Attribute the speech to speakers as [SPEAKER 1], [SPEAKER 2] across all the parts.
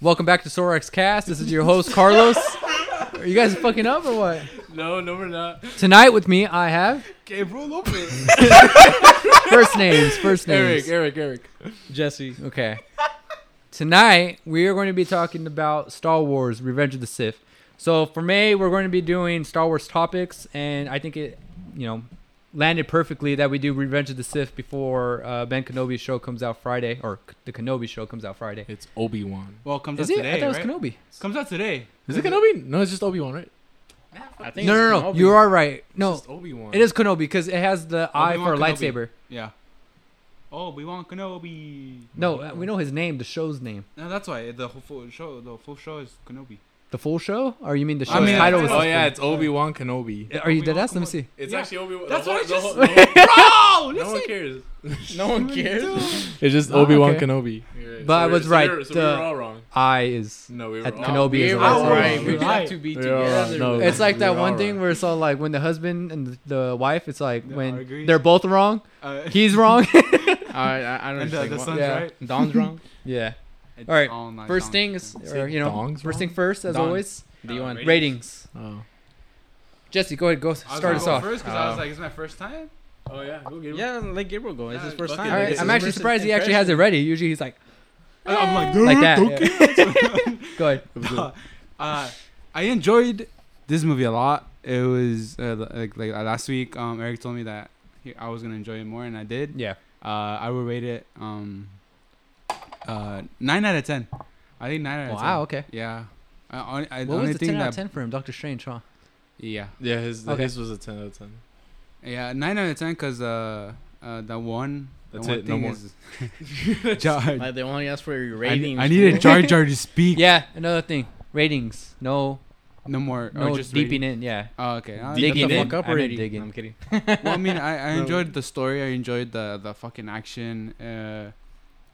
[SPEAKER 1] Welcome back to Sorex Cast. This is your host Carlos. Are you guys fucking up or what?
[SPEAKER 2] No, no, we're not.
[SPEAKER 1] Tonight with me I have
[SPEAKER 2] Gabriel Lopez.
[SPEAKER 1] first names, first names.
[SPEAKER 2] Eric, Eric, Eric.
[SPEAKER 3] Jesse.
[SPEAKER 1] Okay. Tonight we are going to be talking about Star Wars: Revenge of the Sith. So for May we're going to be doing Star Wars topics, and I think it, you know, landed perfectly that we do Revenge of the Sith before uh, Ben Kenobi's show comes out Friday, or the Kenobi show comes out Friday.
[SPEAKER 2] It's Obi Wan.
[SPEAKER 4] Well, it comes
[SPEAKER 1] Is
[SPEAKER 4] out
[SPEAKER 1] it?
[SPEAKER 4] today,
[SPEAKER 1] I thought
[SPEAKER 4] right?
[SPEAKER 1] it was Kenobi.
[SPEAKER 4] Comes out today.
[SPEAKER 2] Is it Kenobi? No, it's just Obi Wan, right?
[SPEAKER 3] I think
[SPEAKER 1] No,
[SPEAKER 3] it's
[SPEAKER 1] no, no.
[SPEAKER 3] Kenobi.
[SPEAKER 1] You are right. No,
[SPEAKER 2] It's Obi Wan.
[SPEAKER 1] It is Kenobi because it has
[SPEAKER 2] Oh,
[SPEAKER 1] the eye for a
[SPEAKER 4] Obi-Wan Kenobi.
[SPEAKER 1] lightsaber.
[SPEAKER 4] Yeah. Oh, we want Kenobi.
[SPEAKER 1] No, uh, we know his name, the show's name.
[SPEAKER 4] No, that's why the whole full show, the full show is Kenobi.
[SPEAKER 1] The full show? Or you mean the show's
[SPEAKER 4] I mean,
[SPEAKER 1] title?
[SPEAKER 4] I
[SPEAKER 1] Was
[SPEAKER 4] don't-
[SPEAKER 2] Oh yeah, it's Obi Wan Kenobi.
[SPEAKER 1] Are you
[SPEAKER 4] Obi-Wan
[SPEAKER 1] dead ass? Let me
[SPEAKER 4] Kenobi.
[SPEAKER 1] see.
[SPEAKER 2] It's
[SPEAKER 4] Yeah.
[SPEAKER 2] actually Obi Wan.
[SPEAKER 4] That's what I just-
[SPEAKER 2] No, one cares.
[SPEAKER 3] No one cares.
[SPEAKER 2] It's just
[SPEAKER 1] Ah,
[SPEAKER 2] Obi Wan
[SPEAKER 1] okay.
[SPEAKER 2] Kenobi.
[SPEAKER 1] But I was right,
[SPEAKER 2] So we were, so
[SPEAKER 1] the-
[SPEAKER 2] we were all wrong.
[SPEAKER 1] I is.
[SPEAKER 2] No, we were
[SPEAKER 1] At
[SPEAKER 2] all
[SPEAKER 1] Kenobi
[SPEAKER 2] wrong.
[SPEAKER 1] is
[SPEAKER 3] We were
[SPEAKER 1] all
[SPEAKER 3] right.
[SPEAKER 1] wrong.
[SPEAKER 3] We got to be
[SPEAKER 2] We are all right.
[SPEAKER 3] together.
[SPEAKER 2] No.
[SPEAKER 1] It's like that
[SPEAKER 2] We're
[SPEAKER 1] one
[SPEAKER 2] all
[SPEAKER 1] thing
[SPEAKER 2] wrong.
[SPEAKER 1] where it's all like when the husband and the the wife, it's like
[SPEAKER 4] Yeah, I
[SPEAKER 1] when
[SPEAKER 4] agree.
[SPEAKER 1] they're both wrong,
[SPEAKER 4] Uh,
[SPEAKER 1] he's wrong.
[SPEAKER 3] I, I, I don't
[SPEAKER 4] and uh, the
[SPEAKER 3] understand.
[SPEAKER 4] sun's
[SPEAKER 3] what-
[SPEAKER 1] Yeah.
[SPEAKER 4] right.
[SPEAKER 3] Don's wrong.
[SPEAKER 1] yeah.
[SPEAKER 4] It's
[SPEAKER 1] All right,
[SPEAKER 4] all night
[SPEAKER 1] First
[SPEAKER 4] long.
[SPEAKER 1] thing is,
[SPEAKER 2] Say
[SPEAKER 1] or, you know,
[SPEAKER 2] dong's
[SPEAKER 1] first
[SPEAKER 2] wrong?
[SPEAKER 1] thing first, as
[SPEAKER 3] Dong.
[SPEAKER 1] always,
[SPEAKER 3] Do you
[SPEAKER 4] Uh,
[SPEAKER 3] want?
[SPEAKER 4] Ratings.
[SPEAKER 1] ratings.
[SPEAKER 2] Oh.
[SPEAKER 1] Jesse, go ahead, go
[SPEAKER 4] I was
[SPEAKER 1] start
[SPEAKER 4] gonna
[SPEAKER 1] us
[SPEAKER 4] go
[SPEAKER 1] off.
[SPEAKER 4] First, because I was
[SPEAKER 3] Oh.
[SPEAKER 4] like, it's my first time.
[SPEAKER 2] Oh yeah. Go Gabriel.
[SPEAKER 3] Yeah, like Gabriel go. It's his
[SPEAKER 4] Yeah,
[SPEAKER 3] first
[SPEAKER 4] fuck
[SPEAKER 3] time.
[SPEAKER 4] it.
[SPEAKER 1] All right,
[SPEAKER 3] It's
[SPEAKER 1] I'm
[SPEAKER 3] his
[SPEAKER 1] actually
[SPEAKER 3] first
[SPEAKER 1] surprised he actually has it
[SPEAKER 3] impression.
[SPEAKER 1] ready. Usually he's like
[SPEAKER 4] I'm like,
[SPEAKER 1] like that. yeah. go ahead.
[SPEAKER 4] uh, I enjoyed this movie a lot. It was uh, like, like uh, last week. Um, Eric told me that he, I was gonna enjoy it more, and I did.
[SPEAKER 1] Yeah.
[SPEAKER 4] Uh, I would rate it um, uh, nine out of ten. I think nine out of ten.
[SPEAKER 1] Wow. Okay.
[SPEAKER 4] Yeah. I, I, I, the
[SPEAKER 1] What
[SPEAKER 4] only
[SPEAKER 1] was the
[SPEAKER 4] thing
[SPEAKER 1] 10 out of
[SPEAKER 4] that
[SPEAKER 1] 10 for him, Doctor Strange, huh?
[SPEAKER 4] yeah
[SPEAKER 2] Yeah. His
[SPEAKER 1] Okay.
[SPEAKER 2] his was a ten out of ten.
[SPEAKER 4] yeah nine out of ten because uh uh the one the
[SPEAKER 2] That's
[SPEAKER 4] one
[SPEAKER 2] it, no more.
[SPEAKER 4] is Jar, I,
[SPEAKER 3] Like they only asked for your
[SPEAKER 4] need-
[SPEAKER 3] ratings.
[SPEAKER 4] I needed
[SPEAKER 3] fool.
[SPEAKER 4] Jar Jar to speak.
[SPEAKER 1] Yeah, another thing. Ratings. No,
[SPEAKER 4] No more. or
[SPEAKER 1] no
[SPEAKER 4] Oh, just
[SPEAKER 1] deeping
[SPEAKER 4] rating.
[SPEAKER 1] in. Yeah.
[SPEAKER 4] Oh, okay. Uh,
[SPEAKER 1] Dig- Digging
[SPEAKER 3] Shut the
[SPEAKER 1] in.
[SPEAKER 3] fuck up
[SPEAKER 1] I meant
[SPEAKER 3] already.
[SPEAKER 1] digging.
[SPEAKER 3] No, I'm kidding.
[SPEAKER 4] well, I mean, I, I
[SPEAKER 3] No.
[SPEAKER 4] enjoyed the story. I enjoyed the the fucking action. Uh,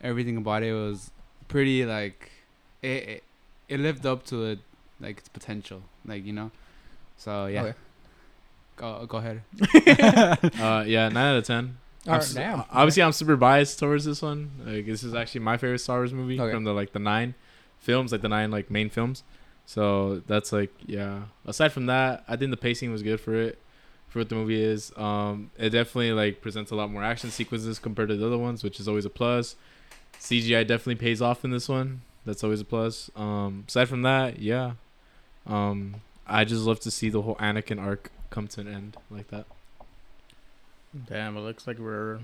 [SPEAKER 4] everything about it was pretty like it. It, it lived up to it, like its potential. Like you know. So yeah.
[SPEAKER 1] Okay.
[SPEAKER 4] Go go ahead.
[SPEAKER 2] Uh, yeah, nine out of ten.
[SPEAKER 1] All
[SPEAKER 2] I'm
[SPEAKER 1] right,
[SPEAKER 2] su-
[SPEAKER 4] uh,
[SPEAKER 1] damn.
[SPEAKER 2] Obviously, I'm super biased towards this one. Like, this is actually my favorite Star Wars movie
[SPEAKER 1] Okay.
[SPEAKER 2] from the like the nine films, like the nine like main films. So that's like yeah. Aside from that, I think the pacing was good for it, for what the movie is. Um, it definitely like presents a lot more action sequences compared to the other ones, which is always a plus. CGI definitely pays off in this one. That's always a plus. Um, aside from that, yeah. Um, I just love to see the whole Anakin arc come to an end like that.
[SPEAKER 3] Damn, it looks like we're.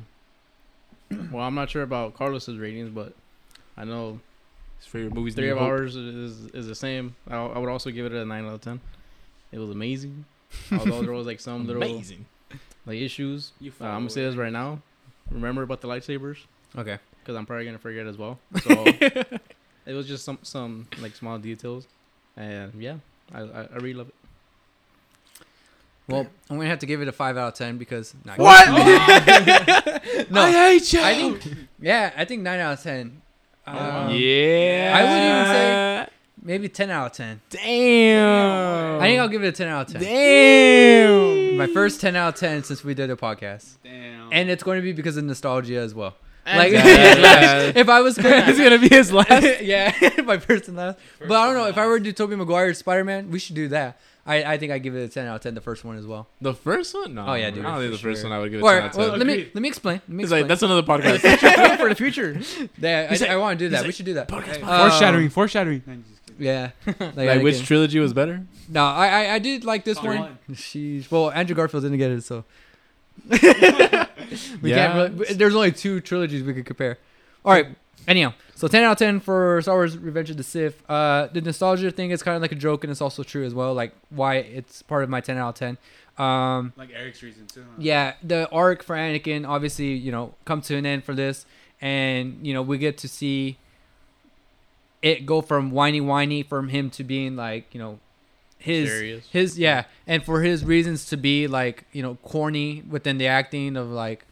[SPEAKER 3] Well, I'm not sure about Carlos's ratings, but I know
[SPEAKER 2] It's for your movies.
[SPEAKER 3] three
[SPEAKER 2] New
[SPEAKER 3] of
[SPEAKER 2] Hope.
[SPEAKER 3] ours is is the same. I, I would also give it a nine out of ten. It was amazing, although there was like some little
[SPEAKER 2] Amazing.
[SPEAKER 3] like issues.
[SPEAKER 4] You.
[SPEAKER 3] Uh, I'm gonna say this right now. Remember about the lightsabers
[SPEAKER 1] Okay.
[SPEAKER 3] because I'm probably gonna forget as well. So it was just some some like small details, and yeah, I I, I really love it.
[SPEAKER 1] Well, I'm going to have to give it a 5 out of 10 because. Not
[SPEAKER 2] No.
[SPEAKER 1] no.
[SPEAKER 2] hate you.
[SPEAKER 1] I think. Yeah, I think 9 out of 10. Um,
[SPEAKER 3] wow.
[SPEAKER 2] yeah.
[SPEAKER 1] I would Maybe 10 out of 10.
[SPEAKER 4] Oh.
[SPEAKER 2] Damn.
[SPEAKER 1] I think I'll give it a 10 out of 10.
[SPEAKER 2] Damn.
[SPEAKER 1] My first 10 out of 10 since we did a podcast.
[SPEAKER 4] Damn.
[SPEAKER 1] And it's going to be because of nostalgia as well.
[SPEAKER 3] And
[SPEAKER 1] Like,
[SPEAKER 3] yeah,
[SPEAKER 2] Mm-hmm. yeah.
[SPEAKER 1] if I was.
[SPEAKER 2] it's gonna be his last.
[SPEAKER 1] yeah, my first and last. but I don't know. If I were to do Tobey Maguire's Spider Man, we should do that. I, I think I give it a 10 out of 10, the first one as well.
[SPEAKER 2] The first one? No.
[SPEAKER 1] Oh, yeah, dude,
[SPEAKER 2] I don't think
[SPEAKER 1] for
[SPEAKER 2] the first
[SPEAKER 1] sure.
[SPEAKER 2] one I would give it.
[SPEAKER 1] Or,
[SPEAKER 2] 10 out of
[SPEAKER 1] well,
[SPEAKER 2] 10.
[SPEAKER 1] let me
[SPEAKER 4] Agreed.
[SPEAKER 1] let me explain. Let me
[SPEAKER 2] He's
[SPEAKER 1] explain.
[SPEAKER 2] like, that's another podcast.
[SPEAKER 3] for the future.
[SPEAKER 1] yeah,
[SPEAKER 2] he's
[SPEAKER 1] I,
[SPEAKER 2] like-
[SPEAKER 1] I want to do that.
[SPEAKER 2] he's
[SPEAKER 1] we should do that. Um,
[SPEAKER 5] uh,
[SPEAKER 4] foreshadowing. Foreshadowing. No, just kidding.
[SPEAKER 1] Yeah. Like,
[SPEAKER 2] like, which
[SPEAKER 1] Anakin.
[SPEAKER 2] trilogy was better?
[SPEAKER 1] no, I, I I did like this
[SPEAKER 4] Star
[SPEAKER 1] one.
[SPEAKER 4] One.
[SPEAKER 1] Sheesh. Well, Andrew Garfield didn't get it, so we
[SPEAKER 2] Yeah.
[SPEAKER 1] can't. Really, there's only two trilogies we could compare. All right. Anyhow, so 10 out of 10 for Star Wars: Revenge of the Sith. Uh, the nostalgia thing is kind of like a joke, and it's also true as well. Like why it's part of my 10 out of 10. Um,
[SPEAKER 4] Like Eric's reason too. huh?
[SPEAKER 1] yeah, the arc for Anakin obviously, you know, come to an end for this, and you know we get to see it go from whiny whiny from him to being like you know his
[SPEAKER 3] Serious.
[SPEAKER 1] his yeah, and for his reasons to be like you know corny within the acting of like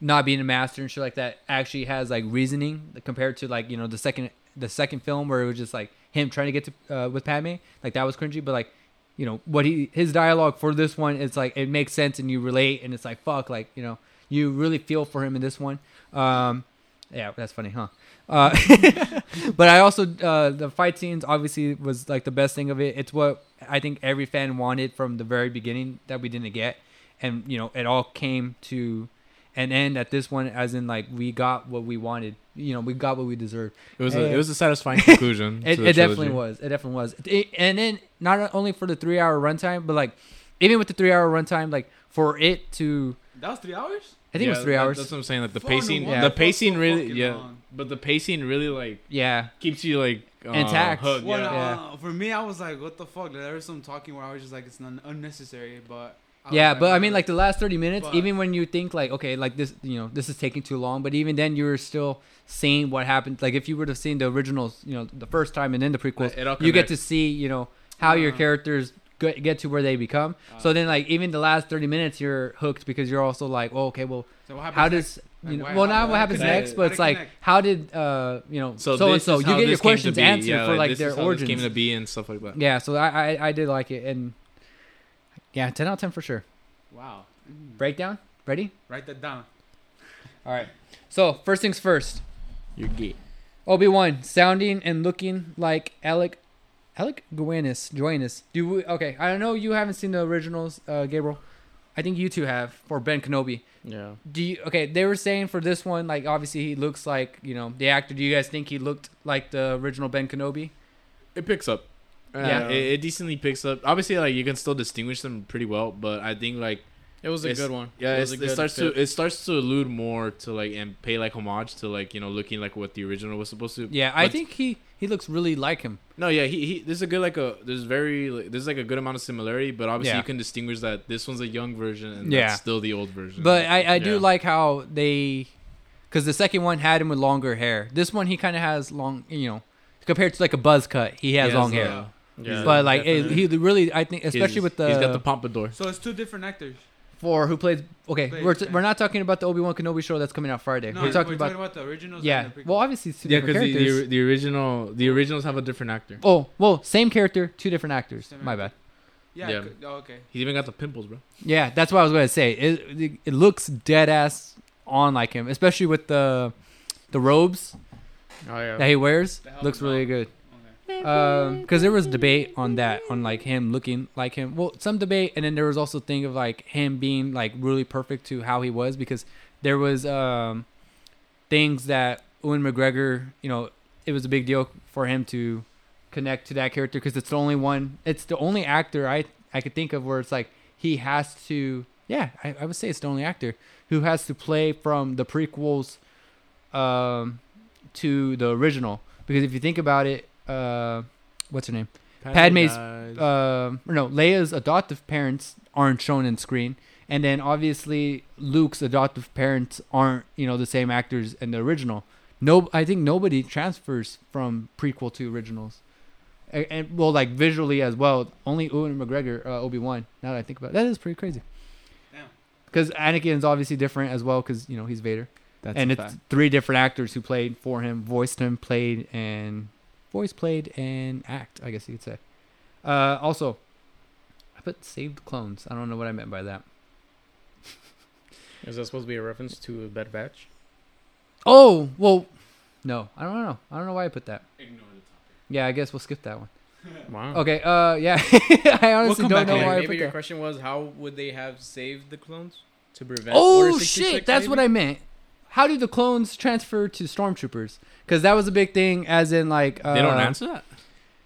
[SPEAKER 1] not being a master and shit like that actually has like reasoning compared to like you know the second the second film where it was just like him trying to get to uh, with Padme like that was cringy, but like you know what he his dialogue for this one it's like it makes sense and you relate and it's like fuck like you know you really feel for him in this one um Yeah, that's funny, huh? Uh, but I also uh, the fight scenes obviously was like the best thing of it. It's what I think every fan wanted from the very beginning that we didn't get, and you know it all came to an end at this one, as in like we got what we wanted. You know, we got what we deserved.
[SPEAKER 2] It was
[SPEAKER 1] Yeah.
[SPEAKER 2] a, it was a satisfying conclusion.
[SPEAKER 1] It,
[SPEAKER 2] to the
[SPEAKER 1] it definitely
[SPEAKER 2] trilogy.
[SPEAKER 1] was. It definitely was. It- and then not only for the three hour runtime, but like even with the three hour runtime, like for it to
[SPEAKER 5] That was three hours.
[SPEAKER 1] I think it was
[SPEAKER 2] Yeah,
[SPEAKER 1] three
[SPEAKER 2] that-
[SPEAKER 1] hours.
[SPEAKER 2] That's what I'm saying. Like the
[SPEAKER 5] Four in a
[SPEAKER 2] pacing,
[SPEAKER 1] one,
[SPEAKER 2] the
[SPEAKER 5] that's
[SPEAKER 2] pacing
[SPEAKER 5] so
[SPEAKER 2] really,
[SPEAKER 5] fucking
[SPEAKER 2] yeah.
[SPEAKER 5] long.
[SPEAKER 2] But the pacing really like
[SPEAKER 1] yeah,
[SPEAKER 2] keeps you like uh,
[SPEAKER 1] Intact.
[SPEAKER 2] hooked,
[SPEAKER 5] Well,
[SPEAKER 2] yeah.
[SPEAKER 1] Yeah.
[SPEAKER 5] uh, for me, I was like, what the fuck? Like, there was some talking where I was just like, it's non- unnecessary, but. I was uh,
[SPEAKER 1] yeah, but I
[SPEAKER 5] whatever.
[SPEAKER 1] mean, like the last thirty minutes,
[SPEAKER 5] But-
[SPEAKER 1] even when you think like, okay, like this, you know, this is taking too long, but even then, you were still seeing what happened. Like if you would have seen the originals, you know, the first time and then the prequels,
[SPEAKER 2] It all
[SPEAKER 1] you get
[SPEAKER 2] connects.
[SPEAKER 1] to see, you know, how your
[SPEAKER 5] Uh.
[SPEAKER 1] characters get, get to where they become. so then, like even the last thirty minutes, you're hooked because you're also like, oh, okay, well,
[SPEAKER 5] So what
[SPEAKER 1] how
[SPEAKER 5] happens next?
[SPEAKER 1] does
[SPEAKER 5] Like,
[SPEAKER 1] you know,
[SPEAKER 5] why-
[SPEAKER 1] well
[SPEAKER 5] how-
[SPEAKER 1] now
[SPEAKER 5] how
[SPEAKER 1] what
[SPEAKER 5] to
[SPEAKER 1] happens
[SPEAKER 2] connect?
[SPEAKER 1] next?
[SPEAKER 5] How
[SPEAKER 1] But
[SPEAKER 5] to
[SPEAKER 1] it's like
[SPEAKER 5] connect?
[SPEAKER 1] how did uh you know so, and
[SPEAKER 2] this
[SPEAKER 1] so you
[SPEAKER 2] is how
[SPEAKER 1] get your
[SPEAKER 2] this came to
[SPEAKER 1] questions
[SPEAKER 2] be.
[SPEAKER 1] answered
[SPEAKER 2] Yeah,
[SPEAKER 1] for like
[SPEAKER 2] this
[SPEAKER 1] their
[SPEAKER 2] is how
[SPEAKER 1] origins.
[SPEAKER 2] this came to be and stuff like that.
[SPEAKER 1] Yeah, so I, I I did like it and yeah, ten out of ten for sure.
[SPEAKER 5] Wow. Mm.
[SPEAKER 1] Breakdown ready?
[SPEAKER 5] Write that down.
[SPEAKER 1] All right. So first things first,
[SPEAKER 2] You're gay.
[SPEAKER 1] Obi Wan sounding and looking like Alec, Alec Guinness. Joinus. Do we, okay. I know you haven't seen the originals, uh, Gabriel. I think you two have for Ben Kenobi.
[SPEAKER 6] Yeah.
[SPEAKER 1] Do you okay? They were saying for this one, like obviously he looks like you know the actor. Do you guys think he looked like the original Ben Kenobi?
[SPEAKER 2] It picks up.
[SPEAKER 1] Yeah.
[SPEAKER 2] Yeah, it, it decently picks up. Obviously, like you can still distinguish them pretty well, but I think like
[SPEAKER 6] It was a
[SPEAKER 2] It's-
[SPEAKER 6] good one.
[SPEAKER 2] yeah,
[SPEAKER 6] it,
[SPEAKER 2] it,
[SPEAKER 6] was a
[SPEAKER 2] it
[SPEAKER 6] good
[SPEAKER 2] starts
[SPEAKER 6] fit.
[SPEAKER 2] to it starts to allude more to like and pay like homage to like you know looking like what the original was supposed to.
[SPEAKER 1] Yeah, I
[SPEAKER 2] But-
[SPEAKER 1] think he he looks really like him.
[SPEAKER 2] No, yeah, he, he there's a good like a there's very like, there's like a good amount of similarity, but obviously
[SPEAKER 1] Yeah.
[SPEAKER 2] you can distinguish that this one's a young version and
[SPEAKER 1] Yeah.
[SPEAKER 2] that's still the old version.
[SPEAKER 1] But I, I do
[SPEAKER 2] Yeah.
[SPEAKER 1] like how they, because the second one had him with longer hair. This one he kind of has long, you know, compared to like a buzz cut, he has
[SPEAKER 2] He has
[SPEAKER 1] long
[SPEAKER 2] the-
[SPEAKER 1] hair.
[SPEAKER 2] Yeah.
[SPEAKER 6] Yeah,
[SPEAKER 1] but like it,
[SPEAKER 6] definitely.
[SPEAKER 1] he really, I think, especially
[SPEAKER 2] He's-
[SPEAKER 1] with the,
[SPEAKER 2] he's got the pompadour.
[SPEAKER 5] So it's two different actors.
[SPEAKER 1] for who plays. Okay,
[SPEAKER 5] Wait,
[SPEAKER 1] we're, t-
[SPEAKER 5] yeah.
[SPEAKER 1] we're not talking about the Obi Wan Kenobi show that's coming out Friday.
[SPEAKER 5] No,
[SPEAKER 1] we're talking about
[SPEAKER 5] the originals.
[SPEAKER 1] yeah.
[SPEAKER 5] And the prequels.
[SPEAKER 1] Well, obviously, it's two
[SPEAKER 2] Yeah, because
[SPEAKER 1] different
[SPEAKER 2] the,
[SPEAKER 1] characters.
[SPEAKER 2] the the original the originals have a different actor.
[SPEAKER 1] oh, well, same character, two different actors.
[SPEAKER 5] Same
[SPEAKER 1] My bad.
[SPEAKER 5] actor. yeah.
[SPEAKER 2] yeah.
[SPEAKER 5] c- oh, okay.
[SPEAKER 2] He's even got the pimples, bro.
[SPEAKER 1] Yeah, that's what I was gonna say. It it, it looks dead ass on like him, especially with the the robes
[SPEAKER 6] Oh yeah.
[SPEAKER 1] that he wears.
[SPEAKER 5] The helmet
[SPEAKER 1] Looks really
[SPEAKER 5] and
[SPEAKER 1] good.
[SPEAKER 5] Okay.
[SPEAKER 1] because Um, there was debate on that, on like him looking like him. Well, some debate, and then there was also thing of like him being like really perfect to how he was because there was um things that Owen McGregor, you know, it was a big deal for him to connect to that character because it's the only one, it's the only actor I I could think of where it's like he has to, yeah, I, I would say it's the only actor who has to play from the prequels um to the original because if you think about it, uh, what's her name? Padme's- um, or no, Leia's adoptive parents aren't shown in screen, and then obviously Luke's adoptive parents aren't you know the same actors in the original. No, I think nobody transfers from prequel to originals, and, and well, like visually as well. Only Ewan McGregor, uh, Obi Wan. Now that I think about it, that is pretty crazy.
[SPEAKER 5] Damn.
[SPEAKER 1] Because Anakin's obviously different as well, because you know he's Vader,
[SPEAKER 5] That's
[SPEAKER 1] and it's three different actors who played for him, voiced him, played and voice played and act. I guess you could say. Uh, also, I put saved clones. I don't know what I meant by that.
[SPEAKER 6] Is that supposed to be a reference to Bad Batch?
[SPEAKER 1] Oh well, no, I don't know. I don't know why I put that. Yeah, I guess we'll skip that one.
[SPEAKER 6] Wow.
[SPEAKER 2] Oh.
[SPEAKER 1] Okay. Uh, yeah, I honestly
[SPEAKER 5] come
[SPEAKER 1] don't
[SPEAKER 5] back
[SPEAKER 1] know
[SPEAKER 5] later.
[SPEAKER 1] why I
[SPEAKER 6] maybe
[SPEAKER 1] put
[SPEAKER 6] your
[SPEAKER 1] that.
[SPEAKER 6] question was how would they have saved the clones to prevent? Order
[SPEAKER 1] Oh
[SPEAKER 6] 66,
[SPEAKER 1] shit, that's what I meant. How do the clones transfer to stormtroopers? Because that was a big thing, as in like uh,
[SPEAKER 2] They don't answer that.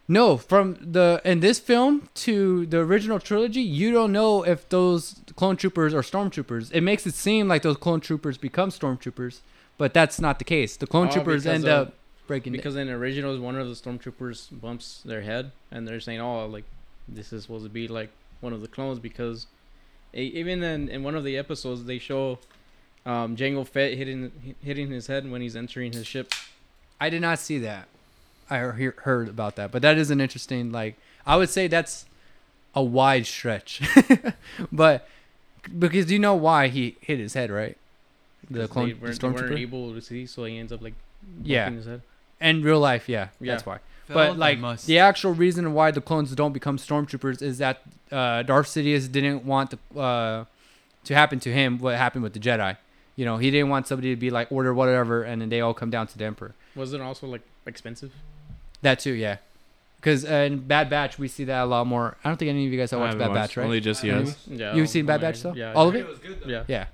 [SPEAKER 1] No, from the in this film to the original trilogy, you don't know if those clone troopers are stormtroopers. It makes it seem like those clone troopers become stormtroopers, but that's not the case. The clone
[SPEAKER 6] Oh,
[SPEAKER 1] troopers
[SPEAKER 6] because
[SPEAKER 1] end
[SPEAKER 6] of-
[SPEAKER 1] up breaking.
[SPEAKER 6] Because in originals, one of the stormtroopers bumps their head, and they're saying, "Oh, like this is supposed to be like one of the clones." Because e- even in, in one of the episodes, they show um, Jango Fett hitting hi- hitting his head when he's entering his ship.
[SPEAKER 1] I did not see that. I hear, heard about that, but that is an interesting. Like I would say that's a wide stretch, but because you know why he hit his head, right? The
[SPEAKER 6] 'cause
[SPEAKER 1] clone
[SPEAKER 6] they
[SPEAKER 1] the
[SPEAKER 6] weren't, they weren't
[SPEAKER 1] stormtrooper.
[SPEAKER 6] able to see, so he ends up like bumping
[SPEAKER 1] Yeah.
[SPEAKER 6] his head.
[SPEAKER 1] In real life, yeah,
[SPEAKER 6] Yeah.
[SPEAKER 1] that's why. But like
[SPEAKER 5] must.
[SPEAKER 1] the actual reason why the clones don't become stormtroopers is that uh, Darth Sidious didn't want the, uh, to happen to him what happened with the Jedi, You know, he didn't want somebody to be like order whatever, and then they all come down to the emperor.
[SPEAKER 6] Was it also like expensive?
[SPEAKER 1] That too, yeah. Because uh, in Bad Batch, we see that a lot more. I don't think any of you guys have
[SPEAKER 2] I
[SPEAKER 1] watched
[SPEAKER 2] haven't
[SPEAKER 1] Bad
[SPEAKER 2] watched-
[SPEAKER 1] Batch, right?
[SPEAKER 2] Only Jesse
[SPEAKER 5] Mhm.
[SPEAKER 2] has.
[SPEAKER 6] Yeah.
[SPEAKER 1] You've seen
[SPEAKER 6] oh
[SPEAKER 1] Bad
[SPEAKER 6] my-
[SPEAKER 1] Batch though?
[SPEAKER 6] Yeah.
[SPEAKER 1] All of
[SPEAKER 5] It
[SPEAKER 1] it?
[SPEAKER 5] was good though.
[SPEAKER 6] Yeah.
[SPEAKER 1] Yeah,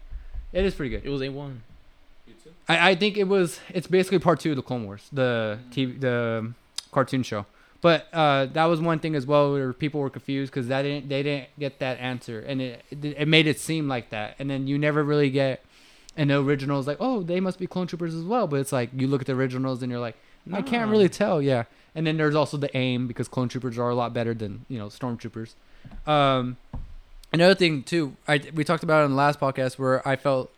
[SPEAKER 1] it is pretty good.
[SPEAKER 6] It was a one.
[SPEAKER 1] I, I think it was it's basically part two of the Clone Wars, the TV, the um, cartoon show. But uh, that was one thing as well where people were confused because that didn't they didn't get that answer, and it it made it seem like that, and then you never really get. And the originals like, oh, they must be clone troopers as well. But it's like you look at the originals and you're like, I can't really tell. Yeah. And then there's also the aim because clone troopers are a lot better than you know stormtroopers. Um, another thing too, I we talked about it on the last podcast where I felt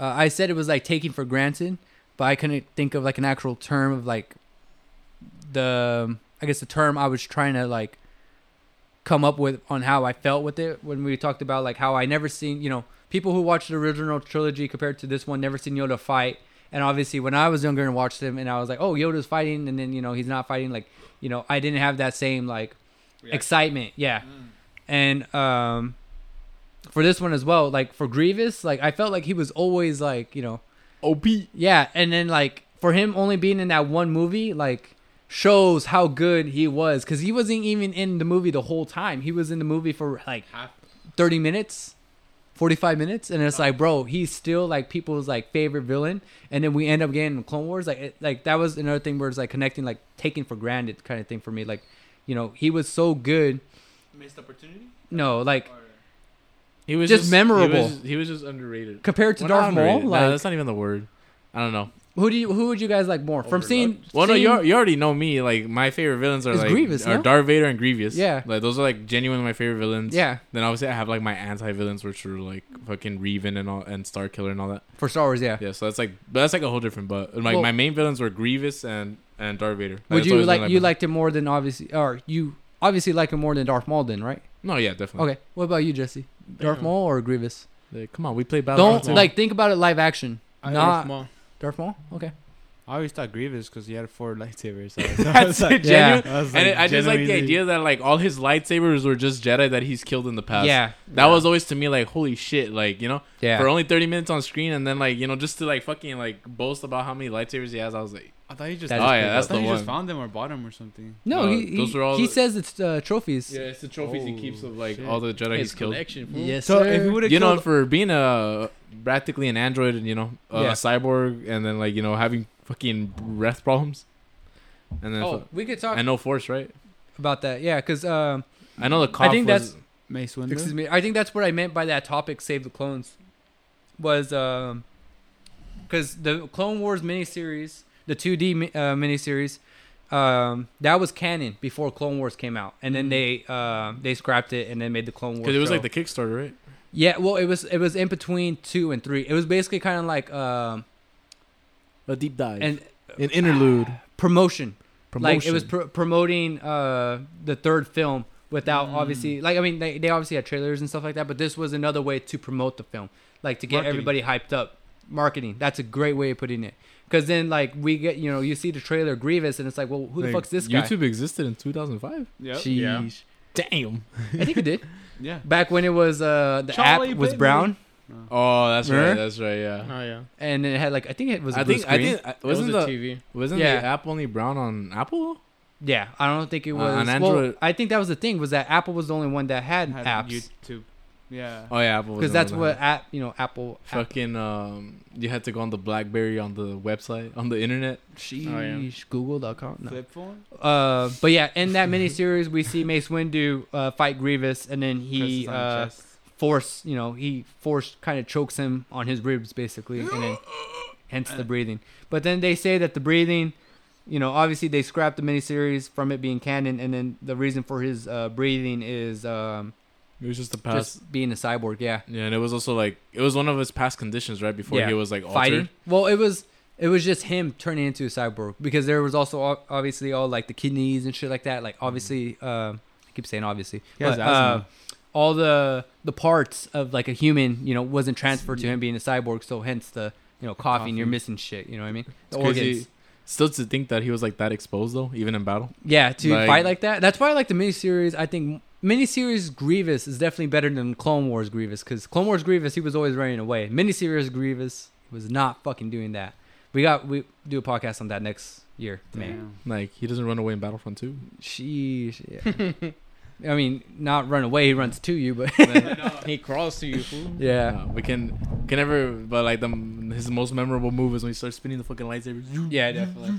[SPEAKER 1] uh, I said it was like taking for granted, but I couldn't think of like an actual term of like the um, I guess the term I was trying to like come up with on how I felt with it when we talked about like how I never seen you know people who watched the original trilogy compared to this one never seen Yoda fight. And obviously, when I was younger and watched him, and I was like, "Oh, Yoda's fighting," and then you know he's not fighting. Like, you know, I didn't have that same like excitement. Yeah, and um, for this one as well, like for Grievous, like I felt like he was always like you know
[SPEAKER 2] OP.
[SPEAKER 1] yeah, and then like for him only being in that one movie, like shows how good he was because he wasn't even in the movie the whole time. He was in the movie for like
[SPEAKER 5] Half.
[SPEAKER 1] thirty minutes, forty five minutes, and it's like, bro, he's still like people's like favorite villain, and then we end up getting Clone Wars. Like, it, like that was another thing where it's like connecting, like taking for granted kind of thing for me. Like, you know, he was so good.
[SPEAKER 5] Missed opportunity.
[SPEAKER 1] No, like
[SPEAKER 2] He was
[SPEAKER 1] Just memorable.
[SPEAKER 2] He was, he was just underrated.
[SPEAKER 1] compared to
[SPEAKER 2] We're
[SPEAKER 1] Darth
[SPEAKER 2] not
[SPEAKER 1] Maul,
[SPEAKER 2] underrated.
[SPEAKER 1] like
[SPEAKER 2] nah, that's not even the word. I don't know.
[SPEAKER 1] who do you who would you guys like more from seeing?
[SPEAKER 2] Well, no,
[SPEAKER 1] seeing-
[SPEAKER 2] you, al- you already know me. Like my favorite villains are
[SPEAKER 1] It's
[SPEAKER 2] like
[SPEAKER 1] Grievous,
[SPEAKER 2] are
[SPEAKER 1] no?
[SPEAKER 2] Darth Vader and Grievous.
[SPEAKER 1] Yeah.
[SPEAKER 2] like those are like genuinely my favorite villains.
[SPEAKER 1] yeah
[SPEAKER 2] Then obviously I have like my anti villains, which are like fucking Revan and all and Star Killer and all that.
[SPEAKER 1] for Star Wars, yeah.
[SPEAKER 2] Yeah, so that's like but that's like a whole different. But like
[SPEAKER 1] Well-
[SPEAKER 2] my main villains were Grievous and and Darth Vader.
[SPEAKER 1] Would
[SPEAKER 2] that's
[SPEAKER 1] you
[SPEAKER 2] always been,
[SPEAKER 1] like you
[SPEAKER 2] my-
[SPEAKER 1] liked it more than obviously, or you obviously like it more than Darth Maul, then right?
[SPEAKER 2] No, yeah, definitely.
[SPEAKER 1] Okay, what about you, Jesse? Darth
[SPEAKER 6] Damn.
[SPEAKER 1] Maul or Grievous?
[SPEAKER 2] Like, come on, we play Battle.
[SPEAKER 1] Don't
[SPEAKER 2] Royale.
[SPEAKER 1] like think about it live action.
[SPEAKER 5] I-
[SPEAKER 1] not
[SPEAKER 6] Darth Maul.
[SPEAKER 1] Darth Maul. Okay.
[SPEAKER 5] I always thought Grievous because he had four lightsabers. So
[SPEAKER 2] That's a genuine.
[SPEAKER 5] I was like,
[SPEAKER 2] And it, I just like the
[SPEAKER 5] genuinely-
[SPEAKER 2] idea that like all his lightsabers were just Jedi that he's killed in the past.
[SPEAKER 1] Yeah.
[SPEAKER 2] that was always to me like holy shit, like you know,
[SPEAKER 1] Yeah.
[SPEAKER 2] for only thirty minutes on screen, and then like you know just to like fucking like boast about how many lightsabers he has. I was like,
[SPEAKER 5] I thought he just.
[SPEAKER 1] That
[SPEAKER 2] oh
[SPEAKER 1] is
[SPEAKER 2] yeah,
[SPEAKER 1] pretty
[SPEAKER 2] that's
[SPEAKER 5] I thought
[SPEAKER 2] the
[SPEAKER 5] he
[SPEAKER 2] one.
[SPEAKER 5] just found them or bought them or something.
[SPEAKER 1] no,
[SPEAKER 2] No,
[SPEAKER 1] he, he,
[SPEAKER 2] uh, those were all
[SPEAKER 1] he
[SPEAKER 2] the-
[SPEAKER 1] says it's uh, trophies.
[SPEAKER 2] yeah, it's the trophies he
[SPEAKER 5] Oh,
[SPEAKER 2] keeps of like
[SPEAKER 5] shit.
[SPEAKER 2] all the Jedi
[SPEAKER 6] His
[SPEAKER 2] he's killed.
[SPEAKER 6] collection. fool.
[SPEAKER 1] Yes,
[SPEAKER 5] So
[SPEAKER 1] sir.
[SPEAKER 5] if he would have
[SPEAKER 2] You know,
[SPEAKER 5] killed,
[SPEAKER 2] and for being a practically an android and you know a
[SPEAKER 1] Yeah.
[SPEAKER 2] cyborg, and then like you know having fucking breath problems, and then
[SPEAKER 1] oh, we could talk
[SPEAKER 2] I know force right.
[SPEAKER 1] about that. Yeah, because um,
[SPEAKER 2] I know the cough
[SPEAKER 1] I think
[SPEAKER 2] was-
[SPEAKER 1] that's
[SPEAKER 5] Mace Windu.
[SPEAKER 1] excuse me. I think that's what I meant by that topic. Save the clones was um, because the Clone Wars miniseries, the two D mi- uh, miniseries, um, that was canon before Clone Wars came out, and then they uh, they scrapped it and then made the Clone Wars.
[SPEAKER 2] Mm-hmm. because it was
[SPEAKER 1] show.
[SPEAKER 2] like the Kickstarter, right?
[SPEAKER 1] Yeah, well, it was it was in between two and three. It was basically kind of like um
[SPEAKER 2] A deep dive,
[SPEAKER 1] an
[SPEAKER 2] an interlude,
[SPEAKER 1] promotion,
[SPEAKER 2] promotion.
[SPEAKER 1] like it was pr- promoting uh the third film without obviously like I mean they they obviously had trailers and stuff like that, but this was another way to promote the film, like to get
[SPEAKER 2] Marketing.
[SPEAKER 1] everybody hyped up. Marketing. That's a great way of putting it. Because then like we get you know you see the trailer Grievous and it's like well who the
[SPEAKER 2] Like,
[SPEAKER 1] fuck's this guy?
[SPEAKER 2] YouTube existed in 2005.
[SPEAKER 5] Yep.
[SPEAKER 6] Yeah.
[SPEAKER 2] Jeez. Damn.
[SPEAKER 1] I think it did
[SPEAKER 5] Yeah.
[SPEAKER 1] back when it was uh the
[SPEAKER 5] Charlie
[SPEAKER 1] app was
[SPEAKER 5] Whitman.
[SPEAKER 1] brown
[SPEAKER 2] Oh, that's right.
[SPEAKER 1] Remember?
[SPEAKER 2] That's right.
[SPEAKER 6] Oh
[SPEAKER 2] Yeah.
[SPEAKER 6] yeah.
[SPEAKER 1] and it had like I think it was a
[SPEAKER 2] I
[SPEAKER 1] blue
[SPEAKER 2] think I
[SPEAKER 1] screen.
[SPEAKER 2] think I-
[SPEAKER 6] Wasn't
[SPEAKER 2] Uh-huh. wasn't
[SPEAKER 6] was a
[SPEAKER 2] the
[SPEAKER 6] TV?
[SPEAKER 2] wasn't
[SPEAKER 1] Yeah.
[SPEAKER 2] the app only brown on Apple?
[SPEAKER 1] Yeah, I don't think it
[SPEAKER 2] Uh,
[SPEAKER 1] was.
[SPEAKER 2] on
[SPEAKER 1] well,
[SPEAKER 2] Android-
[SPEAKER 1] I think that was the thing was that Apple was the only one that had,
[SPEAKER 5] Had
[SPEAKER 1] apps Uh,
[SPEAKER 5] YouTube. Yeah.
[SPEAKER 2] Oh yeah, Apple. was
[SPEAKER 1] because
[SPEAKER 2] the
[SPEAKER 1] that's
[SPEAKER 2] one that
[SPEAKER 1] what
[SPEAKER 2] had
[SPEAKER 1] app you know Apple.
[SPEAKER 2] it. Fucking um, you had to go on the BlackBerry on the website on the internet.
[SPEAKER 1] Sheesh,
[SPEAKER 6] yeah.
[SPEAKER 1] Google.com. No.
[SPEAKER 5] Flip phone.
[SPEAKER 1] Oh, Uh, but yeah, in that miniseries, we see Mace Windu uh, fight Grievous, and then he
[SPEAKER 5] presses on the
[SPEAKER 1] uh,
[SPEAKER 5] chest.
[SPEAKER 1] force you know he force kind of chokes him on his ribs basically, and then hence the breathing. But then they say that the breathing, you know, obviously they scrapped the miniseries from it being canon, and then the reason for his uh, breathing is um,
[SPEAKER 2] It was just the past.
[SPEAKER 1] just being a cyborg. Yeah.
[SPEAKER 2] yeah, and it was also like it was one of his past conditions, right? Before
[SPEAKER 1] Yeah.
[SPEAKER 2] he was like altered.
[SPEAKER 1] fighting. Well, it was it was just him turning into a cyborg because there was also ob- obviously all like the kidneys and shit like that. Like obviously, uh, I keep saying obviously,
[SPEAKER 5] He has
[SPEAKER 1] but, uh,
[SPEAKER 5] asthma.
[SPEAKER 1] all the the parts of like a human, you know, wasn't transferred to him being a cyborg. So hence the you know coughing. You're
[SPEAKER 5] coughing.
[SPEAKER 1] missing shit. You know what I mean? The
[SPEAKER 2] It's crazy.
[SPEAKER 1] organs.
[SPEAKER 2] Still to think that he was like that exposed though, even in battle.
[SPEAKER 1] Yeah, to
[SPEAKER 2] Like-
[SPEAKER 1] fight like that. That's why I like the miniseries. I think miniseries Grievous is definitely better than Clone Wars Grievous because Clone Wars Grievous he was always running away. Miniseries Grievous was not fucking doing that. We got we do a podcast on that next year, man.
[SPEAKER 4] Damn.
[SPEAKER 2] Like he doesn't run away in Battlefront 2.
[SPEAKER 1] Sheesh. Yeah. I mean, not run away. He runs to you, but
[SPEAKER 6] he crawls to you, fool.
[SPEAKER 1] yeah,
[SPEAKER 2] we can can never. But like the his most memorable move is when he starts spinning the fucking lightsaber.
[SPEAKER 1] yeah, definitely.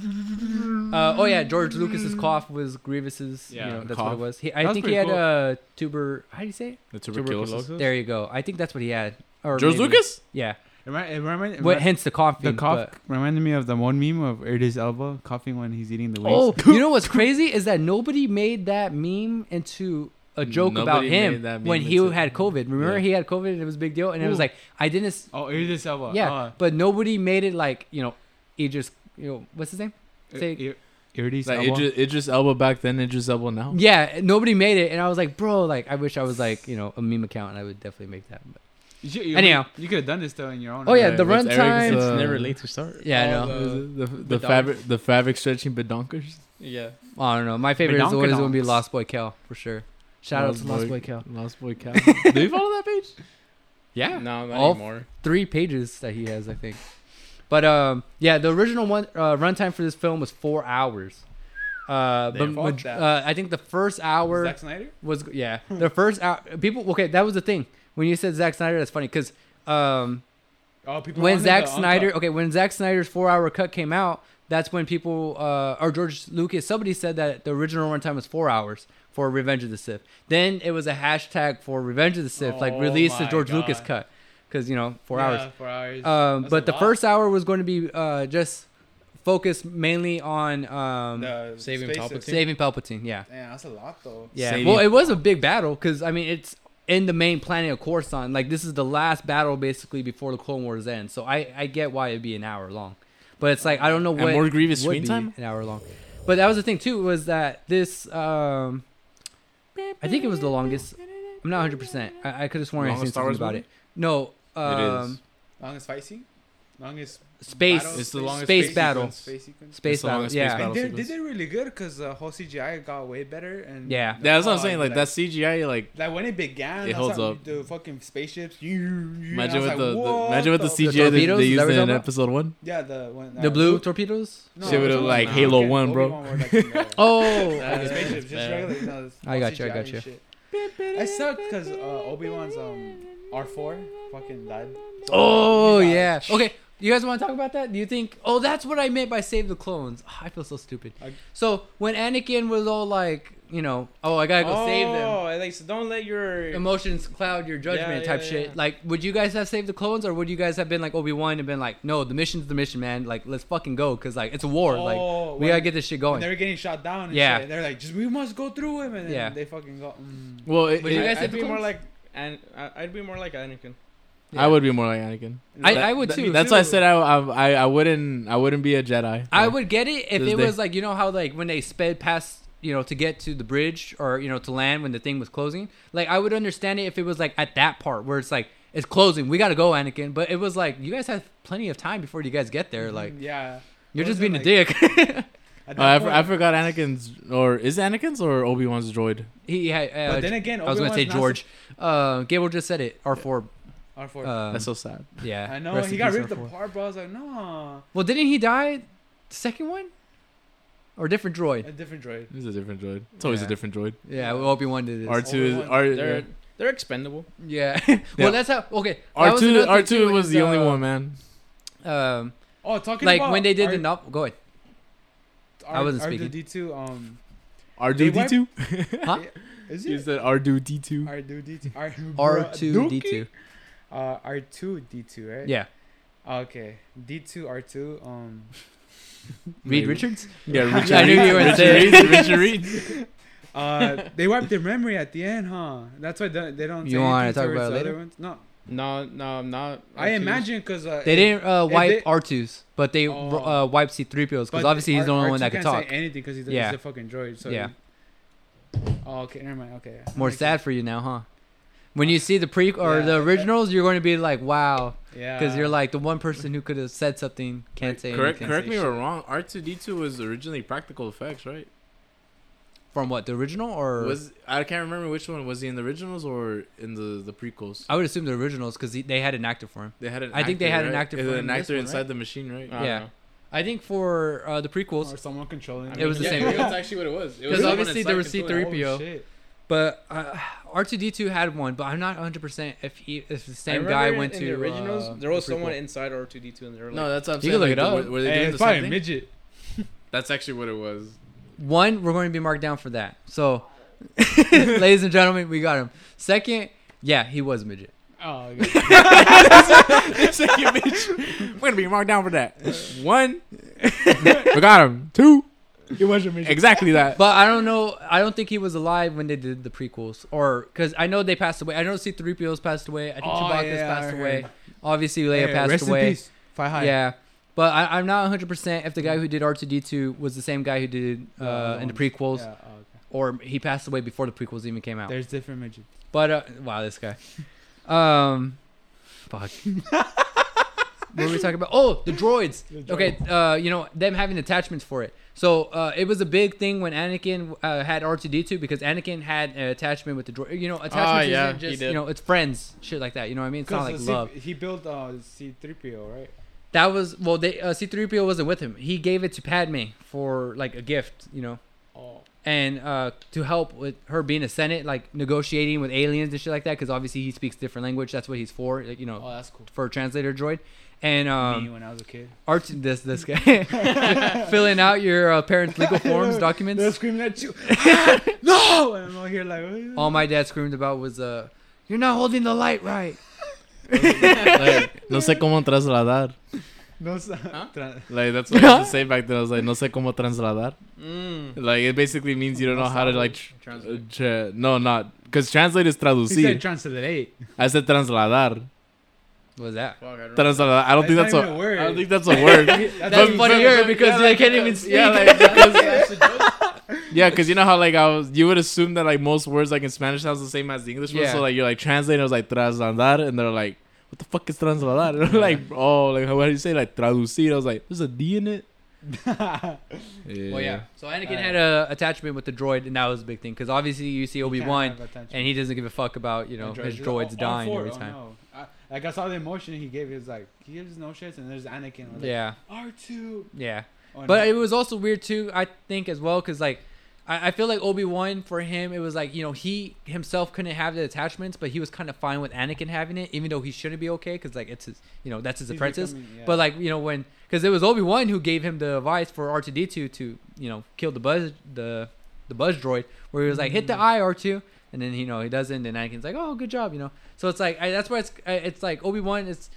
[SPEAKER 1] Uh, oh yeah, George Lucas's cough was Grievous's.
[SPEAKER 2] Yeah,
[SPEAKER 1] you know, that's what
[SPEAKER 2] cough.
[SPEAKER 1] it was. He, I
[SPEAKER 4] That's
[SPEAKER 1] think he
[SPEAKER 4] pretty
[SPEAKER 1] had
[SPEAKER 4] cool.
[SPEAKER 1] a tuber. How do you say?
[SPEAKER 2] The tuberculosis.
[SPEAKER 6] Tuberculosis.
[SPEAKER 1] It? There you go. I think that's what he had. Or
[SPEAKER 2] George
[SPEAKER 1] maybe-
[SPEAKER 2] Lucas.
[SPEAKER 1] Yeah.
[SPEAKER 4] It remi- it remind-
[SPEAKER 1] What?
[SPEAKER 4] remi-
[SPEAKER 1] Hence the cough.
[SPEAKER 4] the
[SPEAKER 1] thing,
[SPEAKER 4] cough
[SPEAKER 1] but-
[SPEAKER 4] reminded me of the one meme of Idris Elba coughing when he's eating the wings.
[SPEAKER 1] Oh, you know what's crazy is that nobody made that meme into a joke about
[SPEAKER 2] Nobody
[SPEAKER 1] him
[SPEAKER 2] made that meme
[SPEAKER 1] when he
[SPEAKER 2] into-
[SPEAKER 1] had COVID. Remember,
[SPEAKER 2] Yeah.
[SPEAKER 1] he had COVID and it was a big deal, and it was
[SPEAKER 4] Ooh.
[SPEAKER 1] like I didn't. s-
[SPEAKER 4] oh Idris Elba.
[SPEAKER 1] Yeah,
[SPEAKER 4] Oh.
[SPEAKER 1] but nobody made it like you know, Idris. You know, what's his name? Say-
[SPEAKER 4] Ir- Ir- Idris
[SPEAKER 2] Like
[SPEAKER 4] Elba.
[SPEAKER 2] Idris, Idris Elba back then, Idris Elba now.
[SPEAKER 1] Yeah, nobody made it, and I was like, bro, like I wish I was like you know a meme account, and I would definitely make that. But,
[SPEAKER 4] You, you,
[SPEAKER 1] Anyhow.
[SPEAKER 4] you could have done this though in your own.
[SPEAKER 1] oh yeah,
[SPEAKER 2] right,
[SPEAKER 1] the
[SPEAKER 2] that's
[SPEAKER 1] runtime.
[SPEAKER 2] Eric's,
[SPEAKER 6] It's
[SPEAKER 2] Uh,
[SPEAKER 6] never late to start.
[SPEAKER 1] yeah, I
[SPEAKER 6] All
[SPEAKER 1] know.
[SPEAKER 6] the-
[SPEAKER 2] the, the, the
[SPEAKER 6] Bedonks.
[SPEAKER 2] fabric, the fabric stretching bedonkers.
[SPEAKER 6] yeah.
[SPEAKER 1] I don't know. My favorite is always going to be
[SPEAKER 4] Badonkadonks.
[SPEAKER 1] Lost Boy Cal for sure. Shout out to Lost Boy Cal.
[SPEAKER 2] Lost Boy Cal. Do you follow that page?
[SPEAKER 1] Yeah,
[SPEAKER 6] No, not
[SPEAKER 1] All-
[SPEAKER 6] anymore.
[SPEAKER 1] three pages that he has, I think. But um, yeah, the original one uh, runtime for this film was four hours. Uh, but
[SPEAKER 2] Damn.
[SPEAKER 1] ma-
[SPEAKER 6] Fuck that.
[SPEAKER 1] uh, I think the first hour
[SPEAKER 4] Zack Snyder.
[SPEAKER 1] was yeah the first hour people okay that was the thing when you said Zack Snyder that's funny because um
[SPEAKER 4] Oh, people
[SPEAKER 1] when
[SPEAKER 4] wanted
[SPEAKER 1] Zack
[SPEAKER 4] the
[SPEAKER 1] Snyder
[SPEAKER 4] uncut.
[SPEAKER 1] okay when Zack Snyder's four hour cut came out that's when people uh or George Lucas somebody said that the original runtime was four hours for Revenge of the Sith then it was a hashtag for Revenge of the Sith like
[SPEAKER 4] Oh
[SPEAKER 1] release the
[SPEAKER 4] my
[SPEAKER 1] George Lucas
[SPEAKER 4] God.
[SPEAKER 1] cut because you know four
[SPEAKER 4] Yeah,
[SPEAKER 1] hours
[SPEAKER 4] Four hours.
[SPEAKER 1] um,
[SPEAKER 4] That's
[SPEAKER 1] but
[SPEAKER 4] a
[SPEAKER 1] the
[SPEAKER 4] lot.
[SPEAKER 1] first hour was going to be uh, just focused mainly on um,
[SPEAKER 6] Saving Palpatine.
[SPEAKER 1] saving Palpatine. Yeah,
[SPEAKER 4] Damn, that's a lot though.
[SPEAKER 1] yeah.
[SPEAKER 2] Saving-
[SPEAKER 1] Well, it was a big battle because I mean it's in the main planet of Coruscant. Like this is the last battle basically before the Clone Wars ends. So I I get why it'd be an hour long, but it's like I don't know
[SPEAKER 2] And
[SPEAKER 1] what
[SPEAKER 2] more Grievous
[SPEAKER 1] would
[SPEAKER 2] screen
[SPEAKER 1] be
[SPEAKER 2] time?
[SPEAKER 1] an hour long. But that was the thing too was that this um, I think it was the longest. I'm not 100. percent I, I could have sworn I seen
[SPEAKER 2] Longest Star
[SPEAKER 1] something
[SPEAKER 2] Wars
[SPEAKER 1] about
[SPEAKER 2] movie?
[SPEAKER 1] it. No. Um,
[SPEAKER 4] Longest fight scene. Longest
[SPEAKER 1] Space,
[SPEAKER 4] battle?
[SPEAKER 2] It's the longest
[SPEAKER 1] space,
[SPEAKER 2] space
[SPEAKER 1] battle,
[SPEAKER 2] sequence.
[SPEAKER 4] Space sequence.
[SPEAKER 1] space
[SPEAKER 2] It's the
[SPEAKER 1] battle.
[SPEAKER 2] longest space
[SPEAKER 1] Yeah,
[SPEAKER 2] battle.
[SPEAKER 4] And they did
[SPEAKER 2] sequence.
[SPEAKER 4] they really good because the whole CGI got way better and
[SPEAKER 1] Yeah.
[SPEAKER 2] Yeah, that's what I'm
[SPEAKER 4] Oh,
[SPEAKER 2] saying. Like
[SPEAKER 4] like-
[SPEAKER 2] that CGI, like
[SPEAKER 4] Like when it began,
[SPEAKER 2] It
[SPEAKER 4] I
[SPEAKER 2] holds
[SPEAKER 4] saw
[SPEAKER 2] up.
[SPEAKER 4] The fucking spaceships. Imagine
[SPEAKER 2] imagine with the, the imagine with the
[SPEAKER 1] the
[SPEAKER 2] CGI they,
[SPEAKER 1] torpedoes?
[SPEAKER 2] they
[SPEAKER 1] Is that
[SPEAKER 2] used
[SPEAKER 1] what you're
[SPEAKER 2] in
[SPEAKER 1] talking about?
[SPEAKER 2] episode one.
[SPEAKER 4] Yeah, the one.
[SPEAKER 1] the blue torpedoes.
[SPEAKER 2] Shit would've,
[SPEAKER 4] Obi-Wan
[SPEAKER 2] like,
[SPEAKER 4] was
[SPEAKER 2] Halo
[SPEAKER 4] like-
[SPEAKER 2] 1, bro.
[SPEAKER 4] Obi-Wan was like in there.
[SPEAKER 1] Oh,
[SPEAKER 4] Like, the
[SPEAKER 6] Uh,
[SPEAKER 4] spaceship, just
[SPEAKER 6] yeah.
[SPEAKER 4] regular, you know, it's
[SPEAKER 1] I
[SPEAKER 4] all
[SPEAKER 1] got you, I
[SPEAKER 4] CGI
[SPEAKER 1] got
[SPEAKER 4] and
[SPEAKER 1] you.
[SPEAKER 4] shit. It sucked because uh, Obi Wan's um R4 fucking died.
[SPEAKER 1] oh
[SPEAKER 4] He died.
[SPEAKER 1] yeah. Okay, you guys want to talk about that? Do you think? Oh, that's what I meant by save the clones. Ah, I feel so stupid.
[SPEAKER 4] I-
[SPEAKER 1] So when Anakin was all like, you know, oh, I gotta go save them.
[SPEAKER 6] Oh, like so don't let your
[SPEAKER 1] Emotions cloud your judgment,
[SPEAKER 6] yeah,
[SPEAKER 1] type
[SPEAKER 6] yeah, yeah.
[SPEAKER 1] shit. Like, would you guys have saved the clones, or would you guys have been like Obi Wan and been like, "No, the mission's the mission, man. Like, let's fucking go, cause like it's a war. like,
[SPEAKER 4] Oh,
[SPEAKER 1] we
[SPEAKER 4] when-
[SPEAKER 1] gotta get this shit
[SPEAKER 4] when
[SPEAKER 1] going."
[SPEAKER 4] They were getting shot down. And
[SPEAKER 1] Yeah.
[SPEAKER 4] shit, and they're like, just we must go through him, and then
[SPEAKER 1] Yeah.
[SPEAKER 4] they fucking go. Mm.
[SPEAKER 2] Well, it,
[SPEAKER 1] Would you
[SPEAKER 2] it-
[SPEAKER 1] guys
[SPEAKER 6] I,
[SPEAKER 1] have
[SPEAKER 6] would be more
[SPEAKER 1] clones?
[SPEAKER 6] like and I- I'd be more like Anakin.
[SPEAKER 1] Yeah.
[SPEAKER 2] I would be more like Anakin.
[SPEAKER 1] I-
[SPEAKER 2] That-
[SPEAKER 1] I would
[SPEAKER 2] that-
[SPEAKER 1] too.
[SPEAKER 2] That's why I said I, I I wouldn't I wouldn't be a Jedi.
[SPEAKER 1] I
[SPEAKER 2] Like,
[SPEAKER 1] would get it if
[SPEAKER 2] This
[SPEAKER 1] it
[SPEAKER 2] day.
[SPEAKER 1] was like you know how like when they sped past you know to get to the bridge or you know to land when the thing was closing. Like I would understand it if it was like at that part where it's like it's closing, we gotta go, Anakin. But it was like you guys have plenty of time before you guys get there. Like
[SPEAKER 4] mm, yeah.
[SPEAKER 1] you're just being
[SPEAKER 4] Mm-hmm. Wasn't,
[SPEAKER 1] a dick.
[SPEAKER 4] At
[SPEAKER 2] Uh,
[SPEAKER 4] that
[SPEAKER 2] I, f-
[SPEAKER 4] point-
[SPEAKER 2] I forgot Anakin's or is Anakin's or Obi Wan's droid.
[SPEAKER 1] he had. Uh,
[SPEAKER 4] but then again,
[SPEAKER 1] I was gonna
[SPEAKER 4] Obi-Wan's
[SPEAKER 1] say
[SPEAKER 4] not
[SPEAKER 1] George. Uh, Gabriel just said it. R four.
[SPEAKER 4] so- R4.
[SPEAKER 1] Um,
[SPEAKER 2] That's so sad.
[SPEAKER 1] yeah.
[SPEAKER 4] I know
[SPEAKER 1] Rest
[SPEAKER 4] he
[SPEAKER 1] in
[SPEAKER 4] got
[SPEAKER 1] peace,
[SPEAKER 4] ripped
[SPEAKER 1] R4.
[SPEAKER 4] apart, bro. I was like, no,
[SPEAKER 1] Well, didn't he die? The second one, or a different droid?
[SPEAKER 4] a different droid.
[SPEAKER 2] It's a different droid. It's always
[SPEAKER 1] Yeah.
[SPEAKER 2] a different droid.
[SPEAKER 1] Yeah, Obi Wan did it.
[SPEAKER 2] R two is
[SPEAKER 4] Obi-Wan.
[SPEAKER 2] R
[SPEAKER 6] They're they're expendable.
[SPEAKER 1] yeah.
[SPEAKER 2] Yeah.
[SPEAKER 1] well, that's how. Okay. that
[SPEAKER 2] R
[SPEAKER 1] was
[SPEAKER 2] two
[SPEAKER 1] another
[SPEAKER 2] R
[SPEAKER 1] thing,
[SPEAKER 2] two
[SPEAKER 1] too,
[SPEAKER 2] was
[SPEAKER 1] is,
[SPEAKER 2] the only
[SPEAKER 1] uh,
[SPEAKER 2] one man.
[SPEAKER 1] Um,
[SPEAKER 4] Oh, talking
[SPEAKER 1] like
[SPEAKER 4] about
[SPEAKER 1] when they did
[SPEAKER 4] R-
[SPEAKER 1] the novel. Go ahead.
[SPEAKER 4] R-
[SPEAKER 1] I wasn't
[SPEAKER 4] R2D2. Um,
[SPEAKER 2] R
[SPEAKER 4] they
[SPEAKER 2] two D two.
[SPEAKER 1] Huh?
[SPEAKER 4] is
[SPEAKER 2] He
[SPEAKER 4] it
[SPEAKER 2] said R two D two.
[SPEAKER 4] R2D2?
[SPEAKER 1] R two D two.
[SPEAKER 4] Uh, R2D2, right?
[SPEAKER 1] Yeah.
[SPEAKER 4] Okay, D two R two. Um,
[SPEAKER 1] Reed Richards.
[SPEAKER 2] Yeah, Richard.
[SPEAKER 1] I knew
[SPEAKER 2] Reed.
[SPEAKER 1] you were
[SPEAKER 2] Richard
[SPEAKER 1] there.
[SPEAKER 2] Reed. Richard Reed.
[SPEAKER 4] uh, they wiped their memory at the end, huh? That's why they, they don't.
[SPEAKER 1] You
[SPEAKER 4] say
[SPEAKER 1] wanna
[SPEAKER 4] anything
[SPEAKER 1] talk
[SPEAKER 4] towards
[SPEAKER 1] about it
[SPEAKER 4] the other
[SPEAKER 1] later?
[SPEAKER 4] ones. No,
[SPEAKER 6] No, no, I'm not.
[SPEAKER 4] I
[SPEAKER 6] R2s.
[SPEAKER 4] imagine because uh,
[SPEAKER 1] They didn't uh,
[SPEAKER 4] if
[SPEAKER 1] wipe
[SPEAKER 4] they-
[SPEAKER 1] R2s, but they
[SPEAKER 4] Oh.
[SPEAKER 1] uh, wiped C3POs because
[SPEAKER 4] but
[SPEAKER 1] obviously he's the
[SPEAKER 4] R-
[SPEAKER 1] only one
[SPEAKER 4] R2
[SPEAKER 1] that can
[SPEAKER 4] can't say
[SPEAKER 1] talk.
[SPEAKER 4] anything because he's,
[SPEAKER 1] Yeah.
[SPEAKER 4] he's a fucking droid. So
[SPEAKER 1] Yeah.
[SPEAKER 4] he- Oh, okay, never mind. Okay. that
[SPEAKER 1] More
[SPEAKER 4] makes
[SPEAKER 1] sad for you now, huh? When you see the pre or
[SPEAKER 4] Yeah. Uh.
[SPEAKER 1] the originals, you're going to be like, wow,
[SPEAKER 4] sense. Yeah.
[SPEAKER 1] because you're like the one person who could have said something can't say
[SPEAKER 2] Correct.
[SPEAKER 1] anything.
[SPEAKER 2] Correct me if
[SPEAKER 4] shit.
[SPEAKER 2] I'm wrong. R two D two was originally practical effects, right?
[SPEAKER 1] From what the original or
[SPEAKER 2] was I can't remember which one was he in the originals or in the the prequels.
[SPEAKER 1] I would assume the originals because they had an actor for him.
[SPEAKER 2] They had an
[SPEAKER 1] I think they had an
[SPEAKER 2] right?
[SPEAKER 1] actor
[SPEAKER 2] Yeah,
[SPEAKER 1] for
[SPEAKER 2] an
[SPEAKER 1] this
[SPEAKER 2] actor
[SPEAKER 1] one,
[SPEAKER 2] inside
[SPEAKER 1] right?
[SPEAKER 2] the machine, right? Ah.
[SPEAKER 6] I don't
[SPEAKER 1] yeah.
[SPEAKER 6] know.
[SPEAKER 1] I think for uh, the prequels,
[SPEAKER 4] Or someone controlling
[SPEAKER 6] I
[SPEAKER 1] It was the
[SPEAKER 6] yeah,
[SPEAKER 1] same.
[SPEAKER 6] That's actually what it was. It was
[SPEAKER 1] Because
[SPEAKER 6] someone
[SPEAKER 1] obviously
[SPEAKER 6] inside
[SPEAKER 1] there was
[SPEAKER 6] controlling it.
[SPEAKER 1] C-3PO.
[SPEAKER 4] Oh, shit.
[SPEAKER 1] but uh, R2D2 had one, but I'm not 100 percent if he if the
[SPEAKER 6] I
[SPEAKER 1] same
[SPEAKER 6] remember
[SPEAKER 1] guy
[SPEAKER 6] in-
[SPEAKER 1] went
[SPEAKER 6] in
[SPEAKER 1] to
[SPEAKER 6] the originals.
[SPEAKER 1] uh,
[SPEAKER 6] there was
[SPEAKER 1] the
[SPEAKER 6] someone
[SPEAKER 1] prequel.
[SPEAKER 6] inside R2D2, and they were like,
[SPEAKER 2] No, that's what I'm
[SPEAKER 1] You
[SPEAKER 2] saying.
[SPEAKER 1] can look
[SPEAKER 2] like,
[SPEAKER 1] it
[SPEAKER 2] the-
[SPEAKER 1] up.
[SPEAKER 2] Were they
[SPEAKER 4] Hey,
[SPEAKER 2] doing
[SPEAKER 4] it's
[SPEAKER 2] the
[SPEAKER 4] probably
[SPEAKER 2] same
[SPEAKER 4] a
[SPEAKER 2] thing?
[SPEAKER 4] midget.
[SPEAKER 2] That's actually what it was.
[SPEAKER 1] One, we're going to be marked down for that. So, ladies and gentlemen, we got him. Second, yeah, he was a midget.
[SPEAKER 4] Oh,
[SPEAKER 2] We're gonna be marked down for that. One, we got him. Two,
[SPEAKER 4] it was a midget.
[SPEAKER 2] exactly that.
[SPEAKER 1] But I don't know. I don't think he was alive when they did the prequels, or because I know they passed away. I know C-3PO's passed away. I think
[SPEAKER 4] Oh,
[SPEAKER 1] Chewbacca's
[SPEAKER 4] yeah, I
[SPEAKER 1] passed
[SPEAKER 4] heard.
[SPEAKER 1] away. Obviously, Leia
[SPEAKER 4] Hey,
[SPEAKER 1] passed
[SPEAKER 4] rest
[SPEAKER 1] away.
[SPEAKER 4] in peace. Fly high.
[SPEAKER 1] Yeah, but I, I'm not 100 percent if the guy who did R2D2 was the same guy who did uh,
[SPEAKER 4] other
[SPEAKER 1] in the
[SPEAKER 4] ones.
[SPEAKER 1] prequels,
[SPEAKER 4] Yeah, oh, okay.
[SPEAKER 1] or he passed away before the prequels even came out.
[SPEAKER 4] There's different midgets.
[SPEAKER 1] But uh, wow, this guy. Um, fuck. what were we talking about? Oh, the droids. Okay, uh, you know them having attachments for it. So uh, it was a big thing when Anakin uh, had R two D two because Anakin had an attachment with the droid. You know, attachments
[SPEAKER 6] Ah, yeah,
[SPEAKER 1] isn't
[SPEAKER 6] he
[SPEAKER 1] just
[SPEAKER 6] did.
[SPEAKER 1] you know it's friends, shit like that. You know what I mean? It's not like love.
[SPEAKER 4] He built uh, C-3PO, right?
[SPEAKER 1] That was well, they uh, C three PO wasn't with him. He gave it to Padme for like a gift. You know,
[SPEAKER 4] Oh.
[SPEAKER 1] and uh, to help with her being a senate, like negotiating with aliens and shit like that, because obviously he speaks different language. That's what he's for, like, you know,
[SPEAKER 4] Oh, that's cool.
[SPEAKER 1] for a translator droid. And
[SPEAKER 4] Me
[SPEAKER 1] um,
[SPEAKER 4] when I was a kid.
[SPEAKER 1] art this this guy filling out your uh, parents' legal forms
[SPEAKER 4] They're
[SPEAKER 1] documents.
[SPEAKER 4] screaming at you. no! And I'm all here like, what?
[SPEAKER 1] All my dad screamed about was, uh, "You're not holding the light right."
[SPEAKER 2] like, no sé cómo trasladar.
[SPEAKER 4] no, so,
[SPEAKER 2] Like that's what I used to say back then. I was like, no sé cómo trasladar.
[SPEAKER 6] Mm.
[SPEAKER 2] Like it basically means you don't know how to like. Tr-
[SPEAKER 6] Translate.
[SPEAKER 2] tra- no, not because translate is
[SPEAKER 4] He
[SPEAKER 2] traducir.
[SPEAKER 4] said translate.
[SPEAKER 2] I said trasladar.
[SPEAKER 1] What was that?
[SPEAKER 6] Fuck, I don't know.
[SPEAKER 2] Trasladar. I don't think
[SPEAKER 4] That's
[SPEAKER 2] that's
[SPEAKER 4] not
[SPEAKER 2] a.
[SPEAKER 4] even a word.
[SPEAKER 2] I don't think that's a word.
[SPEAKER 1] That's
[SPEAKER 2] But-
[SPEAKER 1] funnier
[SPEAKER 2] but-
[SPEAKER 1] because
[SPEAKER 2] yeah,
[SPEAKER 1] they
[SPEAKER 2] like,
[SPEAKER 1] can't even
[SPEAKER 2] because-
[SPEAKER 1] speak.
[SPEAKER 2] Yeah, like, because, yeah, because you know how like I was, you would assume that like most words like in Spanish sounds the same as the English one.
[SPEAKER 1] Yeah.
[SPEAKER 2] So like you're like translating, it was like trasladar, and they're like, what the fuck is trasladar? And I'm like, oh, like how what do you say like traducir? I was like, there's a D in it. Yeah.
[SPEAKER 1] Well, yeah. Uh, So Anakin had a attachment with the droid, and that was a big thing because obviously you see Obi Wan, and he doesn't give a fuck about you know his droids
[SPEAKER 4] Oh,
[SPEAKER 1] dying every time.
[SPEAKER 4] Like I saw the emotion he gave. He was like, he gives no shits, and there's Anakin. Like,
[SPEAKER 1] Yeah,
[SPEAKER 4] R two.
[SPEAKER 1] yeah.
[SPEAKER 4] Oh,
[SPEAKER 1] But
[SPEAKER 4] no.
[SPEAKER 1] it was also weird too, I think as well, because like I, I feel like Obi Wan for him, it was like you know he himself couldn't have the attachments, but he was kind of fine with Anakin having it, even though he shouldn't be okay because like it's his, you know that's his
[SPEAKER 4] He's
[SPEAKER 1] apprentice.
[SPEAKER 4] becoming- yeah.
[SPEAKER 1] But like you know when because it was Obi Wan who gave him the advice for R two D two to you know kill the buzz the the buzz droid where he was like hit
[SPEAKER 4] Mm.
[SPEAKER 1] the eye R two and then you know he doesn't and Anakin's like oh good job you know so it's like I, that's why it's I- it's like Obi Wan is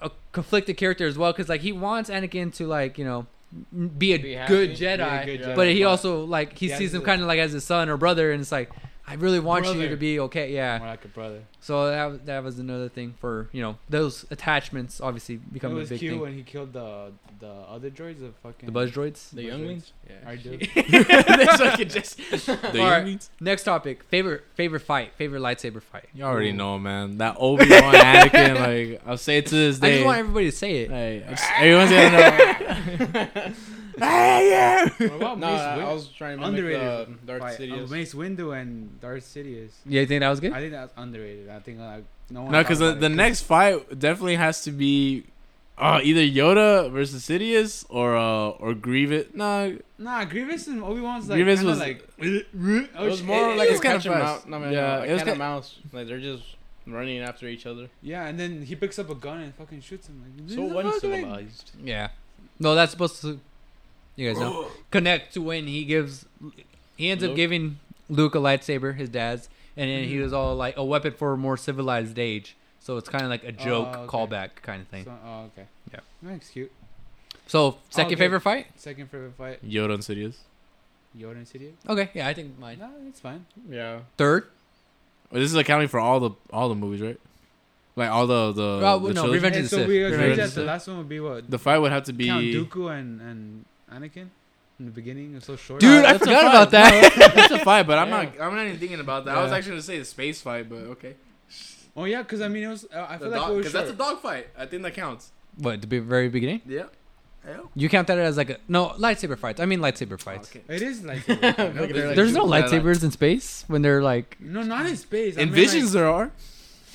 [SPEAKER 1] a conflicted character as well because like he wants Anakin to like you know n- be a
[SPEAKER 6] Be happy.
[SPEAKER 1] good
[SPEAKER 6] Be a
[SPEAKER 1] Jedi
[SPEAKER 4] good Jedi.
[SPEAKER 1] but he also like he
[SPEAKER 4] Yeah,
[SPEAKER 1] sees
[SPEAKER 4] he's
[SPEAKER 1] him
[SPEAKER 4] a-
[SPEAKER 1] kind of like as his son or brother and it's like I really want you
[SPEAKER 4] Brother.
[SPEAKER 1] to be okay yeah
[SPEAKER 4] more like a brother.
[SPEAKER 1] so that that was another thing for you know those attachments obviously
[SPEAKER 4] It
[SPEAKER 1] becoming a
[SPEAKER 4] was
[SPEAKER 1] big
[SPEAKER 4] cute
[SPEAKER 1] thing.
[SPEAKER 4] when he killed the the other droids. The fucking
[SPEAKER 1] The buzz droids.
[SPEAKER 6] The younglings?
[SPEAKER 4] I do.
[SPEAKER 2] That's fucking just. The
[SPEAKER 1] Alright.
[SPEAKER 2] Younglings?
[SPEAKER 1] Next topic. Favorite favorite fight. Favorite lightsaber fight.
[SPEAKER 2] You already know, man. That Obi Wan Anakin, like I'll say it to this
[SPEAKER 1] I
[SPEAKER 2] day.
[SPEAKER 1] just want everybody to say it.
[SPEAKER 2] Hey, I just- everyone's gonna know. hey, yeah.
[SPEAKER 4] What about
[SPEAKER 6] No,
[SPEAKER 4] Mace
[SPEAKER 6] I, I
[SPEAKER 4] Windu?
[SPEAKER 6] was trying to make
[SPEAKER 4] Underrated
[SPEAKER 6] the Um, Darth
[SPEAKER 4] fight. Uh,
[SPEAKER 6] Sidious.
[SPEAKER 4] Mace Windu and Darth Sidious.
[SPEAKER 1] Yeah, you think that was good?
[SPEAKER 4] I think that's underrated. I think like no one.
[SPEAKER 2] No,
[SPEAKER 4] thought
[SPEAKER 2] because the,
[SPEAKER 4] about it,
[SPEAKER 2] the next fight definitely has to be uh, either Yoda versus Sidious or uh, or Grievous. Nah,
[SPEAKER 4] Nah, Grievous and Obi Wan's like
[SPEAKER 2] Grievous
[SPEAKER 4] kinda
[SPEAKER 2] was-
[SPEAKER 4] like.
[SPEAKER 6] It was more
[SPEAKER 2] it-
[SPEAKER 6] like
[SPEAKER 2] it's
[SPEAKER 6] a
[SPEAKER 2] kinda
[SPEAKER 6] catch 'em
[SPEAKER 2] fast.
[SPEAKER 6] out- no, man,
[SPEAKER 2] Yeah,
[SPEAKER 6] no, a
[SPEAKER 2] it was
[SPEAKER 6] cat and
[SPEAKER 2] ki-
[SPEAKER 6] mouse. Like they're just running after each other.
[SPEAKER 4] Yeah, and then he picks up a gun and fucking shoots him. Like,
[SPEAKER 6] So
[SPEAKER 4] what the fuck, like-
[SPEAKER 6] uncivilized.
[SPEAKER 1] Yeah. No, that's supposed to you guys know. Connect to when he gives he ends up
[SPEAKER 6] Luke?
[SPEAKER 1] giving Luke a lightsaber, his dad's, and then he was all like a weapon for a more civilized age. So it's kinda like a joke
[SPEAKER 4] Oh, okay.
[SPEAKER 1] callback kind of thing.
[SPEAKER 4] So, oh, okay.
[SPEAKER 1] Yeah.
[SPEAKER 4] That's cute.
[SPEAKER 1] So second
[SPEAKER 4] okay.
[SPEAKER 1] favorite fight?
[SPEAKER 4] Second favorite fight,
[SPEAKER 2] Yoda and Sidious.
[SPEAKER 4] Yoda and Sidious.
[SPEAKER 1] Okay, yeah, I think mine.
[SPEAKER 4] No, it's fine.
[SPEAKER 6] Yeah.
[SPEAKER 1] Third?
[SPEAKER 2] Well, this is accounting for all the all the movies, right? Like all the the,
[SPEAKER 1] Well,
[SPEAKER 2] the
[SPEAKER 1] no,
[SPEAKER 2] trilogy.
[SPEAKER 1] Revenge of
[SPEAKER 4] And
[SPEAKER 1] the
[SPEAKER 4] so
[SPEAKER 1] Sith.
[SPEAKER 4] we
[SPEAKER 1] Revenge
[SPEAKER 4] agree
[SPEAKER 2] of the
[SPEAKER 4] that the
[SPEAKER 2] Sith.
[SPEAKER 4] last one would be what
[SPEAKER 2] The fight would have to be.
[SPEAKER 4] Count Dooku and and Anakin in the beginning. It's so short.
[SPEAKER 1] Dude,
[SPEAKER 2] Uh,
[SPEAKER 1] I
[SPEAKER 2] that's a
[SPEAKER 1] forgot
[SPEAKER 2] fight.
[SPEAKER 1] about that.
[SPEAKER 2] No, that's a fight, but I'm not. I'm not even thinking about that. I was
[SPEAKER 1] Yeah.
[SPEAKER 2] actually gonna say the space fight, but okay.
[SPEAKER 4] Oh yeah, because I mean it was. Uh, I
[SPEAKER 2] The
[SPEAKER 4] feel like
[SPEAKER 2] dog-
[SPEAKER 4] it was
[SPEAKER 2] 'cause
[SPEAKER 4] short.
[SPEAKER 2] that's a dog fight. I think that counts.
[SPEAKER 1] what, the be- very beginning?
[SPEAKER 2] Yeah.
[SPEAKER 1] You count that as like a no lightsaber fights. I mean lightsaber fights.
[SPEAKER 4] It is lightsaber. fight, no?
[SPEAKER 6] Look at her, like-
[SPEAKER 1] There's no
[SPEAKER 5] Yeah, like-
[SPEAKER 1] lightsabers in space when they're like
[SPEAKER 4] No, not in space. I
[SPEAKER 5] In
[SPEAKER 4] mean,
[SPEAKER 5] visions
[SPEAKER 4] like-
[SPEAKER 5] there are.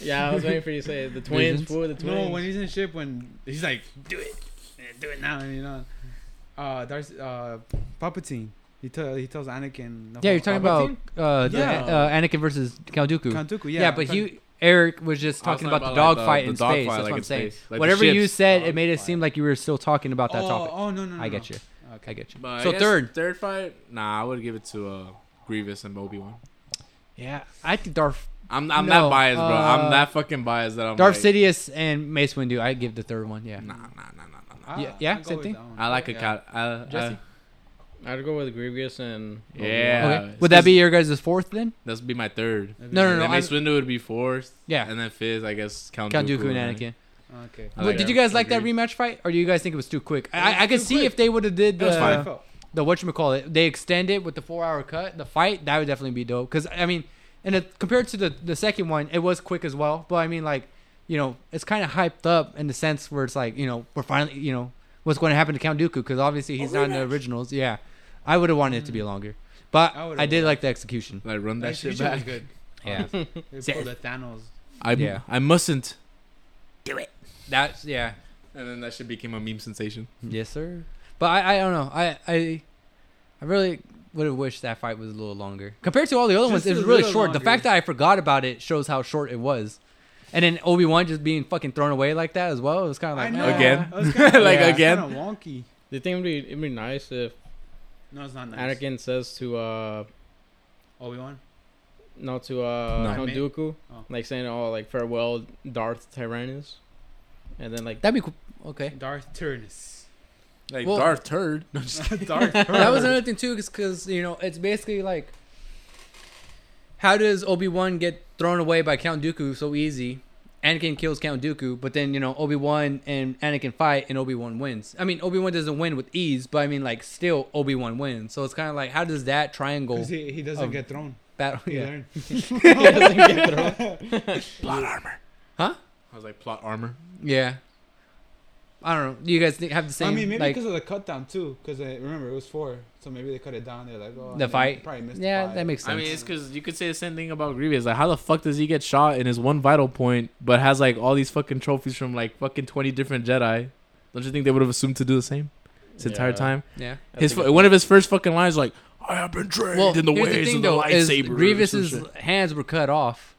[SPEAKER 6] Yeah, I was waiting for you to say it. the twins.
[SPEAKER 1] Visions?
[SPEAKER 6] Fool, the twins.
[SPEAKER 4] no, when he's in the ship, when he's like, do it, Eh, do it now, and you know, uh, Darcy, uh, Palpatine. He tell he tells Anakin.
[SPEAKER 1] yeah. You're talking about uh, the,
[SPEAKER 4] Yeah.
[SPEAKER 1] uh, Anakin versus Count Dooku.
[SPEAKER 4] Kantuku.
[SPEAKER 1] yeah,
[SPEAKER 4] Yeah,
[SPEAKER 1] but
[SPEAKER 4] I'm talking-
[SPEAKER 1] he Eric was just
[SPEAKER 2] I was
[SPEAKER 1] talking about, the
[SPEAKER 2] like,
[SPEAKER 1] dog fight in
[SPEAKER 2] dog
[SPEAKER 1] space.
[SPEAKER 2] fight,
[SPEAKER 1] That's
[SPEAKER 2] like,
[SPEAKER 1] what
[SPEAKER 2] in
[SPEAKER 1] I'm saying.
[SPEAKER 2] space. Like, the
[SPEAKER 1] Whatever you
[SPEAKER 2] ships.
[SPEAKER 1] said, it
[SPEAKER 6] dog
[SPEAKER 1] made it
[SPEAKER 6] fight.
[SPEAKER 1] seem like you were still talking about that
[SPEAKER 4] oh,
[SPEAKER 1] topic.
[SPEAKER 4] Oh no no no.
[SPEAKER 1] I
[SPEAKER 4] no.
[SPEAKER 1] get you. I get you.
[SPEAKER 2] But I
[SPEAKER 1] So
[SPEAKER 2] guess
[SPEAKER 1] third.
[SPEAKER 2] third fight, nah, I would give it to uh, Grievous and Obi Wan.
[SPEAKER 1] Yeah, I think Darth
[SPEAKER 2] I'm I'm
[SPEAKER 1] No,
[SPEAKER 2] that biased, bro. I'm
[SPEAKER 1] uh,
[SPEAKER 2] that fucking biased that I'm.
[SPEAKER 1] Darth
[SPEAKER 2] like,
[SPEAKER 1] Sidious and Mace Windu. I give the third one. Yeah.
[SPEAKER 2] Oh, Nah, nah, nah, nah, nah. nah.
[SPEAKER 4] Ah,
[SPEAKER 1] Yeah, yeah,
[SPEAKER 4] I'll go
[SPEAKER 1] same
[SPEAKER 4] with
[SPEAKER 1] thing.
[SPEAKER 4] that one.
[SPEAKER 2] I like a
[SPEAKER 6] Yeah.
[SPEAKER 2] cat. I, I-
[SPEAKER 6] Jesse? I'd go with Grievous and.
[SPEAKER 2] Yeah.
[SPEAKER 1] okay.
[SPEAKER 2] it's
[SPEAKER 1] Would that
[SPEAKER 2] just-
[SPEAKER 1] be your guys' fourth then?
[SPEAKER 2] That's be my third.
[SPEAKER 4] That'd be
[SPEAKER 1] No, no,
[SPEAKER 4] nice.
[SPEAKER 2] And
[SPEAKER 1] no.
[SPEAKER 2] then
[SPEAKER 1] I,
[SPEAKER 2] Mace Windu would be fourth.
[SPEAKER 1] yeah,
[SPEAKER 2] And then fifth, I guess Count,
[SPEAKER 1] Count Dooku and Anakin.
[SPEAKER 4] Okay.
[SPEAKER 2] I
[SPEAKER 1] Well,
[SPEAKER 2] like
[SPEAKER 1] did
[SPEAKER 2] that.
[SPEAKER 1] you guys like that
[SPEAKER 2] Agreed.
[SPEAKER 1] rematch fight, or do you guys think it was too quick?
[SPEAKER 4] It
[SPEAKER 1] I, I
[SPEAKER 4] was
[SPEAKER 1] could
[SPEAKER 4] too
[SPEAKER 1] see
[SPEAKER 4] quick.
[SPEAKER 1] if they would have did
[SPEAKER 4] It was fine.
[SPEAKER 1] the the what you call it, they extend it with the four hour cut. The fight that would definitely be dope. Cause I mean, and it, compared to the the second one, it was quick as well. But I mean, like you know, it's kind of hyped up in the sense where it's like you know we're finally you know what's going to happen to Count Dooku because obviously he's
[SPEAKER 4] Oh,
[SPEAKER 1] not in the originals. Yeah, I would have wanted it to be longer, but
[SPEAKER 4] Hmm. I
[SPEAKER 1] I,
[SPEAKER 4] would've
[SPEAKER 1] did like the execution.
[SPEAKER 2] Like run that
[SPEAKER 4] That
[SPEAKER 2] shit
[SPEAKER 4] shit was
[SPEAKER 2] back.
[SPEAKER 4] good.
[SPEAKER 1] Yeah,
[SPEAKER 4] They
[SPEAKER 1] See,
[SPEAKER 4] pulled the Thanos.
[SPEAKER 2] I
[SPEAKER 1] Yeah.
[SPEAKER 2] I mustn't.
[SPEAKER 1] that's yeah,
[SPEAKER 2] And then that shit became a meme sensation.
[SPEAKER 4] Hmm.
[SPEAKER 1] yes sir. But I I don't know I I I really would have wished that fight was a little longer compared to all the other ones.
[SPEAKER 4] Just
[SPEAKER 1] It
[SPEAKER 4] a
[SPEAKER 1] was really
[SPEAKER 4] little
[SPEAKER 1] short. The
[SPEAKER 4] longer.
[SPEAKER 1] fact that I forgot about it shows how short it was. And then Obi Wan just being fucking thrown away like that as well. It was kind of like
[SPEAKER 2] know.
[SPEAKER 1] eh.
[SPEAKER 2] Again.
[SPEAKER 4] I was kinda-
[SPEAKER 2] Like
[SPEAKER 4] yeah, it's
[SPEAKER 2] again?
[SPEAKER 4] kinda wonky.
[SPEAKER 6] Do you think it'd be, it'd be nice if
[SPEAKER 4] No, it's not nice.
[SPEAKER 6] Anakin says to uh
[SPEAKER 4] Obi Wan.
[SPEAKER 6] no to uh
[SPEAKER 2] No.
[SPEAKER 6] Count Dooku,
[SPEAKER 4] Oh.
[SPEAKER 6] like saying oh like farewell Darth Tyrannus, and then like
[SPEAKER 1] That'd be cool. Okay.
[SPEAKER 4] Darth Tyrannus.
[SPEAKER 2] Like
[SPEAKER 1] Well-
[SPEAKER 2] Darth Turd. No, just
[SPEAKER 4] Darth. Tyrannus.
[SPEAKER 1] that was another thing too, because you know it's basically like, how does Obi Wan get thrown away by Count Dooku so easy? Anakin kills Count Dooku, but then you know Obi Wan and Anakin fight, and Obi Wan wins. I mean, Obi Wan doesn't win with ease, but I mean, like, still Obi Wan wins. So it's kind of like, how does that triangle
[SPEAKER 4] 'Cause He, he doesn't
[SPEAKER 1] Of-
[SPEAKER 4] get thrown.
[SPEAKER 1] battle?
[SPEAKER 4] He
[SPEAKER 1] Yeah.
[SPEAKER 4] learned.
[SPEAKER 2] plot armor.
[SPEAKER 1] Huh?
[SPEAKER 2] I was like plot armor.
[SPEAKER 1] yeah, I don't know. Do you guys think, have the same?
[SPEAKER 4] I mean, maybe
[SPEAKER 1] like,
[SPEAKER 4] because of the cut down too. Because remember, it was four, so maybe they cut it down. They're like, oh,
[SPEAKER 1] The
[SPEAKER 4] they
[SPEAKER 1] fight?
[SPEAKER 4] Probably missed
[SPEAKER 1] yeah,
[SPEAKER 4] the fight.
[SPEAKER 1] that makes
[SPEAKER 2] I
[SPEAKER 1] sense.
[SPEAKER 2] mean, it's because you could say the same thing about Grievous. Like, how the fuck does he get shot in his one vital point, but has like all these fucking trophies from like fucking twenty different Jedi? Don't you think they would have assumed to do the same this entire
[SPEAKER 6] Yeah.
[SPEAKER 2] time?
[SPEAKER 1] yeah.
[SPEAKER 6] I
[SPEAKER 2] His
[SPEAKER 6] think
[SPEAKER 2] fu- one of his first fucking lines like, "I have been trained in the
[SPEAKER 1] here's
[SPEAKER 2] ways
[SPEAKER 1] thing,
[SPEAKER 2] of the
[SPEAKER 1] though, is
[SPEAKER 2] lightsaber." or
[SPEAKER 1] Grievous's
[SPEAKER 2] some shit.
[SPEAKER 1] hands were cut off.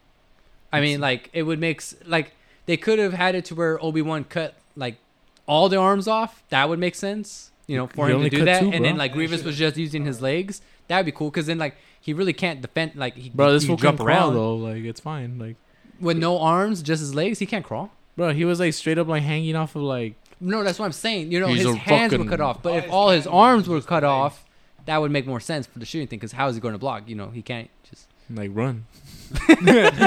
[SPEAKER 1] I mean, like it would make s- like they could have had it to where Obi Wan cut like all the arms off. That would make sense, you know, for
[SPEAKER 2] He
[SPEAKER 1] him to
[SPEAKER 2] only
[SPEAKER 1] do
[SPEAKER 2] cut
[SPEAKER 1] that.
[SPEAKER 2] two,
[SPEAKER 1] and then
[SPEAKER 2] bro.
[SPEAKER 1] like
[SPEAKER 4] Yeah, he
[SPEAKER 1] Grievous
[SPEAKER 4] should-
[SPEAKER 1] was just using his legs. That'd be cool because then like he really can't defend. Like he
[SPEAKER 2] bro, this
[SPEAKER 1] he
[SPEAKER 2] will
[SPEAKER 1] jump
[SPEAKER 2] jump around
[SPEAKER 1] around
[SPEAKER 2] though. Like, it's fine. Like,
[SPEAKER 1] with no arms, just his legs. He can't crawl.
[SPEAKER 2] bro, he was like straight up like hanging off of like.
[SPEAKER 1] No, that's what I'm saying. You know,
[SPEAKER 2] He's
[SPEAKER 1] his
[SPEAKER 2] a
[SPEAKER 1] hands were
[SPEAKER 2] fucking-
[SPEAKER 1] cut off.
[SPEAKER 4] All
[SPEAKER 1] But if
[SPEAKER 4] his
[SPEAKER 1] all his
[SPEAKER 4] hands,
[SPEAKER 1] arms were
[SPEAKER 4] just
[SPEAKER 1] cut
[SPEAKER 4] legs.
[SPEAKER 1] off, that would make more sense for the shooting thing. Because how is he going to block? You know, he can't just
[SPEAKER 2] Like run, like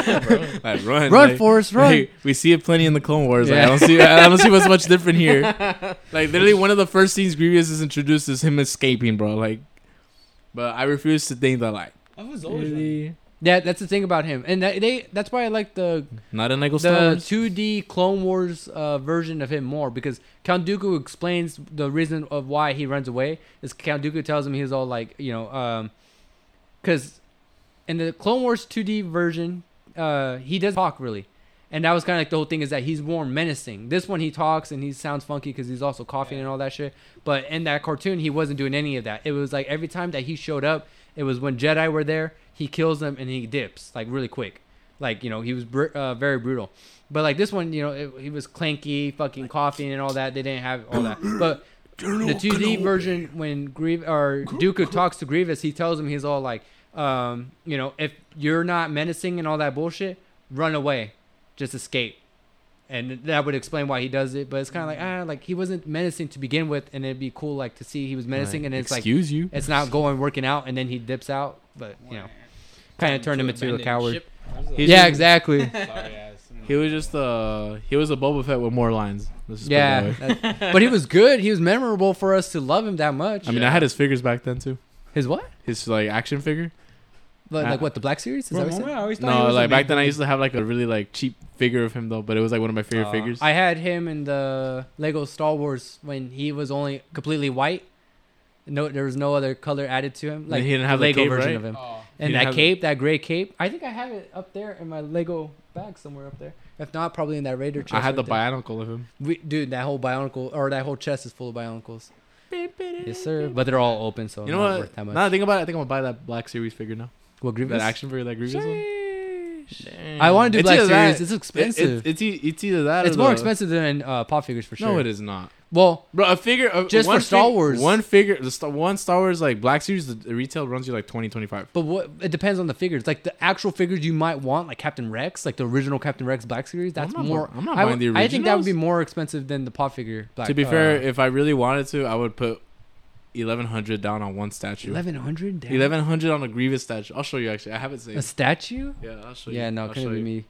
[SPEAKER 2] run,
[SPEAKER 1] run,
[SPEAKER 2] like-
[SPEAKER 1] Forrest, run.
[SPEAKER 2] Like, we see it plenty in the Clone Wars. Like,
[SPEAKER 1] Yeah.
[SPEAKER 2] I don't see. I don't see what's much different here. Like literally, one of the first things Grievous is introduced is him escaping, bro. Like, but I refuse to think that like
[SPEAKER 4] I was always like,
[SPEAKER 2] really
[SPEAKER 1] Yeah, that's the thing about him, and that, they that's why I like the
[SPEAKER 2] not in Lego Star
[SPEAKER 1] the
[SPEAKER 2] Wars.
[SPEAKER 1] two D Clone Wars uh, version of him more because Count Dooku explains the reason of why he runs away. Is Count Dooku tells him he's all like you know, um, because in the Clone Wars two D version, uh, he does talk really, and that was kind of like the whole thing is that he's more menacing. This one he talks and he sounds funky because he's also coughing and all that shit. But in that cartoon, he wasn't doing any of that. It was like every time that he showed up, it was when Jedi were there. He kills them and he dips like really quick. Like you know, he was br- uh, very brutal. But like this one, you know, it, he was clanky, fucking coughing and all that. They didn't have all that. But the 2D version, when Grievous or Dooku talks to Grievous, he tells him he's all like, um, you know, if you're not menacing and all that bullshit, run away, just escape. And that would explain why he does it, but it's kind of like ah, like he wasn't menacing to begin with, and it'd be cool like to see he was menacing,
[SPEAKER 2] Like,
[SPEAKER 1] and it's like
[SPEAKER 2] excuse you.
[SPEAKER 1] it's not going working out, and then he dips out, but you know, kind of turned him into a
[SPEAKER 6] abandoned
[SPEAKER 1] coward.
[SPEAKER 6] ship.
[SPEAKER 4] I was
[SPEAKER 2] He's
[SPEAKER 4] like,
[SPEAKER 1] Yeah,
[SPEAKER 2] just-
[SPEAKER 1] exactly.
[SPEAKER 4] sorry ass.
[SPEAKER 2] He was just uh he was a Boba Fett with more lines. Let's just put it that
[SPEAKER 1] yeah,
[SPEAKER 2] way.
[SPEAKER 1] that- but he was good. He was memorable for us to love him that much.
[SPEAKER 2] I mean, I had his figures back then too.
[SPEAKER 1] his what?
[SPEAKER 2] His like action figure.
[SPEAKER 1] Like,
[SPEAKER 2] Uh,
[SPEAKER 1] like what? The Black Series? Is
[SPEAKER 4] Bro,
[SPEAKER 1] that what you
[SPEAKER 4] moment,
[SPEAKER 1] said?
[SPEAKER 4] I always thought he
[SPEAKER 2] No,
[SPEAKER 4] was a
[SPEAKER 2] like back
[SPEAKER 4] big
[SPEAKER 2] then I
[SPEAKER 4] dude.
[SPEAKER 2] used to have like a really like cheap figure of him though, but it was like one of my favorite
[SPEAKER 5] Uh,
[SPEAKER 2] figures.
[SPEAKER 1] I had him in the Lego Star Wars when he was only completely white. No, there was no other color added to him.
[SPEAKER 2] And
[SPEAKER 1] Like
[SPEAKER 2] he didn't have the
[SPEAKER 1] Lego
[SPEAKER 2] cape,
[SPEAKER 1] version
[SPEAKER 2] right?
[SPEAKER 1] of him.
[SPEAKER 4] Oh.
[SPEAKER 2] He
[SPEAKER 1] and
[SPEAKER 2] didn't
[SPEAKER 1] that
[SPEAKER 2] have-
[SPEAKER 1] cape, that gray cape. I think I have it up there in my Lego bag somewhere up there. If not, probably in that Raider chest.
[SPEAKER 2] I had
[SPEAKER 1] right there.
[SPEAKER 2] the bionicle of him.
[SPEAKER 1] We, dude, that whole bionicle or that whole chest is full of bionicles. Yes, sir. But they're all open, so
[SPEAKER 2] You know
[SPEAKER 1] not
[SPEAKER 2] what?
[SPEAKER 1] worth that much.
[SPEAKER 2] Now that I think about it, I think I'm gonna buy that Black Series figure now.
[SPEAKER 1] what Grievous?
[SPEAKER 2] That action figure, that Grievous one.
[SPEAKER 1] I want to do
[SPEAKER 2] It's
[SPEAKER 1] Black
[SPEAKER 2] either
[SPEAKER 1] Series.
[SPEAKER 2] that-
[SPEAKER 1] it's
[SPEAKER 2] It- it-
[SPEAKER 1] expensive.
[SPEAKER 2] it's, e- it's either that.
[SPEAKER 1] it's
[SPEAKER 2] or
[SPEAKER 1] more
[SPEAKER 2] the-
[SPEAKER 1] expensive than uh, pop figures for sure.
[SPEAKER 2] No, it is not.
[SPEAKER 1] Well,
[SPEAKER 2] Bro, a figure a,
[SPEAKER 1] Just
[SPEAKER 2] one
[SPEAKER 1] for Star
[SPEAKER 2] fig-
[SPEAKER 1] Wars.
[SPEAKER 2] One figure, the Star, one Star Wars like Black Series, the, the retail runs you like 20, 25.
[SPEAKER 1] but what it depends on the figures. Like the actual figures you might want, like Captain Rex, like the original Captain Rex Black Series. That's
[SPEAKER 2] I'm not
[SPEAKER 1] more.
[SPEAKER 2] bu- I'm not
[SPEAKER 1] I,
[SPEAKER 2] buying the
[SPEAKER 1] would- I think that would be
[SPEAKER 2] originals.
[SPEAKER 1] more expensive than the pop figure. Black,
[SPEAKER 2] to be fair,
[SPEAKER 1] uh,
[SPEAKER 2] if I really wanted to, I would put eleven hundred down on one statue.
[SPEAKER 1] Eleven hundred.
[SPEAKER 2] Eleven hundred on a Grievous statue. I'll show you actually. I have it
[SPEAKER 1] A
[SPEAKER 2] saved.
[SPEAKER 1] statue?
[SPEAKER 2] Yeah, I'll show you.
[SPEAKER 1] Yeah, no,
[SPEAKER 2] I'll
[SPEAKER 1] couldn't
[SPEAKER 2] show
[SPEAKER 1] be
[SPEAKER 2] you.
[SPEAKER 1] me.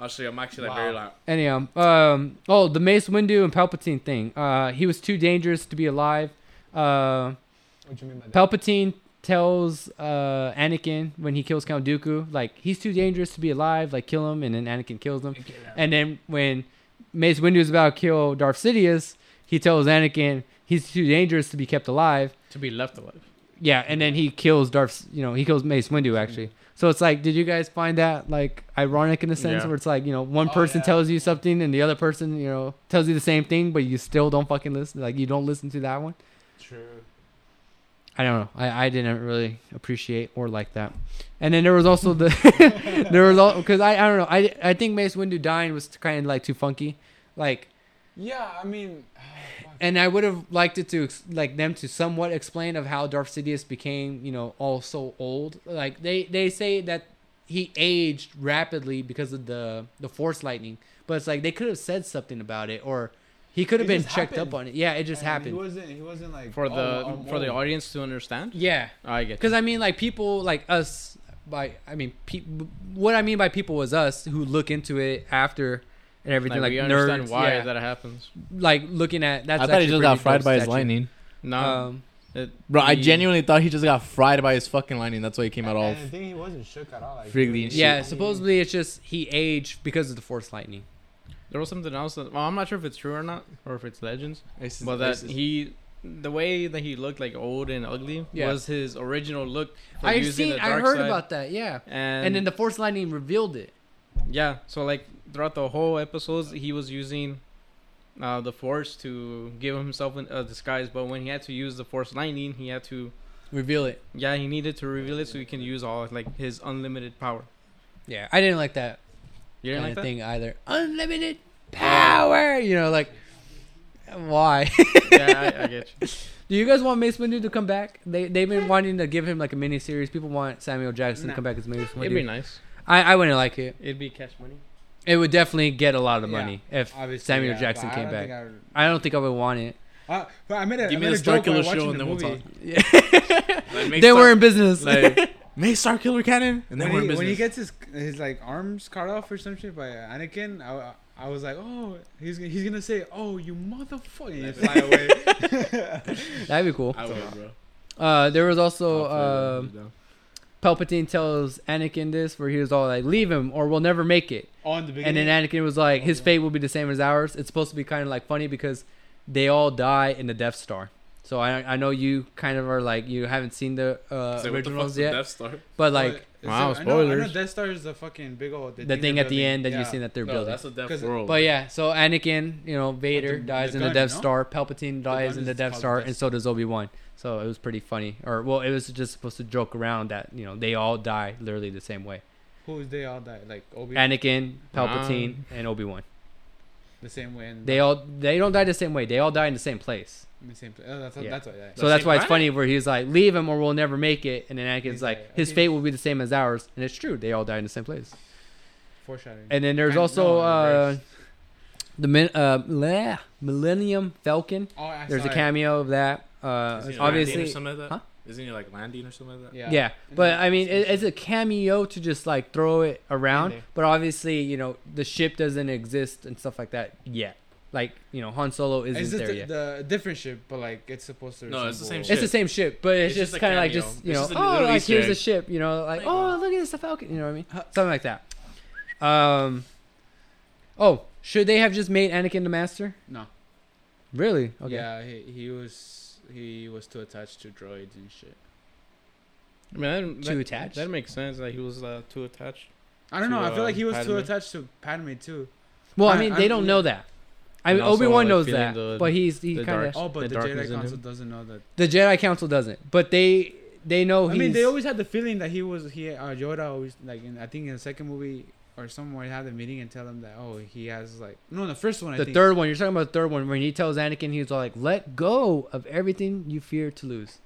[SPEAKER 2] I'll show you. I'm actually
[SPEAKER 4] Wow.
[SPEAKER 2] like very loud.
[SPEAKER 1] Anyhow, um, oh, the Mace Windu and Palpatine thing. Uh, he was too dangerous to be alive. Uh,
[SPEAKER 4] What you mean by that?
[SPEAKER 1] Palpatine tells uh, Anakin when he kills Count Dooku, like he's too dangerous to be alive. Like kill him, and then Anakin kills him. And then when Mace Windu is about to kill Darth Sidious, he tells Anakin he's too dangerous to be kept alive.
[SPEAKER 6] to be left alive.
[SPEAKER 1] Yeah, and then he kills Darth. You know, he kills Mace Windu actually. So it's like, did you guys find that like ironic in the sense
[SPEAKER 2] Yeah.
[SPEAKER 1] where it's like you know one
[SPEAKER 4] Oh,
[SPEAKER 1] person
[SPEAKER 4] yeah.
[SPEAKER 1] tells you something and the other person you know tells you the same thing, but you still don't fucking listen. Like you don't listen to that one.
[SPEAKER 4] True.
[SPEAKER 1] I don't know. I, I didn't really appreciate or like that. And then there was also the there was all because I, I don't know. I I think Mace Windu dying was kind of like too funky, like.
[SPEAKER 4] Yeah, I mean, fuck.
[SPEAKER 1] And I would have liked it to ex- like them to somewhat explain of how Darth Sidious became you know all so old. Like they they say that he aged rapidly because of the the Force lightning, but it's like they could have said something about it or. He could have
[SPEAKER 4] It
[SPEAKER 1] been
[SPEAKER 4] just
[SPEAKER 1] checked up
[SPEAKER 4] happened.
[SPEAKER 1] on it. Yeah, it just
[SPEAKER 4] And
[SPEAKER 1] happened.
[SPEAKER 4] He wasn't. He wasn't like
[SPEAKER 6] For
[SPEAKER 4] oh,
[SPEAKER 6] the
[SPEAKER 4] I'm
[SPEAKER 6] for the
[SPEAKER 4] old.
[SPEAKER 6] audience to understand.
[SPEAKER 1] yeah,
[SPEAKER 6] I get.
[SPEAKER 1] Because I mean, like people like us. By I mean, pe- what I mean by people was us who look into it after and
[SPEAKER 6] you.
[SPEAKER 1] everything.
[SPEAKER 6] like
[SPEAKER 1] Like,
[SPEAKER 6] we
[SPEAKER 1] nerds,
[SPEAKER 6] understand why
[SPEAKER 1] yeah.
[SPEAKER 6] that happens.
[SPEAKER 1] like looking at that's.
[SPEAKER 2] I thought he
[SPEAKER 1] actually
[SPEAKER 2] just
[SPEAKER 1] pretty
[SPEAKER 2] got fried
[SPEAKER 1] dope
[SPEAKER 2] by his
[SPEAKER 1] statue.
[SPEAKER 2] lightning.
[SPEAKER 6] No,
[SPEAKER 1] Um,
[SPEAKER 6] it-
[SPEAKER 2] Bro, I
[SPEAKER 6] the-
[SPEAKER 2] genuinely thought he just got fried by his fucking lightning. That's why he came out all.
[SPEAKER 4] And I think he wasn't shook at all. Like,
[SPEAKER 2] friggly
[SPEAKER 4] really-
[SPEAKER 2] and shit.
[SPEAKER 1] yeah, supposedly it's just he aged because of the force lightning.
[SPEAKER 6] There was something else. That, well, I'm not sure if it's true or not, or if it's legends.
[SPEAKER 2] It's-
[SPEAKER 6] But that
[SPEAKER 2] it's-
[SPEAKER 6] he, the way that he looked like old and ugly
[SPEAKER 1] Yeah.
[SPEAKER 6] was his original look. for
[SPEAKER 1] I've
[SPEAKER 6] using
[SPEAKER 1] seen,
[SPEAKER 6] the
[SPEAKER 1] I
[SPEAKER 6] dark
[SPEAKER 1] heard
[SPEAKER 6] side.
[SPEAKER 1] about that. Yeah,
[SPEAKER 6] And,
[SPEAKER 1] and, then the force lightning revealed it.
[SPEAKER 6] yeah, so like throughout the whole episodes, he was using uh, the force to give himself an- a disguise. But when he had to use the force lightning, he had to
[SPEAKER 1] Reveal it.
[SPEAKER 6] yeah he needed to reveal it so he can use all like his unlimited power.
[SPEAKER 1] Yeah, I didn't like that
[SPEAKER 6] You
[SPEAKER 1] kind
[SPEAKER 6] didn't like
[SPEAKER 1] of
[SPEAKER 6] that?
[SPEAKER 1] thing either. Unlimited power. You know, like why?
[SPEAKER 6] yeah, I, I get you.
[SPEAKER 1] Do you guys want Mace Windu to come back? They they've been wanting to give him like a mini series. People want Samuel Jackson to
[SPEAKER 4] Nah.
[SPEAKER 1] come back as Mace
[SPEAKER 6] It'd be
[SPEAKER 1] Windu.
[SPEAKER 6] nice.
[SPEAKER 1] I, I wouldn't like it.
[SPEAKER 6] It'd be cash money.
[SPEAKER 1] It would definitely get a lot of
[SPEAKER 4] Yeah,
[SPEAKER 1] money if
[SPEAKER 4] Obviously,
[SPEAKER 1] Samuel
[SPEAKER 4] yeah,
[SPEAKER 1] Jackson
[SPEAKER 4] but
[SPEAKER 1] came
[SPEAKER 4] I
[SPEAKER 1] back.
[SPEAKER 4] don't
[SPEAKER 1] I,
[SPEAKER 4] think I would-
[SPEAKER 1] don't think I would want it.
[SPEAKER 4] Uh, but I made a,
[SPEAKER 2] Give
[SPEAKER 4] I
[SPEAKER 2] me
[SPEAKER 4] made
[SPEAKER 2] the
[SPEAKER 4] a
[SPEAKER 2] Star
[SPEAKER 4] joke while
[SPEAKER 2] Killer
[SPEAKER 4] watching
[SPEAKER 2] show and
[SPEAKER 4] the
[SPEAKER 2] then we'll
[SPEAKER 4] movie.
[SPEAKER 2] talk. Like, make
[SPEAKER 1] they
[SPEAKER 2] Star-
[SPEAKER 1] were in business.
[SPEAKER 2] like make Star Killer cannon, and then
[SPEAKER 4] When
[SPEAKER 2] we're in
[SPEAKER 4] he, when he
[SPEAKER 2] business.
[SPEAKER 4] gets his his like arms cut off or some shit by uh, Anakin, I, I was like, oh, he's he's gonna say, oh, you motherfucker, and fly away.
[SPEAKER 1] That'd be cool.
[SPEAKER 2] I would, bro.
[SPEAKER 1] Uh, there was
[SPEAKER 2] I'll
[SPEAKER 1] also
[SPEAKER 2] put it
[SPEAKER 1] um,
[SPEAKER 2] down.
[SPEAKER 1] Palpatine tells Anakin this, where he was all like, "Leave him, or we'll never make it."
[SPEAKER 4] On the
[SPEAKER 1] And
[SPEAKER 4] beginning.
[SPEAKER 1] then Anakin was
[SPEAKER 4] Oh,
[SPEAKER 1] like, "His fate will be the same as ours." It's supposed to be kind of like funny because they all die in the Death Star. So I I know you kind of are like you haven't seen the uh,
[SPEAKER 2] It's like, what the fuck's
[SPEAKER 1] originals
[SPEAKER 2] the
[SPEAKER 1] yet,
[SPEAKER 2] Death Star?
[SPEAKER 1] but like
[SPEAKER 4] But-
[SPEAKER 2] Wow,
[SPEAKER 4] so I know- I know,
[SPEAKER 2] spoilers.
[SPEAKER 4] Death Star is the fucking big old.
[SPEAKER 1] the thing
[SPEAKER 4] they're
[SPEAKER 1] at the
[SPEAKER 4] building.
[SPEAKER 1] end that
[SPEAKER 4] Yeah.
[SPEAKER 1] you seen that they're
[SPEAKER 2] No,
[SPEAKER 1] building.
[SPEAKER 2] that's a Death
[SPEAKER 4] 'Cause-
[SPEAKER 2] World.
[SPEAKER 1] But yeah, so Anakin, you know, Vader
[SPEAKER 4] the-
[SPEAKER 1] dies
[SPEAKER 4] the
[SPEAKER 1] in the
[SPEAKER 4] gun,
[SPEAKER 1] Death
[SPEAKER 4] no?
[SPEAKER 1] Star. Palpatine dies
[SPEAKER 4] gun
[SPEAKER 1] in the
[SPEAKER 4] is
[SPEAKER 1] Death
[SPEAKER 4] called
[SPEAKER 1] Star,
[SPEAKER 4] Death
[SPEAKER 1] and so does Obi Wan. So it was pretty funny, or well, it was just supposed to joke around that you know they all die literally the same way:
[SPEAKER 4] Who is they all that like Obi?
[SPEAKER 1] Anakin, Palpatine, and Obi Wan.
[SPEAKER 4] the same way. And
[SPEAKER 1] They all they don't die the same way. They all die in the same place.
[SPEAKER 4] in the same. Place. Oh, that's
[SPEAKER 1] Yeah.
[SPEAKER 4] that's why. Yeah.
[SPEAKER 1] So that's
[SPEAKER 2] same
[SPEAKER 1] why it's
[SPEAKER 2] planet?
[SPEAKER 1] funny where he's like, "Leave him, or we'll never make it," and then Anakin's
[SPEAKER 4] He's
[SPEAKER 1] like,
[SPEAKER 4] like,
[SPEAKER 1] "His
[SPEAKER 4] okay.
[SPEAKER 1] fate will be the same as ours," and it's true. They all die in the same place.
[SPEAKER 4] foreshadowing.
[SPEAKER 1] And then there's
[SPEAKER 4] Kind of
[SPEAKER 1] also
[SPEAKER 4] no,
[SPEAKER 1] uh,
[SPEAKER 4] reversed.
[SPEAKER 1] the min- uh, bleh, Millennium Falcon.
[SPEAKER 4] oh, I
[SPEAKER 1] There's
[SPEAKER 4] saw
[SPEAKER 1] a
[SPEAKER 4] it.
[SPEAKER 1] cameo of that. Uh,
[SPEAKER 2] Isn't he like landing or
[SPEAKER 1] obviously,
[SPEAKER 2] something like that?
[SPEAKER 1] Huh?
[SPEAKER 2] Isn't he like landing or something like that?
[SPEAKER 1] yeah. But I mean, it, it's a cameo to just like throw it around.
[SPEAKER 4] In there.
[SPEAKER 1] But obviously, you know, the ship doesn't exist and stuff like that yet. Like you know, Han Solo isn't
[SPEAKER 4] It's just
[SPEAKER 1] there
[SPEAKER 4] the,
[SPEAKER 1] yet.
[SPEAKER 4] the different ship, but like it's supposed to.
[SPEAKER 2] No, it's the same
[SPEAKER 4] resemble-
[SPEAKER 2] shit.
[SPEAKER 1] it's the same ship, but it's,
[SPEAKER 2] It's
[SPEAKER 1] just,
[SPEAKER 2] just a
[SPEAKER 1] kind of like
[SPEAKER 2] cameo.
[SPEAKER 1] just you
[SPEAKER 2] It's
[SPEAKER 1] know,
[SPEAKER 2] just a
[SPEAKER 1] oh,
[SPEAKER 2] little
[SPEAKER 1] like
[SPEAKER 2] Easter
[SPEAKER 1] here's the
[SPEAKER 2] egg.
[SPEAKER 1] ship, you know, like
[SPEAKER 2] Like,
[SPEAKER 1] oh, look at this the Falcon, you know what I mean? Something like that. Um, Oh, should they have just made Anakin the master?
[SPEAKER 4] No.
[SPEAKER 1] Really? Okay.
[SPEAKER 4] Yeah, he, he was he was too attached to droids and shit.
[SPEAKER 6] I mean, that,
[SPEAKER 1] Too
[SPEAKER 6] that-
[SPEAKER 1] attached?
[SPEAKER 6] That makes sense. That he was uh, too attached.
[SPEAKER 4] I don't
[SPEAKER 6] To,
[SPEAKER 4] know. I feel
[SPEAKER 6] uh,
[SPEAKER 4] like he was too
[SPEAKER 6] Padme?
[SPEAKER 4] attached to Padme too.
[SPEAKER 1] Well, I
[SPEAKER 4] I-
[SPEAKER 1] mean,
[SPEAKER 4] I-
[SPEAKER 1] they don't know that. I
[SPEAKER 6] And
[SPEAKER 1] mean,
[SPEAKER 6] also,
[SPEAKER 1] Obi Wan
[SPEAKER 6] like,
[SPEAKER 1] knows
[SPEAKER 6] feeling
[SPEAKER 1] that,
[SPEAKER 6] the-
[SPEAKER 1] but he's he
[SPEAKER 6] the
[SPEAKER 1] kind of
[SPEAKER 6] dark-
[SPEAKER 4] Oh, but
[SPEAKER 6] The
[SPEAKER 4] the,
[SPEAKER 6] darkness
[SPEAKER 4] Jedi
[SPEAKER 6] in him?
[SPEAKER 4] Council doesn't know that.
[SPEAKER 1] the Jedi Council doesn't. But they they
[SPEAKER 6] Oh,
[SPEAKER 1] know
[SPEAKER 4] I
[SPEAKER 1] he's.
[SPEAKER 4] mean, they always had the feeling that he was he uh, Yoda always like in, I think in the second movie or somewhere he had a meeting and tell him that oh he has like no in the first one I
[SPEAKER 1] the
[SPEAKER 4] think
[SPEAKER 1] third one. You're talking about the third one when he tells Anakin he's all like, "Let go of everything you fear to lose."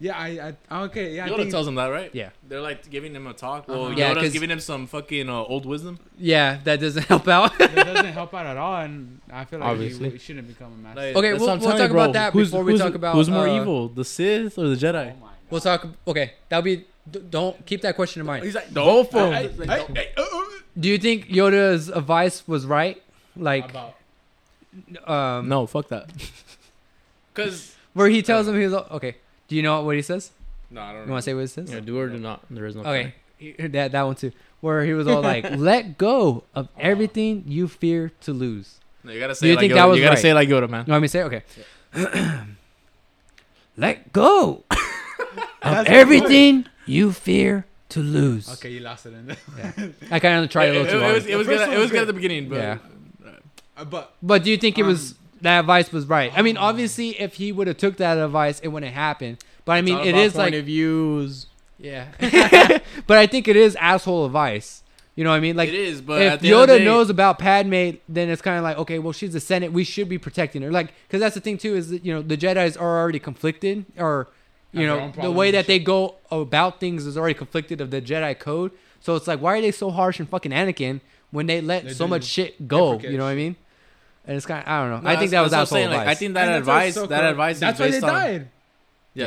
[SPEAKER 4] yeah I, I okay yeah I
[SPEAKER 2] Yoda
[SPEAKER 4] think,
[SPEAKER 2] tells him that, right?
[SPEAKER 1] Yeah.
[SPEAKER 2] They're like giving him a talk.
[SPEAKER 4] Uh-huh.
[SPEAKER 2] Well,
[SPEAKER 1] Yeah,
[SPEAKER 2] Yoda's
[SPEAKER 1] 'cause-
[SPEAKER 2] giving him some fucking uh, old wisdom.
[SPEAKER 1] Yeah, that doesn't help out.
[SPEAKER 4] that doesn't help out at all and I feel like he,
[SPEAKER 2] Obviously.
[SPEAKER 4] he shouldn't become a master.
[SPEAKER 2] Like,
[SPEAKER 1] Okay,
[SPEAKER 2] that's
[SPEAKER 1] we'll-
[SPEAKER 2] what I'm
[SPEAKER 1] we'll
[SPEAKER 2] telling
[SPEAKER 1] talk
[SPEAKER 2] you, bro.
[SPEAKER 1] about that
[SPEAKER 2] Who's-
[SPEAKER 1] before we
[SPEAKER 2] who's-
[SPEAKER 1] talk about,
[SPEAKER 2] who's more
[SPEAKER 1] uh,
[SPEAKER 2] evil, the Sith or the Jedi.
[SPEAKER 4] my god.
[SPEAKER 1] we'll talk. Okay, that'll be. d- Don't keep that question in mind.
[SPEAKER 2] He's like both of
[SPEAKER 4] I-
[SPEAKER 2] them.
[SPEAKER 4] I-
[SPEAKER 1] Do you think Yoda's advice was right? Like,
[SPEAKER 4] about
[SPEAKER 1] um,
[SPEAKER 2] No, fuck that. Cause
[SPEAKER 1] where he tells him he's all- okay. Do you know what he says?
[SPEAKER 2] no, I don't.
[SPEAKER 1] You want to say what he says?
[SPEAKER 6] Yeah, do or do not. There is no.
[SPEAKER 1] Okay, he- that that one too. Where he was all like, "Let go of everything you fear to lose."
[SPEAKER 2] No, you gotta say.
[SPEAKER 1] you
[SPEAKER 2] it like
[SPEAKER 1] think
[SPEAKER 2] Yoda.
[SPEAKER 1] that was
[SPEAKER 2] You gotta
[SPEAKER 1] right?
[SPEAKER 2] say it like Yoda, man.
[SPEAKER 1] You know what I mean? Say okay. Let go of everything you fear to lose.
[SPEAKER 4] okay you lost it in there.
[SPEAKER 1] I kind of tried a
[SPEAKER 2] it,
[SPEAKER 1] little too
[SPEAKER 2] it- it
[SPEAKER 1] hard.
[SPEAKER 2] was, it was
[SPEAKER 4] The first
[SPEAKER 2] good. at-
[SPEAKER 4] one
[SPEAKER 2] It was
[SPEAKER 4] was
[SPEAKER 2] good at the beginning, but
[SPEAKER 1] Yeah.
[SPEAKER 4] Uh, but
[SPEAKER 1] but do you think it was
[SPEAKER 4] Um,
[SPEAKER 1] that advice was right? I mean, obviously, if he would have took that advice, it wouldn't happen. But I mean, it is like
[SPEAKER 6] views.
[SPEAKER 1] yeah. but I think it is asshole advice. You know what I mean? Like
[SPEAKER 2] it is. But
[SPEAKER 1] if
[SPEAKER 2] at the end of the
[SPEAKER 1] Yoda
[SPEAKER 2] day-
[SPEAKER 1] knows about Padme, then it's kind of like, okay, well, she's the Senate. We should be protecting her. Like, because that's the thing too is that, you know the Jedi's are already conflicted, or you
[SPEAKER 4] Have their
[SPEAKER 1] know
[SPEAKER 4] own
[SPEAKER 1] the
[SPEAKER 4] problems
[SPEAKER 1] way
[SPEAKER 4] and
[SPEAKER 1] that they go about things is already conflicted of the Jedi code. So it's like, why are they so harsh and fucking Anakin when they let
[SPEAKER 4] They
[SPEAKER 1] so
[SPEAKER 4] do.
[SPEAKER 1] much shit go?
[SPEAKER 4] forget
[SPEAKER 1] You know what I mean? And it's kind of I don't know.
[SPEAKER 2] No,
[SPEAKER 1] I think that
[SPEAKER 2] that's-
[SPEAKER 1] was
[SPEAKER 2] that's
[SPEAKER 1] asshole
[SPEAKER 2] what I'm saying,
[SPEAKER 1] advice.
[SPEAKER 2] Like, I think that
[SPEAKER 4] and that's why
[SPEAKER 2] advice.
[SPEAKER 4] it's so
[SPEAKER 2] that
[SPEAKER 4] corrupt.
[SPEAKER 2] advice.
[SPEAKER 4] that's
[SPEAKER 2] is
[SPEAKER 4] why
[SPEAKER 2] based
[SPEAKER 4] they
[SPEAKER 2] on,
[SPEAKER 4] died
[SPEAKER 2] Yeah.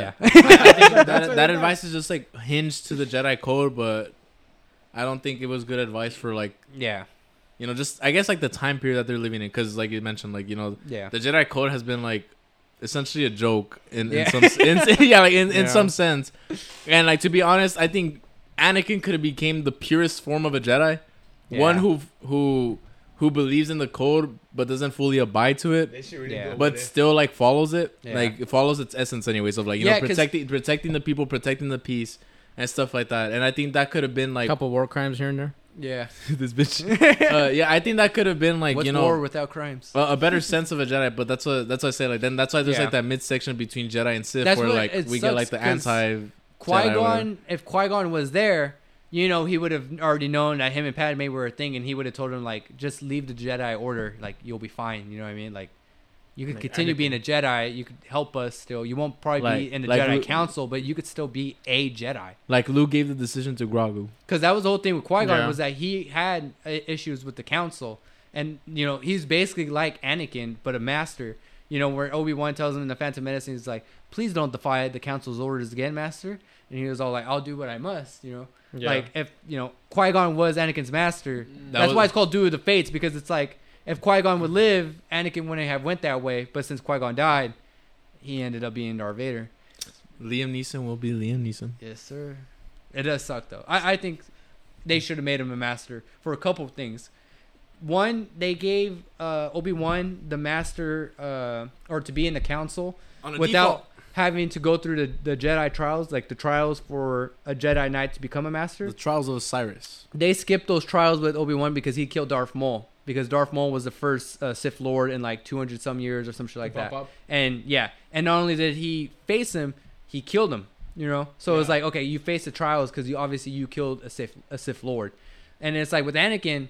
[SPEAKER 1] yeah.
[SPEAKER 2] I think that,
[SPEAKER 4] That's why
[SPEAKER 2] that
[SPEAKER 4] they
[SPEAKER 2] advice is just like hinged to the Jedi code, but I don't think it was good advice for like
[SPEAKER 1] yeah,
[SPEAKER 2] you know just I guess like the time period that they're living in because like you mentioned like you know
[SPEAKER 1] yeah,
[SPEAKER 2] the Jedi code has been like essentially a joke in,
[SPEAKER 1] Yeah.
[SPEAKER 2] in some in, yeah like in, in
[SPEAKER 5] Yeah.
[SPEAKER 2] some sense, and like to be honest, I think Anakin could have became the purest form of a Jedi, one
[SPEAKER 1] Yeah.
[SPEAKER 2] who who who believes in the code but doesn't fully abide to it.
[SPEAKER 4] they should really
[SPEAKER 1] Yeah.
[SPEAKER 4] go
[SPEAKER 2] but
[SPEAKER 4] with it.
[SPEAKER 2] still like follows it
[SPEAKER 1] Yeah.
[SPEAKER 2] like it follows its essence anyways of like you
[SPEAKER 1] Yeah,
[SPEAKER 2] know
[SPEAKER 1] 'cause-
[SPEAKER 2] protecting protecting the people protecting the peace and stuff like that and i think that could have been
[SPEAKER 6] A
[SPEAKER 2] like
[SPEAKER 6] couple war crimes here and there.
[SPEAKER 1] yeah.
[SPEAKER 2] this bitch uh, yeah i think that could have been like
[SPEAKER 1] What's
[SPEAKER 2] you know
[SPEAKER 1] war without crimes?
[SPEAKER 2] a, a better sense of a jedi but that's what that's what i say like then that's why there's
[SPEAKER 1] Yeah.
[SPEAKER 2] like that midsection between jedi and sith
[SPEAKER 1] That's
[SPEAKER 2] where
[SPEAKER 1] what-
[SPEAKER 2] like
[SPEAKER 1] it
[SPEAKER 2] we get
[SPEAKER 1] sucks
[SPEAKER 2] like the
[SPEAKER 1] 'cause
[SPEAKER 2] anti
[SPEAKER 1] Qui
[SPEAKER 2] Jedi,
[SPEAKER 1] Gon, if Qui Gon was there, you know, he would have already known that him and Padme were a thing, and he would have told him like, just leave the Jedi Order, like you'll be fine. You know what I mean? Like, you could
[SPEAKER 2] Like
[SPEAKER 1] continue
[SPEAKER 2] Anakin.
[SPEAKER 1] being a Jedi. You could help us still. You won't probably
[SPEAKER 2] Like-
[SPEAKER 1] be in the
[SPEAKER 2] like
[SPEAKER 1] Jedi
[SPEAKER 2] Luke-
[SPEAKER 1] Council, but you could still be a Jedi.
[SPEAKER 2] like luke gave the decision to grogu
[SPEAKER 1] Because that was the whole thing with Qui Gon
[SPEAKER 2] Yeah.
[SPEAKER 1] was that he had uh, issues with the Council, and you know he's basically like Anakin but a master. You know where Obi Wan tells him in the Phantom Menace, he's like, "Please don't defy the Council's orders again, Master." And he was all like, "I'll do what I must." You know, like if you know Qui Gon was Anakin's master, that's
[SPEAKER 2] was-
[SPEAKER 1] why it's called Duel of the Fates because it's like if Qui Gon would live, Anakin wouldn't have went that way. But since Qui Gon died, he ended up being Darth Vader.
[SPEAKER 2] liam neeson will be liam neeson
[SPEAKER 1] Yes, sir. It does suck though. I, I think they should have made him a master for a couple of things. One, they gave uh, Obi Wan the master, uh, or to be in the council
[SPEAKER 2] On a
[SPEAKER 1] without
[SPEAKER 2] default-
[SPEAKER 1] having to go through the, the Jedi trials, like the trials for a Jedi Knight to become a master
[SPEAKER 2] the trials of osiris
[SPEAKER 1] they skipped those trials with Obi Wan because he killed Darth Maul because Darth Maul was the first uh, Sith Lord in like 200 some years or some shit like
[SPEAKER 4] Pop
[SPEAKER 1] that.
[SPEAKER 4] up.
[SPEAKER 1] And yeah, and not only did he face him, he killed him. You know, so it's
[SPEAKER 4] Yeah.
[SPEAKER 1] like okay, you face the trials because you obviously you killed a Sith a Sith Lord, and it's like with Anakin,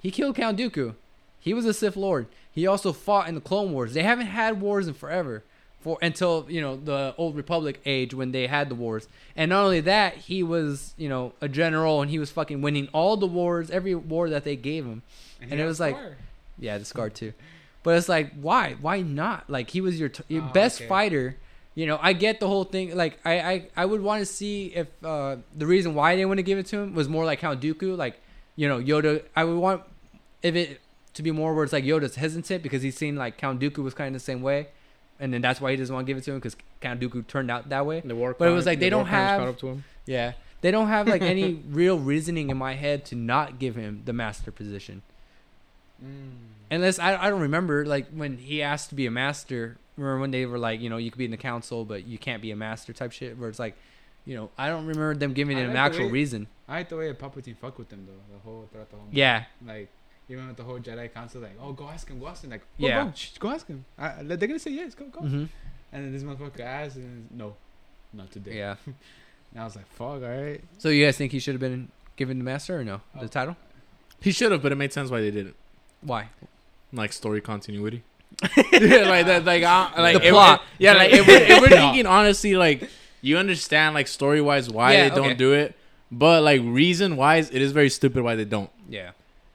[SPEAKER 1] he killed Count Dooku. He was a Sith Lord. He also fought in the Clone Wars. They haven't had wars in forever, for until you know the Old Republic age when they had the wars. And not only that, he was you know a general and he was fucking winning all the wars, every war that they gave him.
[SPEAKER 4] he
[SPEAKER 1] and it
[SPEAKER 4] had
[SPEAKER 1] was like-
[SPEAKER 4] Scar.
[SPEAKER 1] Yeah, the scar too. But it's like, why? Why not? Like he was your, t- your
[SPEAKER 4] Ah,
[SPEAKER 1] best
[SPEAKER 4] okay.
[SPEAKER 1] fighter. You know, I get the whole thing. Like I, I, I would want to see if uh, the reason why they want to give it to him was more like Count Dooku. Like, you know, Yoda. I would want if it to be more where it's like Yoda's hesitant because he's seen like Count Dooku was kind of the same way, and then that's why he doesn't want to give it to him because Count Dooku turned out that way.
[SPEAKER 6] The war.
[SPEAKER 1] But it was like
[SPEAKER 6] crime-
[SPEAKER 1] they
[SPEAKER 6] the war
[SPEAKER 1] don't
[SPEAKER 6] crimes
[SPEAKER 1] have-
[SPEAKER 6] caught up to him.
[SPEAKER 1] Yeah. They don't have like any real reasoning in my head to not give him the master position.
[SPEAKER 4] Mm.
[SPEAKER 1] unless I, I don't remember like when he asked to be a master remember when they were like you know you could be in the council but you can't be a master type shit where it's like you know i don't remember them giving
[SPEAKER 4] I
[SPEAKER 1] him an
[SPEAKER 4] like the
[SPEAKER 1] actual
[SPEAKER 4] way-
[SPEAKER 1] reason
[SPEAKER 4] I like the way Palpatine fuck with them though. The whole throughout the whole. movie.
[SPEAKER 1] yeah
[SPEAKER 4] Like even with the whole Jedi Council, like oh go ask him, go ask him, like oh,
[SPEAKER 1] Yeah.
[SPEAKER 4] go, sh- go ask him. I, I- they're gonna say yes, go go.
[SPEAKER 1] hmm
[SPEAKER 4] And then this motherfucker asked, and then, no, not today.
[SPEAKER 1] yeah
[SPEAKER 4] And I was like, fuck, all right.
[SPEAKER 1] so you guys think he should have been given the master or no
[SPEAKER 4] Oh.
[SPEAKER 1] the title
[SPEAKER 2] He should have, but it made sense why they didn't.
[SPEAKER 1] why
[SPEAKER 2] Like story continuity. yeah, like that. Like, uh, like
[SPEAKER 1] The
[SPEAKER 2] it-
[SPEAKER 1] plot.
[SPEAKER 2] it- yeah, like if we're, if we're thinking honestly, like you understand, like story wise, why
[SPEAKER 1] Yeah,
[SPEAKER 2] they don't
[SPEAKER 1] okay.
[SPEAKER 2] do it, but like reason wise, it is very stupid why they don't.
[SPEAKER 1] yeah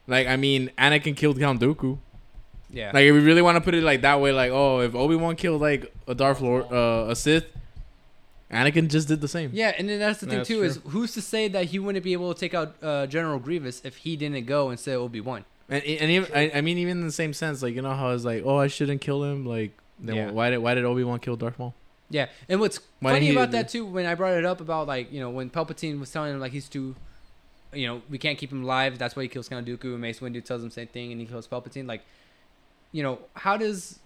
[SPEAKER 2] Like, I mean, Anakin killed Count Dooku.
[SPEAKER 1] yeah
[SPEAKER 2] Like, if we really want to put it like that way, like, oh, if Obi Wan killed like a Darth Lord, uh, a Sith, Anakin just did the same.
[SPEAKER 1] yeah and then that's the thing
[SPEAKER 6] That's
[SPEAKER 1] too is who's to say that he wouldn't be able to take out uh, general grievous if he didn't go and say obi-wan
[SPEAKER 2] And, and even, I, I mean, even in the same sense, like you know how it's like, oh, I shouldn't kill him. Like, then
[SPEAKER 1] Yeah.
[SPEAKER 2] why did why did Obi Wan kill Darth Maul?
[SPEAKER 1] Yeah, and what's
[SPEAKER 2] Why
[SPEAKER 1] funny
[SPEAKER 2] he-
[SPEAKER 1] about that too, when I brought it up about like you know when Palpatine was telling him like he's too, you know, we can't keep him alive. That's why he kills Count Dooku. And Mace Windu tells him the same thing, and he kills Palpatine. Like, you know, how does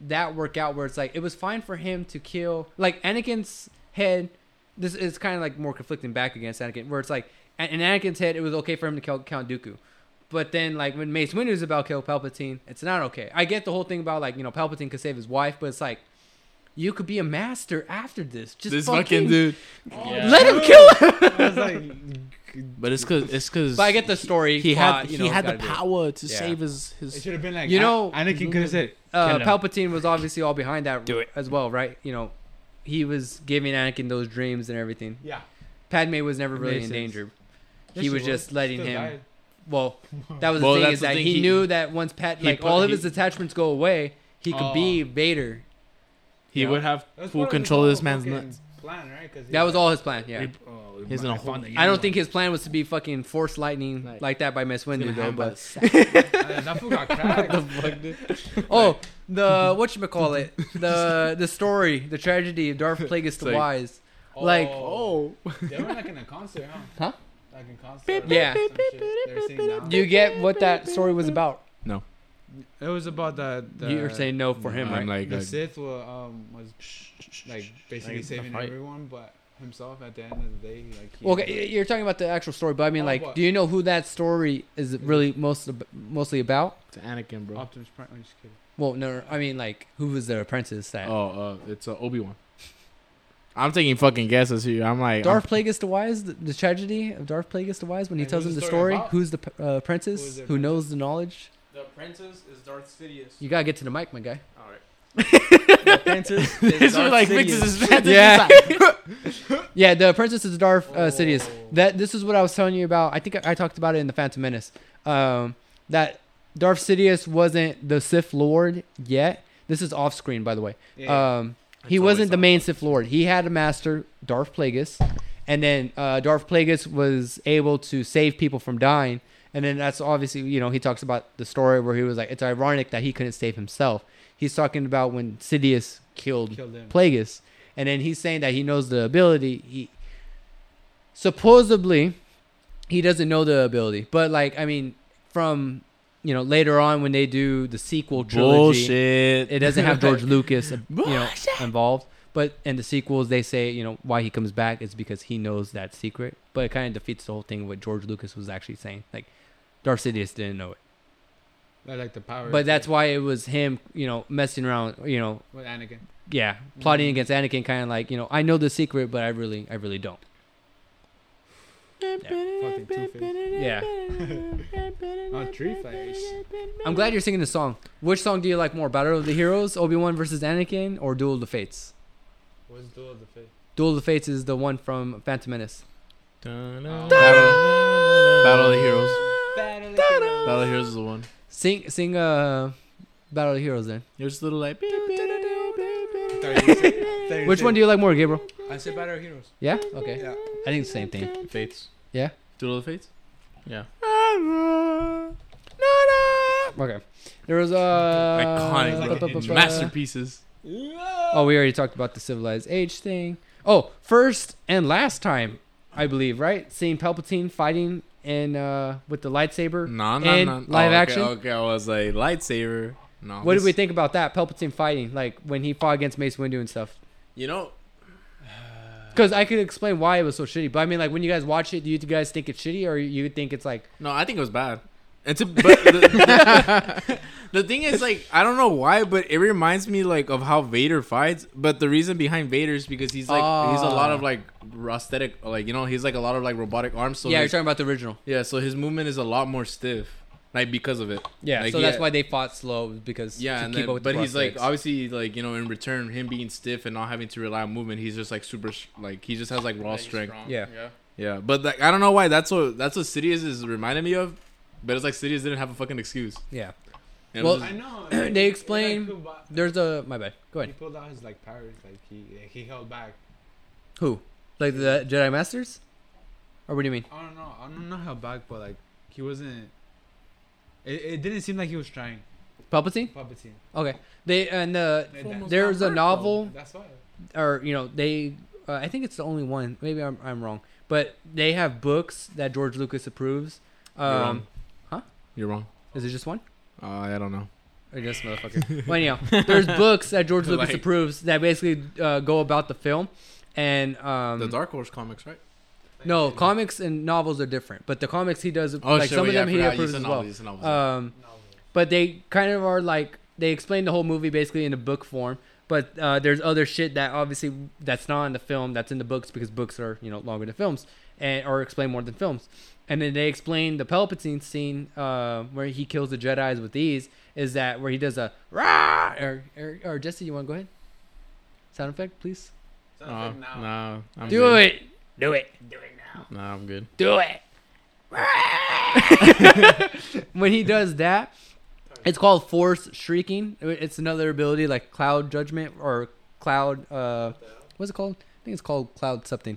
[SPEAKER 1] that work out? Where it's like it was fine for him to kill like Anakin's head. This is kind of like more conflicting back against Anakin, where it's like a- in Anakin's head it was okay for him to kill Count Dooku. But then, like when Mace Windu's about to kill Palpatine, it's not okay. I get the whole thing about like you know Palpatine could save his wife, but it's like you could be a master after this. Just
[SPEAKER 2] this
[SPEAKER 1] fucking,
[SPEAKER 2] fucking dude.
[SPEAKER 6] Yeah.
[SPEAKER 1] let him kill him.
[SPEAKER 4] I was like,
[SPEAKER 2] But it's cause it's cause
[SPEAKER 1] But I get the story.
[SPEAKER 2] he
[SPEAKER 1] plot,
[SPEAKER 2] had
[SPEAKER 1] you
[SPEAKER 2] he
[SPEAKER 1] know,
[SPEAKER 2] had the
[SPEAKER 1] gotta do it.
[SPEAKER 2] power to
[SPEAKER 1] Yeah.
[SPEAKER 2] save his
[SPEAKER 4] it
[SPEAKER 2] his.
[SPEAKER 4] should have been like,
[SPEAKER 1] You
[SPEAKER 4] An-
[SPEAKER 1] know-
[SPEAKER 4] Anakin could have said,
[SPEAKER 1] Uh,
[SPEAKER 4] Kill him.
[SPEAKER 1] Palpatine was obviously all behind that
[SPEAKER 2] Do it.
[SPEAKER 1] as well, right? You know, he was giving Anakin those dreams and everything.
[SPEAKER 4] yeah.
[SPEAKER 1] Padme was never
[SPEAKER 4] It
[SPEAKER 1] really
[SPEAKER 4] makes
[SPEAKER 1] in
[SPEAKER 4] sense.
[SPEAKER 1] danger. he
[SPEAKER 4] Yes, she
[SPEAKER 1] was just letting
[SPEAKER 4] Still
[SPEAKER 1] him.
[SPEAKER 4] died.
[SPEAKER 1] Well, that was the
[SPEAKER 2] Well,
[SPEAKER 1] thing
[SPEAKER 2] that's
[SPEAKER 1] is
[SPEAKER 2] the
[SPEAKER 1] that
[SPEAKER 2] thing,
[SPEAKER 1] he,
[SPEAKER 2] he-
[SPEAKER 1] knew that once Pat
[SPEAKER 2] he
[SPEAKER 1] like
[SPEAKER 2] put-
[SPEAKER 1] all of
[SPEAKER 2] he-
[SPEAKER 1] his attachments go away, he could
[SPEAKER 4] Oh.
[SPEAKER 1] be Vader.
[SPEAKER 2] He
[SPEAKER 1] Yeah.
[SPEAKER 2] would have
[SPEAKER 4] That's
[SPEAKER 2] full
[SPEAKER 4] part of his
[SPEAKER 2] control of this
[SPEAKER 4] whole
[SPEAKER 2] man's
[SPEAKER 4] fucking
[SPEAKER 2] nuts.
[SPEAKER 4] Plan, right? 'Cause he
[SPEAKER 1] That was
[SPEAKER 4] like,
[SPEAKER 1] all his plan. Yeah.
[SPEAKER 4] Oh,
[SPEAKER 2] He's gonna
[SPEAKER 4] I found
[SPEAKER 2] hold-
[SPEAKER 4] the
[SPEAKER 2] I
[SPEAKER 4] young
[SPEAKER 1] I
[SPEAKER 4] one.
[SPEAKER 1] don't think his plan was to be fucking force lightning
[SPEAKER 2] Like-
[SPEAKER 1] like that by Miss Windu though. But
[SPEAKER 4] Uh, that fool got cracked.
[SPEAKER 1] Oh, the what you call it? The the story, the tragedy of Darth Plagueis the
[SPEAKER 2] like-
[SPEAKER 1] Wise. Like-
[SPEAKER 4] oh, they were like in a concert, huh?
[SPEAKER 1] Huh?
[SPEAKER 4] Like in concert. or
[SPEAKER 1] Yeah.
[SPEAKER 4] some shit. They were singing down.
[SPEAKER 1] Do you get what that story was about?
[SPEAKER 4] It was about the. the
[SPEAKER 1] You're saying no for him,
[SPEAKER 2] I'm
[SPEAKER 1] right?
[SPEAKER 2] like,
[SPEAKER 4] the
[SPEAKER 2] like,
[SPEAKER 4] Sith were, um, was like basically
[SPEAKER 6] Like, the
[SPEAKER 4] saving
[SPEAKER 6] fight.
[SPEAKER 4] everyone, but himself at the end of the day, like. He
[SPEAKER 1] Well, okay, y- you're talking about the actual story, but I mean,
[SPEAKER 4] Oh,
[SPEAKER 1] like,
[SPEAKER 4] what?
[SPEAKER 1] do you know who that story is really most ab- mostly about?
[SPEAKER 2] it's Anakin, bro.
[SPEAKER 4] Optimus Prime. I'm just kidding.
[SPEAKER 1] Well, no, I mean, like, who was their apprentice that?
[SPEAKER 2] Oh, uh, it's uh, Obi Wan. I'm taking fucking guesses here. I'm like, I'm-
[SPEAKER 1] Darth Plagueis the Wise, the, the tragedy of Darth Plagueis the Wise, when he
[SPEAKER 4] And
[SPEAKER 1] tells him
[SPEAKER 4] who's
[SPEAKER 1] the
[SPEAKER 4] the
[SPEAKER 1] story,
[SPEAKER 4] story about?
[SPEAKER 1] who's the p- uh,
[SPEAKER 4] Who is
[SPEAKER 1] apprentice,
[SPEAKER 4] the
[SPEAKER 1] who knows the knowledge.
[SPEAKER 6] The apprentice is Darth Sidious.
[SPEAKER 1] You gotta get to the mic, my guy.
[SPEAKER 6] All right. the apprentice is
[SPEAKER 2] this one
[SPEAKER 6] Darth
[SPEAKER 2] like
[SPEAKER 6] Sidious.
[SPEAKER 2] fixes his fantasy.
[SPEAKER 1] Yeah.
[SPEAKER 2] side.
[SPEAKER 1] Yeah, the apprentice is Darth uh, Sidious.
[SPEAKER 4] Oh.
[SPEAKER 1] That this is what I was telling you about. I think I, I talked about it in the Phantom Menace. Um, that Darth Sidious wasn't the Sith Lord yet. This is off screen, by the way.
[SPEAKER 4] Yeah.
[SPEAKER 1] Um,
[SPEAKER 2] It's
[SPEAKER 1] he
[SPEAKER 2] always
[SPEAKER 1] wasn't the
[SPEAKER 2] on.
[SPEAKER 1] main Sith Lord. He had a master, Darth Plagueis, and then uh, Darth Plagueis was able to save people from dying. And then that's obviously, you know, he talks about the story where he was like, it's ironic that he couldn't save himself. He's talking about when Sidious killed
[SPEAKER 4] killed him.
[SPEAKER 1] Plagueis, and then he's saying that he knows the ability. He supposedly he doesn't know the ability, but like I mean, from you know later on when they do the sequel trilogy,
[SPEAKER 2] Bullshit.
[SPEAKER 1] it doesn't have George Lucas, you know, involved. But in the sequels, they say you know why he comes back is because he knows that secret. But it kind of defeats the whole thing what George Lucas was actually saying. Like Darth Sidious didn't know it,
[SPEAKER 4] I like the power.
[SPEAKER 1] but that's why it was him, you know, messing around, you know,
[SPEAKER 4] with Anakin.
[SPEAKER 1] yeah, plotting
[SPEAKER 4] Mhm.
[SPEAKER 1] against Anakin, kind of like you know, I know the secret, but I really, I really don't.
[SPEAKER 4] Fucking Two-Face.
[SPEAKER 1] Yeah,
[SPEAKER 4] Oh, Tree Fighters.
[SPEAKER 1] I'm glad you're singing the song. Which song do you like more, Battle of the Heroes, Obi Wan versus Anakin, or Duel of the Fates?
[SPEAKER 4] What's Duel of the Faith?
[SPEAKER 1] Duel of the Fates is the one from Phantom Menace.
[SPEAKER 2] Battle, Battle of the Heroes.
[SPEAKER 4] Battle of the Heroes.
[SPEAKER 2] Battle of the Heroes is the one.
[SPEAKER 1] Sing, sing, uh, Battle of the Heroes. Then,
[SPEAKER 2] You're just a little like.
[SPEAKER 1] which one do you like more, Gabriel?
[SPEAKER 4] you? I said Battle of Heroes.
[SPEAKER 1] Yeah, okay.
[SPEAKER 4] Yeah.
[SPEAKER 1] I think it's the same thing.
[SPEAKER 6] Fates.
[SPEAKER 2] Duel of the Fates.
[SPEAKER 6] Yeah.
[SPEAKER 1] Okay, there was uh,
[SPEAKER 2] Iconic.
[SPEAKER 1] bu- bu- bu-
[SPEAKER 2] bro. Masterpieces.
[SPEAKER 1] Oh, we already talked about the civilized age thing. Oh, first and last time, I believe, right? Seeing Palpatine fighting and uh, with the lightsaber.
[SPEAKER 2] No, no,
[SPEAKER 1] And
[SPEAKER 2] no.
[SPEAKER 1] live
[SPEAKER 2] Oh, okay,
[SPEAKER 1] action?
[SPEAKER 2] Okay, I was like lightsaber. No.
[SPEAKER 1] What did we
[SPEAKER 2] this-
[SPEAKER 1] think about that Palpatine fighting, like when he fought against Mace Windu and stuff?
[SPEAKER 2] You know,
[SPEAKER 1] Because I could explain why it was so shitty, but I mean, like when you guys watch it, do you guys think it's shitty or you think it's like
[SPEAKER 2] No, I think it was bad. It's a, but the, the, thing is, like, I don't know why, but it reminds me like of how Vader fights. But the reason behind Vader is because he's like he's a
[SPEAKER 1] Ah.
[SPEAKER 2] lot of like prosthetic, like you know, he's like a lot of like robotic arms. So
[SPEAKER 1] yeah, you're
[SPEAKER 2] his-
[SPEAKER 1] talking about the original.
[SPEAKER 2] yeah. So his movement is a lot more stiff, like because of it.
[SPEAKER 1] Yeah,
[SPEAKER 2] Like,
[SPEAKER 1] so
[SPEAKER 2] he
[SPEAKER 1] that's
[SPEAKER 2] had-
[SPEAKER 1] why they fought slow because
[SPEAKER 2] Yeah,
[SPEAKER 1] to
[SPEAKER 2] and
[SPEAKER 1] keep
[SPEAKER 2] then,
[SPEAKER 1] up with
[SPEAKER 2] but
[SPEAKER 1] the
[SPEAKER 2] he's like
[SPEAKER 1] prosthetics.
[SPEAKER 2] obviously like you know in return him being stiff and not having to rely on movement, he's just like super sh- like he just has like raw strength.
[SPEAKER 1] Yeah.
[SPEAKER 2] Yeah, but like I don't know why that's what that's what Sidious is reminding me of, but it's like Sidious didn't have a fucking excuse.
[SPEAKER 1] yeah.
[SPEAKER 2] And it
[SPEAKER 1] Well,
[SPEAKER 2] was
[SPEAKER 4] I
[SPEAKER 2] just-
[SPEAKER 1] They
[SPEAKER 4] know. like,
[SPEAKER 1] explain-
[SPEAKER 4] like, but
[SPEAKER 1] There's a my bad. Go
[SPEAKER 4] He
[SPEAKER 1] ahead.
[SPEAKER 4] pulled out his like powers, like he he held back.
[SPEAKER 1] Who? Like the Jedi Masters? Or what do you mean?
[SPEAKER 4] I don't know. I don't know how back, but like he wasn't. It, it didn't seem like he was trying.
[SPEAKER 1] Palpatine?
[SPEAKER 4] Palpatine.
[SPEAKER 1] Okay. They and uh,
[SPEAKER 4] Like that.
[SPEAKER 1] there's a novel
[SPEAKER 4] That's why.
[SPEAKER 1] or you know they uh, i think it's the only one maybe i'm, I'm wrong but they have books that george lucas approves
[SPEAKER 2] You're
[SPEAKER 1] um,
[SPEAKER 2] wrong. You're wrong.
[SPEAKER 1] is it just one
[SPEAKER 2] Uh, I don't know.
[SPEAKER 1] or just motherfucker well anyhow there's books that george lucas
[SPEAKER 2] Like-
[SPEAKER 1] approves that basically uh, go about the film and um,
[SPEAKER 2] the Dark Horse comics, right?
[SPEAKER 1] no comics and novels are different but the comics he does
[SPEAKER 2] Oh,
[SPEAKER 1] like
[SPEAKER 2] sure,
[SPEAKER 1] some
[SPEAKER 2] yeah, I
[SPEAKER 1] of them he
[SPEAKER 2] forgot.
[SPEAKER 1] approves
[SPEAKER 2] It's a
[SPEAKER 1] as
[SPEAKER 2] novel,
[SPEAKER 1] well
[SPEAKER 2] it's a novel.
[SPEAKER 1] um, but they kind of are like they explain the whole movie basically in a book form but uh, there's other shit that obviously that's not in the film that's in the books because books are you know longer than films and or explain more than films and then they explain the Palpatine scene uh, where he kills the Jedi's with ease is that where he does a rah or or, or Jesse you want to go ahead sound effect please
[SPEAKER 2] Uh,
[SPEAKER 6] No, Oh, I'm
[SPEAKER 1] do
[SPEAKER 6] good.
[SPEAKER 1] it Mm-hmm. do it
[SPEAKER 6] No, I'm good.
[SPEAKER 1] do it. when he does that, it's called force shrieking. It's another ability like cloud judgment or cloud. Uh, what's it called? I think it's called cloud something.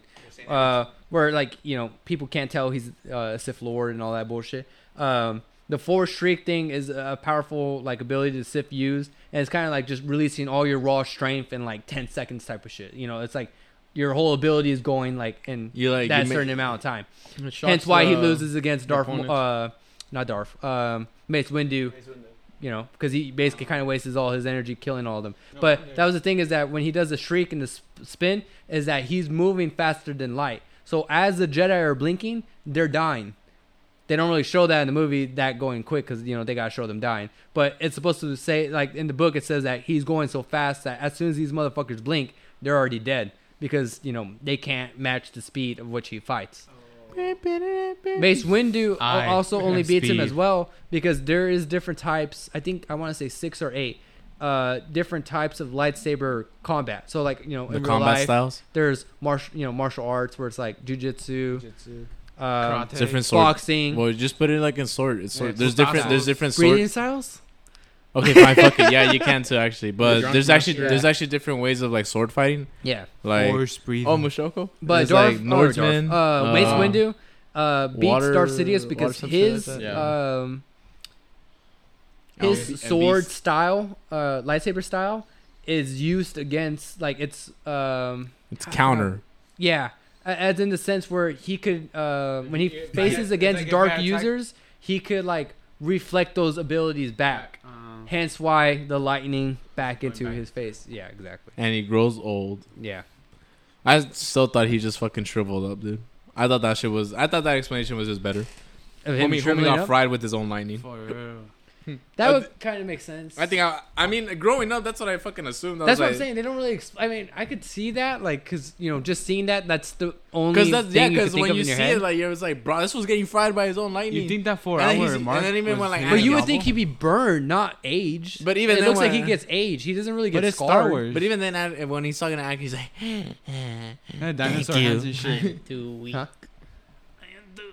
[SPEAKER 1] Uh, where like you know people can't tell he's uh, a Sith Lord and all that bullshit. Um, the force shriek thing is a powerful like ability the Sith use, and it's kind of like just releasing all your raw strength in like ten seconds type of shit. You know, it's like your whole ability is going like in
[SPEAKER 2] You like
[SPEAKER 1] that
[SPEAKER 2] you
[SPEAKER 1] certain
[SPEAKER 2] make,
[SPEAKER 1] amount of time.
[SPEAKER 6] It shocks uh,
[SPEAKER 1] Hence why he
[SPEAKER 6] the-
[SPEAKER 1] loses against Darth,
[SPEAKER 6] opponent.
[SPEAKER 1] uh, not Darth, um, Mace Windu. You know, because he basically kind of wastes all his energy killing all of them. but that was the thing is that when he does the shriek and the sp- spin, is that he's moving faster than light. So as the Jedi are blinking, they're dying. They don't really show that in the movie that going quick because you know they gotta show them dying. But it's supposed to say like in the book it says that he's going so fast that as soon as these motherfuckers blink, they're already dead because you know they can't match the speed of which he fights. Mace Windu al-
[SPEAKER 6] I
[SPEAKER 1] also only
[SPEAKER 6] am
[SPEAKER 1] beats him as
[SPEAKER 6] Steve.
[SPEAKER 1] well because there is different types. I think I want to say six or eight uh, different types of lightsaber combat. So like you know in
[SPEAKER 2] the
[SPEAKER 1] real
[SPEAKER 2] combat
[SPEAKER 1] life,
[SPEAKER 2] styles,
[SPEAKER 1] there's martial you know martial arts where it's like jujitsu, um,
[SPEAKER 4] Karate.
[SPEAKER 2] different sword.
[SPEAKER 1] boxing,
[SPEAKER 2] Well, just put it like in sword. It's sword.
[SPEAKER 4] Yeah,
[SPEAKER 2] there's
[SPEAKER 4] so
[SPEAKER 2] different. There's
[SPEAKER 4] styles.
[SPEAKER 2] different
[SPEAKER 1] breathing
[SPEAKER 2] sword.
[SPEAKER 1] styles.
[SPEAKER 2] Okay, fine. Fuck it. Yeah, you can too actually. But
[SPEAKER 6] drunk
[SPEAKER 2] there's
[SPEAKER 6] enough,
[SPEAKER 2] actually
[SPEAKER 6] yeah.
[SPEAKER 2] there's actually different ways of like sword fighting.
[SPEAKER 1] Yeah,
[SPEAKER 2] Like
[SPEAKER 5] Force breathing.
[SPEAKER 2] oh, Mushoko.
[SPEAKER 1] but
[SPEAKER 2] There's,
[SPEAKER 1] Darth,
[SPEAKER 2] like
[SPEAKER 1] or Darth
[SPEAKER 2] Norseman.
[SPEAKER 1] uh, Mace
[SPEAKER 2] uh,
[SPEAKER 1] Windu uh, beats
[SPEAKER 2] water-
[SPEAKER 1] Darth Sidious
[SPEAKER 2] water
[SPEAKER 1] because
[SPEAKER 2] some shit like
[SPEAKER 1] his
[SPEAKER 2] that.
[SPEAKER 6] Yeah.
[SPEAKER 1] um,
[SPEAKER 2] Oh,
[SPEAKER 1] his
[SPEAKER 2] and
[SPEAKER 1] sword
[SPEAKER 2] beast.
[SPEAKER 1] style, uh, lightsaber style, is used against like it's um
[SPEAKER 2] It's counter.
[SPEAKER 1] yeah, a- as in the sense where he could uh when he
[SPEAKER 4] Yeah,
[SPEAKER 1] faces
[SPEAKER 4] yeah,
[SPEAKER 1] against
[SPEAKER 4] like if I
[SPEAKER 1] dark
[SPEAKER 4] attack-
[SPEAKER 1] users, he could like reflect those abilities back.
[SPEAKER 4] Um,
[SPEAKER 5] Uh,
[SPEAKER 1] Hence why the lightning back
[SPEAKER 4] Going
[SPEAKER 1] into
[SPEAKER 4] back.
[SPEAKER 1] his face. Yeah, exactly.
[SPEAKER 2] And he grows old.
[SPEAKER 1] Yeah.
[SPEAKER 2] I still thought he just fucking shriveled up, dude. I thought that shit was. I thought that explanation was just better.
[SPEAKER 1] Of him
[SPEAKER 2] Homie, homie
[SPEAKER 1] shriveling
[SPEAKER 2] got
[SPEAKER 1] up.
[SPEAKER 2] fried with his own lightning.
[SPEAKER 5] For real.
[SPEAKER 1] That
[SPEAKER 2] Uh,
[SPEAKER 1] would kind of make sense.
[SPEAKER 2] I think I, I mean, growing up, that's what I fucking assumed. I
[SPEAKER 1] that's
[SPEAKER 2] was
[SPEAKER 1] what
[SPEAKER 2] like,
[SPEAKER 1] I'm saying. They don't really. Exp- I mean, I could see that, like, cause you know, just seeing that, that's the only
[SPEAKER 2] Because that's
[SPEAKER 1] thing
[SPEAKER 2] yeah.
[SPEAKER 1] you could
[SPEAKER 2] Because
[SPEAKER 1] think
[SPEAKER 2] when
[SPEAKER 1] of
[SPEAKER 2] you
[SPEAKER 1] in
[SPEAKER 2] see
[SPEAKER 1] your head.
[SPEAKER 2] it, like it was like, bro, this was getting fried by his own lightning.
[SPEAKER 5] You think that four
[SPEAKER 2] And then
[SPEAKER 5] hour
[SPEAKER 2] he's- and
[SPEAKER 5] mark?
[SPEAKER 2] then
[SPEAKER 5] was
[SPEAKER 2] even when, like,
[SPEAKER 5] him
[SPEAKER 1] But you
[SPEAKER 5] and
[SPEAKER 1] would think
[SPEAKER 5] Gobble?
[SPEAKER 1] he'd be burned, not aged.
[SPEAKER 2] But even
[SPEAKER 1] it
[SPEAKER 2] then
[SPEAKER 1] looks like
[SPEAKER 2] when-
[SPEAKER 1] he gets aged. He doesn't really get
[SPEAKER 5] But it's
[SPEAKER 1] scarred.
[SPEAKER 5] Star Wars.
[SPEAKER 2] but even then, I, when he's talking to Ack, he's like,
[SPEAKER 5] Yeah, dinosaur
[SPEAKER 2] you.
[SPEAKER 5] hands and shit.
[SPEAKER 6] Too weak.
[SPEAKER 1] Huh?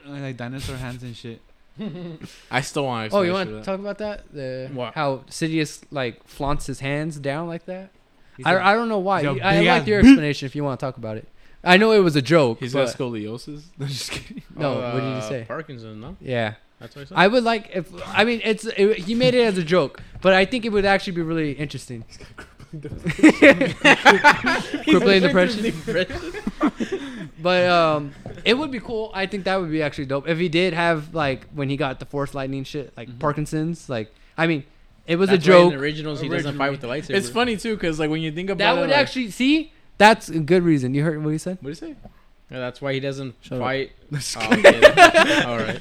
[SPEAKER 5] like dinosaur hands and shit.
[SPEAKER 2] I still want.
[SPEAKER 1] Oh, you want to
[SPEAKER 2] to
[SPEAKER 1] talk about that? The
[SPEAKER 6] What?
[SPEAKER 1] how Sidious like flaunts his hands down like that.
[SPEAKER 5] He's
[SPEAKER 1] I,
[SPEAKER 5] like,
[SPEAKER 1] I don't know why.
[SPEAKER 5] he's a
[SPEAKER 1] You- I
[SPEAKER 5] big
[SPEAKER 1] like
[SPEAKER 5] ass
[SPEAKER 1] your explanation if you want to talk about it. I know it was a joke.
[SPEAKER 2] He's
[SPEAKER 1] but
[SPEAKER 2] got scoliosis. No, just kidding.
[SPEAKER 1] no, what did you
[SPEAKER 6] uh,
[SPEAKER 1] say?
[SPEAKER 6] Parkinson's, no?
[SPEAKER 1] yeah,
[SPEAKER 6] That's what I said.
[SPEAKER 1] I would like if I mean it's it, he made it as a joke, but I think it would actually be really interesting. crippling depression. but um, it would be cool. I think that would be actually dope if he did have like when he got the force lightning shit, like
[SPEAKER 6] Mhm.
[SPEAKER 1] Parkinson's. Like I mean, it was
[SPEAKER 6] That's
[SPEAKER 1] a
[SPEAKER 6] why
[SPEAKER 1] joke.
[SPEAKER 6] In the originals, he doesn't fight with the lightsaber.
[SPEAKER 2] It's funny too, cause like when you think about
[SPEAKER 1] that
[SPEAKER 2] it,
[SPEAKER 1] would
[SPEAKER 2] like-
[SPEAKER 1] actually see. That's a good reason. You heard what he said?
[SPEAKER 2] What do you say?
[SPEAKER 6] Yeah, that's why he doesn't
[SPEAKER 1] Shut up.
[SPEAKER 6] fight. Oh, okay. All right.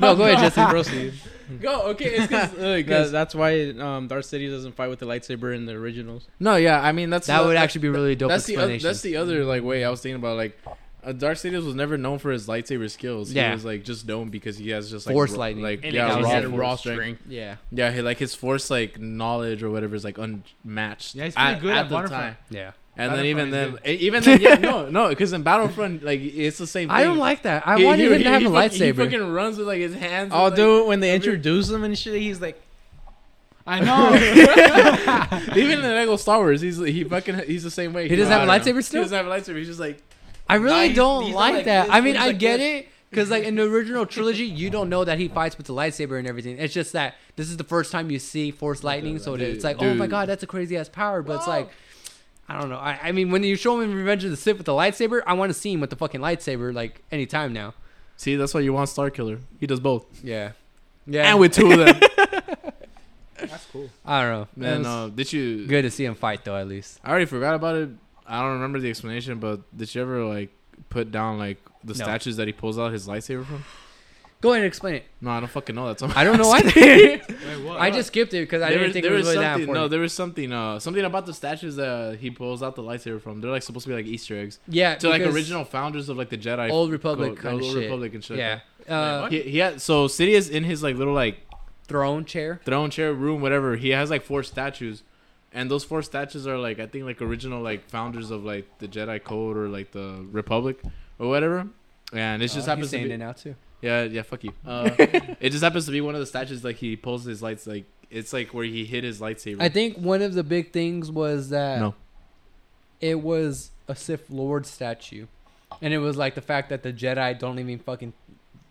[SPEAKER 1] No, go ahead, Justin.
[SPEAKER 6] Proceed.
[SPEAKER 2] Go okay. It's cause, uh,
[SPEAKER 6] That,
[SPEAKER 2] 'cause-
[SPEAKER 6] that's why um, Darth City doesn't fight with the lightsaber in the originals.
[SPEAKER 2] no, yeah. I mean, that's
[SPEAKER 1] That
[SPEAKER 2] the-
[SPEAKER 1] would actually be really dope
[SPEAKER 2] that's the other,
[SPEAKER 1] explanation.
[SPEAKER 2] that's the other like way I was thinking about like. Uh, Darksiders was never known for his lightsaber skills.
[SPEAKER 1] Yeah.
[SPEAKER 2] He was like just known because he has just like
[SPEAKER 1] Force
[SPEAKER 2] raw-
[SPEAKER 1] lightning.
[SPEAKER 2] like
[SPEAKER 1] And
[SPEAKER 2] yeah,
[SPEAKER 1] he
[SPEAKER 2] raw,
[SPEAKER 1] has
[SPEAKER 2] raw strength.
[SPEAKER 1] yeah.
[SPEAKER 2] Yeah, he, like his force like knowledge or whatever is like unmatched.
[SPEAKER 4] Yeah, he's pretty good at Battlefront.
[SPEAKER 1] Yeah.
[SPEAKER 2] And
[SPEAKER 4] Battlefront
[SPEAKER 2] then even
[SPEAKER 4] is
[SPEAKER 2] then,
[SPEAKER 4] good.
[SPEAKER 2] e- even then, yeah, no, no, because in Battlefront, like it's the same. thing.
[SPEAKER 1] I don't like that. I
[SPEAKER 2] He-
[SPEAKER 1] wanted
[SPEAKER 2] he-
[SPEAKER 1] him
[SPEAKER 2] he-
[SPEAKER 1] to have
[SPEAKER 2] he
[SPEAKER 1] a
[SPEAKER 2] fuck- He
[SPEAKER 1] lightsaber.
[SPEAKER 2] fucking runs with like his hands.
[SPEAKER 6] Oh,
[SPEAKER 2] and, like,
[SPEAKER 6] dude, when they
[SPEAKER 2] Have you-
[SPEAKER 6] introduce him and shit, he's like,
[SPEAKER 4] I know.
[SPEAKER 2] Even in Lego Star Wars, he's he fucking he's the same way.
[SPEAKER 1] He doesn't
[SPEAKER 2] I
[SPEAKER 1] have a
[SPEAKER 2] don't know.
[SPEAKER 1] lightsaber still?
[SPEAKER 2] He doesn't have a lightsaber. He's just like
[SPEAKER 1] I really
[SPEAKER 2] Nah,
[SPEAKER 1] don't
[SPEAKER 2] he's not
[SPEAKER 1] like,
[SPEAKER 2] like
[SPEAKER 1] that.
[SPEAKER 2] this,
[SPEAKER 1] I mean,
[SPEAKER 2] he's
[SPEAKER 1] I
[SPEAKER 2] like
[SPEAKER 1] get
[SPEAKER 2] this.
[SPEAKER 1] it because, like, in the original trilogy, you don't know that he fights with the lightsaber and everything. It's just that this is the first time you see Force lightning, so it-
[SPEAKER 2] dude,
[SPEAKER 1] it's like, oh my
[SPEAKER 2] dude.
[SPEAKER 1] god, that's a crazy ass power. But it's
[SPEAKER 2] Whoa.
[SPEAKER 1] like, I don't know. I, I mean, when you show him in Revenge of the Sith with the lightsaber, I want to see him with the fucking lightsaber like anytime now.
[SPEAKER 2] see that's why you want Star Killer. He does both.
[SPEAKER 1] Yeah, yeah.
[SPEAKER 2] And with two of them.
[SPEAKER 4] That's cool.
[SPEAKER 1] I don't know. It
[SPEAKER 2] Man,
[SPEAKER 1] was
[SPEAKER 2] uh, did you?
[SPEAKER 1] good to see him fight though, at least.
[SPEAKER 2] I already forgot about it. I don't remember the explanation, but did you ever like put down like the
[SPEAKER 1] No.
[SPEAKER 2] statues that he pulls out his lightsaber from?
[SPEAKER 1] Go ahead and explain it.
[SPEAKER 2] No, I don't fucking know. That's
[SPEAKER 1] I don't know either.
[SPEAKER 4] Wait, what?
[SPEAKER 1] I just skipped it because I
[SPEAKER 2] there
[SPEAKER 1] didn't
[SPEAKER 2] was-
[SPEAKER 1] think it
[SPEAKER 2] there
[SPEAKER 1] was really that
[SPEAKER 2] something.
[SPEAKER 1] important.
[SPEAKER 2] no, there was something. Uh, something about the statues that he pulls out the lightsaber from. They're like supposed to be like Easter eggs
[SPEAKER 1] yeah,
[SPEAKER 2] to like
[SPEAKER 1] because
[SPEAKER 2] original founders of like the Jedi.
[SPEAKER 1] Old
[SPEAKER 2] code,
[SPEAKER 1] Republic
[SPEAKER 2] the
[SPEAKER 1] kind of
[SPEAKER 2] Old
[SPEAKER 1] shit.
[SPEAKER 2] Republic and shit. like
[SPEAKER 1] Yeah,
[SPEAKER 2] that.
[SPEAKER 1] uh,
[SPEAKER 2] he, he had, so Sidious in his like little like
[SPEAKER 1] throne chair.
[SPEAKER 2] throne chair room whatever. He has like four statues, and those four statues are like I think like original like founders of like the Jedi Code or like the Republic or whatever. And it just
[SPEAKER 1] Oh,
[SPEAKER 2] happens
[SPEAKER 1] he's
[SPEAKER 2] to
[SPEAKER 1] saying
[SPEAKER 2] be
[SPEAKER 1] it now too.
[SPEAKER 2] Yeah, yeah, fuck you. Uh, it just happens to be one of the statues like he pulls his lights like it's like where he hid his lightsaber.
[SPEAKER 1] I think one of the big things was that
[SPEAKER 2] No.
[SPEAKER 1] it was a Sith Lord statue, and it was like the fact that the Jedi don't even fucking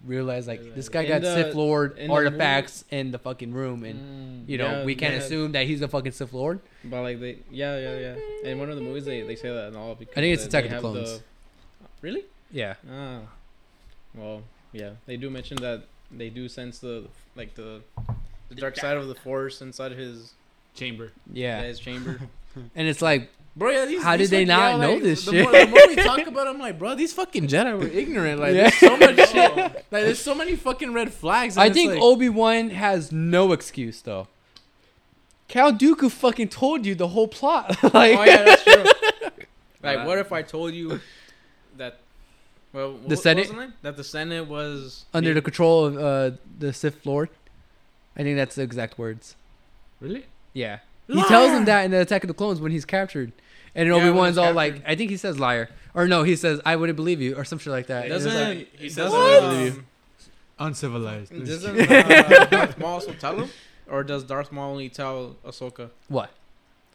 [SPEAKER 1] realize like this guy
[SPEAKER 6] In
[SPEAKER 1] got
[SPEAKER 6] the-
[SPEAKER 1] Sith Lord
[SPEAKER 6] in the Mm.
[SPEAKER 1] artifacts in the fucking room, and you know
[SPEAKER 6] Yeah,
[SPEAKER 1] we can't
[SPEAKER 6] yeah.
[SPEAKER 1] assume that he's a fucking Sith Lord.
[SPEAKER 6] but like they, yeah, yeah, yeah. In one of the movies, they, they say that and all because
[SPEAKER 1] I think it's
[SPEAKER 6] they-
[SPEAKER 1] Attack
[SPEAKER 6] they
[SPEAKER 1] of the
[SPEAKER 6] have
[SPEAKER 1] Clones.
[SPEAKER 6] really?
[SPEAKER 1] Yeah,
[SPEAKER 6] Ah, well, yeah. They do mention that they do sense the like the the dark side of the force inside his
[SPEAKER 2] chamber.
[SPEAKER 1] yeah,
[SPEAKER 6] his chamber.
[SPEAKER 1] and it's like
[SPEAKER 2] Bro, yeah, these,
[SPEAKER 1] How
[SPEAKER 2] these
[SPEAKER 1] did they not
[SPEAKER 2] fucking-
[SPEAKER 1] know
[SPEAKER 2] like,
[SPEAKER 1] this
[SPEAKER 2] the
[SPEAKER 1] shit?
[SPEAKER 2] More, the more we talk about, it, I'm like, bro, these fucking Jedi were ignorant. Like,
[SPEAKER 1] Yeah.
[SPEAKER 2] there's so much shit. Like, there's so many fucking red flags. and
[SPEAKER 1] I
[SPEAKER 2] it's
[SPEAKER 1] think
[SPEAKER 2] like,
[SPEAKER 1] Obi Wan has no excuse though. Cal Dooku fucking told you the whole plot. like
[SPEAKER 6] oh yeah, that's true. like,
[SPEAKER 2] Wow.
[SPEAKER 6] what if I told you that? Well, what, what
[SPEAKER 1] Senate?
[SPEAKER 6] was the name? that the Senate was
[SPEAKER 1] under the
[SPEAKER 6] being-
[SPEAKER 1] control of uh, the Sith Lord. I think that's the exact words.
[SPEAKER 2] really?
[SPEAKER 1] Yeah. He tells him that in the Attack of the Clones when he's captured. And
[SPEAKER 6] Yeah, when
[SPEAKER 1] Obi Wan's
[SPEAKER 6] he's
[SPEAKER 1] all
[SPEAKER 6] captured.
[SPEAKER 1] like, I think he says liar. Or no, he says, I wouldn't believe you, or some shit like that. And it's
[SPEAKER 6] doesn't
[SPEAKER 1] like-
[SPEAKER 2] like-
[SPEAKER 6] he
[SPEAKER 2] What?
[SPEAKER 6] doesn't um,
[SPEAKER 4] uncivilized.
[SPEAKER 6] doesn't uh, Darth Maul also tell him, or does Darth Maul only tell Ahsoka
[SPEAKER 1] what?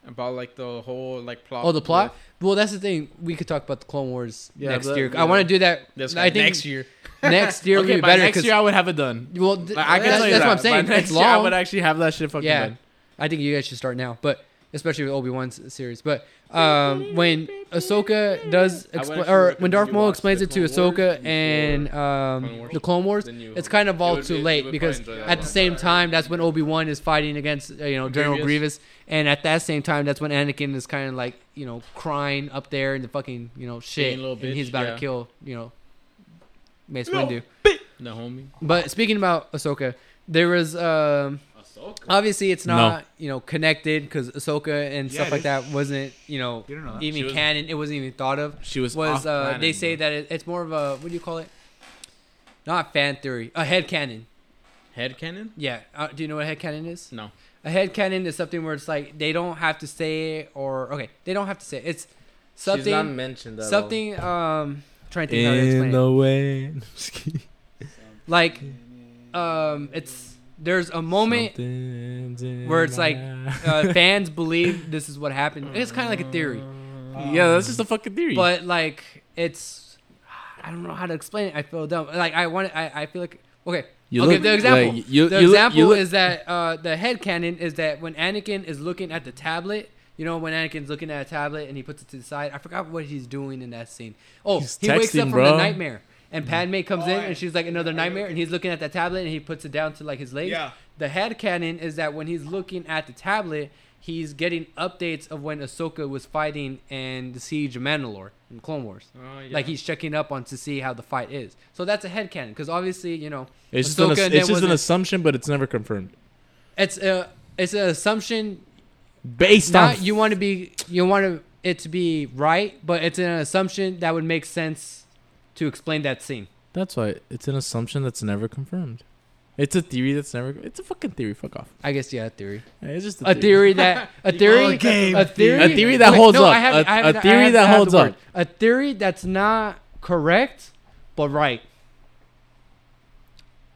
[SPEAKER 6] about like the whole like plot?
[SPEAKER 1] Oh, the plot? Well, that's the thing. We could talk about the Clone Wars
[SPEAKER 2] Yeah,
[SPEAKER 1] next
[SPEAKER 2] but-
[SPEAKER 1] year.
[SPEAKER 2] yeah.
[SPEAKER 1] I want to do that.
[SPEAKER 6] That's
[SPEAKER 1] I think
[SPEAKER 6] next year.
[SPEAKER 1] next year
[SPEAKER 2] okay,
[SPEAKER 1] would be
[SPEAKER 2] by
[SPEAKER 1] better.
[SPEAKER 2] next
[SPEAKER 1] 'cause-
[SPEAKER 2] year I would have it done.
[SPEAKER 1] well, th-
[SPEAKER 2] Like, I can
[SPEAKER 1] that's,
[SPEAKER 2] tell you
[SPEAKER 1] that's
[SPEAKER 2] that.
[SPEAKER 1] what I'm saying.
[SPEAKER 2] By next
[SPEAKER 1] It's
[SPEAKER 2] year, I
[SPEAKER 1] long.
[SPEAKER 2] would actually have that shit fucking
[SPEAKER 1] Yeah.
[SPEAKER 2] done.
[SPEAKER 1] I think you guys should start now, but especially with Obi Wan's series. But um, when Ahsoka does,
[SPEAKER 2] I would
[SPEAKER 1] expl-
[SPEAKER 2] actually
[SPEAKER 1] or when
[SPEAKER 2] recommend
[SPEAKER 1] Darth
[SPEAKER 2] you
[SPEAKER 1] Maul
[SPEAKER 2] watch
[SPEAKER 1] explains
[SPEAKER 2] the
[SPEAKER 1] it to
[SPEAKER 2] Clone Wars
[SPEAKER 1] Ahsoka
[SPEAKER 2] before
[SPEAKER 1] and um,
[SPEAKER 2] Clone Wars.
[SPEAKER 1] the Clone Wars,
[SPEAKER 2] Then you-
[SPEAKER 1] it's kind of
[SPEAKER 2] It
[SPEAKER 1] all
[SPEAKER 2] would
[SPEAKER 1] too
[SPEAKER 2] be- you
[SPEAKER 1] late
[SPEAKER 2] would
[SPEAKER 1] because
[SPEAKER 2] probably enjoy that
[SPEAKER 1] at the
[SPEAKER 2] one.
[SPEAKER 1] same time, that's when Obi Wan is fighting against uh, you know General Grievous.
[SPEAKER 6] Grievous.
[SPEAKER 1] and at that same time, that's when Anakin is kind of like you know crying up there in the fucking you know shit,
[SPEAKER 6] Being a little
[SPEAKER 1] and he's
[SPEAKER 6] bitch,
[SPEAKER 1] about
[SPEAKER 6] yeah.
[SPEAKER 1] to kill you know Mace
[SPEAKER 6] No.
[SPEAKER 1] Windu.
[SPEAKER 6] The homie.
[SPEAKER 1] But speaking about Ahsoka, there was um, obviously it's
[SPEAKER 2] No.
[SPEAKER 1] not you know connected because Ahsoka and
[SPEAKER 4] Yeah,
[SPEAKER 1] stuff like
[SPEAKER 4] dude.
[SPEAKER 1] that wasn't you know
[SPEAKER 4] You don't know that.
[SPEAKER 1] even
[SPEAKER 2] She was-
[SPEAKER 1] canon. It wasn't even thought of.
[SPEAKER 2] She was.
[SPEAKER 1] Was
[SPEAKER 2] off
[SPEAKER 1] uh, they
[SPEAKER 2] planet,
[SPEAKER 1] say
[SPEAKER 2] bro.
[SPEAKER 1] that it, it's more of a what do you call it? Not fan theory, a head canon.
[SPEAKER 6] Head cannon.
[SPEAKER 1] Yeah, uh, do you know what head canon is?
[SPEAKER 6] No.
[SPEAKER 1] A head canon is something where it's like they don't have to say it or okay, they don't have to say it. it's something
[SPEAKER 2] mentioned
[SPEAKER 1] something um trying to think how to explain it.
[SPEAKER 2] way.
[SPEAKER 1] like um it's there's a moment where it's like, uh, fans believe this is what happened. It's kind of like a theory,
[SPEAKER 2] yeah, that's just a fucking theory.
[SPEAKER 1] but like it's I don't know how to explain it. I feel dumb. Like I want I I feel like okay.
[SPEAKER 2] You
[SPEAKER 1] okay,
[SPEAKER 2] look-
[SPEAKER 1] the example.
[SPEAKER 2] like, you-
[SPEAKER 1] the
[SPEAKER 2] you look-
[SPEAKER 1] example
[SPEAKER 2] you look-
[SPEAKER 1] is that uh, the head canon is that when Anakin is looking at the tablet, you You know when Anakin's looking at a tablet and he puts it to the side. I forgot what he's doing in that scene. Oh,
[SPEAKER 2] He's
[SPEAKER 1] he wakes up
[SPEAKER 2] texting,
[SPEAKER 1] from
[SPEAKER 2] bro.
[SPEAKER 1] a nightmare, and Padme comes
[SPEAKER 4] Oh,
[SPEAKER 1] in
[SPEAKER 4] yeah.
[SPEAKER 1] and she's like another nightmare, and he's looking at that tablet and he puts it down to like his legs.
[SPEAKER 4] Yeah.
[SPEAKER 1] The head canon is that when he's looking at the tablet, he's getting updates of when Ahsoka was fighting and the siege of Mandalore in Clone Wars.
[SPEAKER 6] Oh, yeah.
[SPEAKER 1] Like he's checking up on to see how the fight is. So that's a headcanon because obviously, you know,
[SPEAKER 2] It's just, an,
[SPEAKER 1] Ahsoka,
[SPEAKER 2] ass-
[SPEAKER 1] that
[SPEAKER 2] it's just an
[SPEAKER 1] wasn't-
[SPEAKER 2] assumption, but it's never confirmed.
[SPEAKER 1] it's a it's an assumption.
[SPEAKER 2] Based on
[SPEAKER 1] Not you want to be you want to it to be right, but it's an assumption that would make sense to explain that scene.
[SPEAKER 2] That's why it's an assumption that's never confirmed. It's a theory that's never. It's a fucking theory. Fuck off.
[SPEAKER 1] I guess yeah, a theory.
[SPEAKER 2] It's just
[SPEAKER 1] A theory that a theory
[SPEAKER 2] game
[SPEAKER 1] a theory
[SPEAKER 2] A theory that holds up.
[SPEAKER 1] haven't-
[SPEAKER 2] A-
[SPEAKER 1] haven't-
[SPEAKER 2] a theory
[SPEAKER 1] haven't
[SPEAKER 2] that
[SPEAKER 1] had the
[SPEAKER 2] holds up.
[SPEAKER 1] word. A theory that's not correct, but right.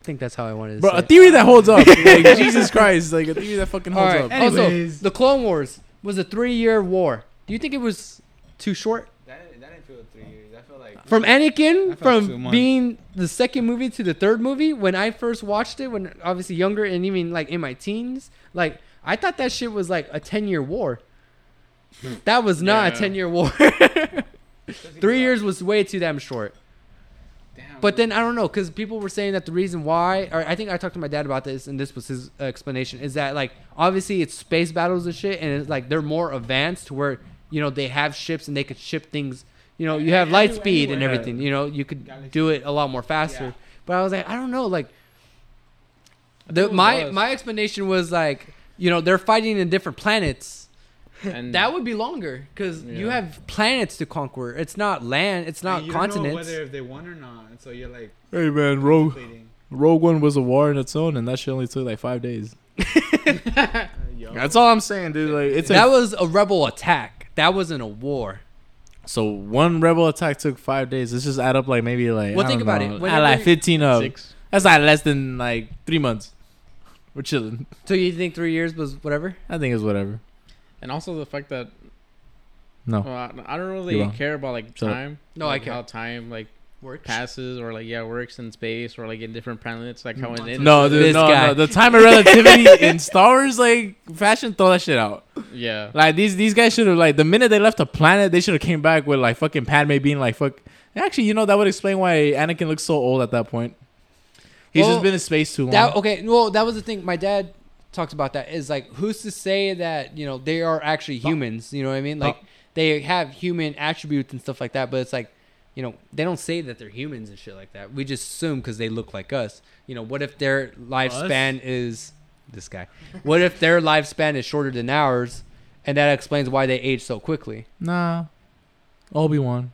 [SPEAKER 1] I think that's how I wanted to
[SPEAKER 2] Bro,
[SPEAKER 1] say.
[SPEAKER 2] a
[SPEAKER 1] it.
[SPEAKER 2] theory that holds up. Like, Jesus Christ, like a theory that fucking
[SPEAKER 1] All
[SPEAKER 2] holds
[SPEAKER 1] right.
[SPEAKER 2] up.
[SPEAKER 4] Anyway.
[SPEAKER 1] Also,
[SPEAKER 4] Anyways.
[SPEAKER 1] the Clone Wars was a three-year war. Do you think it was too short?
[SPEAKER 5] That, that didn't feel three years. I feel like
[SPEAKER 1] From
[SPEAKER 4] I
[SPEAKER 1] Anakin,
[SPEAKER 4] felt two
[SPEAKER 1] from
[SPEAKER 4] months.
[SPEAKER 1] being the second movie to the third movie, when I first watched it, when obviously younger and even like in my teens, like I thought that shit was like a ten-year war. That was not a
[SPEAKER 6] Yeah.
[SPEAKER 1] ten-year war. Three years was way too damn short.
[SPEAKER 4] Damn,
[SPEAKER 1] But then I don't know because people were saying that the reason why, or I think I talked to my dad about this, and this was his uh, explanation, is that like obviously it's space battles and shit, and it's like they're more advanced to where you know they have ships and they could ship things. You know, you have light
[SPEAKER 4] Anywhere,
[SPEAKER 1] speed and
[SPEAKER 4] anywhere.
[SPEAKER 1] everything. You know, you could
[SPEAKER 4] Galaxy.
[SPEAKER 1] do it a lot more faster.
[SPEAKER 4] Yeah.
[SPEAKER 1] But I was like, I don't know, like
[SPEAKER 6] think
[SPEAKER 1] the,
[SPEAKER 6] it
[SPEAKER 1] my
[SPEAKER 6] was.
[SPEAKER 1] my explanation was like, you know, they're fighting in different planets.
[SPEAKER 4] Mm.
[SPEAKER 6] and
[SPEAKER 1] That would be longer because you
[SPEAKER 6] Yeah.
[SPEAKER 1] have planets to conquer. It's not land. It's not
[SPEAKER 4] you Don't know
[SPEAKER 1] continents.
[SPEAKER 4] whether if they won or not, so you're like
[SPEAKER 2] Hey man, Rogue
[SPEAKER 4] pleading.
[SPEAKER 2] Rogue One was a war in its own, and that shit only took like five days.
[SPEAKER 4] Uh, yo.
[SPEAKER 2] That's all I'm saying, dude. Like it's
[SPEAKER 1] That
[SPEAKER 2] a,
[SPEAKER 1] was a rebel attack. That wasn't a war.
[SPEAKER 2] so one rebel attack took five days. Let's just add up like maybe like
[SPEAKER 1] Well,
[SPEAKER 2] I
[SPEAKER 1] think
[SPEAKER 2] don't
[SPEAKER 1] about
[SPEAKER 2] know,
[SPEAKER 1] it.
[SPEAKER 2] add,
[SPEAKER 1] Whenever
[SPEAKER 2] like
[SPEAKER 1] you-
[SPEAKER 2] fifteen of
[SPEAKER 6] six.
[SPEAKER 2] that's like less than like three months. We're chilling.
[SPEAKER 1] So you think three years was whatever?
[SPEAKER 2] I think it's whatever.
[SPEAKER 6] And also the fact that
[SPEAKER 2] No,
[SPEAKER 6] well, I I don't
[SPEAKER 2] You're
[SPEAKER 6] really
[SPEAKER 2] wrong.
[SPEAKER 6] care about like
[SPEAKER 2] Shut up.
[SPEAKER 6] time.
[SPEAKER 1] No, I
[SPEAKER 6] like,
[SPEAKER 1] care.
[SPEAKER 6] How time like
[SPEAKER 1] Work.
[SPEAKER 6] passes or like yeah works in space or like in different planets like how in
[SPEAKER 2] no,
[SPEAKER 1] this
[SPEAKER 2] dude, no,
[SPEAKER 1] guy.
[SPEAKER 2] no. The time of relativity in Star Wars like fashion, throw that shit out.
[SPEAKER 6] yeah
[SPEAKER 2] Like these these guys should have like the minute they left the planet, they should have came back with like fucking Padme being like fuck. Actually, you know that would explain why Anakin looks so old at that point. He's
[SPEAKER 1] Well,
[SPEAKER 2] just been in space too long.
[SPEAKER 1] That okay. Well, that was the thing. My dad talks about that. Is like, who's to say that you know they are actually humans? You know what I mean? Like they have human attributes and stuff like that. But it's like, you know, they don't say that they're humans and shit like that. We just assume because they look like us. You know, what if their lifespan is this guy? What if their lifespan is shorter than ours? And that explains why they age so quickly.
[SPEAKER 2] nah, Obi Wan.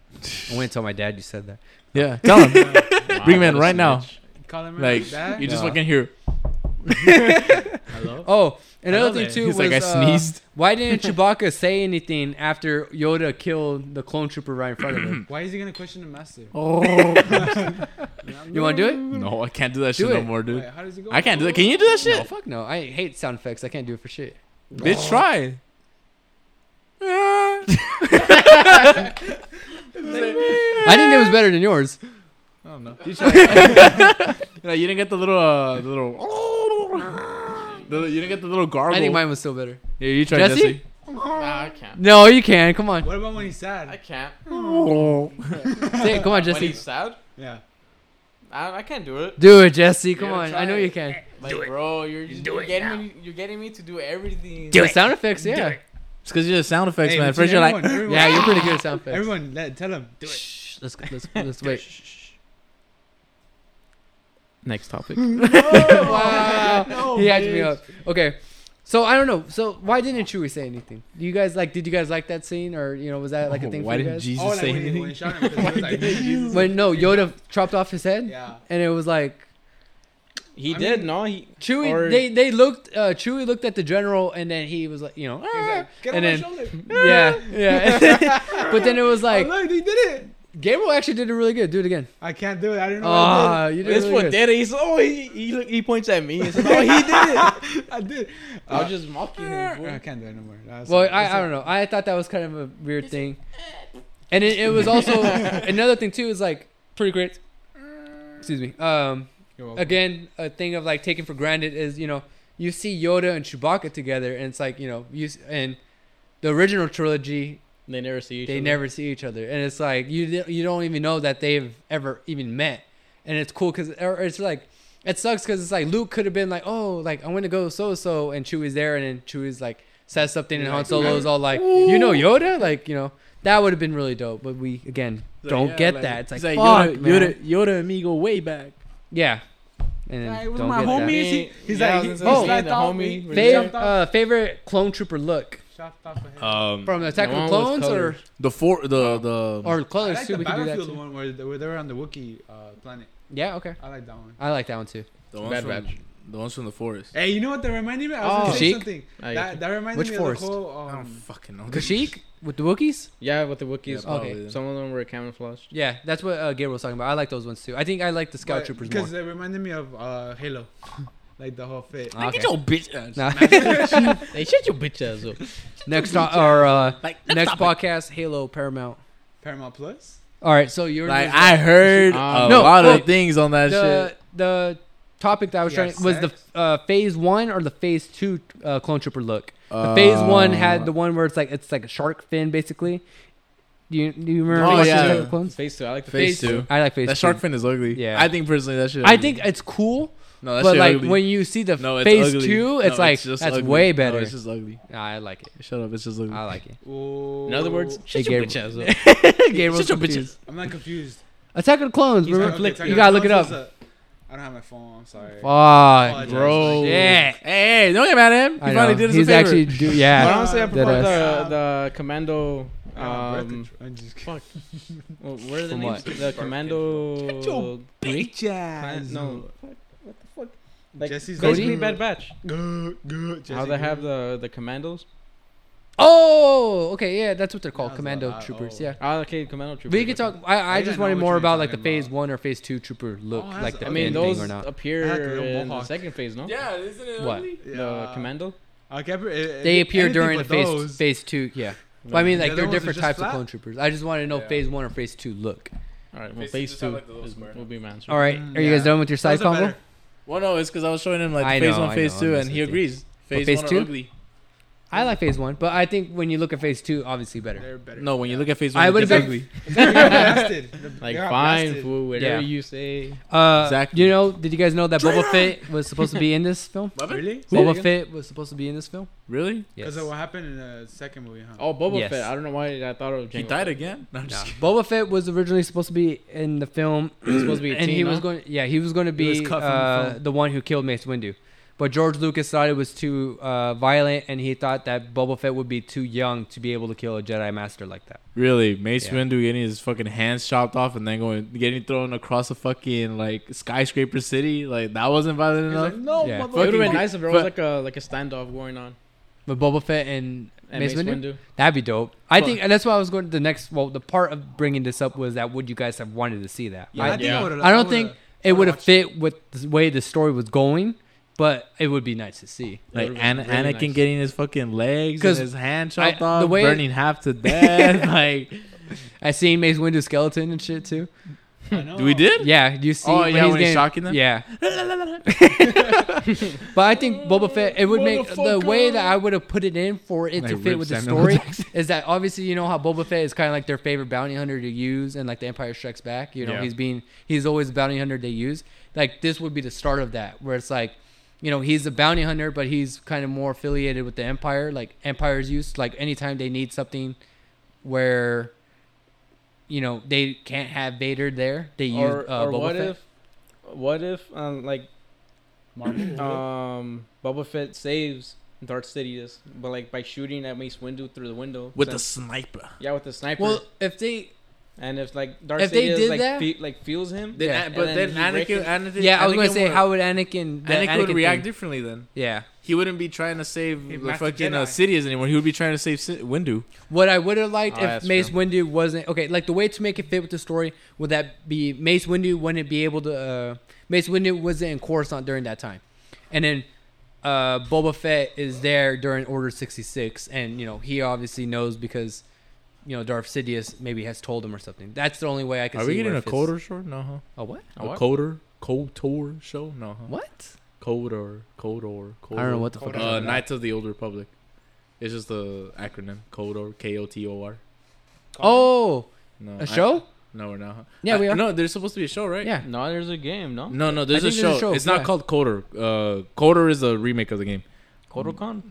[SPEAKER 1] I went to tell my dad you said that.
[SPEAKER 2] Yeah, tell him.
[SPEAKER 6] Wow,
[SPEAKER 2] Bring him in
[SPEAKER 6] what a
[SPEAKER 2] right now.
[SPEAKER 6] snitch.
[SPEAKER 4] Call him
[SPEAKER 2] Like
[SPEAKER 4] that?
[SPEAKER 2] you just
[SPEAKER 1] Yeah.
[SPEAKER 2] fucking hear.
[SPEAKER 4] Hello.
[SPEAKER 1] Oh, another
[SPEAKER 4] love
[SPEAKER 1] thing
[SPEAKER 4] it.
[SPEAKER 1] too
[SPEAKER 2] He's
[SPEAKER 1] was
[SPEAKER 2] like I
[SPEAKER 1] uh,
[SPEAKER 2] sneezed.
[SPEAKER 1] Why didn't Chewbacca say anything after Yoda killed the clone trooper right in front of him?
[SPEAKER 4] Why is he gonna question the master?
[SPEAKER 2] Oh
[SPEAKER 1] You want to do it?
[SPEAKER 2] no, I can't do that
[SPEAKER 1] Do
[SPEAKER 2] shit no
[SPEAKER 1] it.
[SPEAKER 2] more, dude.
[SPEAKER 4] Wait, how does it go?
[SPEAKER 2] I can't do that. Can you do that
[SPEAKER 1] No,
[SPEAKER 2] shit?
[SPEAKER 1] fuck no. I hate sound effects. I can't do it for shit.
[SPEAKER 2] Bitch, try. Ah.
[SPEAKER 1] I think it was better than yours.
[SPEAKER 4] I
[SPEAKER 1] Oh,
[SPEAKER 4] don't know.
[SPEAKER 2] No, you didn't get the little, uh, the little. the, you didn't get the little gargle.
[SPEAKER 1] I think mine was still better.
[SPEAKER 2] Here, you try,
[SPEAKER 1] Jesse?
[SPEAKER 2] Jesse.
[SPEAKER 6] Nah, I can't
[SPEAKER 1] No, you can. Come on.
[SPEAKER 4] What about when he's
[SPEAKER 6] I
[SPEAKER 4] sad?
[SPEAKER 6] can't
[SPEAKER 1] Say it. Come on,
[SPEAKER 6] when
[SPEAKER 1] Jesse.
[SPEAKER 6] he's sad
[SPEAKER 4] Yeah.
[SPEAKER 6] I, I can't do it
[SPEAKER 1] Do it, Jesse. Come
[SPEAKER 6] Yeah,
[SPEAKER 1] on.
[SPEAKER 6] try
[SPEAKER 1] I know
[SPEAKER 6] it.
[SPEAKER 1] you can.
[SPEAKER 6] like bro you're just you're getting me you're getting me to do everything
[SPEAKER 1] Do sound effects, yeah.
[SPEAKER 2] It's because you're the sound effects,
[SPEAKER 4] Hey,
[SPEAKER 2] man.
[SPEAKER 4] but
[SPEAKER 2] First,
[SPEAKER 4] you-
[SPEAKER 2] you're like,
[SPEAKER 4] everyone, everyone,
[SPEAKER 1] Yeah, you're pretty good at sound effects.
[SPEAKER 4] Everyone, let tell him. Do it.
[SPEAKER 1] Shh, let's let's let's wait.
[SPEAKER 6] next topic
[SPEAKER 1] wow.
[SPEAKER 4] Oh,
[SPEAKER 1] he hacked me up. Okay. So I don't know. So why didn't Chewie say anything? Do you guys like? Did you guys like that scene, or you know, was that like a
[SPEAKER 2] Oh,
[SPEAKER 1] thing
[SPEAKER 2] why
[SPEAKER 1] for you
[SPEAKER 2] didn't
[SPEAKER 1] guys?
[SPEAKER 2] Jesus
[SPEAKER 4] Oh, like
[SPEAKER 2] say
[SPEAKER 4] when he, when he
[SPEAKER 2] anything?
[SPEAKER 4] shot him, 'cause he was like, Jesus.
[SPEAKER 1] When no, Yoda chopped off his head,
[SPEAKER 4] Yeah.
[SPEAKER 1] and it was like
[SPEAKER 6] he
[SPEAKER 4] I
[SPEAKER 6] did
[SPEAKER 4] mean-
[SPEAKER 6] no he
[SPEAKER 1] Chewie.
[SPEAKER 6] Or-
[SPEAKER 1] they they looked. Uh, Chewie looked at the general, and then he was like, you know,
[SPEAKER 4] He's
[SPEAKER 1] "Ah."
[SPEAKER 4] like, Get
[SPEAKER 1] and
[SPEAKER 4] on
[SPEAKER 1] then
[SPEAKER 4] my shoulder.
[SPEAKER 1] yeah, yeah. but then it was like
[SPEAKER 4] oh, look, he did it.
[SPEAKER 1] Gabriel actually did it really good. Do it again.
[SPEAKER 4] I can't do it. I don't know. what
[SPEAKER 1] Ah, you did
[SPEAKER 6] this
[SPEAKER 1] really
[SPEAKER 6] one
[SPEAKER 1] good.
[SPEAKER 6] did it. He's oh he he, look, he points at me. He's like, oh he did it.
[SPEAKER 1] Ah.
[SPEAKER 4] I did. I did.
[SPEAKER 6] I was
[SPEAKER 4] Uh,
[SPEAKER 6] just mocking him.
[SPEAKER 4] I
[SPEAKER 6] Boy.
[SPEAKER 4] can't do it anymore.
[SPEAKER 1] Well, I, I don't know. I thought that was kind of a weird thing. And it, it was also another thing too is like pretty great. Excuse me. Um,
[SPEAKER 4] know.
[SPEAKER 1] again, a thing of like taken for granted is you know you see Yoda and Chewbacca together, and it's like you know you s- and the original trilogy
[SPEAKER 6] They never see each
[SPEAKER 1] they
[SPEAKER 6] other.
[SPEAKER 1] never see each other and it's like you di- you don't even know that they've ever even met and it's cool because it's like it sucks because it's like luke could have been like oh like i want to go so so and chewie's there and then chewie's like says something and han solo's all like you know yoda like you know that would have been really dope but we again
[SPEAKER 2] He's like,
[SPEAKER 1] don't
[SPEAKER 2] yeah,
[SPEAKER 1] get
[SPEAKER 2] like-
[SPEAKER 1] that it's like,
[SPEAKER 2] he's like,
[SPEAKER 1] fuck,
[SPEAKER 2] Yoda,
[SPEAKER 1] man.
[SPEAKER 2] Yoda, Yoda and me go way back.
[SPEAKER 1] yeah and
[SPEAKER 5] Yeah, it was
[SPEAKER 1] don't
[SPEAKER 5] my
[SPEAKER 1] get
[SPEAKER 5] homie.
[SPEAKER 1] that.
[SPEAKER 5] He's-
[SPEAKER 6] He-
[SPEAKER 4] he's
[SPEAKER 6] yeah, I
[SPEAKER 4] like,
[SPEAKER 6] was
[SPEAKER 4] he-
[SPEAKER 6] gonna
[SPEAKER 1] oh,
[SPEAKER 6] say,
[SPEAKER 4] shot
[SPEAKER 6] the
[SPEAKER 4] off
[SPEAKER 6] homie.
[SPEAKER 4] me.
[SPEAKER 6] was
[SPEAKER 4] They-
[SPEAKER 6] there.
[SPEAKER 1] Fav- uh, Oh, favorite clone trooper look
[SPEAKER 4] Shot off of him.
[SPEAKER 2] Um,
[SPEAKER 1] from Attack
[SPEAKER 6] The
[SPEAKER 1] of the
[SPEAKER 6] one with
[SPEAKER 1] Clones or
[SPEAKER 2] the four, the the
[SPEAKER 1] or
[SPEAKER 4] I
[SPEAKER 1] colors
[SPEAKER 4] like
[SPEAKER 1] too.
[SPEAKER 4] the
[SPEAKER 1] We can do that
[SPEAKER 4] battlefield
[SPEAKER 1] too.
[SPEAKER 4] one where they, where they were on the Wookiee uh, planet.
[SPEAKER 1] Yeah, okay.
[SPEAKER 4] I like that one.
[SPEAKER 1] I like that one too.
[SPEAKER 2] the ones
[SPEAKER 6] Bad
[SPEAKER 2] from
[SPEAKER 6] batch.
[SPEAKER 2] the ones from the forest.
[SPEAKER 4] Hey, you know what that reminded me? I was
[SPEAKER 1] Oh.
[SPEAKER 4] gonna say
[SPEAKER 1] Kashyyyk?
[SPEAKER 4] something.
[SPEAKER 6] I got
[SPEAKER 4] That,
[SPEAKER 6] you.
[SPEAKER 4] that reminded
[SPEAKER 1] Which
[SPEAKER 4] me
[SPEAKER 1] forest?
[SPEAKER 4] of the whole.
[SPEAKER 2] I don't
[SPEAKER 4] Um,
[SPEAKER 2] fucking know.
[SPEAKER 1] Kashyyyk with the Wookiees.
[SPEAKER 6] yeah, with the Wookiees.
[SPEAKER 1] Yeah, probably,
[SPEAKER 6] okay.
[SPEAKER 2] yeah.
[SPEAKER 6] Some of them were camouflaged.
[SPEAKER 1] Yeah, that's what uh, Gabriel was talking about. I like those ones too. I think I like the Scout Troopers more.
[SPEAKER 4] Because it reminded me of uh, Halo, like the whole fit.
[SPEAKER 1] Ah, okay.
[SPEAKER 2] bitch ass.
[SPEAKER 1] Nah.
[SPEAKER 6] Hey, shut your bitch ass up.
[SPEAKER 1] next to- or uh, next podcast, Halo Paramount.
[SPEAKER 4] Paramount Plus.
[SPEAKER 1] All right, so you're
[SPEAKER 2] Like I heard
[SPEAKER 6] Um,
[SPEAKER 2] a
[SPEAKER 1] No,
[SPEAKER 2] lot
[SPEAKER 1] oh,
[SPEAKER 2] of things on that
[SPEAKER 1] the
[SPEAKER 2] shit.
[SPEAKER 1] the topic that I was
[SPEAKER 4] He
[SPEAKER 1] trying
[SPEAKER 4] had
[SPEAKER 1] was the
[SPEAKER 4] sex?
[SPEAKER 1] uh, phase one or the phase two uh, clone trooper look.
[SPEAKER 2] Uh,
[SPEAKER 1] The phase one
[SPEAKER 2] Um,
[SPEAKER 1] had the one where it's like it's like a shark fin basically. Do you do you remember?
[SPEAKER 2] Oh,
[SPEAKER 1] watching
[SPEAKER 2] yeah.
[SPEAKER 1] Attack of the Clones?
[SPEAKER 6] Phase two. I like the
[SPEAKER 2] Phase two.
[SPEAKER 1] I like phase
[SPEAKER 2] that
[SPEAKER 1] two.
[SPEAKER 2] shark fin is ugly.
[SPEAKER 1] Yeah.
[SPEAKER 2] I think personally that shit.
[SPEAKER 1] I
[SPEAKER 2] ugly.
[SPEAKER 1] think it's cool,
[SPEAKER 2] no, that
[SPEAKER 1] but
[SPEAKER 2] shit
[SPEAKER 1] like
[SPEAKER 2] ugly.
[SPEAKER 1] when you see the
[SPEAKER 2] no, it's
[SPEAKER 1] phase
[SPEAKER 2] ugly.
[SPEAKER 1] two,
[SPEAKER 2] No,
[SPEAKER 1] it's like
[SPEAKER 2] just
[SPEAKER 1] that's
[SPEAKER 2] ugly.
[SPEAKER 1] way
[SPEAKER 2] No,
[SPEAKER 1] better.
[SPEAKER 2] it's just ugly.
[SPEAKER 1] I like it.
[SPEAKER 2] Shut up, it's just ugly.
[SPEAKER 1] I like it.
[SPEAKER 4] Oh.
[SPEAKER 6] In other words, shut your
[SPEAKER 1] Gabriel.
[SPEAKER 6] bitch ass up.
[SPEAKER 1] Gabriel's
[SPEAKER 2] Shut your bitch
[SPEAKER 1] confused.
[SPEAKER 4] I'm not confused.
[SPEAKER 1] Attack of the Clones.
[SPEAKER 4] He's not-
[SPEAKER 1] Remember,
[SPEAKER 4] okay, sorry,
[SPEAKER 1] you gotta look it
[SPEAKER 4] Paramount
[SPEAKER 1] up.
[SPEAKER 4] Plus is a- I don't have my phone. I'm sorry.
[SPEAKER 1] Fuck,
[SPEAKER 4] Apologize.
[SPEAKER 1] bro.
[SPEAKER 2] Hey,
[SPEAKER 1] Yeah.
[SPEAKER 2] hey, don't get mad at him. He
[SPEAKER 1] I
[SPEAKER 2] finally
[SPEAKER 1] know.
[SPEAKER 2] did us
[SPEAKER 1] He's
[SPEAKER 2] a favor.
[SPEAKER 1] actually do
[SPEAKER 6] But
[SPEAKER 1] yeah.
[SPEAKER 6] honestly, I
[SPEAKER 4] That
[SPEAKER 6] prefer
[SPEAKER 4] ass.
[SPEAKER 6] the, the commando.
[SPEAKER 4] Ah, breath
[SPEAKER 6] Um,
[SPEAKER 4] control. I'm just kidding.
[SPEAKER 6] well, what are the
[SPEAKER 1] From what?
[SPEAKER 6] names? The commando. Greek? Clan- Uh, No. What the fuck? Like,
[SPEAKER 4] Jesse's
[SPEAKER 6] basically
[SPEAKER 4] Cody?
[SPEAKER 6] Bad Batch.
[SPEAKER 4] Good, good.
[SPEAKER 6] How
[SPEAKER 4] Jesse,
[SPEAKER 6] they have
[SPEAKER 4] good.
[SPEAKER 6] the the commandos?
[SPEAKER 1] Oh, okay, yeah, that's what they're called,
[SPEAKER 4] That was a
[SPEAKER 1] commando
[SPEAKER 4] lot.
[SPEAKER 1] troopers.
[SPEAKER 4] Oh.
[SPEAKER 1] Yeah.
[SPEAKER 6] Ah, okay, commando troopers.
[SPEAKER 1] We could
[SPEAKER 6] okay.
[SPEAKER 1] talk. I, I
[SPEAKER 4] I
[SPEAKER 1] just
[SPEAKER 4] know
[SPEAKER 1] wanted
[SPEAKER 4] what
[SPEAKER 1] more
[SPEAKER 4] you're
[SPEAKER 1] about like the
[SPEAKER 4] talking
[SPEAKER 1] phase
[SPEAKER 4] about.
[SPEAKER 1] one or phase two trooper look,
[SPEAKER 4] Oh, that's
[SPEAKER 1] like the
[SPEAKER 6] I
[SPEAKER 4] ugly.
[SPEAKER 1] mean,
[SPEAKER 4] Anything
[SPEAKER 6] mean,
[SPEAKER 1] those
[SPEAKER 6] those
[SPEAKER 1] or not.
[SPEAKER 4] I like the
[SPEAKER 6] appear
[SPEAKER 4] little
[SPEAKER 6] in the
[SPEAKER 4] mohawk.
[SPEAKER 6] second phase, no?
[SPEAKER 2] Yeah, isn't it
[SPEAKER 1] What?
[SPEAKER 6] The
[SPEAKER 4] Yeah. uh,
[SPEAKER 6] commando.
[SPEAKER 4] Okay, but it-
[SPEAKER 1] They
[SPEAKER 4] it-
[SPEAKER 1] appear
[SPEAKER 4] anything
[SPEAKER 1] during
[SPEAKER 4] but
[SPEAKER 1] phase
[SPEAKER 4] those.
[SPEAKER 1] phase two. Yeah. But I mean,
[SPEAKER 4] The
[SPEAKER 1] like
[SPEAKER 4] other
[SPEAKER 1] they're
[SPEAKER 4] ones are
[SPEAKER 1] different
[SPEAKER 4] just
[SPEAKER 1] types of
[SPEAKER 4] flat?
[SPEAKER 1] clone troopers. I just want to know
[SPEAKER 2] Yeah.
[SPEAKER 1] phase one or phase two look.
[SPEAKER 6] All right. Well,
[SPEAKER 2] Phase two
[SPEAKER 6] phase
[SPEAKER 2] just
[SPEAKER 6] two
[SPEAKER 2] have, like, the little
[SPEAKER 6] is-
[SPEAKER 2] square.
[SPEAKER 6] will be my answer.
[SPEAKER 1] All right, are you guys
[SPEAKER 4] Mm, Yeah.
[SPEAKER 1] done with your side
[SPEAKER 4] Those are
[SPEAKER 1] combo?
[SPEAKER 4] better.
[SPEAKER 2] Well, no, it's because I was showing him like
[SPEAKER 1] I
[SPEAKER 2] phase
[SPEAKER 1] know,
[SPEAKER 2] one,
[SPEAKER 1] I
[SPEAKER 2] phase
[SPEAKER 1] know,
[SPEAKER 2] two,
[SPEAKER 1] I'm
[SPEAKER 2] and he
[SPEAKER 1] just with
[SPEAKER 2] agrees. Phase,
[SPEAKER 1] phase
[SPEAKER 2] one
[SPEAKER 1] two?
[SPEAKER 2] Are ugly.
[SPEAKER 1] I like phase one, but I think when you look at phase two, obviously better.
[SPEAKER 4] They're better.
[SPEAKER 2] No, when you
[SPEAKER 4] Yeah.
[SPEAKER 2] look at phase
[SPEAKER 1] I
[SPEAKER 2] one,
[SPEAKER 1] would've
[SPEAKER 2] it's
[SPEAKER 1] been-
[SPEAKER 2] ugly.
[SPEAKER 4] They got blasted. They
[SPEAKER 6] Like
[SPEAKER 4] got
[SPEAKER 6] fine,
[SPEAKER 4] blasted.
[SPEAKER 6] fool. Whatever
[SPEAKER 1] Yeah.
[SPEAKER 6] you say.
[SPEAKER 1] Uh,
[SPEAKER 2] Exactly.
[SPEAKER 1] You know, did you guys know that Boba Fett was supposed to be in this film?
[SPEAKER 4] Really?
[SPEAKER 6] Say it
[SPEAKER 1] Boba
[SPEAKER 6] again?
[SPEAKER 1] Fett was supposed to be in this film.
[SPEAKER 2] Really?
[SPEAKER 4] Because of what happened in the second movie, huh?
[SPEAKER 6] Oh, Boba
[SPEAKER 1] Yes.
[SPEAKER 6] Fett. I don't know why I thought of Jango.
[SPEAKER 2] He died again? No, I'm just kidding.
[SPEAKER 1] Boba Fett was originally supposed to be in the film,
[SPEAKER 6] He's supposed to be a
[SPEAKER 1] and he
[SPEAKER 6] teen,
[SPEAKER 1] was
[SPEAKER 6] huh?
[SPEAKER 1] going. Yeah, he was going to
[SPEAKER 2] He was
[SPEAKER 1] be
[SPEAKER 2] cut from the
[SPEAKER 1] uh, the,
[SPEAKER 2] film.
[SPEAKER 1] one who killed Mace Windu, but George Lucas thought it was too uh, violent, and he thought that Boba Fett would be too young to be able to kill a Jedi Master like that.
[SPEAKER 2] Really? Mace
[SPEAKER 1] Yeah.
[SPEAKER 2] Windu getting his fucking hands chopped off and then going getting thrown across a fucking like skyscraper city? Like that wasn't violent
[SPEAKER 4] He's
[SPEAKER 2] enough.
[SPEAKER 4] like, no,
[SPEAKER 1] Yeah.
[SPEAKER 4] yeah.
[SPEAKER 6] It would have
[SPEAKER 2] Fucking-
[SPEAKER 6] been nice if there was
[SPEAKER 2] but-
[SPEAKER 6] like a like a standoff going on.
[SPEAKER 1] But Boba Fett and,
[SPEAKER 6] And
[SPEAKER 1] Mace,
[SPEAKER 6] Mace
[SPEAKER 1] Windu,
[SPEAKER 6] Windu.
[SPEAKER 1] that'd be dope. I
[SPEAKER 2] But-
[SPEAKER 1] think, and that's why I was going to the next. Well, the part of bringing this up was that would you guys have wanted to see that?
[SPEAKER 4] Yeah,
[SPEAKER 1] I-
[SPEAKER 4] I, think
[SPEAKER 6] Yeah.
[SPEAKER 4] I, would've-
[SPEAKER 1] I don't
[SPEAKER 4] would've-
[SPEAKER 1] think it would have
[SPEAKER 4] watched
[SPEAKER 1] fit with the way the story was going, but it would be nice to see.
[SPEAKER 2] Like
[SPEAKER 6] It would've
[SPEAKER 2] An-
[SPEAKER 6] been really
[SPEAKER 2] Anakin
[SPEAKER 6] nice.
[SPEAKER 2] getting his fucking legs
[SPEAKER 1] 'Cause
[SPEAKER 2] and his hand chopped
[SPEAKER 1] I-
[SPEAKER 2] off,
[SPEAKER 1] the way-
[SPEAKER 2] burning half to death. like
[SPEAKER 1] I seen Mace Windu's skeleton and shit too.
[SPEAKER 4] I know.
[SPEAKER 2] we did?
[SPEAKER 1] Oh. Yeah, you see.
[SPEAKER 2] Oh, yeah, when
[SPEAKER 1] he's
[SPEAKER 2] he's
[SPEAKER 1] getting-
[SPEAKER 2] shocking them?
[SPEAKER 1] Yeah. but I think Boba Fett. It would make the way that I would have put it in for it to
[SPEAKER 2] Like,
[SPEAKER 1] fit
[SPEAKER 2] rip
[SPEAKER 1] with the
[SPEAKER 2] Samuel
[SPEAKER 1] story is that obviously you know how Boba Fett is kind of like their favorite bounty hunter to use, and like the Empire Strikes Back. You know,
[SPEAKER 2] Yeah.
[SPEAKER 1] he's being he's always the bounty hunter they use. Like this would be the start of that, where it's like. You know he's a bounty hunter, but he's kind of more affiliated with the empire. Like empire's use, like anytime they need something, where you know they can't have Vader there, they use
[SPEAKER 6] Or,
[SPEAKER 1] uh,
[SPEAKER 6] or
[SPEAKER 1] Boba
[SPEAKER 6] what
[SPEAKER 1] Fett.
[SPEAKER 6] if, what if um, like
[SPEAKER 4] Marvel.
[SPEAKER 6] um Boba Fett saves Darth Sidious, but like by shooting at Mace Windu through the window
[SPEAKER 2] With the
[SPEAKER 6] Since-
[SPEAKER 2] sniper.
[SPEAKER 6] yeah with the sniper.
[SPEAKER 1] Well, if they
[SPEAKER 6] and if like Darth
[SPEAKER 1] if
[SPEAKER 6] Sidius
[SPEAKER 1] they did
[SPEAKER 6] like
[SPEAKER 1] that-
[SPEAKER 6] fe- like feels him,
[SPEAKER 1] Then Yeah. An-
[SPEAKER 2] but
[SPEAKER 6] and
[SPEAKER 2] then,
[SPEAKER 6] he
[SPEAKER 2] Anakin,
[SPEAKER 6] reckons-
[SPEAKER 2] Anakin
[SPEAKER 1] yeah, I was gonna
[SPEAKER 2] Anakin
[SPEAKER 1] say
[SPEAKER 2] would-
[SPEAKER 1] how would Anakin the
[SPEAKER 2] Anakin, would
[SPEAKER 1] Anakin
[SPEAKER 2] react
[SPEAKER 1] thing-
[SPEAKER 2] differently then.
[SPEAKER 1] Yeah,
[SPEAKER 2] He wouldn't be trying to save
[SPEAKER 4] Hey,
[SPEAKER 2] the
[SPEAKER 4] Master
[SPEAKER 2] fucking uh,
[SPEAKER 4] Jedi.
[SPEAKER 2] Sidious anymore. He would be trying to save Sid- Windu.
[SPEAKER 1] what I would have liked
[SPEAKER 6] Oh,
[SPEAKER 1] if
[SPEAKER 6] that's
[SPEAKER 1] Mace
[SPEAKER 6] true.
[SPEAKER 1] Windu wasn't okay. Like the way to make it fit with the story would that be Mace Windu wouldn't be able to. Uh, Mace Windu wasn't in Coruscant during that time, and then uh, Boba Fett is there during Order sixty six, and you know he obviously knows because you know Darth Sidious maybe has told him or something. That's the only way I can.
[SPEAKER 2] Are
[SPEAKER 1] see
[SPEAKER 2] we getting
[SPEAKER 1] where
[SPEAKER 2] a
[SPEAKER 1] it fits.
[SPEAKER 2] Coder show? No, huh?
[SPEAKER 1] A what?
[SPEAKER 6] A what?
[SPEAKER 2] Coder? Cotor show? No, huh?
[SPEAKER 1] What?
[SPEAKER 2] Coder, Coder, Coder.
[SPEAKER 1] I don't know what the fuck.
[SPEAKER 4] Coder.
[SPEAKER 1] I'm
[SPEAKER 2] Uh,
[SPEAKER 1] talking about.
[SPEAKER 2] Knights of the Old Republic. It's just the acronym KOTOR. K O T O R.
[SPEAKER 1] Oh,
[SPEAKER 2] No, I-
[SPEAKER 1] a show?
[SPEAKER 2] no, we're not.
[SPEAKER 1] Yeah,
[SPEAKER 2] I-
[SPEAKER 1] we are.
[SPEAKER 2] No, there's supposed to be a show, right?
[SPEAKER 1] yeah.
[SPEAKER 6] No, there's a game.
[SPEAKER 1] Mm.
[SPEAKER 6] No.
[SPEAKER 2] No, no, there's, a,
[SPEAKER 1] think
[SPEAKER 2] show.
[SPEAKER 1] there's a show,
[SPEAKER 2] It's not
[SPEAKER 1] yeah.
[SPEAKER 2] called KOTOR. Uh, KOTOR is a remake of the game.
[SPEAKER 6] Kodokan.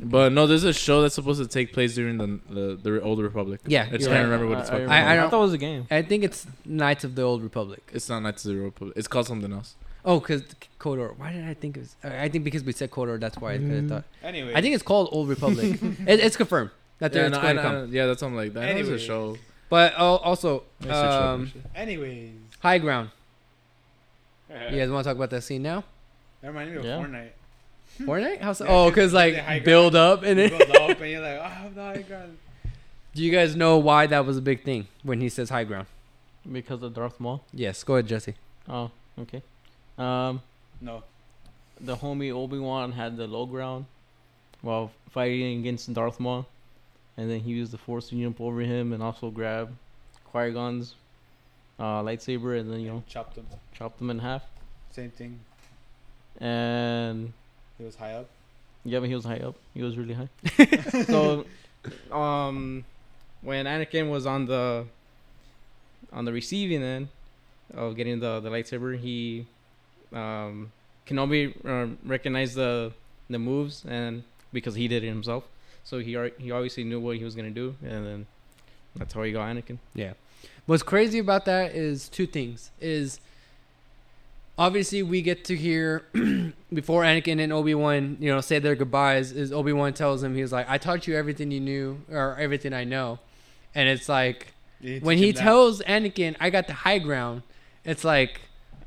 [SPEAKER 2] But no, there's a show that's supposed to take place during the the, the old Republic.
[SPEAKER 1] Yeah,
[SPEAKER 2] Uh, I just
[SPEAKER 1] you're
[SPEAKER 2] can't
[SPEAKER 1] right.
[SPEAKER 2] remember what it's
[SPEAKER 6] Uh, I,
[SPEAKER 2] called.
[SPEAKER 1] I-
[SPEAKER 6] I,
[SPEAKER 1] don't-
[SPEAKER 6] thought it was a game.
[SPEAKER 1] I think it's Knights of the Old Republic.
[SPEAKER 2] it's not Knights of the Republic. It's called something else.
[SPEAKER 1] Oh, because Kodor. Why did I think it was? uh, I think because we said Kodor, that's why I kinda thought.
[SPEAKER 4] Anyway,
[SPEAKER 1] I think it's called Old Republic. it, it's confirmed that
[SPEAKER 2] yeah,
[SPEAKER 1] there it's
[SPEAKER 2] no, I-
[SPEAKER 1] going to
[SPEAKER 2] I-
[SPEAKER 1] come.
[SPEAKER 2] yeah, that's something like that. Anyway.
[SPEAKER 4] Anyway.
[SPEAKER 2] There's a show.
[SPEAKER 1] But oh, also,
[SPEAKER 2] There's a show.
[SPEAKER 1] um,
[SPEAKER 4] anyways.
[SPEAKER 1] High Ground. You guys want to talk about that scene now?
[SPEAKER 4] That reminded me of
[SPEAKER 6] Yeah.
[SPEAKER 4] Fortnite.
[SPEAKER 1] Fortnite? How so?
[SPEAKER 4] Yeah,
[SPEAKER 1] Oh,
[SPEAKER 4] 'cause
[SPEAKER 1] because
[SPEAKER 4] the high
[SPEAKER 1] like build up and
[SPEAKER 4] You
[SPEAKER 1] it.
[SPEAKER 4] build up and you're like, oh, no, I got it."
[SPEAKER 1] Do you guys know why that was a big thing when he says High Ground?
[SPEAKER 6] Because of Darth Maul.
[SPEAKER 1] Yes, go ahead, Jesse.
[SPEAKER 6] Oh, okay. Um,
[SPEAKER 4] No.
[SPEAKER 6] the homie Obi Wan had the low ground while fighting against Darth Maul, and then he used the Force to jump over him and also grab Qui Gon's uh, lightsaber and then you know
[SPEAKER 4] Chopped them.
[SPEAKER 6] chop them in half.
[SPEAKER 4] Same thing.
[SPEAKER 6] And
[SPEAKER 4] It was high up.
[SPEAKER 6] yeah, but he was high up. He was really high. so, um, when Anakin was on the on the receiving end of getting the the lightsaber, he um Kenobi um, recognized the the moves and because he did it himself, so he ar- he obviously knew what he was gonna do, and then that's how he got Anakin.
[SPEAKER 1] Yeah. What's crazy about that is two things. Is obviously we get to hear before Anakin and Obi Wan, you know, say their goodbyes. Is Obi Wan tells him he was like, "I taught you everything you knew or everything I know," and it's like
[SPEAKER 4] You
[SPEAKER 1] when
[SPEAKER 4] teach
[SPEAKER 1] he
[SPEAKER 4] him that.
[SPEAKER 1] tells Anakin, "I got the high ground," it's like.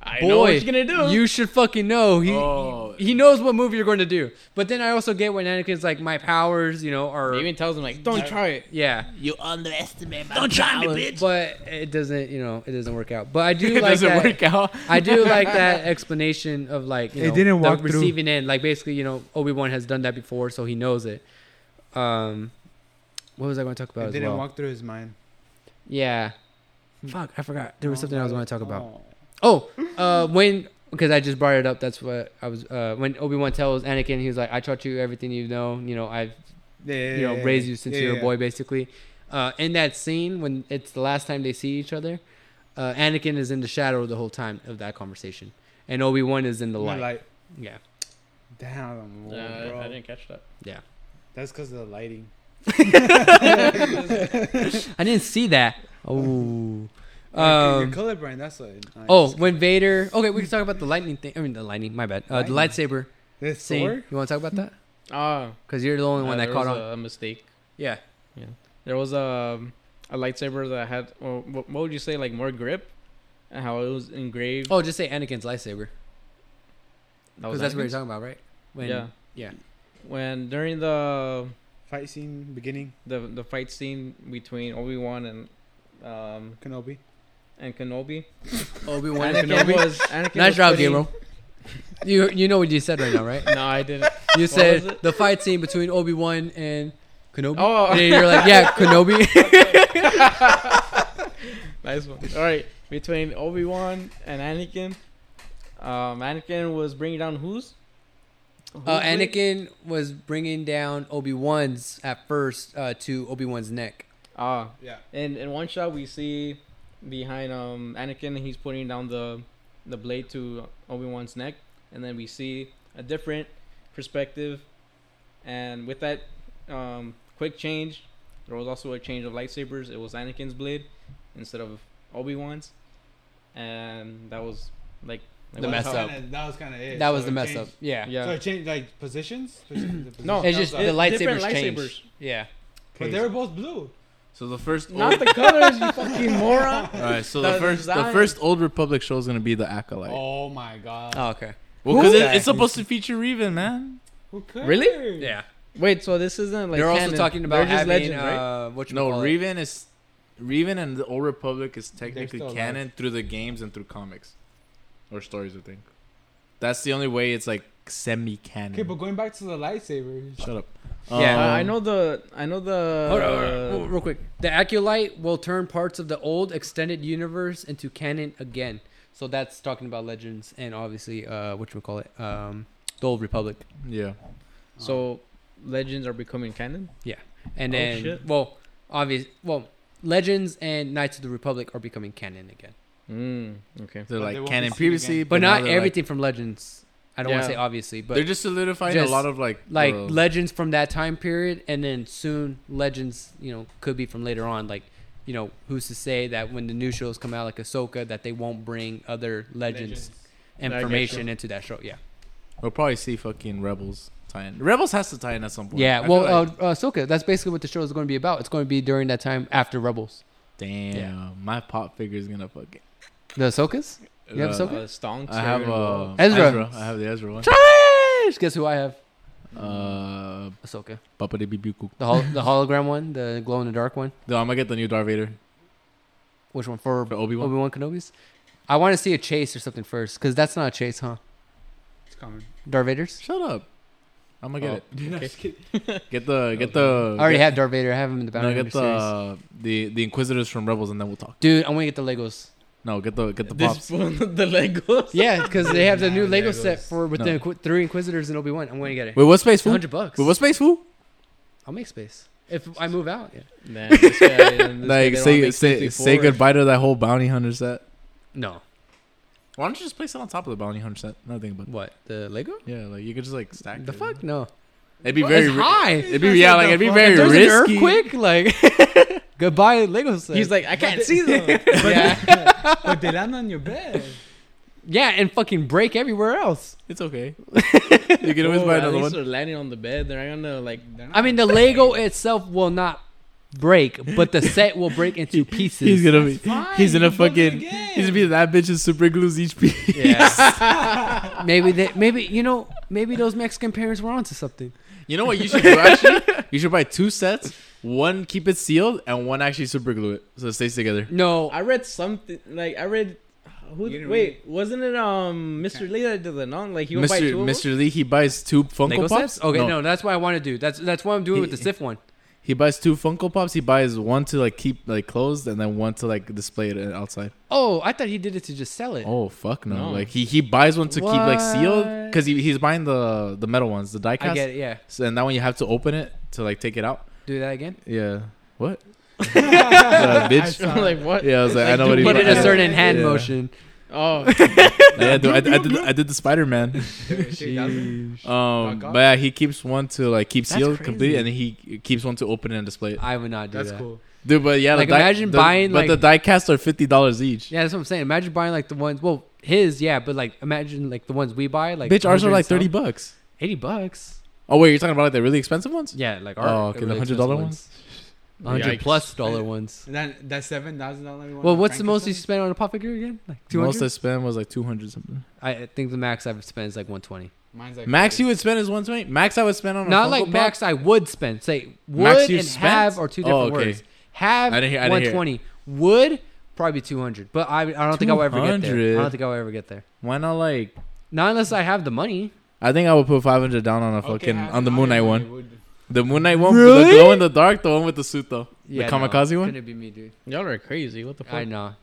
[SPEAKER 6] I
[SPEAKER 1] Boy,
[SPEAKER 6] know what you're gonna do.
[SPEAKER 1] You should fucking know. He
[SPEAKER 2] Oh.
[SPEAKER 1] he knows what move you're going to do. But then I also get when Anakin's like, my powers, you know, are
[SPEAKER 6] He even tells him like, "Don't try it."
[SPEAKER 1] yeah.
[SPEAKER 7] You underestimate my Don't try me, bitch.
[SPEAKER 1] But it doesn't, you know, it doesn't work out. But I do
[SPEAKER 2] It
[SPEAKER 1] like
[SPEAKER 2] doesn't
[SPEAKER 1] that.
[SPEAKER 2] work out.
[SPEAKER 1] I do like that explanation of like you
[SPEAKER 4] It
[SPEAKER 1] know,
[SPEAKER 4] didn't
[SPEAKER 1] the
[SPEAKER 4] walk through.
[SPEAKER 1] receiving end. Like basically, you know, Obi Wan has done that before, so he knows it. Um, what was I going to talk about
[SPEAKER 4] It
[SPEAKER 1] as
[SPEAKER 4] didn't
[SPEAKER 1] well?
[SPEAKER 4] walk through his mind. Oh
[SPEAKER 1] yeah. Fuck, I forgot. There was
[SPEAKER 4] No,
[SPEAKER 1] something I was
[SPEAKER 4] no,
[SPEAKER 1] going to talk about.
[SPEAKER 4] no.
[SPEAKER 1] Oh, uh, when because I just brought it up. That's what I was. Uh, when Obi Wan tells Anakin, he was like, "I taught you everything you know. You know, I've
[SPEAKER 4] Yeah, yeah,
[SPEAKER 1] you know
[SPEAKER 4] yeah,
[SPEAKER 1] raised
[SPEAKER 4] yeah.
[SPEAKER 1] you since
[SPEAKER 4] Yeah,
[SPEAKER 1] you were a
[SPEAKER 4] yeah.
[SPEAKER 1] boy, basically." Uh, in that scene, when it's the last time they see each other, uh, Anakin is in the shadow the whole time of that conversation, and Obi Wan is in the
[SPEAKER 4] You're
[SPEAKER 1] light.
[SPEAKER 4] like,
[SPEAKER 1] Yeah,
[SPEAKER 4] damn, bro.
[SPEAKER 6] I didn't catch that.
[SPEAKER 1] yeah.
[SPEAKER 4] That's because of the lighting.
[SPEAKER 1] I didn't see that. Oh.
[SPEAKER 4] Um,
[SPEAKER 1] Um,
[SPEAKER 4] You're colorblind. That's why. Nice.
[SPEAKER 1] oh, when Vader. Okay, we can talk about the lightning thing. I mean, the lightning. My bad. Uh, the
[SPEAKER 4] Lightning.
[SPEAKER 1] lightsaber
[SPEAKER 4] This
[SPEAKER 1] scene.
[SPEAKER 4] sword.
[SPEAKER 1] You want to talk about that?
[SPEAKER 6] Ah,
[SPEAKER 1] Because you're the only one that caught on.
[SPEAKER 6] a mistake.
[SPEAKER 1] yeah.
[SPEAKER 6] There was a a lightsaber that had well, what, what would you say like more grip, and how it was engraved.
[SPEAKER 1] Oh, just say Anakin's lightsaber.
[SPEAKER 6] That was
[SPEAKER 1] Because that's what you're
[SPEAKER 6] Anakin's?
[SPEAKER 1] talking about, right? When,
[SPEAKER 6] yeah,
[SPEAKER 1] yeah.
[SPEAKER 6] When during the
[SPEAKER 4] Fight scene beginning.
[SPEAKER 6] the the fight scene between Obi Wan and um
[SPEAKER 4] Kenobi.
[SPEAKER 6] and Kenobi,
[SPEAKER 1] Obi Wan and
[SPEAKER 6] Anakin
[SPEAKER 1] Kenobi.
[SPEAKER 6] was Anakin
[SPEAKER 1] Nice
[SPEAKER 6] was
[SPEAKER 1] job,
[SPEAKER 6] putting-
[SPEAKER 1] Gabriel. You you know what you said right now, right?
[SPEAKER 6] No, I didn't.
[SPEAKER 1] You
[SPEAKER 6] was
[SPEAKER 1] said
[SPEAKER 6] it?
[SPEAKER 1] the fight scene between Obi Wan and Kenobi.
[SPEAKER 6] Oh.
[SPEAKER 1] And then you're like, yeah, Kenobi.
[SPEAKER 6] nice one. All right, between Obi Wan and Anakin, um, Anakin was bringing down who's?
[SPEAKER 1] uh,
[SPEAKER 6] Who's leg?
[SPEAKER 1] Anakin was bringing down Obi Wan's at first uh, to Obi Wan's neck.
[SPEAKER 6] Ah,
[SPEAKER 4] Yeah.
[SPEAKER 6] And in one shot, we see behind um Anakin, he's putting down the the blade to Obi Wan's neck, and then we see a different perspective, and with that um, quick change, there was also a change of lightsabers. It was Anakin's blade instead of Obi Wan's, and that was like, like
[SPEAKER 1] The
[SPEAKER 6] what-
[SPEAKER 1] mess
[SPEAKER 6] how-
[SPEAKER 1] up.
[SPEAKER 4] That was kind of it.
[SPEAKER 1] that
[SPEAKER 4] So
[SPEAKER 1] was the
[SPEAKER 4] it
[SPEAKER 1] mess
[SPEAKER 4] changed-
[SPEAKER 1] up. Yeah.
[SPEAKER 6] Yeah,
[SPEAKER 4] So it changed like positions. Positions, the
[SPEAKER 6] No,
[SPEAKER 1] It's
[SPEAKER 4] positions.
[SPEAKER 1] just
[SPEAKER 4] That
[SPEAKER 1] the
[SPEAKER 4] was
[SPEAKER 6] It's different
[SPEAKER 1] lightsabers,
[SPEAKER 6] lightsabers.
[SPEAKER 1] changed. Yeah.
[SPEAKER 4] But they were both blue.
[SPEAKER 2] So the first.
[SPEAKER 6] not
[SPEAKER 2] Old,
[SPEAKER 6] the colors, you fucking moron.
[SPEAKER 2] all right. So
[SPEAKER 6] the
[SPEAKER 2] the, first, the
[SPEAKER 6] design.
[SPEAKER 2] first Old Republic show is gonna be the Acolyte. Well,
[SPEAKER 4] Oh my god.
[SPEAKER 1] Oh, okay.
[SPEAKER 2] 'cause
[SPEAKER 1] Who?
[SPEAKER 2] it, it's supposed to feature Revan, man.
[SPEAKER 4] Who cares?
[SPEAKER 6] Really?
[SPEAKER 1] Yeah.
[SPEAKER 6] Wait, so this isn't like
[SPEAKER 1] They're also
[SPEAKER 6] canon.
[SPEAKER 1] talking about
[SPEAKER 6] They're just
[SPEAKER 1] having
[SPEAKER 6] legends, right?
[SPEAKER 1] uh, what
[SPEAKER 2] No, Revan is. Revan and the Old Republic is technically
[SPEAKER 4] still alive.
[SPEAKER 2] canon through the games and through comics, or stories, I think. That's the only way it's like semi-canon.
[SPEAKER 4] Okay, but going back to the lightsaber.
[SPEAKER 2] Shut up.
[SPEAKER 1] Yeah.
[SPEAKER 6] Uh, I know the I know the
[SPEAKER 1] Hold on, hold on, hold on, real quick. The Acolyte will turn parts of the old extended universe into canon again. So that's talking about um, legends and obviously, uh, what you call it, um, the old Republic.
[SPEAKER 2] Yeah.
[SPEAKER 6] so legends are becoming canon.
[SPEAKER 1] And
[SPEAKER 6] Oh,
[SPEAKER 1] then,
[SPEAKER 6] shit.
[SPEAKER 1] well, obvious, well, Legends and Knights of the Republic are becoming canon again,
[SPEAKER 6] Mm, okay.
[SPEAKER 2] They're
[SPEAKER 8] But they
[SPEAKER 2] like
[SPEAKER 8] won't be
[SPEAKER 2] canon
[SPEAKER 8] seen
[SPEAKER 2] previously,
[SPEAKER 8] again.
[SPEAKER 1] but
[SPEAKER 2] now
[SPEAKER 1] not
[SPEAKER 2] they're, like-
[SPEAKER 1] everything from Legends. I don't want
[SPEAKER 6] Yeah.
[SPEAKER 1] to say obviously, but
[SPEAKER 2] they're just solidifying
[SPEAKER 1] just,
[SPEAKER 2] a lot of like
[SPEAKER 1] like
[SPEAKER 2] the-
[SPEAKER 1] Legends from that time period, and then soon Legends, you know, could be from later on. Like, you know, who's to say that when the new shows come out, like Ahsoka, that they won't bring other Legends,
[SPEAKER 6] I get
[SPEAKER 1] information into that show? Yeah,
[SPEAKER 2] we'll probably see fucking rebels tie in. Rebels has to tie in at some point. I
[SPEAKER 1] yeah.
[SPEAKER 2] feel
[SPEAKER 1] Well,
[SPEAKER 2] like-
[SPEAKER 1] uh, Ahsoka. That's basically what the show is going to be about. It's going to be during that time after Rebels.
[SPEAKER 2] damn,
[SPEAKER 1] yeah.
[SPEAKER 2] my pop figure is gonna fucking.
[SPEAKER 1] The Ahsokas. You have
[SPEAKER 2] Uh,
[SPEAKER 1] Ahsoka?
[SPEAKER 6] Uh, stonks.
[SPEAKER 2] I have uh,
[SPEAKER 1] Ezra.
[SPEAKER 2] I have the Ezra one.
[SPEAKER 1] Trash. Guess who I have?
[SPEAKER 2] Uh,
[SPEAKER 1] Ahsoka.
[SPEAKER 2] Papa de Bibuku.
[SPEAKER 1] The hol- the hologram one, the glow in the dark one.
[SPEAKER 2] No, I'm gonna get the new Darth Vader
[SPEAKER 1] Which one for
[SPEAKER 2] for Obi Wan.
[SPEAKER 1] Obi Wan Kenobi's? I want to see a chase or something first, because that's not a chase, huh?
[SPEAKER 4] It's coming.
[SPEAKER 1] Darth Vader's.
[SPEAKER 2] Shut up. I'm gonna get
[SPEAKER 6] okay.
[SPEAKER 2] it. Get the get the.
[SPEAKER 1] Oh. I already
[SPEAKER 2] get,
[SPEAKER 1] have Darth Vader. I have him in the
[SPEAKER 2] No,
[SPEAKER 1] Bounty
[SPEAKER 2] get
[SPEAKER 1] Hunter series.
[SPEAKER 2] the the the Inquisitors from Rebels, and then we'll talk.
[SPEAKER 1] Dude, I want to get the Legos.
[SPEAKER 2] No, get the get the
[SPEAKER 6] This
[SPEAKER 2] pops.
[SPEAKER 6] one, the Legos.
[SPEAKER 1] Yeah, because they have the new
[SPEAKER 6] Nah,
[SPEAKER 1] Lego
[SPEAKER 6] Legos.
[SPEAKER 1] set for with
[SPEAKER 2] No.
[SPEAKER 1] the Inqui- three Inquisitors and Obi Wan. I'm going to get it.
[SPEAKER 2] Wait, what space
[SPEAKER 1] It's a
[SPEAKER 2] fool?
[SPEAKER 1] hundred bucks.
[SPEAKER 2] Wait, what space fool?
[SPEAKER 1] I'll make space if I move out. Yeah.
[SPEAKER 6] Nah, this guy, and this guy, they
[SPEAKER 2] Like
[SPEAKER 6] don't
[SPEAKER 2] say
[SPEAKER 6] make
[SPEAKER 2] say
[SPEAKER 6] 64.
[SPEAKER 2] say goodbye to that whole bounty hunter set.
[SPEAKER 1] No.
[SPEAKER 2] Why don't you just place it on top of the bounty hunter set? Not think about. It.
[SPEAKER 1] What the Lego?
[SPEAKER 2] Yeah, like you could just like stack.
[SPEAKER 1] The
[SPEAKER 2] it.
[SPEAKER 1] fuck no.
[SPEAKER 2] It'd be
[SPEAKER 1] Well,
[SPEAKER 2] very.
[SPEAKER 1] it's
[SPEAKER 2] ri-
[SPEAKER 1] high.
[SPEAKER 2] It'd be yeah, like it'd be very
[SPEAKER 1] There's
[SPEAKER 2] risky.
[SPEAKER 1] an earthquake. Like goodbye Lego set.
[SPEAKER 6] He's like, I can't see them.
[SPEAKER 1] yeah,
[SPEAKER 4] but they land on your bed.
[SPEAKER 1] yeah, and fucking break everywhere else.
[SPEAKER 2] It's okay. you can always
[SPEAKER 6] Oh,
[SPEAKER 2] buy
[SPEAKER 6] at
[SPEAKER 2] another
[SPEAKER 6] least
[SPEAKER 2] one.
[SPEAKER 6] They're landing on the bed. They're not gonna like.
[SPEAKER 4] They're not
[SPEAKER 1] I mean, the Lego itself will not break, but the set will break into pieces.
[SPEAKER 2] He's gonna be.
[SPEAKER 4] fine,
[SPEAKER 2] He's gonna
[SPEAKER 4] you build it
[SPEAKER 2] fucking.
[SPEAKER 4] again.
[SPEAKER 2] He's gonna be that bitch and super glues each piece.
[SPEAKER 1] Yeah. maybe they, maybe you know, maybe those Mexican parents were onto something.
[SPEAKER 2] You know what you should do actually? You should buy two sets. One keep it sealed and one actually super glue it so it stays together.
[SPEAKER 1] No,
[SPEAKER 6] I read something like I read. Who?
[SPEAKER 4] You didn't
[SPEAKER 6] Wait, wasn't it um Mr. Lee that did the non? Like he would buy
[SPEAKER 2] Mr.
[SPEAKER 6] two. of them?
[SPEAKER 2] Mr. Lee he buys two Funko
[SPEAKER 1] Lego
[SPEAKER 2] Pops.
[SPEAKER 1] sets. Okay, no. that's what I want to do. That's that's what I'm doing with the Sif one.
[SPEAKER 2] He buys two Funko Pops. He buys one to like keep like closed and then one to like display it outside.
[SPEAKER 1] Oh, I thought he did it to just sell it.
[SPEAKER 2] Oh fuck no!
[SPEAKER 6] No.
[SPEAKER 2] Like he, he buys one to keep like sealed
[SPEAKER 1] What?
[SPEAKER 2] because he, he's buying the the metal ones, the
[SPEAKER 1] I
[SPEAKER 2] diecast.
[SPEAKER 1] get it. Yeah,
[SPEAKER 2] So, and that one you have to open it to like take it out.
[SPEAKER 1] do that again.
[SPEAKER 2] Yeah. What? Uh, bitch.
[SPEAKER 6] I'm like what?
[SPEAKER 2] Yeah, I was like, I know
[SPEAKER 6] do
[SPEAKER 2] what he
[SPEAKER 1] Put
[SPEAKER 2] was-
[SPEAKER 1] it in a certain hand
[SPEAKER 2] Yeah.
[SPEAKER 1] motion.
[SPEAKER 6] Oh,
[SPEAKER 2] Yeah, dude, I, I did I did the Spider Man. Um,
[SPEAKER 4] Fuck
[SPEAKER 2] but yeah, he keeps one to like keep
[SPEAKER 1] That's
[SPEAKER 2] sealed
[SPEAKER 1] crazy.
[SPEAKER 2] completely, and he keeps one to open it and display it.
[SPEAKER 1] I would not do
[SPEAKER 4] That's
[SPEAKER 1] that.
[SPEAKER 4] cool.
[SPEAKER 2] Dude, but yeah, the
[SPEAKER 1] Like, imagine
[SPEAKER 2] the,
[SPEAKER 1] buying,
[SPEAKER 2] But the diecasts are fifty dollars each.
[SPEAKER 1] Yeah, that's what I'm saying. Imagine buying like the ones. Well, his, yeah, but like imagine like the ones we buy. Like
[SPEAKER 2] Bitch, ours are
[SPEAKER 1] 100
[SPEAKER 2] like
[SPEAKER 1] some-
[SPEAKER 2] thirty bucks.
[SPEAKER 1] eighty bucks.
[SPEAKER 2] Oh wait, you're talking about like the really expensive ones?
[SPEAKER 1] Yeah, like our
[SPEAKER 2] Oh, okay, the hundred dollar ones.
[SPEAKER 1] hundred
[SPEAKER 6] Yikes.
[SPEAKER 1] plus dollar ones.
[SPEAKER 4] And that that seven thousand dollar one.
[SPEAKER 1] Well,
[SPEAKER 4] on
[SPEAKER 1] what's the most you
[SPEAKER 4] Frankenstein?
[SPEAKER 1] spent on a pop figure again? Like two
[SPEAKER 2] Most I
[SPEAKER 1] hundred.
[SPEAKER 2] spent was like two hundred something.
[SPEAKER 1] I I think the max I've spent is like one twenty.
[SPEAKER 4] Mine's like
[SPEAKER 2] Max, you would spend is one twenty. Max, I would spend on a
[SPEAKER 1] Not
[SPEAKER 2] Funko
[SPEAKER 1] like
[SPEAKER 2] Pop?
[SPEAKER 1] max I would spend. Say would
[SPEAKER 2] Max you
[SPEAKER 1] and
[SPEAKER 2] spent?
[SPEAKER 1] have are two different
[SPEAKER 2] Oh, okay.
[SPEAKER 1] words. Have
[SPEAKER 2] I didn't hear- I didn't
[SPEAKER 1] one
[SPEAKER 2] hear.
[SPEAKER 1] twenty. Would probably two hundred. But I I don't think I'll ever get there. I
[SPEAKER 2] 200?
[SPEAKER 1] don't think I'll ever get there.
[SPEAKER 2] Why not like?
[SPEAKER 1] Not unless I have the money.
[SPEAKER 2] I think I would put five hundred down on a
[SPEAKER 4] Okay,
[SPEAKER 2] fucking
[SPEAKER 4] I-
[SPEAKER 2] on the
[SPEAKER 4] I
[SPEAKER 2] Moon Knight
[SPEAKER 4] would-
[SPEAKER 2] one. The Moon Knight one, the
[SPEAKER 1] Really?
[SPEAKER 2] glow in the dark, the one with the suit though,
[SPEAKER 1] Yeah,
[SPEAKER 2] the
[SPEAKER 1] no,
[SPEAKER 2] kamikaze one.
[SPEAKER 1] Couldn't be me, dude.
[SPEAKER 6] y'all are crazy. What the fuck?
[SPEAKER 1] I know.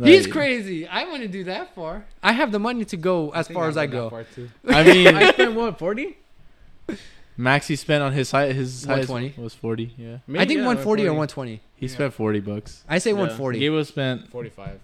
[SPEAKER 1] He's
[SPEAKER 2] Like,
[SPEAKER 1] crazy. I want to do that far. I have the money to go as
[SPEAKER 4] think
[SPEAKER 1] far as I
[SPEAKER 4] went that
[SPEAKER 1] go.
[SPEAKER 4] far too.
[SPEAKER 2] I mean,
[SPEAKER 6] I spent what forty?
[SPEAKER 2] Max he spent on his side his highest
[SPEAKER 1] 120.
[SPEAKER 2] was forty. Yeah,
[SPEAKER 1] I think 140 or 120.
[SPEAKER 2] he spent forty bucks.
[SPEAKER 1] I say
[SPEAKER 6] Yeah.
[SPEAKER 1] 140.
[SPEAKER 2] Gabriel spent.
[SPEAKER 4] Forty-five.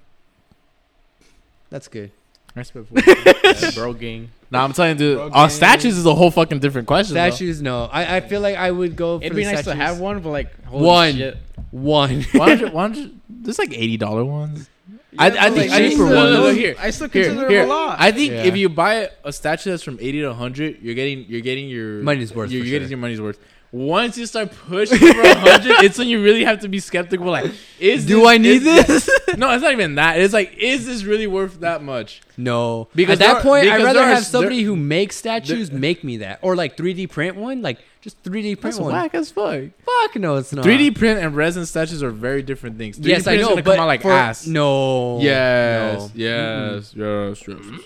[SPEAKER 1] That's good.
[SPEAKER 2] I spent forty.
[SPEAKER 6] bro gang.
[SPEAKER 2] nah, I'm telling you, dude.
[SPEAKER 4] Bro,
[SPEAKER 2] Uh,
[SPEAKER 4] gang.
[SPEAKER 2] statues is a whole fucking different question. though.
[SPEAKER 1] Statues, no. I, I feel like I would go for
[SPEAKER 6] It'd be
[SPEAKER 1] the
[SPEAKER 6] nice to
[SPEAKER 1] statues.
[SPEAKER 6] have one, but like holy
[SPEAKER 1] One.
[SPEAKER 6] Shit.
[SPEAKER 1] one.
[SPEAKER 2] Why don't you? Why don't you there's like eighty dollar ones. I, I
[SPEAKER 6] but
[SPEAKER 2] think
[SPEAKER 6] like,
[SPEAKER 2] cheaper
[SPEAKER 6] Jesus.
[SPEAKER 2] ones.
[SPEAKER 6] Look, look,
[SPEAKER 2] here,
[SPEAKER 6] I still consider
[SPEAKER 2] here,
[SPEAKER 6] them
[SPEAKER 2] here.
[SPEAKER 6] a lot.
[SPEAKER 2] I think if
[SPEAKER 1] Yeah.
[SPEAKER 2] you buy a statue that's from eighty to hundred, you're getting you're getting your
[SPEAKER 1] Money's worth,
[SPEAKER 2] You're,
[SPEAKER 1] for
[SPEAKER 2] you're getting
[SPEAKER 1] sure.
[SPEAKER 2] your money's worth. Once you start pushing for hundred, it's when you really have to be skeptical. Like, is
[SPEAKER 1] Do
[SPEAKER 2] this-
[SPEAKER 1] I need
[SPEAKER 2] is-
[SPEAKER 1] this?
[SPEAKER 2] No, it's not even that. It's like, is this really worth that much?
[SPEAKER 1] no.
[SPEAKER 2] Because
[SPEAKER 1] At
[SPEAKER 2] there
[SPEAKER 1] that
[SPEAKER 2] are-
[SPEAKER 1] point, I'd
[SPEAKER 2] because
[SPEAKER 1] rather
[SPEAKER 2] there are
[SPEAKER 1] have
[SPEAKER 2] s-
[SPEAKER 1] somebody
[SPEAKER 2] there-
[SPEAKER 1] who makes statues make me that. Or like 3D print one. Like just 3D print one.
[SPEAKER 2] as fuck.
[SPEAKER 1] Fuck no, it's not.
[SPEAKER 2] 3D print and resin statues are very different things. 3D
[SPEAKER 1] Yes, I
[SPEAKER 2] print is
[SPEAKER 1] know.
[SPEAKER 2] gonna
[SPEAKER 1] But
[SPEAKER 2] come out like
[SPEAKER 1] for,
[SPEAKER 2] ass.
[SPEAKER 1] No.
[SPEAKER 2] Yes,
[SPEAKER 1] No.
[SPEAKER 2] yes, yes, yes, yes,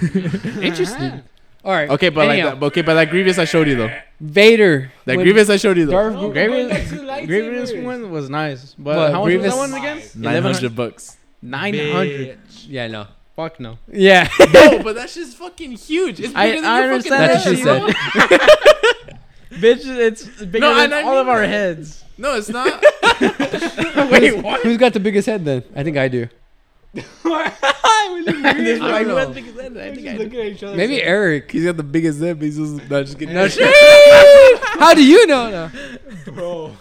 [SPEAKER 2] yes.
[SPEAKER 1] Interesting. All right.
[SPEAKER 2] Okay, but
[SPEAKER 1] Anyhow,
[SPEAKER 2] like that. Okay, but that Grievous I showed you though.
[SPEAKER 1] Vader.
[SPEAKER 2] That
[SPEAKER 1] when
[SPEAKER 2] Grievous I showed you though.
[SPEAKER 1] Darth
[SPEAKER 4] No,
[SPEAKER 1] Vader-
[SPEAKER 4] going back to lightsabers.
[SPEAKER 6] Grievous one was nice, but
[SPEAKER 1] What,
[SPEAKER 6] how much
[SPEAKER 1] Grievous-
[SPEAKER 6] was that one again?
[SPEAKER 2] Nine hundred bucks.
[SPEAKER 6] Nine hundred.
[SPEAKER 1] Yeah, no.
[SPEAKER 6] Fuck no.
[SPEAKER 1] Yeah.
[SPEAKER 2] no, but that shit's fucking huge. It's
[SPEAKER 6] I,
[SPEAKER 2] bigger than
[SPEAKER 6] I
[SPEAKER 2] your fucking
[SPEAKER 6] understand
[SPEAKER 1] That's
[SPEAKER 2] head,
[SPEAKER 1] what she
[SPEAKER 2] bro.
[SPEAKER 1] said.
[SPEAKER 6] bitch, it's bigger
[SPEAKER 2] No,
[SPEAKER 6] than
[SPEAKER 2] and I
[SPEAKER 6] all of
[SPEAKER 2] mean-
[SPEAKER 6] our heads.
[SPEAKER 2] No, it's not.
[SPEAKER 1] Wait, what? Who's got the biggest head then? I think I do.
[SPEAKER 6] There's
[SPEAKER 9] I
[SPEAKER 6] like
[SPEAKER 9] don't
[SPEAKER 6] one
[SPEAKER 9] know.
[SPEAKER 6] bigger than- I think I
[SPEAKER 4] Look at each other.
[SPEAKER 1] Maybe Eric.
[SPEAKER 2] He's got the biggest zip. He's just not just kidding.
[SPEAKER 1] No, shit. How do you know? No.
[SPEAKER 4] bro.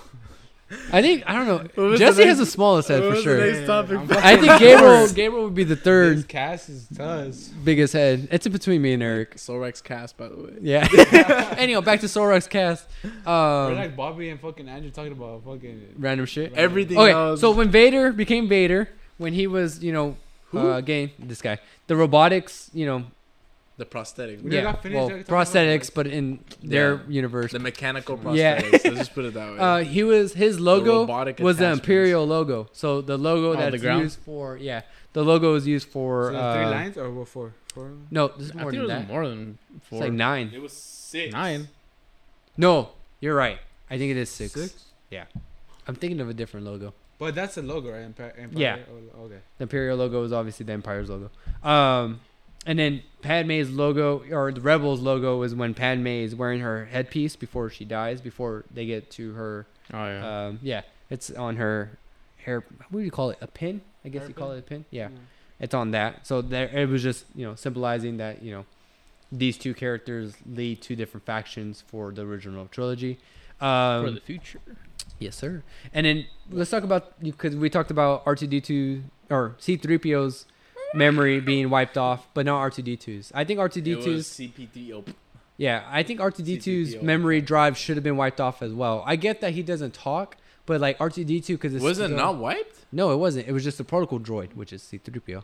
[SPEAKER 1] I think I don't
[SPEAKER 2] What
[SPEAKER 1] know.
[SPEAKER 2] was
[SPEAKER 1] Jesse
[SPEAKER 2] the
[SPEAKER 1] has
[SPEAKER 2] next-
[SPEAKER 1] the smallest head for sure.
[SPEAKER 2] Next topic.
[SPEAKER 1] I think Gabriel Gabriel would be the
[SPEAKER 4] This
[SPEAKER 1] third
[SPEAKER 4] cast is does.
[SPEAKER 1] biggest head. It's in between me and Eric.
[SPEAKER 2] Sorex cast, by the way.
[SPEAKER 1] Yeah. anyway, back to Solrock's cast.
[SPEAKER 4] We're
[SPEAKER 1] Um,
[SPEAKER 4] like Bobby and fucking Andrew talking about fucking.
[SPEAKER 1] random shit.
[SPEAKER 2] Everything
[SPEAKER 1] Okay,
[SPEAKER 2] else.
[SPEAKER 1] so when Vader became Vader, when he was you know uh, gay, this guy, the robotics, you know,
[SPEAKER 2] the prosthetic.
[SPEAKER 4] We
[SPEAKER 1] yeah,
[SPEAKER 4] got finished
[SPEAKER 1] well,
[SPEAKER 4] talking about robotics.
[SPEAKER 1] prosthetics, but in their
[SPEAKER 2] Yeah.
[SPEAKER 1] universe.
[SPEAKER 2] The mechanical prosthetics.
[SPEAKER 1] Yeah.
[SPEAKER 2] Let's just put it that way.
[SPEAKER 1] Uh, he was his logo
[SPEAKER 2] robotic
[SPEAKER 1] was the
[SPEAKER 2] attachments.
[SPEAKER 1] imperial logo. So the logo
[SPEAKER 6] Oh, the
[SPEAKER 1] that's
[SPEAKER 6] ground?
[SPEAKER 1] used for yeah, the logo is used for
[SPEAKER 4] So three
[SPEAKER 1] uh,
[SPEAKER 4] lines or what? Four. Four.
[SPEAKER 1] no, this is
[SPEAKER 6] I
[SPEAKER 1] more
[SPEAKER 6] think it
[SPEAKER 1] than
[SPEAKER 6] was
[SPEAKER 1] that.
[SPEAKER 6] more than
[SPEAKER 1] It's
[SPEAKER 6] four.
[SPEAKER 1] like nine.
[SPEAKER 2] it was six.
[SPEAKER 6] Nine.
[SPEAKER 1] No, you're right. I think it is six.
[SPEAKER 4] Six?
[SPEAKER 1] Yeah, I'm thinking of a different logo.
[SPEAKER 4] But that's the logo, right? Empire, Empire,
[SPEAKER 1] Yeah.
[SPEAKER 4] oh, okay.
[SPEAKER 1] The Imperial logo is obviously the Empire's logo. Um, and then Padme's logo or the Rebels logo is when Padme is wearing her headpiece before she dies, before they get to her.
[SPEAKER 6] Oh yeah.
[SPEAKER 1] Um, yeah, it's on her hair. What do you call it? A pin? I guess you call it a pin. Yeah,
[SPEAKER 4] Yeah.
[SPEAKER 1] it's on that. So there, it was just you know symbolizing that you know these two characters lead to different factions for the original trilogy. Um,
[SPEAKER 6] for the future.
[SPEAKER 1] Yes, sir. And then let's talk about because we talked about R two D two or C three PO's memory bebeing wiped off, but not R two D 2s I think R two D 2s
[SPEAKER 2] CP3.
[SPEAKER 1] Yeah, I think R two D 2s
[SPEAKER 2] CTPO.
[SPEAKER 1] memory drive should have been wiped off as well. I get that he doesn't talk, but like R two D two because
[SPEAKER 2] Was it not wiped?
[SPEAKER 1] No, it wasn't. It was just a protocol droid, which is C three PO.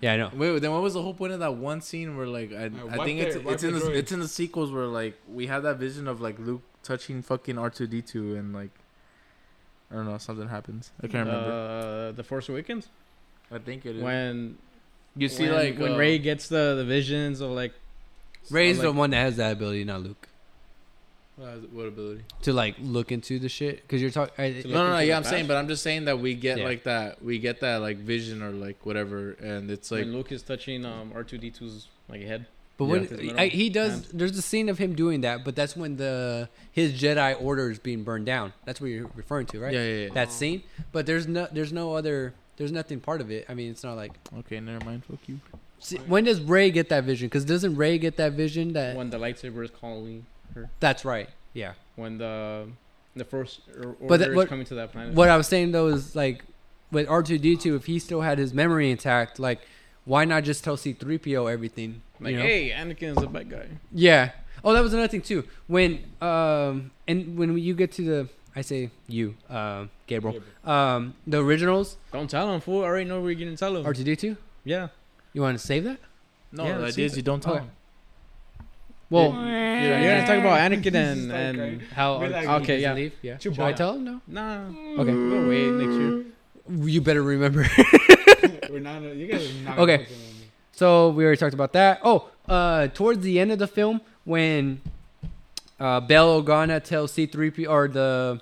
[SPEAKER 1] Yeah, I know.
[SPEAKER 2] Wait, then what was the whole point of that one scene where like I,
[SPEAKER 4] Uh,
[SPEAKER 2] I
[SPEAKER 4] wipe
[SPEAKER 2] think
[SPEAKER 4] the-
[SPEAKER 2] it's
[SPEAKER 4] wipe
[SPEAKER 2] it's in
[SPEAKER 4] the
[SPEAKER 2] the
[SPEAKER 4] droid.
[SPEAKER 2] it's in the sequels where like we had that vision of like Luke touching fucking R two D two and like I don't know something happens. I can't remember.
[SPEAKER 6] Uh, the Force Awakens.
[SPEAKER 2] I think it is.
[SPEAKER 6] When
[SPEAKER 2] you see
[SPEAKER 6] when-
[SPEAKER 2] like
[SPEAKER 6] when
[SPEAKER 2] uh,
[SPEAKER 6] Ray gets the, the visions of like
[SPEAKER 1] Ray's
[SPEAKER 6] like-
[SPEAKER 1] the one that has that ability, not Luke,
[SPEAKER 2] uh, what ability?
[SPEAKER 1] to like look into the shit because you're talking.
[SPEAKER 2] No, no, no.
[SPEAKER 6] into
[SPEAKER 2] Yeah,
[SPEAKER 6] the
[SPEAKER 2] I'm saying,
[SPEAKER 6] past?
[SPEAKER 2] but I'm just saying that we get
[SPEAKER 1] Yeah.
[SPEAKER 2] like that. We get that like vision or like whatever, and it's like
[SPEAKER 6] when Luke is touching um R two D 2s like head.
[SPEAKER 1] But
[SPEAKER 2] Yeah.
[SPEAKER 6] His
[SPEAKER 1] when
[SPEAKER 6] metal
[SPEAKER 1] I, he does,
[SPEAKER 6] hand.
[SPEAKER 1] there's a scene of him doing that, but that's when the his Jedi Order is being burned down. That's what you're referring to, right?
[SPEAKER 2] yeah, yeah, yeah.
[SPEAKER 1] That scene. But there's no, there's no other, there's nothing part of it. I mean, it's not like.
[SPEAKER 2] Okay, never mind. Fuck you.
[SPEAKER 1] See, when does Ray get that vision? Because doesn't Ray get that vision? That
[SPEAKER 6] When the lightsaber is calling.
[SPEAKER 1] that's right. Yeah.
[SPEAKER 6] When the the Force or-
[SPEAKER 1] But that-
[SPEAKER 6] Order
[SPEAKER 1] what-
[SPEAKER 6] is coming to that planet.
[SPEAKER 1] What I was saying though is like, with R two D two, if he still had his memory intact, like, why not just tell C three PO everything?
[SPEAKER 6] Like,
[SPEAKER 1] you know?
[SPEAKER 6] hey, Anakin is a bad guy.
[SPEAKER 1] Yeah. Oh, that was another thing too. When um and when you get to the I say you, um Gabriel. Um the originals
[SPEAKER 6] Don't tell him, fool. I already know we're gonna tell him.
[SPEAKER 1] R2D2.
[SPEAKER 6] yeah.
[SPEAKER 1] You want to save that?
[SPEAKER 2] No,
[SPEAKER 6] Yeah,
[SPEAKER 2] the
[SPEAKER 6] let's
[SPEAKER 2] idea is
[SPEAKER 6] see.
[SPEAKER 2] you don't tell
[SPEAKER 1] Okay.
[SPEAKER 2] him.
[SPEAKER 1] Well,
[SPEAKER 6] You're, you're gonna talk about Anakin and,
[SPEAKER 4] This is so
[SPEAKER 6] and
[SPEAKER 1] how
[SPEAKER 4] We're like-
[SPEAKER 1] R2D2
[SPEAKER 6] Okay,
[SPEAKER 1] doesn't
[SPEAKER 6] yeah.
[SPEAKER 1] leave? Yeah. Should I
[SPEAKER 4] Chewbacca.
[SPEAKER 1] tell him? No.
[SPEAKER 6] nah.
[SPEAKER 1] Okay.
[SPEAKER 6] We'll wait next year.
[SPEAKER 1] You better remember.
[SPEAKER 4] We're not. uh, You guys are not. uh,
[SPEAKER 1] Okay. so we already talked about that. Oh, uh towards the end of the film when uh Bell Organa tells C3P or the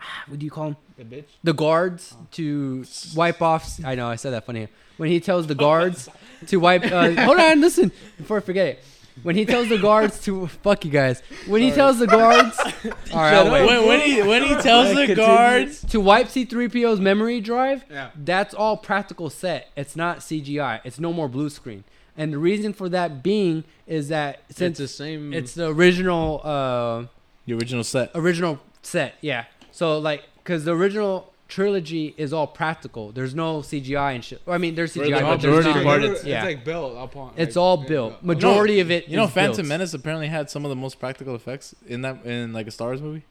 [SPEAKER 1] what do you call him?
[SPEAKER 4] The bitch.
[SPEAKER 1] the guards to wipe off. I know I said that funny. When he tells the guards to wipe, uh, hold on, listen before I forget it. When he tells the guards to fuck you guys. When he tells the guards, all right, I'll wait.
[SPEAKER 2] When, when he when he tells the
[SPEAKER 6] Continue.
[SPEAKER 2] guards,
[SPEAKER 1] to wipe C3PO's memory drive,
[SPEAKER 4] Yeah.
[SPEAKER 1] that's all practical set. It's not CGI. It's no more blue screen. And the reason for that being is that
[SPEAKER 6] It's
[SPEAKER 1] since
[SPEAKER 6] the same.
[SPEAKER 1] it's the original. Uh,
[SPEAKER 2] the original set.
[SPEAKER 1] original set yeah so like because the original trilogy is all practical there's no cgi and shit Well, i mean there's
[SPEAKER 2] Where
[SPEAKER 1] cgi
[SPEAKER 2] the
[SPEAKER 1] but there's
[SPEAKER 2] majority
[SPEAKER 1] not,
[SPEAKER 2] part
[SPEAKER 1] it's,
[SPEAKER 4] it's,
[SPEAKER 1] yeah
[SPEAKER 4] like built upon.
[SPEAKER 1] it's
[SPEAKER 4] like,
[SPEAKER 1] all
[SPEAKER 4] yeah,
[SPEAKER 1] built
[SPEAKER 4] yeah.
[SPEAKER 1] majority of it
[SPEAKER 2] You know,
[SPEAKER 1] is
[SPEAKER 2] Phantom
[SPEAKER 1] built.
[SPEAKER 2] Menace apparently had some of the most practical effects in that in like a Star Wars movie.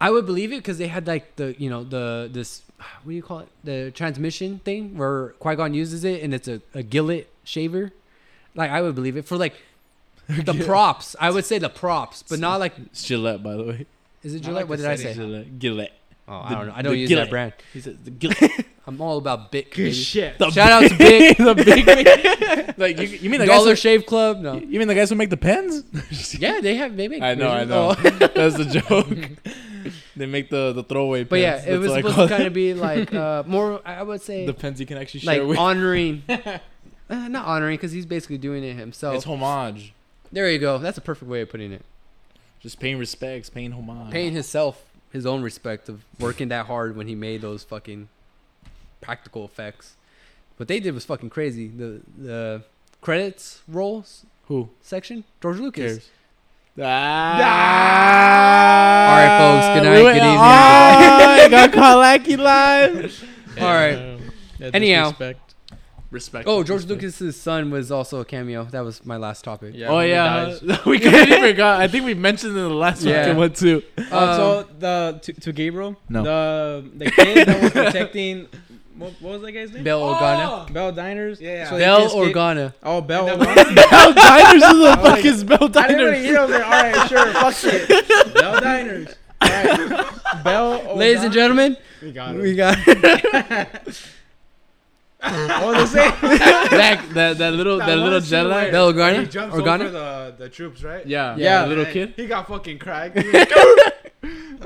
[SPEAKER 1] i would believe it because they had like the you know the this what do you call it the transmission thing where qui-gon uses it and it's a, a gillet shaver like i would believe it for like the props i would say the props but not like
[SPEAKER 2] It's Gillette, by the way.
[SPEAKER 1] is it
[SPEAKER 4] I
[SPEAKER 1] gillette
[SPEAKER 4] like
[SPEAKER 1] what
[SPEAKER 4] the
[SPEAKER 1] did i
[SPEAKER 4] setting.
[SPEAKER 1] say oh
[SPEAKER 2] Gillette. Gillette.
[SPEAKER 1] i
[SPEAKER 2] The-
[SPEAKER 1] don't know i
[SPEAKER 2] the
[SPEAKER 1] don't use
[SPEAKER 2] Gillette.
[SPEAKER 1] that brand
[SPEAKER 2] He said the Gillette.
[SPEAKER 1] i'm all about bic
[SPEAKER 6] good
[SPEAKER 1] baby.
[SPEAKER 6] shit.
[SPEAKER 2] The
[SPEAKER 1] shout out to bic
[SPEAKER 2] the big. like you, you mean the
[SPEAKER 1] dollar
[SPEAKER 2] guys?
[SPEAKER 1] shave club
[SPEAKER 2] Who,
[SPEAKER 1] no
[SPEAKER 2] you mean the guys who make the pens?
[SPEAKER 1] Yeah, they have. They make.
[SPEAKER 2] I know, I
[SPEAKER 1] versions.
[SPEAKER 2] know.
[SPEAKER 1] Oh.
[SPEAKER 2] That's the joke. they make the the throwaway.
[SPEAKER 1] But yeah,
[SPEAKER 2] pens.
[SPEAKER 1] it
[SPEAKER 2] That's
[SPEAKER 1] was
[SPEAKER 2] what I
[SPEAKER 1] supposed
[SPEAKER 2] call
[SPEAKER 1] to kind
[SPEAKER 2] it.
[SPEAKER 1] of be like uh, more. I would say
[SPEAKER 2] the pens you can actually
[SPEAKER 1] like
[SPEAKER 2] share with.
[SPEAKER 1] honoring, uh, not honoring, because he's basically doing it himself.
[SPEAKER 2] It's homage.
[SPEAKER 6] Uh-huh.
[SPEAKER 1] there you go. That's a perfect way of putting it.
[SPEAKER 2] Just paying respects, paying homage.
[SPEAKER 1] paying himself his own respect of working that hard when he made those fucking practical effects. What they did was fucking crazy. The the credits rolls
[SPEAKER 2] Who
[SPEAKER 1] section, George Lucas.
[SPEAKER 2] cares? Ah!
[SPEAKER 1] All right, folks. Good night.
[SPEAKER 2] We went-
[SPEAKER 1] Good evening.
[SPEAKER 2] Ah, you got caught lucky live.
[SPEAKER 6] Yeah,
[SPEAKER 1] All right.
[SPEAKER 6] uh, that
[SPEAKER 1] Anyhow.
[SPEAKER 6] disrespect.
[SPEAKER 2] Respect.
[SPEAKER 1] Oh, George Lucas's son was also a cameo. That was my last topic.
[SPEAKER 6] Yeah,
[SPEAKER 2] oh
[SPEAKER 6] when he
[SPEAKER 2] yeah,
[SPEAKER 6] dies.
[SPEAKER 2] we completely forgot. I think we mentioned in the last
[SPEAKER 1] Yeah.
[SPEAKER 2] fucking one too.
[SPEAKER 6] Uh, so the to, to Gabriel,
[SPEAKER 2] Um, No.
[SPEAKER 6] the the kid that was protecting, what, what was that guy's name?
[SPEAKER 1] Bell Um, Organa.
[SPEAKER 6] Bell Diners.
[SPEAKER 4] Yeah, yeah.
[SPEAKER 6] Oh, So he
[SPEAKER 1] Bell
[SPEAKER 6] escaped-
[SPEAKER 1] Organa.
[SPEAKER 6] Oh, Bell.
[SPEAKER 4] And
[SPEAKER 6] Organa.
[SPEAKER 2] Bell Diners, who the
[SPEAKER 4] Oh,
[SPEAKER 2] fuck
[SPEAKER 4] like-
[SPEAKER 2] is Bell
[SPEAKER 6] I didn't really
[SPEAKER 2] Diners?
[SPEAKER 6] hear him. All right, sure. Fuck shit. Bell Diners. All right. Bell. Organa.
[SPEAKER 1] Ladies and gentlemen,
[SPEAKER 4] We got
[SPEAKER 1] we got
[SPEAKER 6] What was I saying?
[SPEAKER 2] That that that little that,
[SPEAKER 4] That one
[SPEAKER 2] little
[SPEAKER 4] scene
[SPEAKER 2] Jedi.
[SPEAKER 4] where-
[SPEAKER 1] Bell
[SPEAKER 4] He
[SPEAKER 1] Organa.
[SPEAKER 4] jumps
[SPEAKER 1] Organa.
[SPEAKER 4] over the, the troops, right?
[SPEAKER 2] Yeah,
[SPEAKER 6] Yeah.
[SPEAKER 2] the little
[SPEAKER 4] And
[SPEAKER 2] kid.
[SPEAKER 4] He got fucking cracked.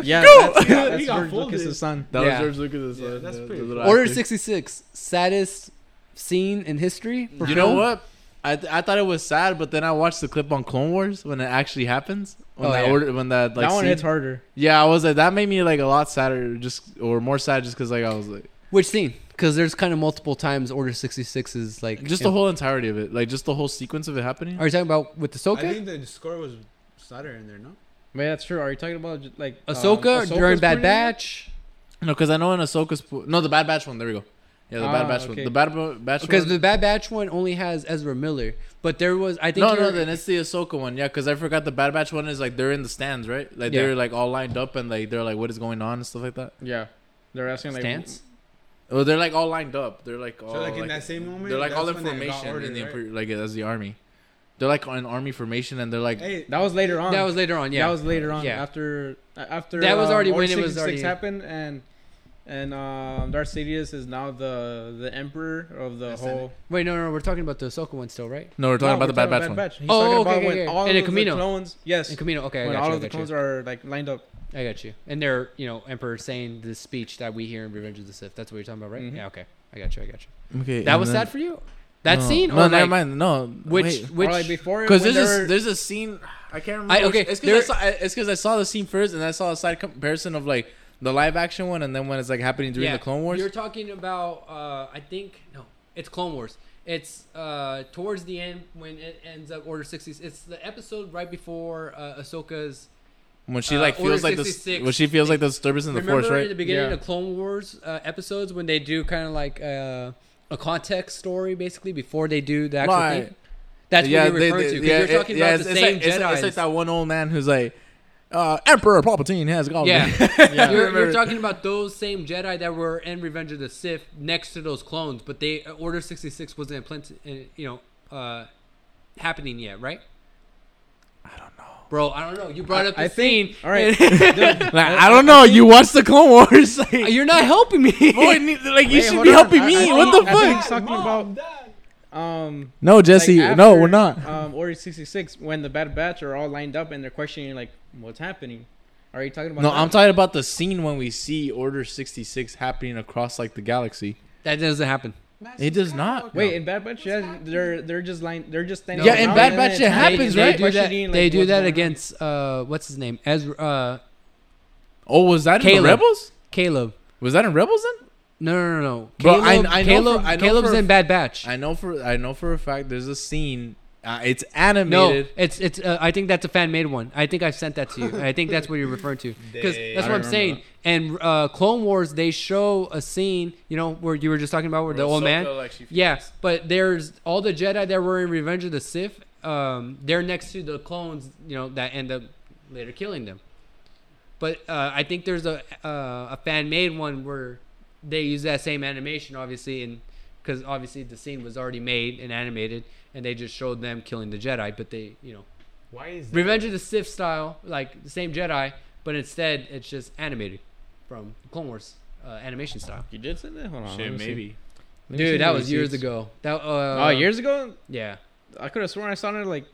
[SPEAKER 6] Yeah, that's,
[SPEAKER 4] Yeah,
[SPEAKER 6] that's
[SPEAKER 4] he got
[SPEAKER 6] George
[SPEAKER 4] folded.
[SPEAKER 6] Lucas's son.
[SPEAKER 2] That
[SPEAKER 1] Yeah.
[SPEAKER 2] was George Lucas.
[SPEAKER 4] Yeah,
[SPEAKER 2] son,
[SPEAKER 4] that's
[SPEAKER 2] the- the
[SPEAKER 4] pretty
[SPEAKER 2] little
[SPEAKER 4] cool.
[SPEAKER 1] Order
[SPEAKER 2] actor.
[SPEAKER 1] 66, saddest scene in history. for
[SPEAKER 2] You know
[SPEAKER 1] film?
[SPEAKER 2] what? I, th- I thought it was sad, but then I watched the clip on Clone Wars when it actually happens. When
[SPEAKER 1] Oh,
[SPEAKER 2] that
[SPEAKER 1] yeah.
[SPEAKER 2] order, when that like
[SPEAKER 6] that one
[SPEAKER 2] scene-
[SPEAKER 6] hits harder.
[SPEAKER 2] yeah, I was like that made me like a lot sadder, just or more sad, just because like I was like
[SPEAKER 1] Which scene? Because there's kind of multiple times Order 66 is like.
[SPEAKER 2] just the whole entirety of it, like just the whole sequence of it happening.
[SPEAKER 1] Are you talking about with
[SPEAKER 4] I
[SPEAKER 1] Ahsoka?
[SPEAKER 4] think the score was stutter in there, no?
[SPEAKER 6] Man, that's true. Are you talking about just, like um,
[SPEAKER 1] Ahsoka during
[SPEAKER 6] Ahsoka's
[SPEAKER 1] Bad
[SPEAKER 6] pretty-
[SPEAKER 1] Batch?
[SPEAKER 2] No, because I know in Ahsoka's po- no the Bad Batch one. There we go. Yeah, the Bad
[SPEAKER 6] Ah,
[SPEAKER 2] Batch one.
[SPEAKER 6] okay.
[SPEAKER 2] The Bad Bo- Batch
[SPEAKER 1] Because
[SPEAKER 2] one.
[SPEAKER 1] the Bad Batch one only has Ezra Miller, but there was I think
[SPEAKER 2] no, no,
[SPEAKER 1] you're-
[SPEAKER 2] then it's the Ahsoka one. Yeah, because I forgot the Bad Batch one is like they're in the stands, right? Like
[SPEAKER 1] Yeah.
[SPEAKER 2] they're like all lined up and like they're like what is going on and stuff like that.
[SPEAKER 6] Yeah, they're asking like
[SPEAKER 1] stance.
[SPEAKER 2] Oh, they're like all lined up. They're Oh, like all
[SPEAKER 4] So, like, in that same moment,
[SPEAKER 2] They're like all in
[SPEAKER 4] that's when it got
[SPEAKER 2] formation
[SPEAKER 4] ordered,
[SPEAKER 2] in the
[SPEAKER 4] right?
[SPEAKER 2] impre- like as the army. They're like in army formation and they're like
[SPEAKER 4] Hey,
[SPEAKER 6] That was later on.
[SPEAKER 1] That was later on. Yeah,
[SPEAKER 6] That was later on.
[SPEAKER 1] Yeah.
[SPEAKER 6] After after
[SPEAKER 1] That was
[SPEAKER 6] um,
[SPEAKER 1] already
[SPEAKER 6] Order
[SPEAKER 1] when it was
[SPEAKER 6] 66
[SPEAKER 1] already-
[SPEAKER 6] happened and and um, Darth Sidious is now the the emperor of the
[SPEAKER 4] That's
[SPEAKER 6] whole.
[SPEAKER 1] Wait, no, no, we're talking about the Ahsoka one still, right?
[SPEAKER 2] no, we're talking
[SPEAKER 6] No,
[SPEAKER 2] about the
[SPEAKER 6] we're
[SPEAKER 2] Bad Batch one.
[SPEAKER 6] He's
[SPEAKER 1] Oh,
[SPEAKER 6] talking
[SPEAKER 1] okay,
[SPEAKER 6] about
[SPEAKER 1] okay,
[SPEAKER 6] when
[SPEAKER 1] okay.
[SPEAKER 6] all
[SPEAKER 1] And
[SPEAKER 6] of
[SPEAKER 1] the
[SPEAKER 6] the
[SPEAKER 1] Camino.
[SPEAKER 6] clones. Yes.
[SPEAKER 1] And Camino. Okay, I
[SPEAKER 6] when
[SPEAKER 1] got
[SPEAKER 6] all
[SPEAKER 1] you. I
[SPEAKER 6] of the
[SPEAKER 1] got
[SPEAKER 6] clones
[SPEAKER 1] you.
[SPEAKER 6] are like lined up.
[SPEAKER 1] I got you. And they're you know Emperor saying the speech that we hear in Revenge of the Sith. That's what you're talking about, right?
[SPEAKER 6] Mhm.
[SPEAKER 1] Yeah. Okay, I got you. I got you.
[SPEAKER 2] Okay,
[SPEAKER 1] That
[SPEAKER 2] and
[SPEAKER 1] was
[SPEAKER 2] then-
[SPEAKER 1] sad for you. That
[SPEAKER 2] no,
[SPEAKER 1] scene.
[SPEAKER 2] No,
[SPEAKER 1] or
[SPEAKER 2] never
[SPEAKER 1] like,
[SPEAKER 2] mind. No,
[SPEAKER 1] Which
[SPEAKER 2] wait.
[SPEAKER 1] which
[SPEAKER 6] or like before
[SPEAKER 2] Because
[SPEAKER 6] when
[SPEAKER 2] there's a,
[SPEAKER 6] they're-
[SPEAKER 2] there's a scene I can't remember.
[SPEAKER 1] I-
[SPEAKER 2] which-
[SPEAKER 1] okay,
[SPEAKER 2] it's
[SPEAKER 1] there-
[SPEAKER 2] because I, saw- I- it's 'cause I saw the scene first and I saw a side comparison of like the live action one and then when it's like happening during
[SPEAKER 1] Yeah,
[SPEAKER 2] the Clone Wars.
[SPEAKER 1] You're talking about, uh, I think, no, it's Clone Wars. It's uh, towards the end when it ends up Order 60s. It's the episode right before uh, Ahsoka's.
[SPEAKER 2] when she
[SPEAKER 1] uh,
[SPEAKER 2] like feels
[SPEAKER 1] Order
[SPEAKER 2] like this
[SPEAKER 1] 66.
[SPEAKER 2] when she feels like the disturbance in the
[SPEAKER 1] remember
[SPEAKER 2] force,
[SPEAKER 1] at the
[SPEAKER 2] right?
[SPEAKER 1] beginning
[SPEAKER 6] Yeah.
[SPEAKER 1] of Clone Wars uh, episodes when they do kind of like uh, a context story basically before they do the actual
[SPEAKER 2] Right.
[SPEAKER 1] thing? That's what you're
[SPEAKER 2] they-
[SPEAKER 1] referring
[SPEAKER 2] they-
[SPEAKER 1] to. 'cause
[SPEAKER 2] yeah,
[SPEAKER 1] you're talking
[SPEAKER 2] it- yeah,
[SPEAKER 1] about
[SPEAKER 2] it's-
[SPEAKER 1] the
[SPEAKER 2] it's
[SPEAKER 1] same
[SPEAKER 2] like, it's,
[SPEAKER 1] Jedi.
[SPEAKER 2] it's like that one old man who's like, uh, Emperor Palpatine has gone.
[SPEAKER 1] Yeah.
[SPEAKER 6] yeah.
[SPEAKER 1] You're, you're talking about those same Jedi that were in Revenge of the Sith next to those clones, but they uh, Order sixty six wasn't implanted, uh, you know, uh, happening yet, right? I don't know, bro. I don't know. You brought up the
[SPEAKER 6] I
[SPEAKER 1] scene.
[SPEAKER 6] think- all right.
[SPEAKER 2] like, I don't know. You watched the Clone Wars. like,
[SPEAKER 1] You're not helping me.
[SPEAKER 2] boy, ne- like you
[SPEAKER 6] Wait,
[SPEAKER 2] should
[SPEAKER 6] hold
[SPEAKER 2] be
[SPEAKER 6] on.
[SPEAKER 2] helping
[SPEAKER 6] I-
[SPEAKER 2] me.
[SPEAKER 6] I
[SPEAKER 2] what
[SPEAKER 6] think-
[SPEAKER 2] the
[SPEAKER 6] I think
[SPEAKER 2] fuck?
[SPEAKER 6] he's talking about um
[SPEAKER 2] No, Jesse.
[SPEAKER 6] like,
[SPEAKER 2] no,
[SPEAKER 6] after,
[SPEAKER 2] we're not.
[SPEAKER 6] Um, Order 66, when the Bad Batch are all lined up and they're questioning, like, what's happening? Are you talking about
[SPEAKER 2] No,
[SPEAKER 6] that?
[SPEAKER 2] I'm talking about the scene when we see Order 66 happening across like the galaxy.
[SPEAKER 1] That doesn't happen.
[SPEAKER 2] It does not.
[SPEAKER 6] Wait, in Bad Batch, yeah, they're they're just lined, they're just standing.
[SPEAKER 2] Yeah,
[SPEAKER 6] up
[SPEAKER 2] in
[SPEAKER 6] now
[SPEAKER 2] Bad
[SPEAKER 6] and
[SPEAKER 2] Batch,
[SPEAKER 6] then
[SPEAKER 2] it
[SPEAKER 6] it's-
[SPEAKER 2] happens,
[SPEAKER 1] they,
[SPEAKER 2] right?
[SPEAKER 1] They do that,
[SPEAKER 6] Questioning, like,
[SPEAKER 1] they do
[SPEAKER 6] what's
[SPEAKER 1] that
[SPEAKER 6] going on.
[SPEAKER 1] against uh, what's his name? Ezra uh,
[SPEAKER 2] Oh, was that in
[SPEAKER 1] Caleb.
[SPEAKER 2] the Rebels?
[SPEAKER 1] Caleb.
[SPEAKER 2] Was that in Rebels then?
[SPEAKER 1] No, no, no, no.
[SPEAKER 2] Bro, I-
[SPEAKER 1] Caleb,
[SPEAKER 2] I know
[SPEAKER 1] Caleb,
[SPEAKER 2] for- I know
[SPEAKER 1] Caleb's
[SPEAKER 2] for a
[SPEAKER 1] in
[SPEAKER 2] f-
[SPEAKER 1] Bad Batch.
[SPEAKER 2] I know for I know for a fact there's a scene. Uh, it's
[SPEAKER 1] No,
[SPEAKER 2] animated.
[SPEAKER 1] it's it's. Uh, I think that's a fan made one. I think I've sent that to you. I think that's what you're referring to. Because
[SPEAKER 4] Dang.
[SPEAKER 1] that's
[SPEAKER 2] I
[SPEAKER 1] what I'm
[SPEAKER 2] remember
[SPEAKER 1] saying. And uh, Clone Wars, they show a scene, you know, where you were just talking about where the old man. yeah, but there's all the Jedi that were in Revenge of the Sith. Um, they're next to the clones, you know, that end up later killing them. But uh, I think there's a uh, a fan made one where they use that same animation, obviously, and because obviously the scene was already made and animated, and they just showed them killing the Jedi. But they, you know,
[SPEAKER 4] Why is that?
[SPEAKER 1] Revenge of the Sith style, like the same Jedi, but instead it's just animated from Clone Wars uh, animation style.
[SPEAKER 6] You did say that? Hold on. let
[SPEAKER 2] Shit,
[SPEAKER 6] me see.
[SPEAKER 2] maybe.
[SPEAKER 6] Let me see
[SPEAKER 1] Dude, that
[SPEAKER 6] the
[SPEAKER 1] was years
[SPEAKER 6] receipts.
[SPEAKER 1] ago. That uh,
[SPEAKER 6] oh, years ago?
[SPEAKER 1] Yeah,
[SPEAKER 6] I could have sworn I saw it like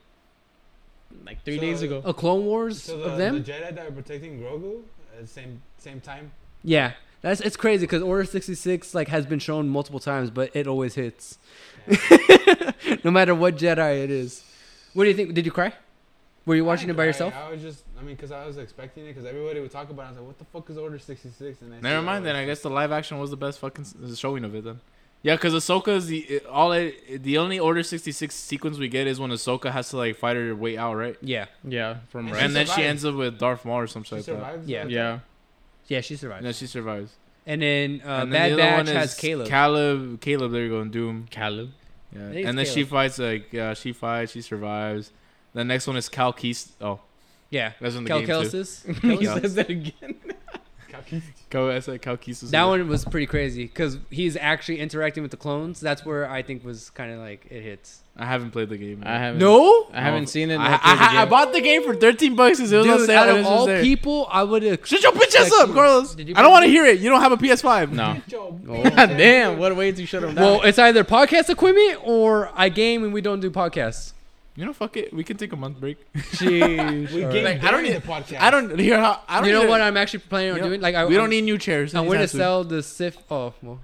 [SPEAKER 6] like three
[SPEAKER 4] So-
[SPEAKER 6] days ago.
[SPEAKER 1] a Clone Wars
[SPEAKER 4] So the,
[SPEAKER 1] of them.
[SPEAKER 4] the Jedi that are protecting Grogu at the same same time.
[SPEAKER 1] yeah, that's it's crazy because Order sixty six like has been shown multiple times, but it always hits, no matter what Jedi it is. What do you think? Did you cry? Were you watching it by
[SPEAKER 10] I-
[SPEAKER 1] yourself?
[SPEAKER 10] I, was just, I mean, because I was expecting it, because everybody would talk about it. I was like, what the fuck is Order 66? And I
[SPEAKER 2] Never mind then. I guess the live action was the best fucking s- showing of it then. Yeah, because Ahsoka is the it- all it, the only Order sixty six sequence we get is when Ahsoka has to like fight her way out, right?
[SPEAKER 1] Yeah,
[SPEAKER 6] Yeah, from
[SPEAKER 10] And
[SPEAKER 6] right.
[SPEAKER 2] and then she
[SPEAKER 10] survives.
[SPEAKER 2] ends up with Darth Maul or some shit
[SPEAKER 10] She
[SPEAKER 2] like that.
[SPEAKER 10] survives?
[SPEAKER 1] Yeah.
[SPEAKER 10] though?
[SPEAKER 6] yeah,
[SPEAKER 1] yeah, she survived.
[SPEAKER 2] No, she survives.
[SPEAKER 1] And then, uh, Bad
[SPEAKER 2] and then the other
[SPEAKER 1] Batch
[SPEAKER 2] one
[SPEAKER 1] has
[SPEAKER 2] is
[SPEAKER 1] Caleb.
[SPEAKER 2] Caleb, Caleb. There you go. And Doom.
[SPEAKER 6] Caleb.
[SPEAKER 2] Yeah.
[SPEAKER 1] think
[SPEAKER 2] And then
[SPEAKER 1] it's
[SPEAKER 2] she fights like yeah, she fights. She survives. The next one is Cal Keast. Oh,
[SPEAKER 1] yeah,
[SPEAKER 2] that's in the
[SPEAKER 1] Cal
[SPEAKER 2] game too.
[SPEAKER 1] Kelsis.
[SPEAKER 6] he
[SPEAKER 2] Yeah.
[SPEAKER 6] says that again.
[SPEAKER 2] Cal, I said Cal Keast. was
[SPEAKER 1] That
[SPEAKER 2] in it.
[SPEAKER 1] one was pretty crazy because he's actually interacting with the clones. That's where I think was kind of like it hits.
[SPEAKER 2] I haven't played the game.
[SPEAKER 6] I haven't.
[SPEAKER 1] No,
[SPEAKER 6] I haven't seen it.
[SPEAKER 2] I, I, I, bought the game for thirteen bucks. 'cause It was on
[SPEAKER 1] dude,
[SPEAKER 2] sale
[SPEAKER 1] out
[SPEAKER 2] and
[SPEAKER 1] of
[SPEAKER 2] it's just
[SPEAKER 1] all
[SPEAKER 2] there.
[SPEAKER 1] people, I would have.
[SPEAKER 2] Shut your bitch ass up, Carlos.
[SPEAKER 1] Did you
[SPEAKER 2] I don't
[SPEAKER 1] play
[SPEAKER 2] want to hear it. You don't have a PS5.
[SPEAKER 6] no.
[SPEAKER 1] Oh.
[SPEAKER 6] Damn, what a way to shut him down.
[SPEAKER 1] Well, it's either podcast equipment or I game and we don't do podcasts.
[SPEAKER 2] You know, fuck it. We can take a month break.
[SPEAKER 1] Jeez.
[SPEAKER 10] We
[SPEAKER 1] All
[SPEAKER 10] game
[SPEAKER 1] right.
[SPEAKER 2] Like, I don't
[SPEAKER 10] during
[SPEAKER 2] need-
[SPEAKER 10] the podcast.
[SPEAKER 2] I don't hear how. I don't
[SPEAKER 1] You know
[SPEAKER 2] need
[SPEAKER 1] what
[SPEAKER 2] A,
[SPEAKER 1] I'm actually planning on
[SPEAKER 2] you know,
[SPEAKER 1] doing? Like I,
[SPEAKER 2] we don't
[SPEAKER 1] I'm-
[SPEAKER 2] need new chairs.
[SPEAKER 1] I'm going to
[SPEAKER 2] anytime soon.
[SPEAKER 1] sell the Sif. Oh well.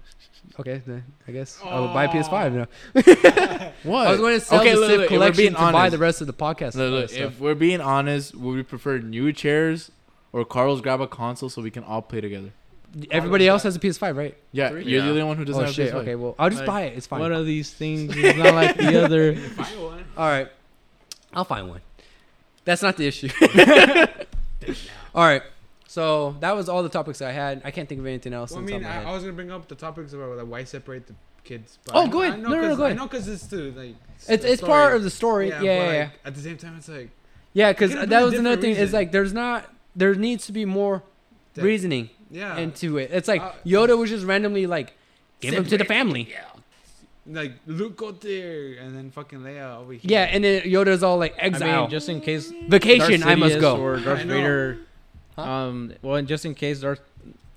[SPEAKER 1] Okay, then I guess I will buy PS5 now.
[SPEAKER 2] What?
[SPEAKER 1] I was going to sell
[SPEAKER 2] okay,
[SPEAKER 1] the
[SPEAKER 2] look,
[SPEAKER 1] Sif
[SPEAKER 2] look, if we're
[SPEAKER 1] collection
[SPEAKER 2] being
[SPEAKER 1] to buy
[SPEAKER 2] honest-
[SPEAKER 1] the rest of the podcast.
[SPEAKER 2] Look, look,
[SPEAKER 1] stuff.
[SPEAKER 2] if we're being honest, would we prefer new chairs or Carlos grab a console so we can all play together?
[SPEAKER 1] Everybody else has a PS5, right?
[SPEAKER 2] Yeah,
[SPEAKER 6] Three?
[SPEAKER 2] you're the
[SPEAKER 6] Yeah.
[SPEAKER 2] only one who doesn't
[SPEAKER 1] oh
[SPEAKER 2] have
[SPEAKER 1] shit.
[SPEAKER 2] PS5.
[SPEAKER 1] Okay, well, I'll just
[SPEAKER 2] Like,
[SPEAKER 1] buy it. It's fine.
[SPEAKER 6] One of these things is not like the other.
[SPEAKER 1] e- All right. I'll find one. That's not the issue. all right. So that was all the topics I had. I can't think of anything else.
[SPEAKER 4] Well, I
[SPEAKER 1] on top of
[SPEAKER 4] mean,
[SPEAKER 1] my
[SPEAKER 4] I,
[SPEAKER 1] head.
[SPEAKER 4] I was gonna bring up the topics about like, why separate the kids. But
[SPEAKER 1] Oh,
[SPEAKER 4] I-
[SPEAKER 1] go ahead.
[SPEAKER 4] I know
[SPEAKER 1] No, no, no,
[SPEAKER 4] 'cause-
[SPEAKER 1] go ahead.
[SPEAKER 4] I know because it's too like.
[SPEAKER 1] it's it's part of the story. Yeah, yeah,
[SPEAKER 4] but,
[SPEAKER 1] yeah.
[SPEAKER 4] like, At the same time, it's like
[SPEAKER 1] Yeah, because
[SPEAKER 4] Could've been
[SPEAKER 1] that
[SPEAKER 4] a
[SPEAKER 1] was another
[SPEAKER 4] different
[SPEAKER 1] thing. Is
[SPEAKER 4] reason.
[SPEAKER 1] like there's not there needs to be more
[SPEAKER 4] That-
[SPEAKER 1] reasoning
[SPEAKER 4] yeah,
[SPEAKER 1] into it. It's like
[SPEAKER 4] uh,
[SPEAKER 1] Yoda was just randomly like, give him to the family.
[SPEAKER 4] like Luke got there and then fucking Leia over here.
[SPEAKER 1] Yeah, and then Yoda's all like
[SPEAKER 6] I
[SPEAKER 1] exile,
[SPEAKER 6] mean, just in case
[SPEAKER 1] vacation.
[SPEAKER 6] Darth
[SPEAKER 1] I must
[SPEAKER 6] Sidious
[SPEAKER 1] go.
[SPEAKER 6] Or Darth
[SPEAKER 4] I know.
[SPEAKER 6] Vader.
[SPEAKER 1] Huh?
[SPEAKER 6] Um, well, and just in case Darth,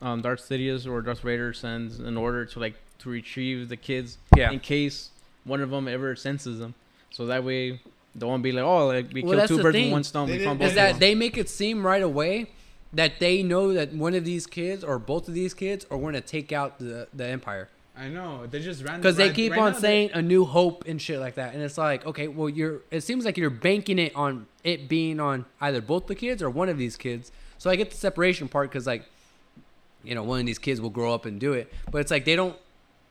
[SPEAKER 6] um, Darth Sidious or Darth Vader sends an order to like to retrieve the kids.
[SPEAKER 1] Yeah.
[SPEAKER 6] In case one of them ever senses them, so that way they won't be like, oh, like we
[SPEAKER 1] Well,
[SPEAKER 6] killed
[SPEAKER 1] that's
[SPEAKER 6] two
[SPEAKER 1] the
[SPEAKER 6] birds with
[SPEAKER 1] thing.
[SPEAKER 6] one stone.
[SPEAKER 10] They
[SPEAKER 6] we
[SPEAKER 10] didn't-
[SPEAKER 6] found both
[SPEAKER 1] is
[SPEAKER 6] of
[SPEAKER 1] that
[SPEAKER 6] them.
[SPEAKER 1] they make it seem right away that they know that one of these kids or both of these kids are going to take out the, the empire
[SPEAKER 4] I know they just ran
[SPEAKER 1] because they
[SPEAKER 4] right-
[SPEAKER 1] keep
[SPEAKER 4] right
[SPEAKER 1] on
[SPEAKER 4] now they-
[SPEAKER 1] saying a new hope and shit like that and it's like okay well you're it seems like you're banking it on it being on either both the kids or one of these kids so i get the separation part because like you know one of these kids will grow up and do it but it's like they don't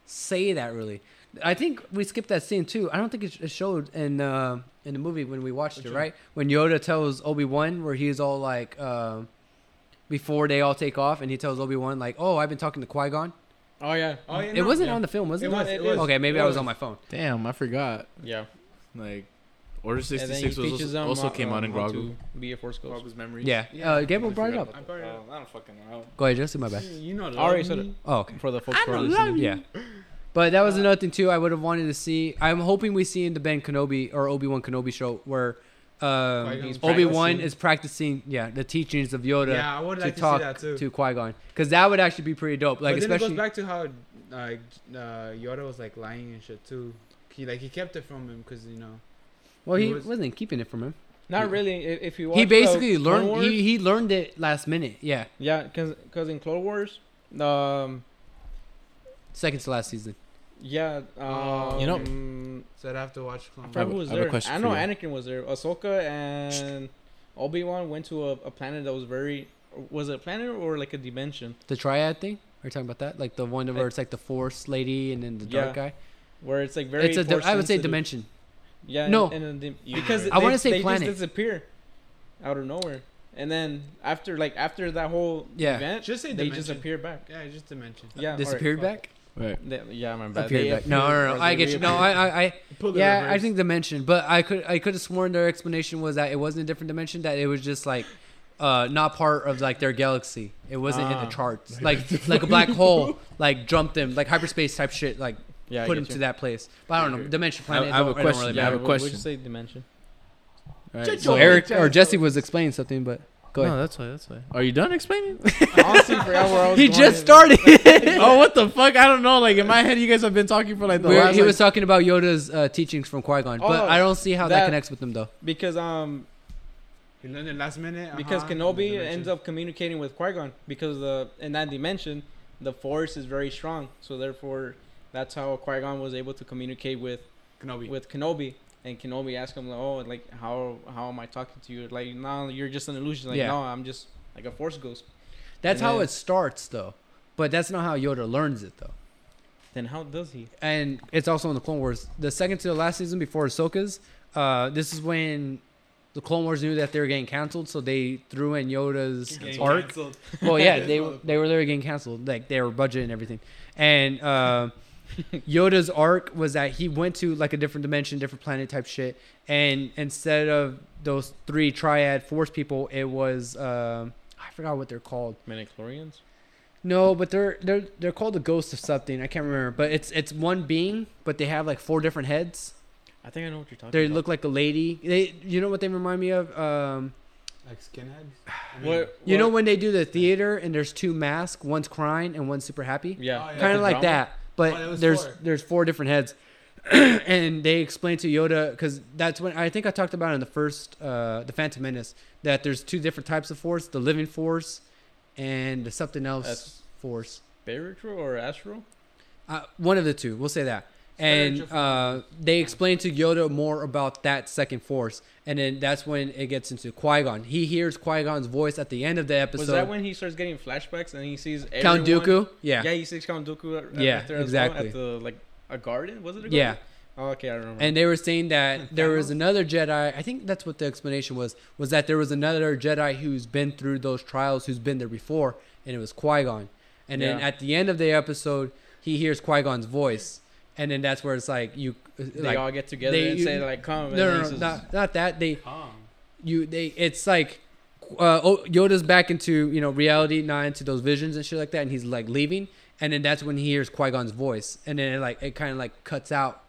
[SPEAKER 1] say that really i think we skipped that scene too i don't think it, it showed in uh, in the movie when we watched it right when yoda tells obi-wan where he's all like um before they all take off and he tells obi-wan like oh i've been talking to qui-gon
[SPEAKER 6] Oh yeah.
[SPEAKER 4] Oh, yeah,
[SPEAKER 1] it
[SPEAKER 4] no,
[SPEAKER 1] wasn't
[SPEAKER 4] yeah.
[SPEAKER 1] on the film was it,
[SPEAKER 4] It was, it was.
[SPEAKER 1] okay maybe
[SPEAKER 4] It
[SPEAKER 1] i was
[SPEAKER 4] was.
[SPEAKER 1] on my phone
[SPEAKER 2] Damn, I forgot.
[SPEAKER 6] Yeah.
[SPEAKER 2] Like, Order
[SPEAKER 6] And then he
[SPEAKER 2] 66 was
[SPEAKER 6] teaches
[SPEAKER 2] also,
[SPEAKER 6] them
[SPEAKER 2] also
[SPEAKER 6] how-
[SPEAKER 1] uh,
[SPEAKER 2] came out in
[SPEAKER 6] how
[SPEAKER 2] Grogu.
[SPEAKER 6] to Be a force ghost.
[SPEAKER 2] memories.
[SPEAKER 1] yeah,
[SPEAKER 4] Yeah.
[SPEAKER 1] uh gabriel brought it up
[SPEAKER 4] I brought it up.
[SPEAKER 2] I don't fucking know.
[SPEAKER 1] go ahead jesse my bad
[SPEAKER 4] You know,
[SPEAKER 6] I already
[SPEAKER 4] love
[SPEAKER 6] said
[SPEAKER 4] me.
[SPEAKER 6] it
[SPEAKER 1] oh okay
[SPEAKER 6] for the folks who are listening.
[SPEAKER 1] yeah but that was another thing too i would have wanted to see i'm hoping we see in the ben kenobi or obi-wan kenobi show where um,
[SPEAKER 4] Qui-Gon's
[SPEAKER 1] obi-wan
[SPEAKER 4] practicing.
[SPEAKER 1] is practicing yeah the teachings of yoda
[SPEAKER 4] Yeah, I would like
[SPEAKER 1] to
[SPEAKER 4] to,
[SPEAKER 1] talk
[SPEAKER 4] see that too.
[SPEAKER 1] to qui-gon because that would actually be pretty dope like
[SPEAKER 4] but then
[SPEAKER 1] especially
[SPEAKER 4] it goes back to how uh, uh, Yoda was like lying and shit too. He like he kept it from him because you know.
[SPEAKER 1] well
[SPEAKER 4] he
[SPEAKER 1] he
[SPEAKER 4] was-
[SPEAKER 1] wasn't keeping it from him
[SPEAKER 6] Not really. i- If you watch
[SPEAKER 1] he
[SPEAKER 4] uh,
[SPEAKER 6] the
[SPEAKER 1] basically
[SPEAKER 6] Clone
[SPEAKER 1] learned
[SPEAKER 6] Wars-
[SPEAKER 1] he, he learned it last minute yeah
[SPEAKER 6] yeah, because in Clone Wars, um,
[SPEAKER 1] second to last season
[SPEAKER 6] yeah, um,
[SPEAKER 4] You know-
[SPEAKER 6] know,
[SPEAKER 4] So I'd have to watch Clone
[SPEAKER 6] I
[SPEAKER 4] Wars.
[SPEAKER 6] forgot who was
[SPEAKER 2] I have a
[SPEAKER 6] there.
[SPEAKER 2] question
[SPEAKER 6] I
[SPEAKER 2] for
[SPEAKER 6] know
[SPEAKER 2] you.
[SPEAKER 6] Anakin was there. Ahsoka and Obi Wan went to a, a planet that was very was it a planet or like a dimension
[SPEAKER 1] the triad thing are you talking about that like the one where it's like the force lady and then the dark guy
[SPEAKER 6] where it's like very.
[SPEAKER 1] it's a di-
[SPEAKER 6] force
[SPEAKER 1] i would say
[SPEAKER 6] sensitive.
[SPEAKER 1] dimension
[SPEAKER 6] Yeah.
[SPEAKER 1] No.
[SPEAKER 6] And, and then the- because
[SPEAKER 1] I
[SPEAKER 6] they-
[SPEAKER 1] wanna say
[SPEAKER 6] they
[SPEAKER 1] planet.
[SPEAKER 6] just disappear out of nowhere, and then after like after that whole
[SPEAKER 1] Yeah.
[SPEAKER 6] event,
[SPEAKER 4] Just say
[SPEAKER 6] they
[SPEAKER 4] dimension.
[SPEAKER 6] just appear back.
[SPEAKER 4] Yeah, just to mention.
[SPEAKER 6] Yeah. alright,
[SPEAKER 1] disappeared
[SPEAKER 6] fuck.
[SPEAKER 1] back
[SPEAKER 2] Right.
[SPEAKER 6] They- yeah, my bad.
[SPEAKER 1] appeared
[SPEAKER 6] They
[SPEAKER 1] back. No,
[SPEAKER 6] appear
[SPEAKER 1] no,
[SPEAKER 6] or
[SPEAKER 1] no. I
[SPEAKER 6] they
[SPEAKER 1] get you. No,
[SPEAKER 6] reappear.
[SPEAKER 1] I, I, I
[SPEAKER 4] Pull the
[SPEAKER 1] yeah, I
[SPEAKER 4] reverse.
[SPEAKER 1] think dimension, but I could, I could have sworn their explanation was that it wasn't a different dimension, that it was just like, uh, not part of like their galaxy. It wasn't in
[SPEAKER 4] Ah.
[SPEAKER 1] the charts, like, like a black hole, like jumped them, like hyperspace type shit, like
[SPEAKER 6] Yeah, I
[SPEAKER 1] put
[SPEAKER 6] get
[SPEAKER 1] them
[SPEAKER 6] you.
[SPEAKER 1] to that place. But I don't know, dimension planet.
[SPEAKER 2] I
[SPEAKER 1] don't-
[SPEAKER 2] have a
[SPEAKER 1] don't
[SPEAKER 2] question.
[SPEAKER 1] really
[SPEAKER 2] Yeah, I
[SPEAKER 1] matter.
[SPEAKER 2] have a
[SPEAKER 6] what- what'd you
[SPEAKER 2] question.
[SPEAKER 6] say dimension?
[SPEAKER 2] Alright,
[SPEAKER 1] So Eric or Jesse was explaining something, but go
[SPEAKER 2] No,
[SPEAKER 1] ahead.
[SPEAKER 2] that's why. That's why. Are you done explaining?
[SPEAKER 6] Honestly, I forgot where I was
[SPEAKER 1] he
[SPEAKER 6] going
[SPEAKER 1] just
[SPEAKER 6] with-
[SPEAKER 1] started.
[SPEAKER 2] oh, what the fuck? I don't know. Like in my head, you guys have been talking for like the
[SPEAKER 1] We're-
[SPEAKER 2] last.
[SPEAKER 1] he
[SPEAKER 2] like-
[SPEAKER 1] was talking about Yoda's uh, teachings from Qui Gon, but
[SPEAKER 6] Oh,
[SPEAKER 1] I don't see how that,
[SPEAKER 6] that-
[SPEAKER 1] connects with them though.
[SPEAKER 6] because um
[SPEAKER 4] He learned it last minute.
[SPEAKER 6] because
[SPEAKER 4] uh-huh,
[SPEAKER 6] Kenobi
[SPEAKER 4] dimension.
[SPEAKER 6] ends up communicating with Qui Gon because the in that dimension the Force is very strong, so therefore that's how Qui Gon was able to communicate with
[SPEAKER 4] Kenobi.
[SPEAKER 6] with Kenobi, and and Kenobi asked him like, "Oh, like how how am I talking to you? Like now you're just an illusion. Like
[SPEAKER 1] Yeah.
[SPEAKER 6] no, I'm just like a Force ghost.
[SPEAKER 1] That's
[SPEAKER 6] And
[SPEAKER 1] how
[SPEAKER 6] then-
[SPEAKER 1] it starts, though. But that's not how Yoda learns it, though.
[SPEAKER 6] Then how does he?
[SPEAKER 1] And it's also in the Clone Wars. The second to the last season before Ahsoka's, uh, this is when the Clone Wars knew that they were getting canceled, so they threw in Yoda's arc. Well, yeah, they they were literally getting canceled. Like their budget and everything. And uh, Yoda's arc was that he went to like a different dimension, different planet type shit. And instead of those three triad force people, it was um I forgot what they're called.
[SPEAKER 6] Manichlorians?
[SPEAKER 1] No, but they're they're they're called the ghost of something. I can't remember. But it's it's one being, but they have like four different heads.
[SPEAKER 6] I think I know what you're talking
[SPEAKER 1] They
[SPEAKER 6] about.
[SPEAKER 1] look like a lady. They you know what they remind me of? Um,
[SPEAKER 4] Like skinheads?
[SPEAKER 6] What,
[SPEAKER 1] you know
[SPEAKER 6] what-
[SPEAKER 1] when they do the theater and there's two masks, one's crying and one's super happy.
[SPEAKER 6] Yeah,
[SPEAKER 4] Oh, yeah.
[SPEAKER 1] kind of
[SPEAKER 6] the
[SPEAKER 1] like
[SPEAKER 6] drama?
[SPEAKER 1] that. But
[SPEAKER 4] Oh, that was
[SPEAKER 1] there's
[SPEAKER 4] four.
[SPEAKER 1] there's four different heads, and they explain to Yoda because that's when I think I talked about in the first uh, the Phantom Menace that there's two different types of force: the living force and the something else
[SPEAKER 6] That's-
[SPEAKER 1] force.
[SPEAKER 6] Spiritual or astral?
[SPEAKER 1] Uh, one of the two. We'll say that. And
[SPEAKER 4] Spiritual
[SPEAKER 1] uh, they explain to Yoda more about that second force, and then that's when it gets into Qui Gon. He hears Qui Gon's voice at the end of the episode.
[SPEAKER 6] Was that when he starts getting flashbacks and he sees
[SPEAKER 1] Count
[SPEAKER 6] everyone?
[SPEAKER 1] Dooku?
[SPEAKER 6] Yeah.
[SPEAKER 1] Yeah.
[SPEAKER 6] he sees Count Dooku. At,
[SPEAKER 1] Yeah,
[SPEAKER 6] yeah, exactly.
[SPEAKER 1] exactly.
[SPEAKER 6] at the like a garden, was it? A garden?
[SPEAKER 1] Yeah.
[SPEAKER 6] Oh, okay, I remember.
[SPEAKER 1] And they were saying that there was
[SPEAKER 4] Thanos?
[SPEAKER 1] another Jedi. I think that's what the explanation was. Was that there was another Jedi who's been through those trials, who's been there before, and it was Qui Gon. And then
[SPEAKER 6] Yeah.
[SPEAKER 1] at the end of the episode, he hears Qui Gon's voice, and then that's where it's like you,
[SPEAKER 6] they
[SPEAKER 1] like
[SPEAKER 6] all get together
[SPEAKER 1] they-
[SPEAKER 6] and
[SPEAKER 1] you-
[SPEAKER 6] say like,
[SPEAKER 1] no,
[SPEAKER 6] "Come." and
[SPEAKER 1] no,
[SPEAKER 6] he
[SPEAKER 1] no,
[SPEAKER 6] says-
[SPEAKER 1] not, not that they you they it's like uh, oh, Yoda's back into you know reality, not into those visions and shit like that, and he's like leaving, and then that's when he hears Qui Gon's voice, and then it like it kind of like cuts out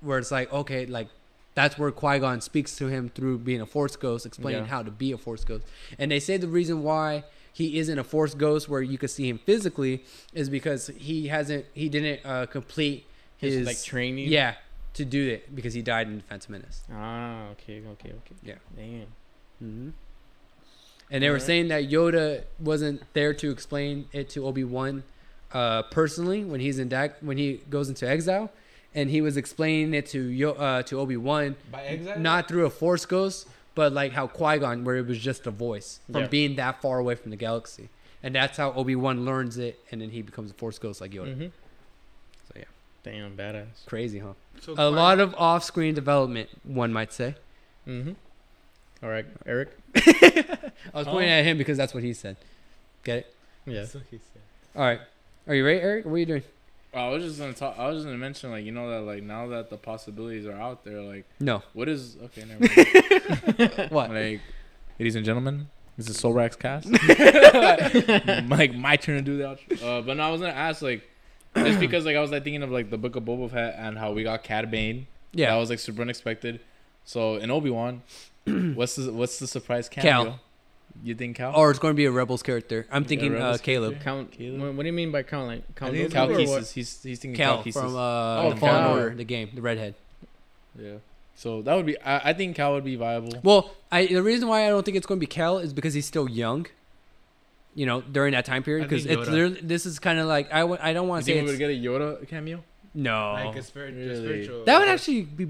[SPEAKER 1] where it's like okay, like that's where Qui Gon speaks to him through being a Force ghost, explaining
[SPEAKER 6] Yeah.
[SPEAKER 1] how to be a Force ghost, and they say the reason why he isn't a Force ghost where you could see him physically is because he hasn't he didn't uh, complete his,
[SPEAKER 6] His, like training.
[SPEAKER 1] yeah to do it because he died in the Phantom Menace.
[SPEAKER 6] Ah, okay, okay, okay.
[SPEAKER 1] Yeah.
[SPEAKER 6] Damn.
[SPEAKER 1] Mm-hmm. And they were
[SPEAKER 6] Alright.
[SPEAKER 1] saying that Yoda wasn't there to explain it to Obi Wan uh, personally when he's in Dak when he goes into exile, and he was explaining it to Yo- uh, to Obi Wan
[SPEAKER 4] By exile?
[SPEAKER 1] not through a Force ghost, but like how Qui Gon, where it was just a voice from
[SPEAKER 6] Yeah.
[SPEAKER 1] being that far away from the galaxy, and that's how Obi Wan learns it, and then he becomes a Force ghost like Yoda.
[SPEAKER 6] Mm-hmm.
[SPEAKER 1] So, yeah.
[SPEAKER 6] Damn, badass.
[SPEAKER 1] Crazy, huh?
[SPEAKER 4] So
[SPEAKER 1] A lot of off-screen development, one might say.
[SPEAKER 6] Mm-hmm. All right, Eric.
[SPEAKER 1] I was
[SPEAKER 2] Oh.
[SPEAKER 1] pointing at him because that's what he said. Get it?
[SPEAKER 6] Yeah.
[SPEAKER 1] All right. Are you ready, Eric? What are you doing?
[SPEAKER 2] I was just gonna talk. I was just gonna mention like you know that like now that the possibilities are out there, like
[SPEAKER 1] No.
[SPEAKER 2] what is okay? Never mind.
[SPEAKER 1] What?
[SPEAKER 2] like, ladies and gentlemen, this is Soul Racks Cast. like my turn to do that. Uh, but no, I was gonna ask like just because like I was like thinking of like the Book of Boba Fett and how we got Cad Bane.
[SPEAKER 1] Yeah.
[SPEAKER 2] that was like super unexpected. So in Obi Wan, what's the what's the surprise cameo?
[SPEAKER 1] Cal.
[SPEAKER 2] You think Cal?
[SPEAKER 1] Or Oh, it's going to be a Rebels character. I'm
[SPEAKER 2] Yeah,
[SPEAKER 1] thinking uh,
[SPEAKER 2] Rebels
[SPEAKER 1] Caleb.
[SPEAKER 6] Count.
[SPEAKER 2] Caleb.
[SPEAKER 6] What, what do you mean by count? Like count.
[SPEAKER 2] Cal,
[SPEAKER 6] Dooku
[SPEAKER 2] Cal
[SPEAKER 6] or what?
[SPEAKER 2] Kestis. He's he's thinking Cal,
[SPEAKER 1] Cal
[SPEAKER 2] Kestis.
[SPEAKER 1] from uh,
[SPEAKER 2] Oh,
[SPEAKER 1] the Fallen
[SPEAKER 2] Cal.
[SPEAKER 1] Order, the game, the redhead.
[SPEAKER 2] yeah. So that would be. I, I think Cal would be viable.
[SPEAKER 1] Well, I the reason why I don't think it's going to be Cal is because he's still young. You know, during that time period,
[SPEAKER 5] I
[SPEAKER 1] because
[SPEAKER 5] think
[SPEAKER 1] it's
[SPEAKER 5] Yoda.
[SPEAKER 1] literally, this is kind of like I w- I don't
[SPEAKER 2] You
[SPEAKER 1] want to
[SPEAKER 2] think
[SPEAKER 1] say
[SPEAKER 2] we would
[SPEAKER 1] it's,
[SPEAKER 2] get a Yoda cameo?
[SPEAKER 1] no.
[SPEAKER 4] Like a spirit,
[SPEAKER 2] Really?
[SPEAKER 4] spiritual.
[SPEAKER 1] that would actually be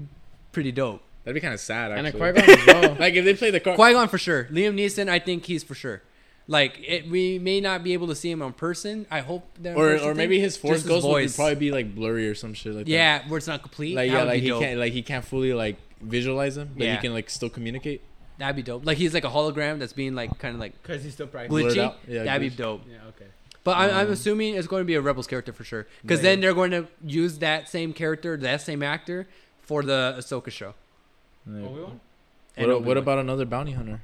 [SPEAKER 1] pretty dope.
[SPEAKER 2] That'd be kind of sad.
[SPEAKER 6] And
[SPEAKER 2] Actually.
[SPEAKER 6] a Qui Gon as well.
[SPEAKER 2] like if they play the car.
[SPEAKER 1] Qui Gon for sure. Liam Neeson, I think he's for sure. Like it, we may not be able to see him in person. I hope. they're in
[SPEAKER 2] or
[SPEAKER 1] person
[SPEAKER 2] or
[SPEAKER 1] thing.
[SPEAKER 2] maybe his force
[SPEAKER 1] Just his
[SPEAKER 2] ghost would
[SPEAKER 1] voice.
[SPEAKER 2] probably be like blurry or some shit like that.
[SPEAKER 1] Yeah, where it's not complete.
[SPEAKER 2] Like
[SPEAKER 1] that
[SPEAKER 2] yeah,
[SPEAKER 1] would
[SPEAKER 2] like
[SPEAKER 1] be
[SPEAKER 2] he
[SPEAKER 1] dope.
[SPEAKER 2] can't like he can't fully like visualize him, but
[SPEAKER 1] Yeah.
[SPEAKER 2] he can like still communicate.
[SPEAKER 1] That'd be dope. Like he's like a hologram that's being like kind of like
[SPEAKER 4] Because he's still practicing.
[SPEAKER 2] Blue-
[SPEAKER 1] glitchy.
[SPEAKER 2] out. Yeah, Mm-hmm.
[SPEAKER 1] That'd
[SPEAKER 2] glitch.
[SPEAKER 1] be dope.
[SPEAKER 4] Yeah, okay.
[SPEAKER 1] But I'm, I'm assuming it's going to be a Rebels character for sure, because then they're going to use that same character, that same actor for the Ahsoka show.
[SPEAKER 2] Yeah.
[SPEAKER 4] Obi Wan?
[SPEAKER 2] What,
[SPEAKER 1] And
[SPEAKER 2] a- what
[SPEAKER 1] Obi-Wan.
[SPEAKER 2] about another bounty hunter?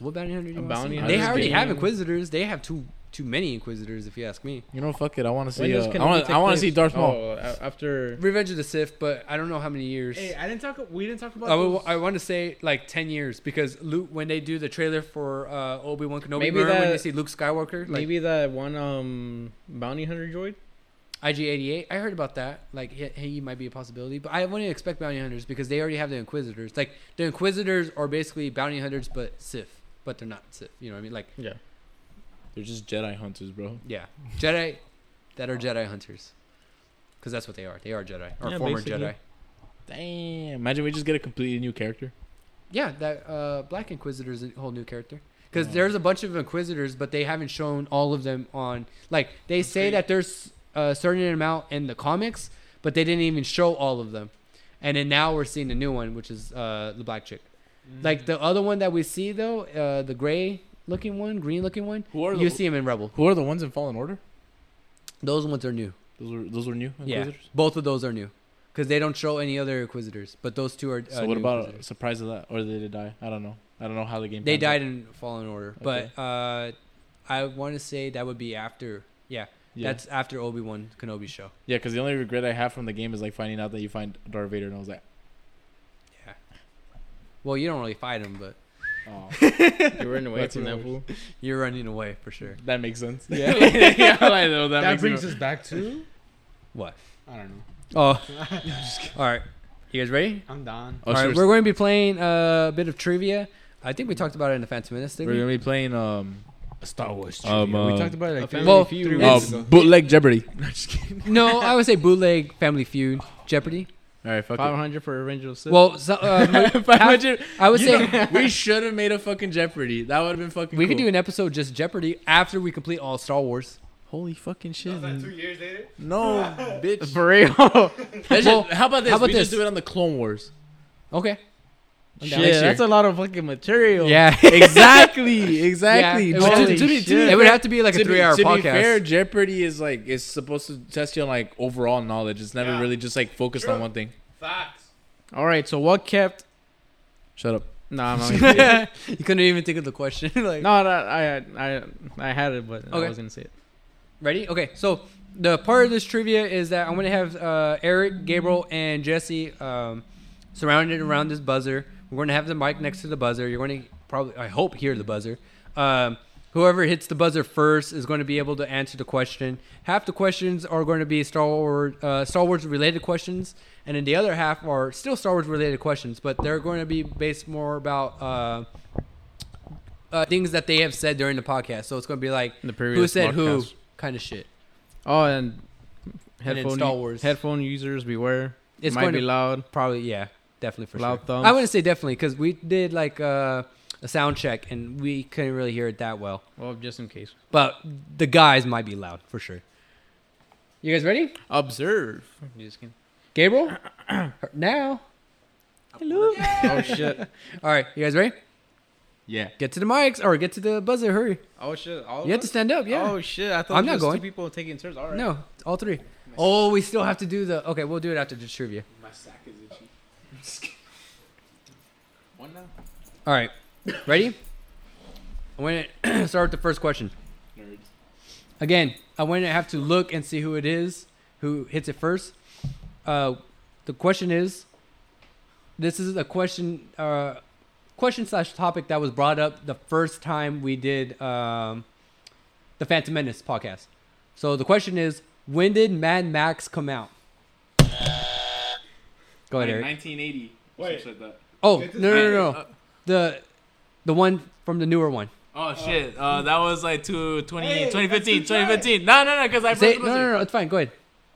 [SPEAKER 1] what bounty hunter? Do
[SPEAKER 6] A
[SPEAKER 1] you want
[SPEAKER 6] bounty
[SPEAKER 1] to see?
[SPEAKER 2] hunter?
[SPEAKER 1] They
[SPEAKER 2] I'm just
[SPEAKER 1] already
[SPEAKER 2] kidding.
[SPEAKER 1] have Inquisitors. They have too too many Inquisitors, if you ask me.
[SPEAKER 2] You know, fuck it. I want to
[SPEAKER 6] When
[SPEAKER 2] see.
[SPEAKER 6] does
[SPEAKER 2] Uh, I
[SPEAKER 6] Kenobi
[SPEAKER 2] want.
[SPEAKER 6] take
[SPEAKER 2] I want to
[SPEAKER 6] place?
[SPEAKER 2] see Darth Maul.
[SPEAKER 6] Oh, a- after.
[SPEAKER 1] Revenge of the Sith, but I don't know how many years.
[SPEAKER 4] Hey, I didn't talk. We didn't talk about.
[SPEAKER 1] I, w-
[SPEAKER 4] those-
[SPEAKER 1] Oh, I want to say like ten years because Luke, when they do the trailer for uh, Obi Wan Kenobi,
[SPEAKER 6] Maybe
[SPEAKER 1] remember when
[SPEAKER 6] that-
[SPEAKER 1] you see Luke Skywalker, like
[SPEAKER 6] Maybe that one um bounty hunter droid.
[SPEAKER 1] IG88. I heard about that. Like he, he might be a possibility, but I wouldn't expect bounty hunters because they already have the inquisitors. Like the inquisitors are basically bounty hunters, but Sith, but they're not Sith. You know what I mean? Like
[SPEAKER 6] Yeah.
[SPEAKER 2] They're just Jedi hunters, bro.
[SPEAKER 1] yeah, Jedi that are Jedi hunters, because that's what they are. They are Jedi or
[SPEAKER 6] Yeah,
[SPEAKER 1] former
[SPEAKER 6] basically.
[SPEAKER 1] Jedi.
[SPEAKER 2] Damn! Imagine we just get a completely new character.
[SPEAKER 1] Yeah, that uh, Black Inquisitor is a whole new character. Because
[SPEAKER 2] Yeah.
[SPEAKER 1] there's a bunch of Inquisitors, but they haven't shown all of them on. Like they say that there's a certain amount in the comics, but they didn't even show all of them. And then now we're seeing the new one, which is uh, the black chick.
[SPEAKER 2] Mm.
[SPEAKER 1] Like the other one that we see though, uh, the gray looking one, green looking one,
[SPEAKER 2] Who are
[SPEAKER 1] you see him in Rebel.
[SPEAKER 2] Who are the ones in Fallen Order?
[SPEAKER 1] Those ones are new.
[SPEAKER 2] Those were those were new.
[SPEAKER 1] Yeah. Both of those are new, because they don't show any other Inquisitors. But those two are. Uh,
[SPEAKER 2] So what
[SPEAKER 1] new
[SPEAKER 2] about
[SPEAKER 1] Inquisitors.
[SPEAKER 2] Surprise of that, or did they die? I don't know. I don't know how the game.
[SPEAKER 1] They
[SPEAKER 2] pans out.
[SPEAKER 1] died in Fallen Order,
[SPEAKER 2] Okay.
[SPEAKER 1] but uh, I want to say that would be after. Yeah,
[SPEAKER 2] Yeah,
[SPEAKER 1] that's after Obi Wan Kenobi show.
[SPEAKER 2] yeah. Because the only regret I have from the game is like finding out that you find Darth Vader, and I was like,
[SPEAKER 1] Well, you don't really fight him, but
[SPEAKER 2] oh,
[SPEAKER 6] You were in the way
[SPEAKER 2] That's
[SPEAKER 6] from that
[SPEAKER 2] yours.
[SPEAKER 6] fool.
[SPEAKER 1] you're running away for sure.
[SPEAKER 2] that makes sense. Yeah, yeah. I know that,
[SPEAKER 4] That,
[SPEAKER 2] makes
[SPEAKER 4] brings
[SPEAKER 2] sense.
[SPEAKER 4] us back to
[SPEAKER 1] What?
[SPEAKER 4] I don't know.
[SPEAKER 1] Oh, all right. You guys ready?
[SPEAKER 4] I'm done.
[SPEAKER 2] Oh,
[SPEAKER 1] all right,
[SPEAKER 2] sure.
[SPEAKER 1] we're going to be playing uh, a bit of trivia. I think we talked about it in the Phantom Menace, didn't
[SPEAKER 2] We're
[SPEAKER 1] we?
[SPEAKER 2] gonna be playing um
[SPEAKER 3] Star Wars.
[SPEAKER 2] um
[SPEAKER 3] we
[SPEAKER 2] uh,
[SPEAKER 3] talked about it like
[SPEAKER 4] a
[SPEAKER 3] three,
[SPEAKER 4] family
[SPEAKER 3] three
[SPEAKER 4] feud.
[SPEAKER 3] weeks
[SPEAKER 2] uh,
[SPEAKER 3] ago.
[SPEAKER 2] bootleg Jeopardy. No, just kidding.
[SPEAKER 1] No, I would say bootleg Family Feud, Jeopardy.
[SPEAKER 2] All right, fuck
[SPEAKER 6] Five
[SPEAKER 2] it.
[SPEAKER 6] hundred for Revenge of Sith.
[SPEAKER 1] Well, so, uh,
[SPEAKER 2] Five hundred.
[SPEAKER 1] I would
[SPEAKER 2] You
[SPEAKER 1] say
[SPEAKER 2] know, we should have made a fucking Jeopardy. That would have been fucking.
[SPEAKER 1] we
[SPEAKER 2] cool.
[SPEAKER 1] could do an episode just Jeopardy after we complete all Star Wars.
[SPEAKER 2] Holy fucking shit!
[SPEAKER 4] years later?
[SPEAKER 2] No, bitch.
[SPEAKER 6] for real.
[SPEAKER 2] Let's
[SPEAKER 1] Well,
[SPEAKER 2] just- how about this?
[SPEAKER 1] how about
[SPEAKER 2] we
[SPEAKER 1] this?
[SPEAKER 2] just do it on the Clone Wars.
[SPEAKER 1] Okay.
[SPEAKER 2] down. Next
[SPEAKER 6] Shit, that's
[SPEAKER 2] year.
[SPEAKER 6] a lot of fucking
[SPEAKER 2] Oh.
[SPEAKER 6] material.
[SPEAKER 1] Yeah.
[SPEAKER 2] exactly, exactly.
[SPEAKER 1] Yeah, it would have
[SPEAKER 2] Holy
[SPEAKER 1] to-
[SPEAKER 2] shit.
[SPEAKER 1] It would have to be like a
[SPEAKER 2] To be-
[SPEAKER 1] three-hour
[SPEAKER 2] to
[SPEAKER 1] podcast.
[SPEAKER 2] be fair, Jeopardy is like it's supposed to test you on like overall knowledge. It's never
[SPEAKER 4] Yeah.
[SPEAKER 2] really just like focused on
[SPEAKER 4] True.
[SPEAKER 2] one thing.
[SPEAKER 4] Facts.
[SPEAKER 6] All right, so what kept?
[SPEAKER 2] Shut up.
[SPEAKER 6] Nah, I'm not gonna say
[SPEAKER 1] you couldn't even think of the question.
[SPEAKER 6] it.
[SPEAKER 1] like,
[SPEAKER 6] no, no, I, I, I had it, but
[SPEAKER 1] Okay.
[SPEAKER 6] I was gonna say it.
[SPEAKER 1] ready? Okay. So the part of this trivia is that I'm gonna have uh, Eric, Gabriel, and Jesse um, surrounded around this buzzer. We're gonna have the mic next to the buzzer. You're gonna probably, I hope, hear the buzzer. Um, whoever hits the buzzer first is going to be able to answer the question. Half the questions are going to be Star Wars, uh, Star Wars related questions, and then the other half are still Star Wars related questions, but they're going to be based more about. Uh, uh, things that they have said during the podcast. So it's going to be like
[SPEAKER 6] The
[SPEAKER 1] who
[SPEAKER 6] previous
[SPEAKER 1] said who
[SPEAKER 6] podcast.
[SPEAKER 1] kind of shit.
[SPEAKER 6] Oh, and
[SPEAKER 1] And in
[SPEAKER 6] headphone
[SPEAKER 1] Star Wars.
[SPEAKER 6] headphone users beware.
[SPEAKER 1] It's
[SPEAKER 6] It might
[SPEAKER 1] going
[SPEAKER 6] be
[SPEAKER 1] to-
[SPEAKER 6] loud.
[SPEAKER 1] Probably, yeah, definitely for
[SPEAKER 6] Loud
[SPEAKER 1] sure.
[SPEAKER 6] thumbs.
[SPEAKER 1] I wouldn't say definitely because we did like uh, a sound check and we couldn't really hear it that well.
[SPEAKER 6] Well, just in case.
[SPEAKER 1] But the guys might be loud for sure. You guys ready?
[SPEAKER 6] Observe. Just kidding.
[SPEAKER 1] Gabriel? now.
[SPEAKER 6] Oh shit.
[SPEAKER 1] All right, you guys ready?
[SPEAKER 2] Yeah.
[SPEAKER 1] Get to the mics or get to the buzzer. Hurry.
[SPEAKER 6] Oh shit. All of
[SPEAKER 1] You have to
[SPEAKER 6] us?
[SPEAKER 1] stand up, yeah.
[SPEAKER 6] Oh shit. I thought
[SPEAKER 1] I'm
[SPEAKER 6] it was
[SPEAKER 1] not
[SPEAKER 6] just
[SPEAKER 1] going.
[SPEAKER 6] Two people taking turns. All right.
[SPEAKER 1] No, all three. Oh, we still have to do the. Okay, we'll do it after the trivia.
[SPEAKER 2] My sack is itchy. One now.
[SPEAKER 1] All right, ready? I'm going to start with the first question.
[SPEAKER 2] Nerds.
[SPEAKER 1] Again, I want to have to look and see who it is who hits it first. Uh, the question is, this is a question, uh, question slash topic that was brought up the first time we did um, the Phantom Menace podcast. So the question is, when did Mad Max come out? Go ahead, Eric.
[SPEAKER 2] 1980.
[SPEAKER 4] Wait.
[SPEAKER 2] Like that.
[SPEAKER 1] Oh no no no, no. the the one from the newer one.
[SPEAKER 2] Oh shit! Uh, that was like two, 20,
[SPEAKER 4] Hey,
[SPEAKER 2] 2015,
[SPEAKER 4] that's too bad.
[SPEAKER 2] 2015. No, no, no, because I
[SPEAKER 1] Say,
[SPEAKER 2] pressed
[SPEAKER 1] no
[SPEAKER 2] the
[SPEAKER 1] no
[SPEAKER 2] buzzer.
[SPEAKER 1] no, it's fine. Go ahead.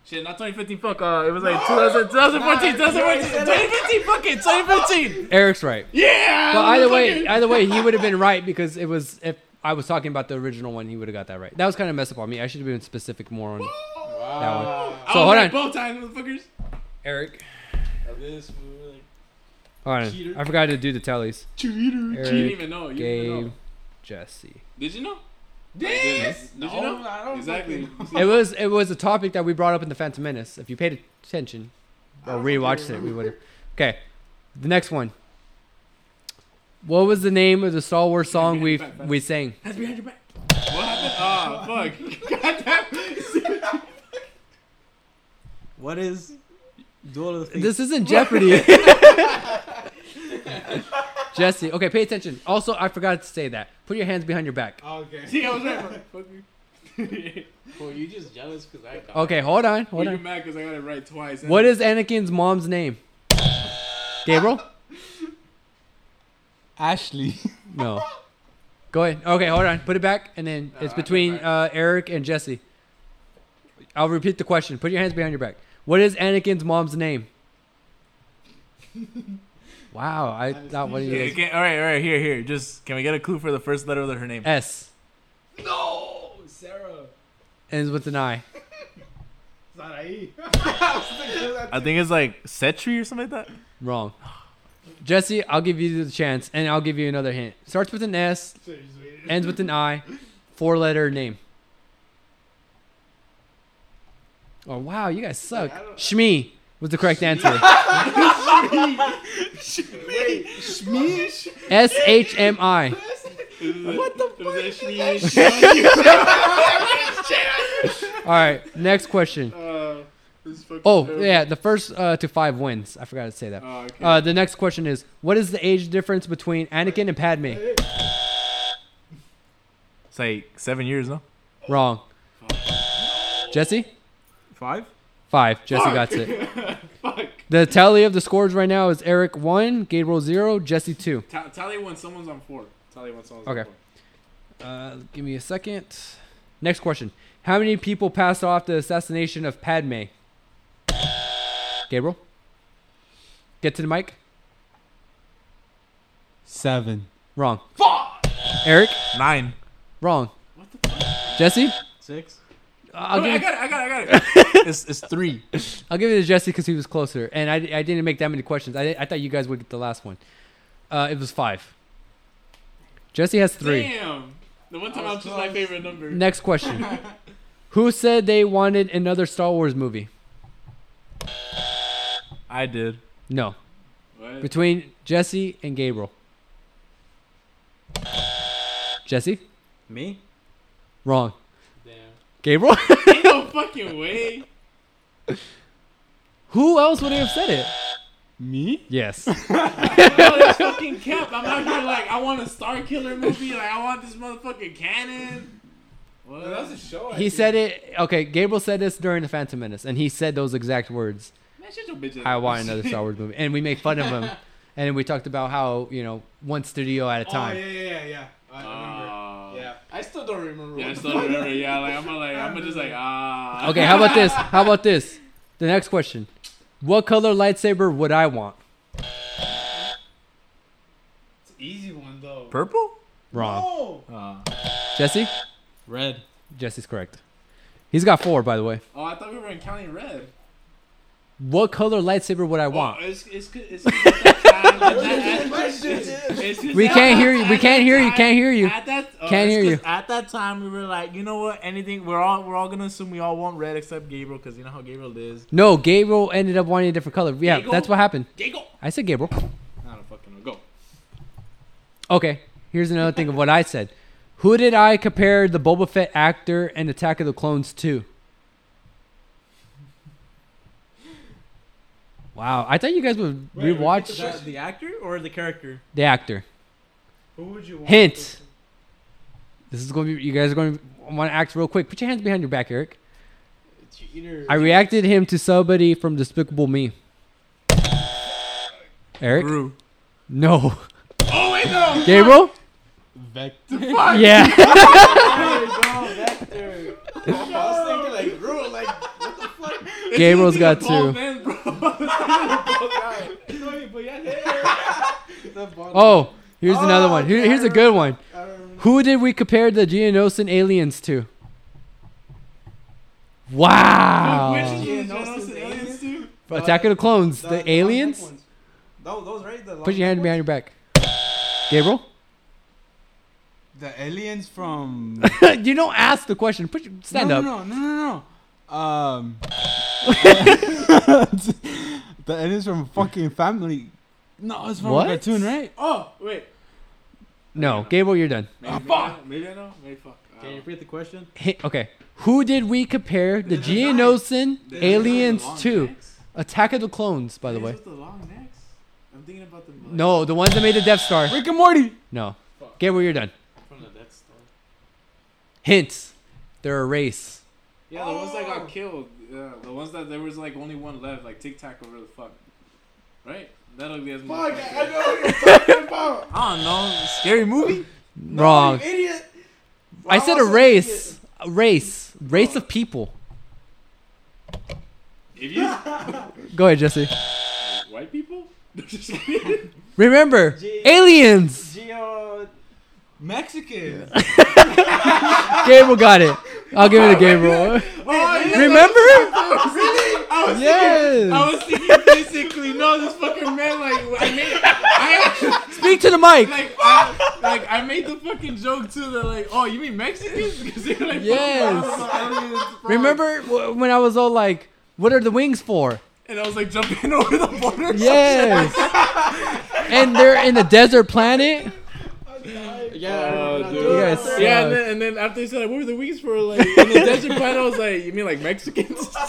[SPEAKER 2] Shit, not 2015. Fuck. Uh, it was like 2000, 2014, 2014, 2015. Fuck it, 2015.
[SPEAKER 1] Eric's right.
[SPEAKER 2] Yeah.
[SPEAKER 1] Well, either way, either way, he would have been right because it was if I was talking about the original one, he would have got that right. That was kind of messed up on me. I should have been specific more on that one. So hold on,
[SPEAKER 2] Both times, motherfuckers.
[SPEAKER 1] Eric.
[SPEAKER 2] This
[SPEAKER 1] Hold on,
[SPEAKER 2] Cheater.
[SPEAKER 1] I forgot to do the tallies.
[SPEAKER 2] You
[SPEAKER 1] Eric,
[SPEAKER 2] didn't even know. You didn't even
[SPEAKER 1] Gabe,
[SPEAKER 2] know.
[SPEAKER 1] Jesse.
[SPEAKER 2] Did you know? Yes. Did you know?
[SPEAKER 4] I don't
[SPEAKER 2] Exactly.
[SPEAKER 1] It was it was a topic that we brought up in the Phantom Menace. If you paid attention or rewatched it, we would have. Okay, the next one. What was the name of the Star Wars song we we sang?
[SPEAKER 2] That's behind your back. What happened? Ah, fuck. Goddamn.
[SPEAKER 6] What is duel of the
[SPEAKER 1] This isn't Jeopardy. Jesse, okay, pay attention. Also, I forgot to say that. Put your hands behind your back.
[SPEAKER 4] Oh, Okay.
[SPEAKER 2] See, I was right. Fuck you.
[SPEAKER 6] Well, you just jealous because I got.
[SPEAKER 1] Okay, hold on,
[SPEAKER 2] Were
[SPEAKER 1] hold
[SPEAKER 2] you
[SPEAKER 1] on.
[SPEAKER 2] mad because I got it right twice?
[SPEAKER 1] What is Anakin's mom's name? Gabriel?
[SPEAKER 3] Ashley.
[SPEAKER 1] No. Go ahead. Okay, hold on. Put it back, and then it's between uh, Eric and Jesse. I'll repeat the question. Put your hands behind your back. What is Anakin's mom's name? Wow, I thought one of you guys.
[SPEAKER 2] Okay, all right, all right, here, here. Just can we get a clue for the first letter of the- her name?
[SPEAKER 1] S
[SPEAKER 4] No, Sarah.
[SPEAKER 1] ends with an I.
[SPEAKER 4] Sarai.
[SPEAKER 2] I think it's like Setri or something like that.
[SPEAKER 1] Wrong. Jesse, I'll give you the chance, and I'll give you another hint. Starts with an S, ends with an I, four letter name. Oh wow, you guys suck. Shmi was the correct answer.
[SPEAKER 4] Shmish.
[SPEAKER 1] S H M I. All right, next question. Oh yeah, the first uh, to five wins. I forgot to say that. Uh, the next question is: What is the age difference between Anakin and Padme?
[SPEAKER 2] It's like seven years, no?
[SPEAKER 1] Wrong. Jesse?
[SPEAKER 4] Five.
[SPEAKER 1] Five. Jesse got it. The tally of the scores right now is Eric one, Gabriel zero, Jesse two.
[SPEAKER 2] tally when someone's on four. Tally when someone's
[SPEAKER 1] on Okay. Uh, give me a second. Next question. How many people passed off the assassination of Padme? Gabriel? Get to the mic.
[SPEAKER 11] Seven.
[SPEAKER 1] Wrong. Eric?
[SPEAKER 2] Nine.
[SPEAKER 1] Wrong. Jesse?
[SPEAKER 2] Six.
[SPEAKER 1] I'll give,
[SPEAKER 2] got it. Oh, I got it. I got it. it's, it's three.
[SPEAKER 1] I'll give it to Jesse because he was closer, and I, I didn't make that many questions. I, I thought you guys would get the last one. Uh, it was five. Jesse has three.
[SPEAKER 2] Damn. The one time I was just my favorite number.
[SPEAKER 1] Next question. Who said they wanted another Star Wars movie?
[SPEAKER 2] I did.
[SPEAKER 1] No.
[SPEAKER 2] What?
[SPEAKER 1] Between Jesse and Gabriel. Jesse?
[SPEAKER 12] Me?
[SPEAKER 1] Wrong. Gabriel?
[SPEAKER 2] no fucking way.
[SPEAKER 1] Who else would have said it?
[SPEAKER 11] Me?
[SPEAKER 1] Yes.
[SPEAKER 2] No, that's fucking cap. I'm out here like I want a Star Killer movie. Like I want this motherfucking cannon. What?
[SPEAKER 4] That's a show.
[SPEAKER 1] He said it. Okay, Gabriel said this during The Phantom Menace, and he said those exact words.
[SPEAKER 2] Man, shut your bitch ass
[SPEAKER 1] I
[SPEAKER 2] up.
[SPEAKER 1] want another Star Wars movie. And we make fun of him. And then we talked about how, you know, one studio at a
[SPEAKER 4] Oh yeah,
[SPEAKER 1] time.
[SPEAKER 4] yeah, yeah, yeah. I remember.
[SPEAKER 2] Ah.
[SPEAKER 4] Yeah. I still don't remember.
[SPEAKER 2] Yeah, I
[SPEAKER 4] what-
[SPEAKER 2] still remember. Yeah, like I'm like I'm just like ah.
[SPEAKER 1] Okay, how about this? How about this? The next question. What color lightsaber would I want?
[SPEAKER 4] It's an easy one though.
[SPEAKER 2] Purple?
[SPEAKER 1] Wrong.
[SPEAKER 4] Oh.
[SPEAKER 1] Jesse?
[SPEAKER 11] Red.
[SPEAKER 1] Jesse's correct. He's got four, by the way.
[SPEAKER 2] Oh, I thought we were in County Red.
[SPEAKER 1] What color lightsaber would I
[SPEAKER 2] Oh,
[SPEAKER 1] want?
[SPEAKER 2] it's it's it's. it's
[SPEAKER 1] We can't hear you. We can't hear you. Can't hear you.
[SPEAKER 2] At that, oh,
[SPEAKER 1] Can't
[SPEAKER 2] it's
[SPEAKER 1] hear you.
[SPEAKER 2] 'cause At that time, we were like, you know what? Anything. We're all we're all gonna assume we all want red except Gabriel, cause you know how Gabriel is.
[SPEAKER 1] No, Gabriel ended up wanting a different color. Yeah,
[SPEAKER 2] Gabriel?
[SPEAKER 1] that's what happened.
[SPEAKER 2] Gabriel.
[SPEAKER 1] I said Gabriel.
[SPEAKER 2] I don't fucking know. Go.
[SPEAKER 1] Okay, here's another thing of what I said. Who did I compare the Boba Fett actor and Attack of the Clones to? Wow, I thought you guys would
[SPEAKER 4] Wait, repeat
[SPEAKER 1] rewatch
[SPEAKER 4] question.
[SPEAKER 6] The actor or the character?
[SPEAKER 1] the actor.
[SPEAKER 4] Who would you want?
[SPEAKER 1] Hint. This is going to be, you guys are going to want to act real quick. Put your hands behind your back, Eric.
[SPEAKER 4] Either.
[SPEAKER 1] I reacted him to somebody from Despicable Me. Eric?
[SPEAKER 2] Brew.
[SPEAKER 1] No.
[SPEAKER 2] Oh wait, no.
[SPEAKER 1] Gabriel?
[SPEAKER 11] Vector.
[SPEAKER 1] Yeah.
[SPEAKER 4] I was thinking like, bro, like,
[SPEAKER 1] Gabriel's got two.
[SPEAKER 4] no, but yeah, hey. The bottom.
[SPEAKER 1] Oh, here's another
[SPEAKER 4] Oh,
[SPEAKER 1] one. Here,
[SPEAKER 4] okay,
[SPEAKER 1] here's
[SPEAKER 4] I
[SPEAKER 1] a good
[SPEAKER 4] remember.
[SPEAKER 1] one.
[SPEAKER 4] I don't remember.
[SPEAKER 1] Who did we compare the Geonosan aliens to? Wow.
[SPEAKER 4] Yeah, no, it's the aliens.
[SPEAKER 2] Wow.
[SPEAKER 1] Attack of the Clones, the,
[SPEAKER 4] The- the long neck
[SPEAKER 1] aliens?
[SPEAKER 4] ones. No, those right. The
[SPEAKER 1] Put your hand behind
[SPEAKER 4] behind.
[SPEAKER 1] your back. Gabriel?
[SPEAKER 11] The aliens from.
[SPEAKER 1] you don't ask the question. Put your, stand
[SPEAKER 11] no,
[SPEAKER 1] up.
[SPEAKER 11] No, no, no, no, no. Um. the aliens from fucking Family. No, it's from
[SPEAKER 1] What?
[SPEAKER 11] a cartoon, right?
[SPEAKER 2] Oh wait.
[SPEAKER 1] No, Gabriel, you're done.
[SPEAKER 2] Maybe, maybe, I know, maybe I know. Maybe fuck. I
[SPEAKER 6] Can
[SPEAKER 2] don't
[SPEAKER 6] you
[SPEAKER 2] know.
[SPEAKER 6] repeat the question?
[SPEAKER 1] Hey, okay. Who did we compare the Geonosan
[SPEAKER 2] The
[SPEAKER 1] aliens
[SPEAKER 2] long
[SPEAKER 1] to?
[SPEAKER 2] necks?
[SPEAKER 1] Attack of the Clones, by the
[SPEAKER 2] Aliens
[SPEAKER 1] way.
[SPEAKER 2] with the long necks? I'm thinking about the like,
[SPEAKER 1] No, the ones that made the Death Star.
[SPEAKER 11] Rick and Morty.
[SPEAKER 1] No.
[SPEAKER 2] Fuck.
[SPEAKER 1] Gabriel, you're done.
[SPEAKER 2] from the Death Star.
[SPEAKER 1] Hints. They're a race.
[SPEAKER 2] Yeah, the ones that
[SPEAKER 4] Oh.
[SPEAKER 2] got killed. Yeah, the ones that there was like only one left, like Tic Tac over the fuck. Right? That ugly as
[SPEAKER 4] Fuck,
[SPEAKER 2] motherfucker.
[SPEAKER 4] I know what you're talking about.
[SPEAKER 2] I don't know. Scary movie?
[SPEAKER 1] Wrong.
[SPEAKER 4] You idiot.
[SPEAKER 1] I said a
[SPEAKER 4] wasn't
[SPEAKER 1] race. A race. Race of people.
[SPEAKER 2] If you
[SPEAKER 1] Go ahead, Jesse.
[SPEAKER 2] white people?
[SPEAKER 1] Remember,
[SPEAKER 4] Gee.
[SPEAKER 1] aliens.
[SPEAKER 4] Geo. Mexican.
[SPEAKER 1] Gabriel got it. I'll give it to Gabriel. Remember?
[SPEAKER 4] really? I was
[SPEAKER 1] Yes.
[SPEAKER 4] was thinking basically, no, this fucking man, like, I made, I actually,
[SPEAKER 1] Speak to the mic.
[SPEAKER 4] like, I, like, I made the fucking joke too that, like, oh, you mean Mexicans? Because they're like,
[SPEAKER 1] Yes. Remember wh- when I was all like, "What are the wings for?"
[SPEAKER 4] and I was like jumping over the border.
[SPEAKER 1] Yes. and they're in the desert planet.
[SPEAKER 2] Oh,
[SPEAKER 1] You guys
[SPEAKER 2] dude. Yeah,
[SPEAKER 1] suck.
[SPEAKER 2] and then, and then after he said, like, what were the wings for? Like, in the desert planet, I was like, you mean like Mexicans?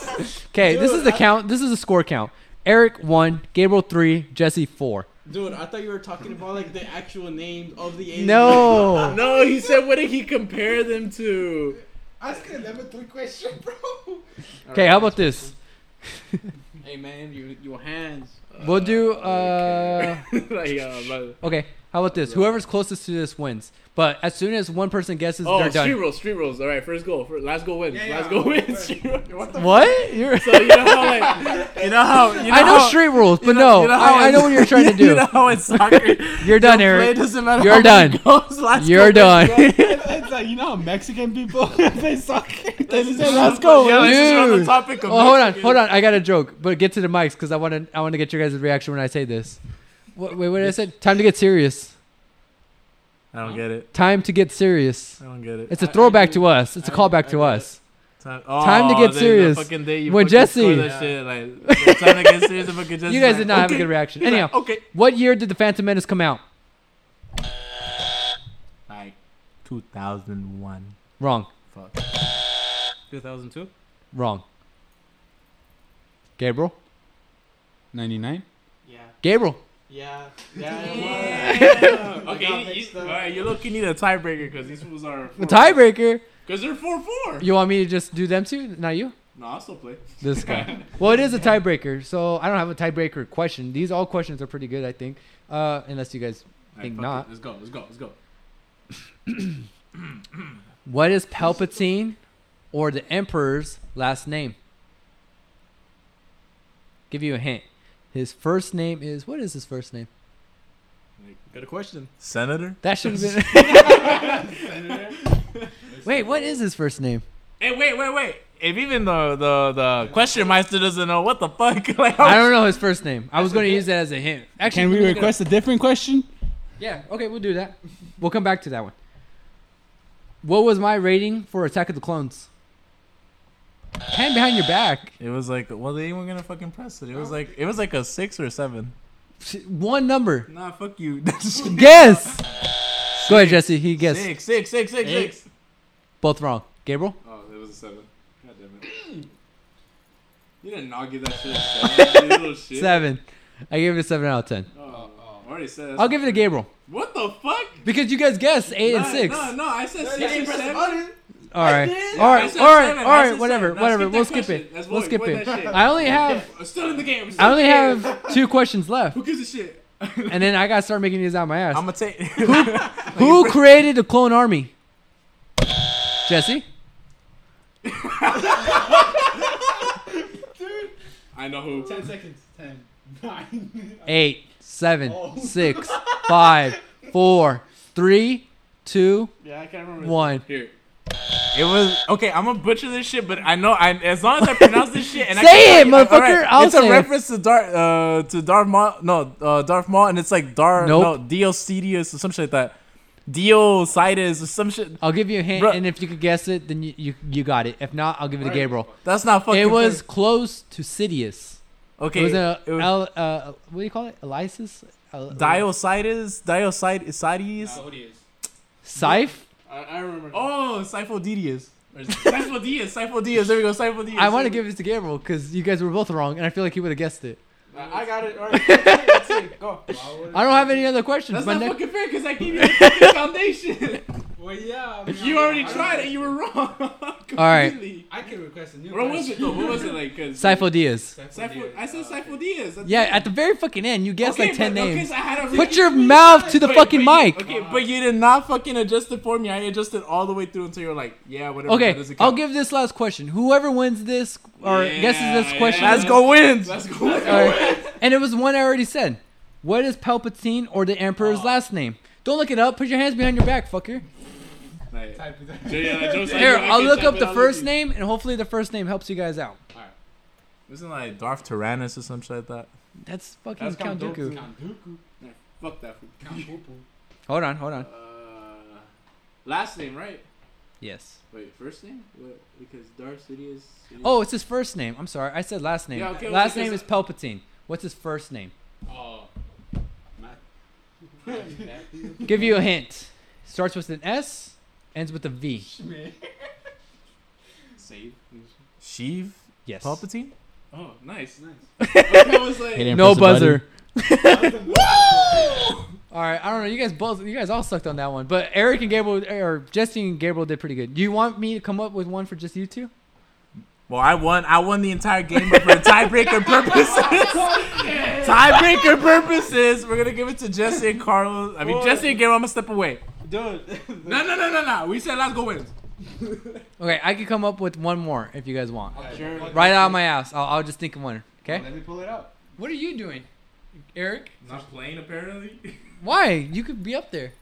[SPEAKER 1] Okay, this is the count. This is the score count. Eric one, Gabriel three, Jesse four.
[SPEAKER 6] Dude, I thought you were talking about like the actual names of the aliens.
[SPEAKER 1] No,
[SPEAKER 2] no, he said, what did he compare them to?
[SPEAKER 4] Ask a level three question, bro.
[SPEAKER 1] Okay, how about this?
[SPEAKER 6] Hey man, you, your hands.
[SPEAKER 1] We'll do. Uh,
[SPEAKER 2] like, uh, but-
[SPEAKER 1] okay, how about this? Whoever's closest to this wins. But as soon as one person guesses,
[SPEAKER 2] oh,
[SPEAKER 1] they're
[SPEAKER 2] street
[SPEAKER 1] done.
[SPEAKER 2] rules, street rules. All right, first goal. First, last goal wins.
[SPEAKER 4] Yeah,
[SPEAKER 2] last
[SPEAKER 4] yeah.
[SPEAKER 2] goal wins. Street rules.
[SPEAKER 1] What? You're,
[SPEAKER 2] So, you know how, like, you know how, you know
[SPEAKER 1] I know
[SPEAKER 2] how,
[SPEAKER 1] street rules, but no,
[SPEAKER 2] know- you know how
[SPEAKER 1] I, I know what you're trying to do.
[SPEAKER 2] you know how in soccer,
[SPEAKER 1] You're done,
[SPEAKER 2] it
[SPEAKER 1] Eric.
[SPEAKER 2] doesn't matter
[SPEAKER 1] You're
[SPEAKER 2] how
[SPEAKER 1] done.
[SPEAKER 2] many goals, last
[SPEAKER 1] You're
[SPEAKER 2] goal
[SPEAKER 1] done.
[SPEAKER 2] wins, bro.
[SPEAKER 4] It's like you know how Mexican people they suck. They just say,
[SPEAKER 2] Let's
[SPEAKER 4] "Let's
[SPEAKER 2] go. Yeah, let's just run the
[SPEAKER 1] Dude.
[SPEAKER 2] topic of
[SPEAKER 1] Oh, hold on,
[SPEAKER 2] Mexicans.
[SPEAKER 1] hold on. I got a joke, but get to the mics because I want to. I want to get your guys' reaction when I say this. What, wait, what did I say? Time to get serious.
[SPEAKER 2] I don't get it.
[SPEAKER 1] Time to get serious.
[SPEAKER 2] I don't get it.
[SPEAKER 1] It's a throwback to us. It's a callback to us.
[SPEAKER 2] Time, oh,
[SPEAKER 1] Time to get
[SPEAKER 2] the- the
[SPEAKER 1] serious.
[SPEAKER 2] fucking day you
[SPEAKER 1] When
[SPEAKER 2] fucking
[SPEAKER 1] Jesse-
[SPEAKER 2] scored that shit, like, the time to get serious. the fucking Jesse
[SPEAKER 1] You guys
[SPEAKER 2] like,
[SPEAKER 1] did not have a
[SPEAKER 2] okay.
[SPEAKER 1] good reaction.
[SPEAKER 2] He's like,
[SPEAKER 1] Anyhow,
[SPEAKER 2] oh. okay.
[SPEAKER 1] what year did the Phantom Menace come out?
[SPEAKER 2] Like 2001.
[SPEAKER 1] Wrong,
[SPEAKER 6] 2002.
[SPEAKER 1] wrong. Gabriel,
[SPEAKER 4] Ninety nine.
[SPEAKER 6] Yeah.
[SPEAKER 1] Gabriel.
[SPEAKER 6] Yeah. Yeah.
[SPEAKER 2] Okay, you, all right, you look. You need a tiebreaker because these fools are
[SPEAKER 1] The tiebreaker.
[SPEAKER 2] Because they're four four.
[SPEAKER 1] You want me to just do them too? Not you.
[SPEAKER 2] No, I'll still play.
[SPEAKER 1] This guy. well, it is a tiebreaker, so I don't have a tiebreaker question. These all questions are pretty good, I think. Uh, unless you guys
[SPEAKER 2] I
[SPEAKER 1] think not.
[SPEAKER 2] Let's go. Let's go. Let's go.
[SPEAKER 1] What is Palpatine or the Emperor's last name? Give you a hint. His first name is what is his first name?
[SPEAKER 6] Good question.
[SPEAKER 2] Senator.
[SPEAKER 1] That should have been. Wait, what is his first name?
[SPEAKER 2] Hey, wait, wait, wait. If even the the the question master doesn't know what the fuck, like
[SPEAKER 1] I don't know his first name. I was going to use that as a hint. Actually,
[SPEAKER 4] Can we
[SPEAKER 1] let me look it up.
[SPEAKER 4] request a different question?
[SPEAKER 1] Yeah, okay, we'll do that. We'll come back to that one. What was my rating for Attack of the Clones? Hand behind your back.
[SPEAKER 2] It was like, well, they weren't gonna fucking press it. It was like, it was like a six or a seven.
[SPEAKER 1] One number.
[SPEAKER 2] Nah, fuck you.
[SPEAKER 1] Guess. Go ahead, Jesse. He guessed.
[SPEAKER 2] Six, six, six, six,
[SPEAKER 6] Eight.
[SPEAKER 2] six.
[SPEAKER 1] Both wrong. Gabriel?
[SPEAKER 2] Oh, it was a seven. God damn it. You did not give that shit a seven. you little shit.
[SPEAKER 1] Seven. I gave it a seven out of ten.
[SPEAKER 2] Oh, I already said that.
[SPEAKER 1] I'll give it to Gabriel
[SPEAKER 2] What the fuck?
[SPEAKER 1] because you guys guessed eight and
[SPEAKER 2] Nah,
[SPEAKER 1] six.
[SPEAKER 2] No, no, I said six or seven.
[SPEAKER 1] all right,
[SPEAKER 2] Yeah,
[SPEAKER 1] all
[SPEAKER 2] I
[SPEAKER 1] right,
[SPEAKER 2] said
[SPEAKER 1] all right,
[SPEAKER 2] seven.
[SPEAKER 1] all
[SPEAKER 2] I
[SPEAKER 1] right.
[SPEAKER 2] said
[SPEAKER 1] Whatever,
[SPEAKER 2] seven. Now
[SPEAKER 1] whatever.
[SPEAKER 2] skip
[SPEAKER 1] We'll
[SPEAKER 2] that
[SPEAKER 1] skip
[SPEAKER 2] question.
[SPEAKER 1] it.
[SPEAKER 2] Let's
[SPEAKER 1] We'll
[SPEAKER 2] void-
[SPEAKER 1] skip
[SPEAKER 2] void
[SPEAKER 1] it.
[SPEAKER 2] that shit.
[SPEAKER 1] I only have
[SPEAKER 2] I'm still in the game. I'm still
[SPEAKER 1] I only
[SPEAKER 2] in the game.
[SPEAKER 1] have two questions left,
[SPEAKER 2] Who gives a shit? I'm
[SPEAKER 1] and then I gotta start making these out my ass.
[SPEAKER 2] gonna take.
[SPEAKER 1] Who created the clone army? Jesse.
[SPEAKER 2] I know who.
[SPEAKER 4] Ten seconds. Ten. Nine.
[SPEAKER 1] Eight,
[SPEAKER 2] Oh.
[SPEAKER 1] seven, six, five, four, three, two,
[SPEAKER 6] Yeah, I can't remember.
[SPEAKER 1] one.
[SPEAKER 2] Here. It was okay. I'm gonna butcher this shit, but I know. I as long as I pronounce this shit and I
[SPEAKER 1] Say
[SPEAKER 2] can-
[SPEAKER 1] it,
[SPEAKER 2] all
[SPEAKER 1] motherfucker, I'll
[SPEAKER 2] it's
[SPEAKER 1] say it.
[SPEAKER 2] a reference to Dar uh, to Darth Maul. No, uh, Darth Maul, and it's like Dar
[SPEAKER 1] Nope.
[SPEAKER 2] no Diocidius or some shit like that. Diocides or some shit.
[SPEAKER 1] I'll give you a hint,
[SPEAKER 2] Bruh.
[SPEAKER 1] and if you could guess it, then you you, you got it. If not, I'll give it to Gabriel.
[SPEAKER 2] That's not fucking.
[SPEAKER 1] It was
[SPEAKER 2] fair.
[SPEAKER 1] close to Sidious.
[SPEAKER 2] okay.
[SPEAKER 1] It was a
[SPEAKER 2] it was
[SPEAKER 1] L, uh, what do you call it? uh, Elysis? El-
[SPEAKER 2] Diocides. Diocides.
[SPEAKER 1] Scythe?
[SPEAKER 6] I, I remember.
[SPEAKER 2] Oh, Syphodidius. Syphodidius. Syphodidius. There we go. Syphodidius.
[SPEAKER 1] I want to give this to Gabriel because you guys were both wrong, and I feel like he would have guessed it.
[SPEAKER 6] I, I got it. All right. Let's see. Go.
[SPEAKER 1] I don't have any other questions.
[SPEAKER 2] That's
[SPEAKER 1] My
[SPEAKER 2] not
[SPEAKER 1] next,
[SPEAKER 2] fucking fair because I gave you the fucking foundation.
[SPEAKER 4] Well, yeah.
[SPEAKER 2] you already tried it. You were wrong.
[SPEAKER 1] All right.
[SPEAKER 2] Completely.
[SPEAKER 4] I can request a new.
[SPEAKER 2] What was it though? What was it like? Cause
[SPEAKER 1] Sypho Diaz.
[SPEAKER 2] Sypho- I said Sypho Diaz. That's-
[SPEAKER 1] Yeah, at the very fucking end, you guessed like
[SPEAKER 2] Okay,
[SPEAKER 1] 10
[SPEAKER 2] but- okay,
[SPEAKER 1] names.
[SPEAKER 2] so I had a-
[SPEAKER 1] Put your mouth to the
[SPEAKER 2] But-
[SPEAKER 1] fucking
[SPEAKER 2] but you-
[SPEAKER 1] mic.
[SPEAKER 2] Okay, but you did not fucking adjust it for me. I adjusted all the way through until you were like, yeah, whatever. that
[SPEAKER 1] Okay,
[SPEAKER 2] doesn't
[SPEAKER 1] I'll
[SPEAKER 2] count.
[SPEAKER 1] give this last question. Whoever wins this or guesses this question.
[SPEAKER 2] Let's go wins. Let's
[SPEAKER 1] All
[SPEAKER 2] go.
[SPEAKER 1] right. And it was one I already said. What is Palpatine or the Emperor's
[SPEAKER 2] Oh.
[SPEAKER 1] last name? Don't look it up. Put your hands behind your back, fucker.
[SPEAKER 2] Like, yeah, like, Joe's like,
[SPEAKER 1] Here,
[SPEAKER 2] "Yeah, I
[SPEAKER 1] I'll
[SPEAKER 2] can
[SPEAKER 1] look
[SPEAKER 2] type
[SPEAKER 1] up
[SPEAKER 2] it,
[SPEAKER 1] the
[SPEAKER 2] I'll
[SPEAKER 1] first
[SPEAKER 2] look it."
[SPEAKER 1] name, and hopefully the first name helps you guys out.
[SPEAKER 2] Isn't it like Darth Tyrannus or some shit like that?
[SPEAKER 1] That's fucking Count Dooku.
[SPEAKER 2] Fuck that.
[SPEAKER 1] Hold on, hold on.
[SPEAKER 2] Uh, last name, right?
[SPEAKER 1] Yes.
[SPEAKER 2] Wait, first name? What? Because Darth Sidious. Sidious.
[SPEAKER 1] Oh, it's his first name. I'm sorry. I said last name.
[SPEAKER 2] Yeah, okay, well,
[SPEAKER 1] last
[SPEAKER 2] because-
[SPEAKER 1] name is Palpatine. What's his first name? Uh,
[SPEAKER 2] Oh.
[SPEAKER 1] Give you a hint. Starts with an S, ends with a V.
[SPEAKER 2] Save. Sheev.
[SPEAKER 1] Yes.
[SPEAKER 2] Palpatine. Oh, nice, nice. okay, I was like,
[SPEAKER 1] No buzzer. All right, I don't know. You guys both, you guys all sucked on that one, but Eric and Gabriel or Justin and Gabriel did pretty good. Do you want me to come up with one for just you two?
[SPEAKER 2] well, I won. I won the entire game, but for tiebreaker purposes, tiebreaker purposes, we're gonna give it to Jesse and Carlos. I mean, Jesse and Gabriel, I'm gonna step away. Dude. no, no, no, no, no. We said let's go wins.
[SPEAKER 1] Okay, I could come up with one more if you guys want. Right out of my ass. I'll, I'll just think of one. Okay.
[SPEAKER 4] Let me pull it up.
[SPEAKER 1] What are you doing, Eric?
[SPEAKER 2] Not playing apparently.
[SPEAKER 1] Why? You could be up there.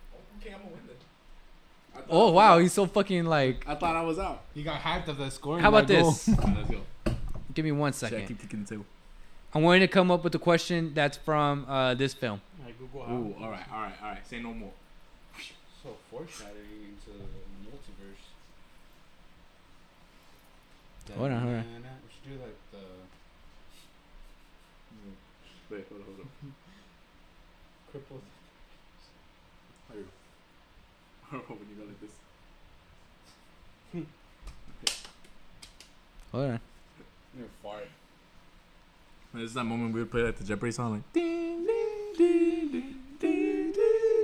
[SPEAKER 2] okay, I'm gonna win this.
[SPEAKER 1] Oh wow, he's so fucking like.
[SPEAKER 2] I thought I was out.
[SPEAKER 5] He got hyped of the scoring.
[SPEAKER 1] How about this?
[SPEAKER 2] let's go.
[SPEAKER 1] Give me one
[SPEAKER 2] Shit, I
[SPEAKER 1] second.
[SPEAKER 2] keep kicking too.
[SPEAKER 1] I'm going to come up with a question that's from uh, this film.
[SPEAKER 2] Ooh, all right, all right, all right. Say no more.
[SPEAKER 5] So foreshadowing into the multiverse.
[SPEAKER 1] Hold on, hold on.
[SPEAKER 5] We should do like the
[SPEAKER 2] Wait, hold on, hold on.
[SPEAKER 5] crippled.
[SPEAKER 2] I don't know when you go like this.
[SPEAKER 1] Hold on.
[SPEAKER 5] You're fart.
[SPEAKER 2] This is that moment we would play like the Jeopardy song, like. Ding, ding, ding, ding, ding, ding,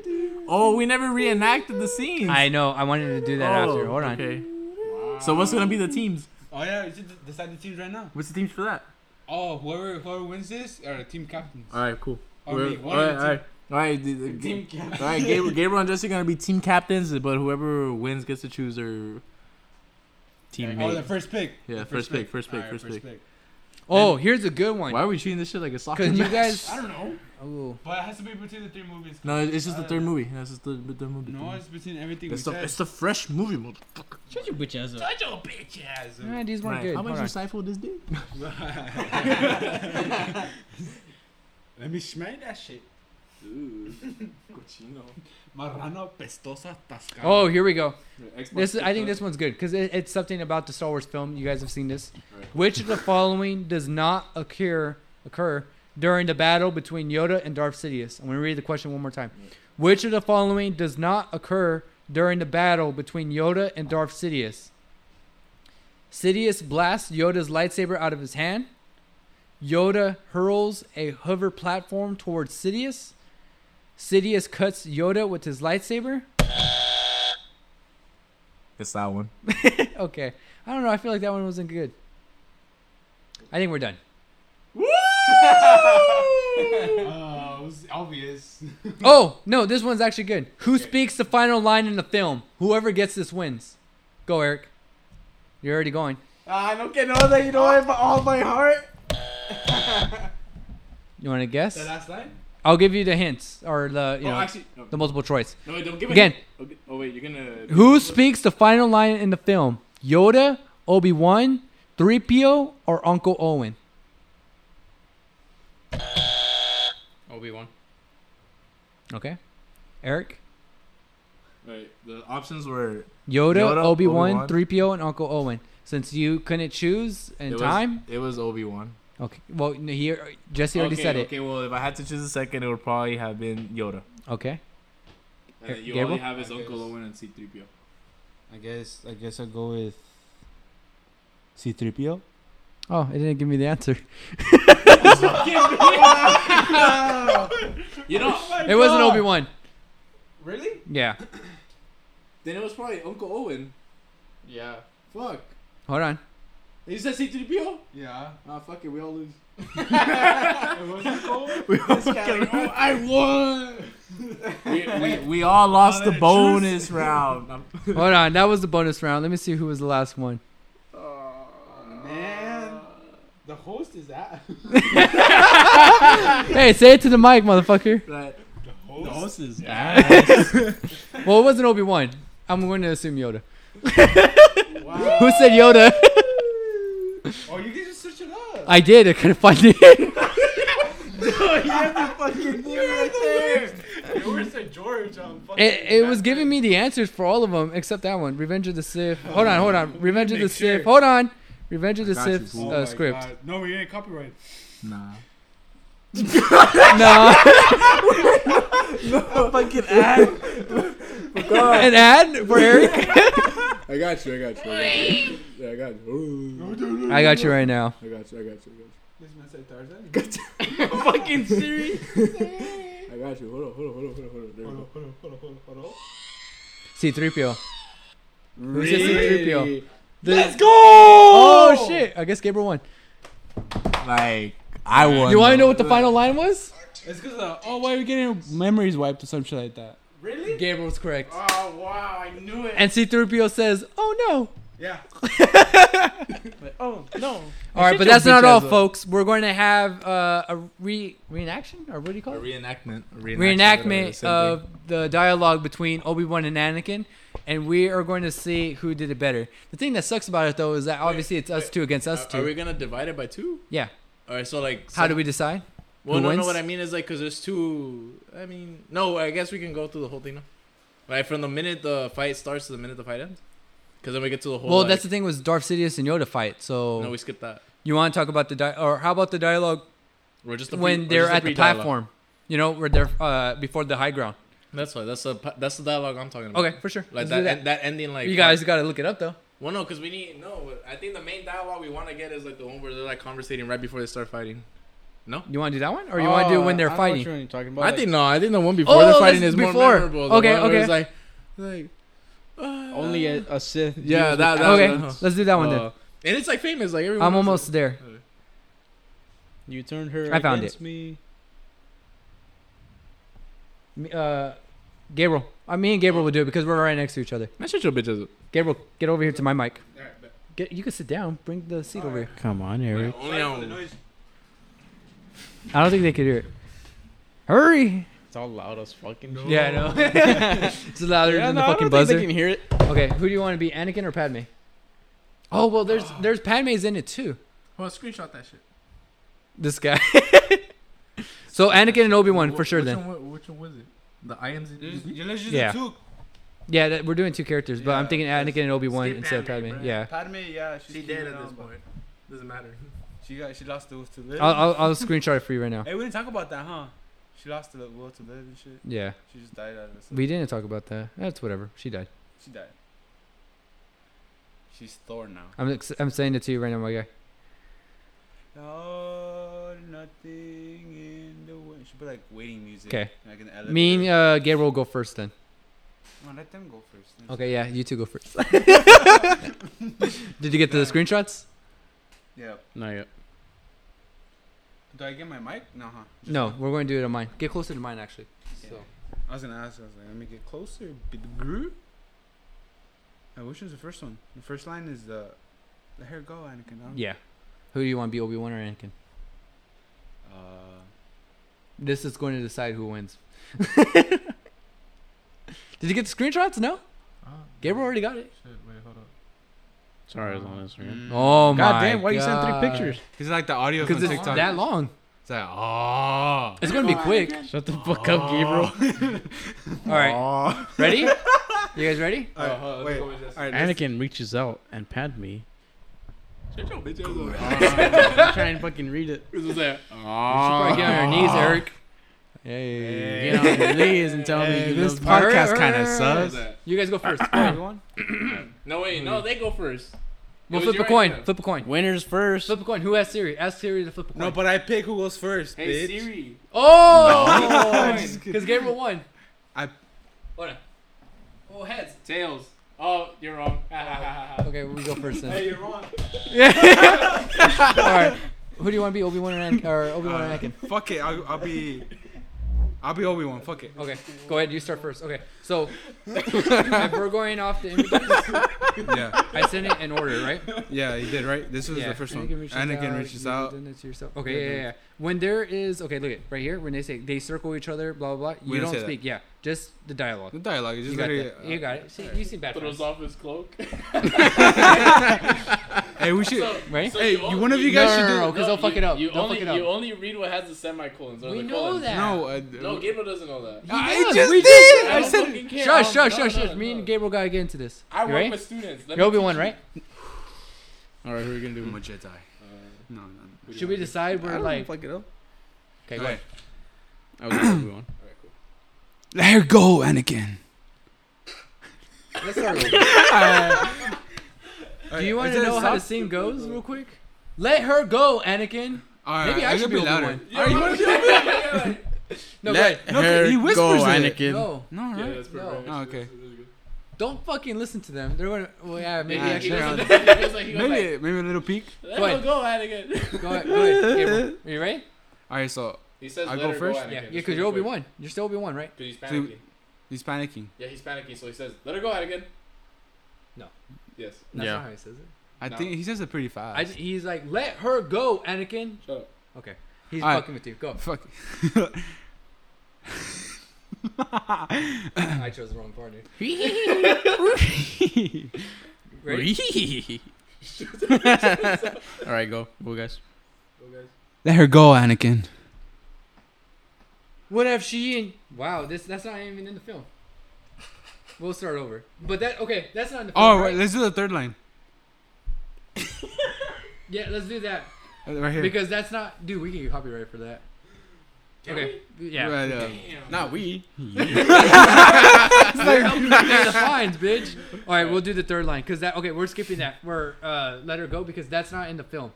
[SPEAKER 2] ding. Oh, we never reenacted the scenes.
[SPEAKER 1] I know. I wanted to do that
[SPEAKER 2] Oh,
[SPEAKER 1] after. Hold on.
[SPEAKER 2] Okay. So what's gonna be the teams?
[SPEAKER 4] Oh yeah, we should decide the teams right now.
[SPEAKER 2] What's the teams for that?
[SPEAKER 4] Oh, whoever whoever wins this are team captains.
[SPEAKER 2] All right, cool.
[SPEAKER 4] Or
[SPEAKER 2] We're-
[SPEAKER 4] me,
[SPEAKER 2] all
[SPEAKER 4] one
[SPEAKER 2] right,
[SPEAKER 4] of the
[SPEAKER 2] all right. All right, the- the-
[SPEAKER 4] Team
[SPEAKER 2] all right. Gabriel, Gabriel and Jesse are gonna be team captains, but whoever wins gets to choose their team
[SPEAKER 4] Oh, the
[SPEAKER 2] mate.
[SPEAKER 4] first pick.
[SPEAKER 2] Yeah,
[SPEAKER 4] The
[SPEAKER 2] first pick, first pick,
[SPEAKER 4] Alright,
[SPEAKER 2] first pick.
[SPEAKER 1] Oh, here's a good
[SPEAKER 2] Why
[SPEAKER 1] one.
[SPEAKER 2] are we treating this shit like a soccer?
[SPEAKER 1] Because you
[SPEAKER 2] Match?
[SPEAKER 1] guys.
[SPEAKER 4] I don't know,
[SPEAKER 1] Oh.
[SPEAKER 4] but it has to be between the three movies.
[SPEAKER 2] No, it- it's just the
[SPEAKER 4] Uh,
[SPEAKER 2] third movie. That's just the, the third movie.
[SPEAKER 4] No, it's between everything
[SPEAKER 2] it's
[SPEAKER 4] we
[SPEAKER 2] the
[SPEAKER 4] said.
[SPEAKER 2] it's the fresh movie. motherfucker.
[SPEAKER 6] Shut your bitch ass up.
[SPEAKER 4] Shut your bitch ass up.
[SPEAKER 1] Nah, these weren't
[SPEAKER 2] Right.
[SPEAKER 1] good.
[SPEAKER 2] How
[SPEAKER 1] Hold
[SPEAKER 2] much you
[SPEAKER 1] on.
[SPEAKER 2] siphon this dude?
[SPEAKER 4] Let me smell that shit. Marrano pestosa tascada.
[SPEAKER 1] Oh, here we go. This is, I think this one's good because it, it's something about the Star Wars film. You guys have seen this.
[SPEAKER 2] Right.
[SPEAKER 1] Which of the following does not occur occur during the battle between Yoda and Darth Sidious? I'm going to read the question one more time. Which of the following does not occur during the battle between Yoda and Darth Sidious? Sidious blasts Yoda's lightsaber out of his hand. Yoda hurls a hover platform towards Sidious. Sidious cuts Yoda with his lightsaber.
[SPEAKER 2] It's that one.
[SPEAKER 1] Okay. I don't know. I feel like that one wasn't good. I think we're done.
[SPEAKER 4] Uh, it was obvious.
[SPEAKER 1] Oh, no, this one's actually good. Who speaks the final line in the film? Whoever gets this wins. Go, Eric. You're already going.
[SPEAKER 4] I don't get all that you know it by all my heart.
[SPEAKER 1] You want to guess?
[SPEAKER 4] last line?
[SPEAKER 1] I'll give you the hints or the, you
[SPEAKER 2] oh,
[SPEAKER 1] know,
[SPEAKER 2] actually, no,
[SPEAKER 1] the multiple choice.
[SPEAKER 2] no, wait, don't give it
[SPEAKER 1] Again.
[SPEAKER 2] Okay. Oh wait, you're gonna.
[SPEAKER 1] Who speaks the final line in the film? Yoda, Obi-Wan, 3PO, or Uncle Owen?
[SPEAKER 6] Obi Wan.
[SPEAKER 1] Okay. Eric?
[SPEAKER 2] Right. The options were.
[SPEAKER 1] Yoda,
[SPEAKER 2] Yoda,
[SPEAKER 1] Obi-Wan,
[SPEAKER 2] Obi-Wan.
[SPEAKER 1] 3PO, and Uncle Owen. Since you couldn't choose in
[SPEAKER 2] it
[SPEAKER 1] time,
[SPEAKER 2] Was, it was Obi Wan.
[SPEAKER 1] Okay. Well, no, he Jesse already
[SPEAKER 2] okay,
[SPEAKER 1] said
[SPEAKER 2] Okay. Well, if I had to choose a second, it would probably have been Yoda.
[SPEAKER 1] it. Okay.
[SPEAKER 2] And then Uh, you
[SPEAKER 1] Gabriel?
[SPEAKER 2] only have his
[SPEAKER 5] I
[SPEAKER 2] Uncle
[SPEAKER 5] guess.
[SPEAKER 2] Owen and C-3PO.
[SPEAKER 5] I guess I guess I'll go with C3PO.
[SPEAKER 1] Oh, it didn't give me the answer.
[SPEAKER 2] You know,
[SPEAKER 1] it wasn't Obi Wan.
[SPEAKER 4] Oh Really?
[SPEAKER 1] Yeah.
[SPEAKER 2] then it was probably Uncle Owen.
[SPEAKER 6] Yeah.
[SPEAKER 2] Fuck.
[SPEAKER 1] Hold on.
[SPEAKER 2] You said C-3PO?
[SPEAKER 4] Yeah.
[SPEAKER 2] Ah, fuck it. We all lose.
[SPEAKER 4] It wasn't cool.
[SPEAKER 2] I won. we, we, we all lost the bonus round. I'm-
[SPEAKER 1] Hold on. That was the bonus round. Let me see who was the last one.
[SPEAKER 4] Man. Uh, The host is that.
[SPEAKER 1] hey, say it to the mic, motherfucker.
[SPEAKER 4] The host.
[SPEAKER 2] is
[SPEAKER 1] Well, it wasn't Obi Wan. I'm going to assume Yoda.
[SPEAKER 4] Wow.
[SPEAKER 1] Who said Yoda?
[SPEAKER 4] Oh, you can just search it up.
[SPEAKER 1] I did. I couldn't find it.
[SPEAKER 4] Yo, where's the George? Um, fucking
[SPEAKER 1] It, it was giving me the answers for all of them except that one. Revenge of the Sith. Hold on, hold on. Revenge of the
[SPEAKER 4] Make sure.
[SPEAKER 1] Sith. Hold on. Revenge of the
[SPEAKER 2] got you,
[SPEAKER 1] Sith
[SPEAKER 2] fool.
[SPEAKER 4] Oh
[SPEAKER 1] uh,
[SPEAKER 4] my
[SPEAKER 1] script.
[SPEAKER 4] God. No, we didn't copyright.
[SPEAKER 2] Nah.
[SPEAKER 1] No. An ad for Eric?
[SPEAKER 2] I got you. I got you. I got you. Yeah, I got you. Ooh.
[SPEAKER 1] I got you right now.
[SPEAKER 2] I got you. I got you.
[SPEAKER 4] This man said Tarzan.
[SPEAKER 2] I got you. I got you. Hold on. Hold on. Hold on. Hold on. Hold on. There we
[SPEAKER 4] Hold on,
[SPEAKER 2] go.
[SPEAKER 4] hold on, hold on, hold on, hold on.
[SPEAKER 1] C3PO. Who's this
[SPEAKER 2] Really?
[SPEAKER 1] Let's go! Oh, shit. I guess Gabriel won.
[SPEAKER 2] Like I won.
[SPEAKER 1] You want to know what the final line was?
[SPEAKER 4] It's because uh, oh, why are we getting memories wiped or some shit like that? Really?
[SPEAKER 1] Gabriel was correct.
[SPEAKER 4] Oh wow, I knew it.
[SPEAKER 1] And C3PO says, oh no.
[SPEAKER 4] Yeah. but, oh no.
[SPEAKER 1] All right,
[SPEAKER 13] shut
[SPEAKER 1] but
[SPEAKER 13] your
[SPEAKER 1] that's not
[SPEAKER 13] bitch
[SPEAKER 1] all,
[SPEAKER 13] ass up.
[SPEAKER 1] folks. We're going to have uh, a re reenaction? Or what do you
[SPEAKER 2] A
[SPEAKER 1] call it?
[SPEAKER 2] reenactment. A
[SPEAKER 1] reenactment
[SPEAKER 2] whatever,
[SPEAKER 1] of the dialogue between Obi-Wan and Anakin and we are going to see who did it better. The thing that sucks about it though is that obviously it's us
[SPEAKER 2] wait.
[SPEAKER 1] two against
[SPEAKER 2] same
[SPEAKER 1] us
[SPEAKER 2] thing.
[SPEAKER 1] two.
[SPEAKER 2] Are, are we gonna divide it by two?
[SPEAKER 1] Yeah.
[SPEAKER 2] All right. So like.
[SPEAKER 1] How
[SPEAKER 2] some-
[SPEAKER 1] do we decide?
[SPEAKER 2] Well,
[SPEAKER 1] Who
[SPEAKER 2] no,
[SPEAKER 1] wins?
[SPEAKER 2] no. What I mean is like, cause there's two. I mean, no. I guess we can go through the whole thing now. Right from the minute the fight starts to the minute the fight ends. Cause then we get to the whole.
[SPEAKER 1] well,
[SPEAKER 2] like,
[SPEAKER 1] that's the thing was Darth Sidious and Yoda fight. So
[SPEAKER 2] No, we skip that.
[SPEAKER 1] you want to talk about the di- or how about the dialogue
[SPEAKER 2] We're just a pre-
[SPEAKER 1] when
[SPEAKER 2] we're
[SPEAKER 1] they're
[SPEAKER 2] just a
[SPEAKER 1] at the
[SPEAKER 2] pre-dialogue.
[SPEAKER 1] platform? You know, where they're uh, before the high ground.
[SPEAKER 2] That's why. That's the that's the dialogue I'm talking about.
[SPEAKER 1] Okay, for sure.
[SPEAKER 2] Mm-hmm. Like
[SPEAKER 1] Let's do
[SPEAKER 2] that,
[SPEAKER 1] that.
[SPEAKER 2] that that ending like
[SPEAKER 1] you guys got to look it up though.
[SPEAKER 2] Well, no, because we need no. I think the main dialogue we want to get is like the one where they're like conversating right before they start fighting.
[SPEAKER 1] You want to do that one, or you want to do it when they're
[SPEAKER 6] Oh, I
[SPEAKER 1] fighting?
[SPEAKER 6] don't know what you're talking about.
[SPEAKER 2] Oh, I
[SPEAKER 6] like,
[SPEAKER 2] think no. I think the one before
[SPEAKER 1] Oh,
[SPEAKER 2] they're fighting
[SPEAKER 1] that's
[SPEAKER 2] is more
[SPEAKER 1] before.
[SPEAKER 2] memorable. The
[SPEAKER 1] Okay,
[SPEAKER 2] one where
[SPEAKER 1] okay.
[SPEAKER 2] It's like, like uh,
[SPEAKER 6] only a, a Sith.
[SPEAKER 2] Yeah,
[SPEAKER 6] deals
[SPEAKER 2] that-
[SPEAKER 6] with
[SPEAKER 2] that was-
[SPEAKER 1] Okay,
[SPEAKER 2] Uh-huh.
[SPEAKER 1] let's do that one
[SPEAKER 6] uh,
[SPEAKER 2] and it's like famous. Like
[SPEAKER 1] then.
[SPEAKER 2] everyone.
[SPEAKER 1] I'm
[SPEAKER 2] knows
[SPEAKER 1] almost there.
[SPEAKER 6] You turned her
[SPEAKER 1] I found
[SPEAKER 6] against me.
[SPEAKER 1] Me- Uh, Gabriel, uh, me and Gabriel will do it because we're right next to each other.
[SPEAKER 2] it. Man, shut your bitch ass up.
[SPEAKER 1] Gabriel, get over here to my mic. Get, you can sit down. Bring the seat over here.
[SPEAKER 6] Come on,
[SPEAKER 2] Yeah,
[SPEAKER 6] Eric.
[SPEAKER 2] Only
[SPEAKER 4] The
[SPEAKER 2] on.
[SPEAKER 4] noise.
[SPEAKER 1] I don't think they could hear it. Hurry!
[SPEAKER 6] It's all loud as fucking.
[SPEAKER 1] Yeah, I know. it's louder
[SPEAKER 6] Yeah,
[SPEAKER 1] than
[SPEAKER 6] no,
[SPEAKER 1] the
[SPEAKER 6] I
[SPEAKER 1] fucking
[SPEAKER 6] don't think they
[SPEAKER 1] buzzer.
[SPEAKER 6] can hear it.
[SPEAKER 1] Okay, who do you want to be, Anakin or Padme? Oh well, there's
[SPEAKER 2] Ah.
[SPEAKER 1] there's Padme's in it too.
[SPEAKER 2] Well, screenshot that shit.
[SPEAKER 1] This guy. so Anakin and Obi Wan for sure then.
[SPEAKER 2] which one was it? The IMZ.
[SPEAKER 4] Just- just- Let's just
[SPEAKER 1] Yeah.
[SPEAKER 4] do two.
[SPEAKER 1] Yeah, that, we're doing two characters, but I'm
[SPEAKER 4] Yeah,
[SPEAKER 1] thinking
[SPEAKER 4] let's
[SPEAKER 1] Anakin and Obi Wan
[SPEAKER 2] skip
[SPEAKER 1] instead of
[SPEAKER 2] Padme,
[SPEAKER 1] Padme.
[SPEAKER 2] bruh.
[SPEAKER 1] Yeah,
[SPEAKER 4] Padme, yeah, she's
[SPEAKER 2] She dead at this point. Doesn't matter.
[SPEAKER 4] She got, she lost the will to live.
[SPEAKER 1] I'll, I'll I'll screenshot it for you right now.
[SPEAKER 4] hey, we didn't talk about that, huh? She lost the will to live and shit.
[SPEAKER 1] Yeah,
[SPEAKER 4] She just died out of this.
[SPEAKER 1] we didn't talk about that. That's whatever. She died.
[SPEAKER 4] She died. She's Thor now.
[SPEAKER 1] I'm ex- I'm saying it to you right now, my guy.
[SPEAKER 4] Oh, nothing in the way. She put like waiting music.
[SPEAKER 1] 'Kay.
[SPEAKER 4] Like an elevator.
[SPEAKER 1] Me and uh, Gabriel go first then.
[SPEAKER 4] No, let them go first. Let's-
[SPEAKER 1] Okay, yeah, you two go first. Did you get the screenshots?
[SPEAKER 4] Yeah.
[SPEAKER 6] Not yet.
[SPEAKER 4] Do I get my mic? No, huh? Just-
[SPEAKER 1] No, we're going to do it on mine. Get closer to mine, actually.
[SPEAKER 4] So I was gonna ask. I was like, let me get closer. Gru. Uh, which was the first one? The first line is the, let her go, Anakin. huh?
[SPEAKER 1] Yeah. Who do you want to be, Obi Wan or Anakin?
[SPEAKER 4] Uh,
[SPEAKER 1] This is going to decide who wins. Did you get the screenshots? No? Uh, Gabriel already got it.
[SPEAKER 2] Shit, wait, hold up.
[SPEAKER 6] Sorry, I was on
[SPEAKER 2] Mm-hmm.
[SPEAKER 6] Instagram.
[SPEAKER 4] mm.
[SPEAKER 1] Oh, my
[SPEAKER 6] God damn! Why you sent three pictures?
[SPEAKER 13] He's like the audio on
[SPEAKER 1] Because it's
[SPEAKER 13] TikTok.
[SPEAKER 1] that long.
[SPEAKER 13] it's like oh.
[SPEAKER 1] It's going to be quick.
[SPEAKER 6] Shut the fuck up, Gabriel.
[SPEAKER 1] Oh. All right. Ready? You guys ready?
[SPEAKER 4] All right, wait. All right, let's-
[SPEAKER 6] Anakin reaches out and pad me. Oh,
[SPEAKER 2] Shut your bitch ass up.
[SPEAKER 6] I'm trying to fucking read it.
[SPEAKER 2] This was that.
[SPEAKER 1] Probably get on your knees, Eric.
[SPEAKER 6] Hey. Get on your knees and tell me
[SPEAKER 13] Hey,
[SPEAKER 6] you
[SPEAKER 13] this
[SPEAKER 6] love me.
[SPEAKER 13] podcast kind of
[SPEAKER 2] This was
[SPEAKER 13] sucks.
[SPEAKER 2] that.
[SPEAKER 1] You guys go first. Everyone.
[SPEAKER 2] No wait, no, they go first.
[SPEAKER 1] We'll
[SPEAKER 2] was
[SPEAKER 1] flip a
[SPEAKER 2] your
[SPEAKER 1] coin.
[SPEAKER 2] idea.
[SPEAKER 1] Flip a coin.
[SPEAKER 6] Winners first.
[SPEAKER 1] Flip a coin. Who has Siri? Ask Siri to flip a coin.
[SPEAKER 4] No, but I pick who goes first,
[SPEAKER 2] Hey
[SPEAKER 4] bitch.
[SPEAKER 2] Siri.
[SPEAKER 1] Oh!
[SPEAKER 2] Just
[SPEAKER 1] Because Gabriel won.
[SPEAKER 4] I-
[SPEAKER 1] Hold on. Oh, heads.
[SPEAKER 2] Tails. Oh, you're wrong.
[SPEAKER 1] Okay, we go first then.
[SPEAKER 4] you're wrong.
[SPEAKER 1] All right. Who do you want to be, Obi Wan or Anakin? Or Obi Wan
[SPEAKER 4] Uh,
[SPEAKER 1] and Anakin?
[SPEAKER 4] Fuck it, I'll, I'll be. I'll be Obi Wan. Fuck it.
[SPEAKER 1] Okay, go ahead. You start first. Okay, so if we're going off the images,
[SPEAKER 4] yeah,
[SPEAKER 1] I sent it in order, right?
[SPEAKER 4] yeah, he did right. This was
[SPEAKER 1] Yeah.
[SPEAKER 4] the first one. Anakin reaches out.
[SPEAKER 1] Okay, yeah, yeah, yeah. When there is okay, look at right here when they say they circle each other, blah blah blah. You
[SPEAKER 4] We didn't
[SPEAKER 1] don't
[SPEAKER 4] say that.
[SPEAKER 1] speak. Yeah, just the dialogue.
[SPEAKER 4] The dialogue is
[SPEAKER 1] You
[SPEAKER 4] just uh,
[SPEAKER 1] got,
[SPEAKER 4] literally.
[SPEAKER 1] that. you got it. See, you see bad
[SPEAKER 2] Throws
[SPEAKER 1] friends,
[SPEAKER 2] off his cloak.
[SPEAKER 4] Hey, we should.
[SPEAKER 1] right?
[SPEAKER 2] So
[SPEAKER 4] hey,
[SPEAKER 2] you
[SPEAKER 4] you,
[SPEAKER 2] only-
[SPEAKER 4] one of you
[SPEAKER 2] you-
[SPEAKER 4] guys
[SPEAKER 1] No,
[SPEAKER 4] should
[SPEAKER 1] no,
[SPEAKER 4] do.
[SPEAKER 1] no, no, Oh, 'cause they'll
[SPEAKER 2] you-
[SPEAKER 1] fuck it up.
[SPEAKER 2] You
[SPEAKER 1] They'll
[SPEAKER 2] only
[SPEAKER 1] fuck it up.
[SPEAKER 2] you only read what has the semicolons. or
[SPEAKER 1] We
[SPEAKER 2] the
[SPEAKER 1] know
[SPEAKER 2] colons.
[SPEAKER 1] that.
[SPEAKER 4] No, uh,
[SPEAKER 2] No, Gabriel doesn't know that.
[SPEAKER 4] I
[SPEAKER 1] does.
[SPEAKER 4] just
[SPEAKER 1] We
[SPEAKER 4] did.
[SPEAKER 1] I
[SPEAKER 2] don't
[SPEAKER 1] said-
[SPEAKER 2] fucking care.
[SPEAKER 1] Shush, shush,
[SPEAKER 2] No,
[SPEAKER 1] shush,
[SPEAKER 2] no,
[SPEAKER 1] shush. Me
[SPEAKER 2] no.
[SPEAKER 1] and Gabriel gotta get into this.
[SPEAKER 2] I
[SPEAKER 1] You
[SPEAKER 2] work
[SPEAKER 1] ready?
[SPEAKER 2] with students. Let
[SPEAKER 1] You'll
[SPEAKER 2] me
[SPEAKER 1] be one,
[SPEAKER 2] teach you.
[SPEAKER 1] right?
[SPEAKER 2] All right, who are we gonna do?
[SPEAKER 4] I'm a Jedi.
[SPEAKER 2] Uh,
[SPEAKER 4] No, no.
[SPEAKER 2] who do
[SPEAKER 1] Should
[SPEAKER 2] you
[SPEAKER 1] we
[SPEAKER 2] wanna do?
[SPEAKER 1] decide we're like?
[SPEAKER 6] fuck it up.
[SPEAKER 1] Okay, go ahead.
[SPEAKER 6] I was Obi Wan.
[SPEAKER 2] All right, cool.
[SPEAKER 4] Let her go, Anakin.
[SPEAKER 6] Let's start over.
[SPEAKER 1] Do you want to know how the scene goes, real quick? Let her go, Anakin.
[SPEAKER 4] All
[SPEAKER 1] Maybe I should be
[SPEAKER 4] louder.
[SPEAKER 1] Obi-Wan.
[SPEAKER 4] Are you want to?
[SPEAKER 1] No, go ahead.
[SPEAKER 6] Let
[SPEAKER 4] No,
[SPEAKER 6] her
[SPEAKER 4] he whispers
[SPEAKER 6] go,
[SPEAKER 4] it.
[SPEAKER 6] Anakin.
[SPEAKER 1] no.
[SPEAKER 4] No, all
[SPEAKER 2] Yeah,
[SPEAKER 4] right.
[SPEAKER 2] that's perfect.
[SPEAKER 1] No.
[SPEAKER 2] Actually,
[SPEAKER 4] Oh,
[SPEAKER 2] that's-
[SPEAKER 4] okay.
[SPEAKER 2] that's good.
[SPEAKER 1] Don't fucking listen to them. They're gonna. Well, yeah, maybe
[SPEAKER 4] Yeah,
[SPEAKER 1] I should.
[SPEAKER 4] sure.
[SPEAKER 1] Go
[SPEAKER 2] He goes like- he goes like,
[SPEAKER 4] Maybe, maybe a little peek.
[SPEAKER 1] Go
[SPEAKER 2] Let her
[SPEAKER 1] ahead.
[SPEAKER 2] go, Anakin.
[SPEAKER 1] ahead, go ahead. Gabriel. Are you ready?
[SPEAKER 4] All right, so
[SPEAKER 2] He says,
[SPEAKER 4] I
[SPEAKER 2] "Let
[SPEAKER 4] go
[SPEAKER 2] her
[SPEAKER 4] first?
[SPEAKER 2] Anakin,"
[SPEAKER 1] Yeah, yeah,
[SPEAKER 2] just
[SPEAKER 1] because
[SPEAKER 2] really
[SPEAKER 1] you're Obi
[SPEAKER 2] quick.
[SPEAKER 1] Wan. You're still Obi Wan, right?
[SPEAKER 2] Because he's
[SPEAKER 4] So-
[SPEAKER 2] panicking.
[SPEAKER 4] he's panicking.
[SPEAKER 2] Yeah, he's panicking, so he says, "Let her go, Anakin."
[SPEAKER 1] No.
[SPEAKER 2] Yes.
[SPEAKER 1] That's
[SPEAKER 6] Yeah.
[SPEAKER 1] not how he says it.
[SPEAKER 4] I
[SPEAKER 2] No.
[SPEAKER 4] think he says it pretty fast.
[SPEAKER 1] I just, he's like, let her go, Anakin.
[SPEAKER 2] Shut up.
[SPEAKER 1] Okay. He's
[SPEAKER 4] All right.
[SPEAKER 1] fucking with you. Go.
[SPEAKER 4] Fuck.
[SPEAKER 1] I chose the wrong party. Ready?
[SPEAKER 6] All right, go, go, guys.
[SPEAKER 2] Go, guys.
[SPEAKER 4] Let her go, Anakin.
[SPEAKER 1] What if she and wow, this that's not even in the film. We'll start over. But that okay, that's not in the film.
[SPEAKER 4] Oh,
[SPEAKER 1] right?
[SPEAKER 4] wait, let's do the third line.
[SPEAKER 1] yeah, let's do that
[SPEAKER 4] Uh, Right here.
[SPEAKER 1] because that's not. Dude, we can get copyright for that. Okay, yeah.
[SPEAKER 4] Right, uh,
[SPEAKER 6] Not we.
[SPEAKER 1] We're helping you pay the fines, bitch. All right, we'll do the third line because that. Okay, we're skipping that. We're uh, let her go because that's not in the film.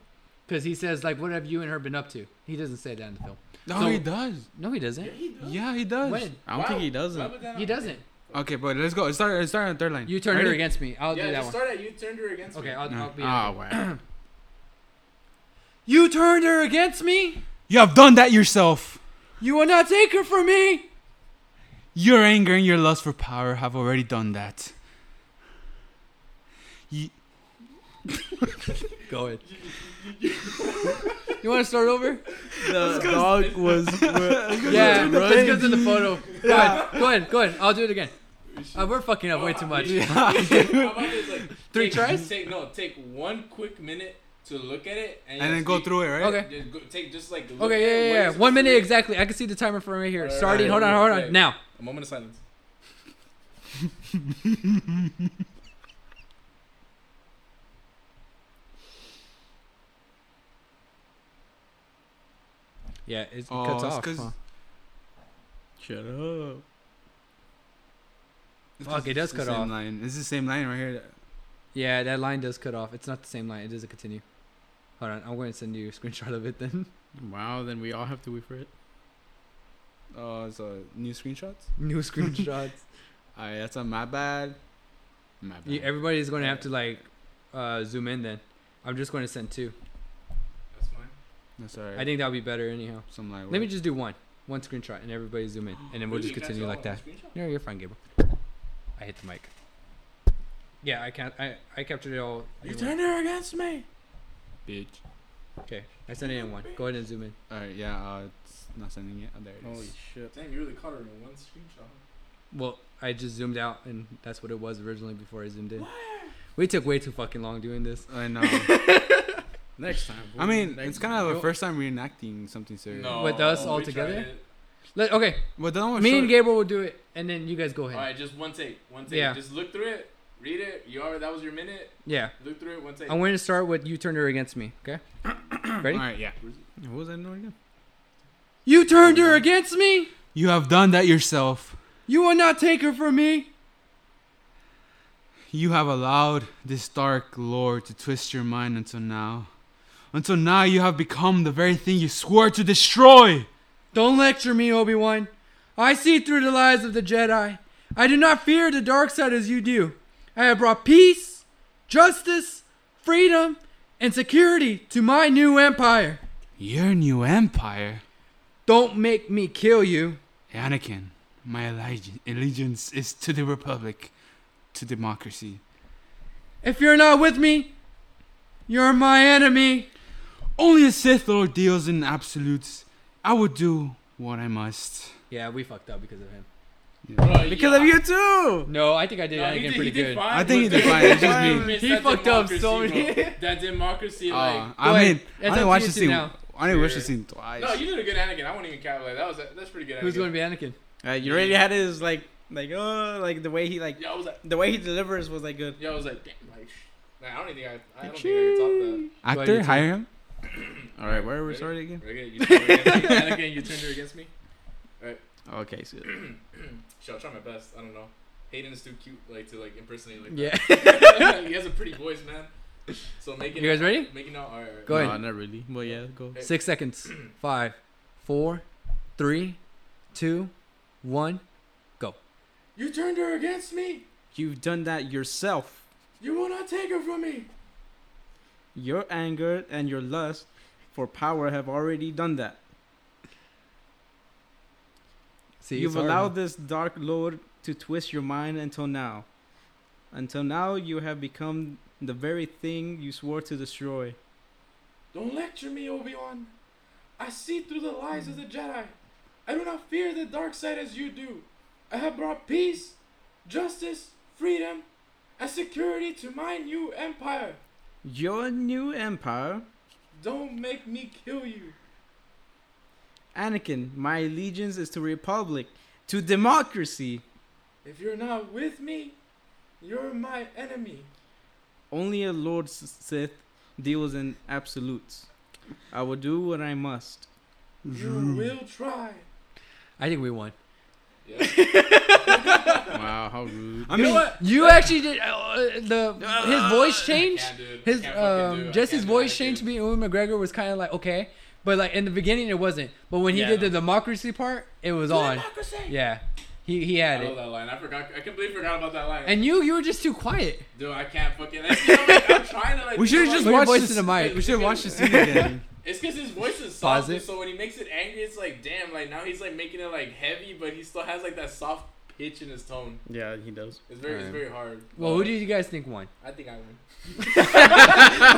[SPEAKER 1] Because he says like, "What have you and her been up to?" He doesn't say that in the film.
[SPEAKER 4] no,
[SPEAKER 1] so-
[SPEAKER 4] he does.
[SPEAKER 1] No, he doesn't.
[SPEAKER 4] Yeah, he does.
[SPEAKER 1] When
[SPEAKER 6] I don't think he doesn't.
[SPEAKER 1] he doesn't.
[SPEAKER 4] Okay, but let's go. Start. Start on the third line.
[SPEAKER 1] You turned her
[SPEAKER 4] Ready?
[SPEAKER 1] against me. I'll do
[SPEAKER 2] Yeah,
[SPEAKER 1] that one.
[SPEAKER 2] just start at you turned her against
[SPEAKER 1] Okay,
[SPEAKER 2] me.
[SPEAKER 1] I'll,
[SPEAKER 4] No.
[SPEAKER 1] I'll be.
[SPEAKER 2] Oh,
[SPEAKER 6] Ah, wow.
[SPEAKER 1] You turned her against me.
[SPEAKER 4] You have done that yourself.
[SPEAKER 1] You will not take her from me.
[SPEAKER 4] Your anger and your lust for power have already done that. You,
[SPEAKER 1] Go ahead. you want to start over?
[SPEAKER 6] The dog was.
[SPEAKER 1] Yeah, let's go to the photo. Go ahead. Go ahead. Go ahead. I'll do it again. Uh, we're fucking up way too much.
[SPEAKER 2] How Oh, about this, like,
[SPEAKER 1] Three
[SPEAKER 2] take-
[SPEAKER 1] tries?
[SPEAKER 2] Take no, take one quick minute to look at it and,
[SPEAKER 4] and then go through it, right?
[SPEAKER 1] Okay.
[SPEAKER 2] Just go, take just like. look at
[SPEAKER 1] Okay,
[SPEAKER 2] what
[SPEAKER 1] yeah, yeah,
[SPEAKER 2] it's
[SPEAKER 1] yeah. One
[SPEAKER 2] supposed
[SPEAKER 1] minute
[SPEAKER 2] to be.
[SPEAKER 1] exactly. I can see the timer from right here.
[SPEAKER 2] Alright,
[SPEAKER 1] Starting. Hold on,
[SPEAKER 2] alright,
[SPEAKER 1] hold
[SPEAKER 2] okay.
[SPEAKER 1] on. Now.
[SPEAKER 2] A moment of silence.
[SPEAKER 1] Yeah, it
[SPEAKER 4] Oh, cuts it's off, 'cause- huh?
[SPEAKER 6] Shut up.
[SPEAKER 1] Fuck, it does
[SPEAKER 4] It's the
[SPEAKER 1] cut
[SPEAKER 4] same
[SPEAKER 1] off.
[SPEAKER 4] Line. It's the same line right here.
[SPEAKER 1] Yeah, that line does cut off. It's not the same line. It doesn't continue. Hold on, I'm going to send you a screenshot of it then.
[SPEAKER 6] Wow, then we all have to wait for it.
[SPEAKER 4] Oh, it's a new screenshots.
[SPEAKER 1] New screenshots.
[SPEAKER 4] Alright, that's a my bad.
[SPEAKER 6] My bad.
[SPEAKER 1] You, everybody's going to have to like uh, zoom in then. I'm just going to send two.
[SPEAKER 2] That's fine.
[SPEAKER 4] That's alright.
[SPEAKER 1] I think that'll be better anyhow.
[SPEAKER 4] Some line.
[SPEAKER 1] Let me just do one, one screenshot, and everybody zoom in, and then we'll just continue like that. No, you're fine, Gabriel. I hit the mic. Yeah, I can't. I I captured it all.
[SPEAKER 2] You
[SPEAKER 1] in one.
[SPEAKER 2] turned her against me.
[SPEAKER 4] bitch.
[SPEAKER 1] Okay, I sent it in one. Go ahead and zoom in.
[SPEAKER 4] Alright, yeah. Uh, it's not sending it. Oh, there it is.
[SPEAKER 6] Holy shit.
[SPEAKER 2] Damn, you really caught her in one screenshot.
[SPEAKER 1] Well, I just zoomed out, and that's what it was originally before I zoomed in. We took way too fucking long doing this.
[SPEAKER 4] I know.
[SPEAKER 6] Next time.
[SPEAKER 4] uh, I mean, it's kind of
[SPEAKER 6] a
[SPEAKER 4] the first time reenacting something serious.
[SPEAKER 2] No.
[SPEAKER 1] With us all
[SPEAKER 2] we tried
[SPEAKER 1] together?
[SPEAKER 2] it.
[SPEAKER 1] Let, okay,
[SPEAKER 4] But that one was
[SPEAKER 1] me
[SPEAKER 4] short.
[SPEAKER 1] and Gabriel will do it, and then you guys go
[SPEAKER 2] All
[SPEAKER 1] ahead.
[SPEAKER 2] right, just one take. One take.
[SPEAKER 1] Yeah.
[SPEAKER 2] Just look through it. Read it. You already. That was your minute.
[SPEAKER 1] Yeah,
[SPEAKER 2] Look through it. One take.
[SPEAKER 1] I'm going to start with you turned her against me. Okay, ready?
[SPEAKER 4] Alright, yeah.
[SPEAKER 6] What was that noise again?
[SPEAKER 1] You turned her against me.
[SPEAKER 4] You have done that yourself.
[SPEAKER 1] You will not take her from me.
[SPEAKER 4] You have allowed this dark lord to twist your mind until now. Until now, you have become the very thing you swore to destroy.
[SPEAKER 1] Don't lecture me, Obi Wan. I see through the lies of the Jedi. I do not fear the dark side as you do. I have brought peace, justice, freedom, and security to my new empire.
[SPEAKER 4] Your new empire.
[SPEAKER 1] Don't make me kill you.
[SPEAKER 4] Hey, Anakin, my alleg- allegiance is to the Republic, to democracy.
[SPEAKER 1] If you're not with me, you're my enemy.
[SPEAKER 4] Only a Sith Lord deals in absolutes. I will do what I must.
[SPEAKER 1] Yeah, we fucked up because of him. Oh,
[SPEAKER 4] Because of you too.
[SPEAKER 1] No, I think I did
[SPEAKER 2] No, he
[SPEAKER 1] Anakin
[SPEAKER 2] did-
[SPEAKER 1] pretty
[SPEAKER 2] he did
[SPEAKER 1] good.
[SPEAKER 2] fine,
[SPEAKER 4] I think
[SPEAKER 2] but
[SPEAKER 4] he did
[SPEAKER 2] that-
[SPEAKER 4] fine, it's just me.
[SPEAKER 2] you missed
[SPEAKER 1] He
[SPEAKER 2] that
[SPEAKER 1] fucked up so
[SPEAKER 2] democracy,
[SPEAKER 1] many-
[SPEAKER 2] bro. That democracy,
[SPEAKER 4] Uh,
[SPEAKER 2] like.
[SPEAKER 4] I
[SPEAKER 1] Wait,
[SPEAKER 4] mean, I
[SPEAKER 1] it's
[SPEAKER 4] didn't
[SPEAKER 1] up
[SPEAKER 4] watch
[SPEAKER 1] to you
[SPEAKER 4] the
[SPEAKER 1] two
[SPEAKER 4] scene.
[SPEAKER 1] now.
[SPEAKER 4] I only watched the
[SPEAKER 2] Yeah.
[SPEAKER 4] scene twice.
[SPEAKER 2] No, you did a good Anakin. I won't even cap like that. Was that's pretty good.
[SPEAKER 1] Who's
[SPEAKER 2] Anakin.
[SPEAKER 1] going to be Anakin?
[SPEAKER 6] Uh, you already had his like like oh like the way he like
[SPEAKER 2] Yeah, I was like,
[SPEAKER 6] the way he delivers was like good.
[SPEAKER 2] yeah, I was like, damn, like, sh- nah, I don't think I, I don't think I can
[SPEAKER 4] Actor,
[SPEAKER 1] Right,
[SPEAKER 4] hire him.
[SPEAKER 6] All right, where are we
[SPEAKER 2] Ready?
[SPEAKER 6] started again?
[SPEAKER 2] top that. Again, you turned her against me. Anakin, you turned her against me.
[SPEAKER 6] Oh, Okay, so
[SPEAKER 2] Shit, I'll try my best. I don't know. Hayden is too cute, like to like impersonate. Like, uh,
[SPEAKER 1] Yeah.
[SPEAKER 2] that. he has a pretty voice, man. So making
[SPEAKER 1] You guys ready?
[SPEAKER 2] Making out. All right, all right.
[SPEAKER 1] Go
[SPEAKER 6] no,
[SPEAKER 1] ahead.
[SPEAKER 6] not really. Well, yeah, go.
[SPEAKER 1] Six seconds. Five, four, three, two, one.
[SPEAKER 2] You turned her against me.
[SPEAKER 6] You've done that yourself.
[SPEAKER 2] You will not take her from me.
[SPEAKER 6] Your anger and your lust for power have already done that.
[SPEAKER 1] See,
[SPEAKER 6] You've
[SPEAKER 1] it's hard,
[SPEAKER 6] allowed
[SPEAKER 1] huh?
[SPEAKER 6] this dark lord to twist your mind until now. Until now, you have become the very thing you swore to destroy.
[SPEAKER 2] Don't lecture me, Obi Wan. I see through the lies of the Jedi. I do not fear the dark side as you do. I have brought peace, justice, freedom, and security to my new empire.
[SPEAKER 6] Your new empire,
[SPEAKER 2] Don't make me kill you.
[SPEAKER 6] Anakin, my allegiance is to Republic, to democracy.
[SPEAKER 2] If you're not with me, you're my enemy.
[SPEAKER 6] Only a Lord S- Sith deals in absolutes. I will do what I must.
[SPEAKER 2] You
[SPEAKER 4] Mm.
[SPEAKER 2] will try.
[SPEAKER 1] I think we won.
[SPEAKER 4] wow, how rude.
[SPEAKER 1] I mean, you, actually did. Uh, the his voice changed. His um, Jesse's voice changed. to Me, Ewan McGregor was kind of like okay, but like in the beginning it wasn't. But when he
[SPEAKER 2] Yeah.
[SPEAKER 1] did the democracy part, it was on.
[SPEAKER 2] Democracy.
[SPEAKER 1] Yeah, he he
[SPEAKER 2] I
[SPEAKER 1] had
[SPEAKER 2] love
[SPEAKER 1] it.
[SPEAKER 2] that line. I forgot. I completely forgot about that line.
[SPEAKER 1] And you you were just too quiet.
[SPEAKER 2] Dude, I can't fucking. I'm trying to like.
[SPEAKER 4] We should
[SPEAKER 2] do,
[SPEAKER 4] have just
[SPEAKER 2] like,
[SPEAKER 1] Put your
[SPEAKER 4] watched
[SPEAKER 1] voice
[SPEAKER 4] this.
[SPEAKER 1] in the mic.
[SPEAKER 4] We should have watched the scene again.
[SPEAKER 2] It's because his voice is
[SPEAKER 1] Pause
[SPEAKER 2] soft,
[SPEAKER 1] it.
[SPEAKER 2] so when he makes it angry, it's like damn. Like now he's like making it like heavy, but he still has like that soft pitch in his tone.
[SPEAKER 6] Yeah, he does.
[SPEAKER 2] It's very, it's
[SPEAKER 4] Alright.
[SPEAKER 2] very hard.
[SPEAKER 1] Well, who do you guys think won?
[SPEAKER 2] I think I won.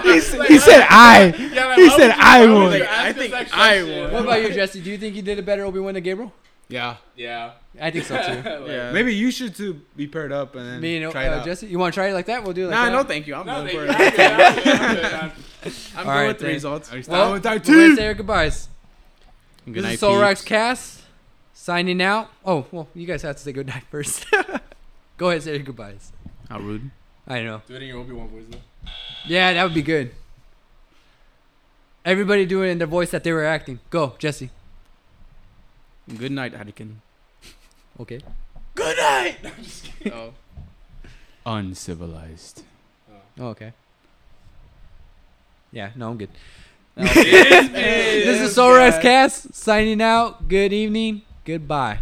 [SPEAKER 4] he, said, "I."
[SPEAKER 2] Yeah, like,
[SPEAKER 4] He said,
[SPEAKER 2] why would you-
[SPEAKER 4] "I
[SPEAKER 2] why would
[SPEAKER 4] won."
[SPEAKER 2] you
[SPEAKER 4] Like,
[SPEAKER 2] ask
[SPEAKER 6] I
[SPEAKER 2] us
[SPEAKER 6] think
[SPEAKER 2] that
[SPEAKER 6] I
[SPEAKER 2] question?
[SPEAKER 6] won.
[SPEAKER 1] What about you, Jesse? Do you think you did it better, Obi Wan and Gabriel?
[SPEAKER 4] Yeah,
[SPEAKER 2] Yeah.
[SPEAKER 1] I think so too.
[SPEAKER 2] yeah.
[SPEAKER 6] Yeah.
[SPEAKER 4] maybe you should too be paired up and then
[SPEAKER 1] Me and
[SPEAKER 4] try it
[SPEAKER 1] uh,
[SPEAKER 4] out.
[SPEAKER 1] Jesse, you want to try it like that? We'll do it like
[SPEAKER 6] Nah,
[SPEAKER 1] that.
[SPEAKER 6] no, thank you. I'm
[SPEAKER 2] No,
[SPEAKER 6] done
[SPEAKER 2] they,
[SPEAKER 6] for
[SPEAKER 2] I'm
[SPEAKER 6] it.
[SPEAKER 2] good, I'm good, I'm good, I'm-
[SPEAKER 6] I'm
[SPEAKER 1] All
[SPEAKER 6] done
[SPEAKER 1] right,
[SPEAKER 6] with the
[SPEAKER 1] then.
[SPEAKER 6] results.
[SPEAKER 4] Are you starting
[SPEAKER 1] Well,
[SPEAKER 4] with our
[SPEAKER 1] We're gonna
[SPEAKER 4] team?
[SPEAKER 1] say our goodbyes.
[SPEAKER 6] Good
[SPEAKER 1] this is Solrax Cast signing out. Oh, well, you guys have to say goodnight first. Go ahead, say your goodbyes.
[SPEAKER 6] How rude.
[SPEAKER 1] I know.
[SPEAKER 2] Do it in your Obi Wan voice though.
[SPEAKER 1] Yeah, that would be good. Everybody doing it in their voice that they were acting. Go, Jesse.
[SPEAKER 6] Good night, Anakin.
[SPEAKER 1] Okay.
[SPEAKER 2] Good night. No, I'm just kidding.
[SPEAKER 6] Oh.
[SPEAKER 4] Uncivilized.
[SPEAKER 1] Oh, okay. Yeah, no, I'm good.
[SPEAKER 2] Yes, man.
[SPEAKER 1] This is Solrax Cast signing out. Good evening. Goodbye.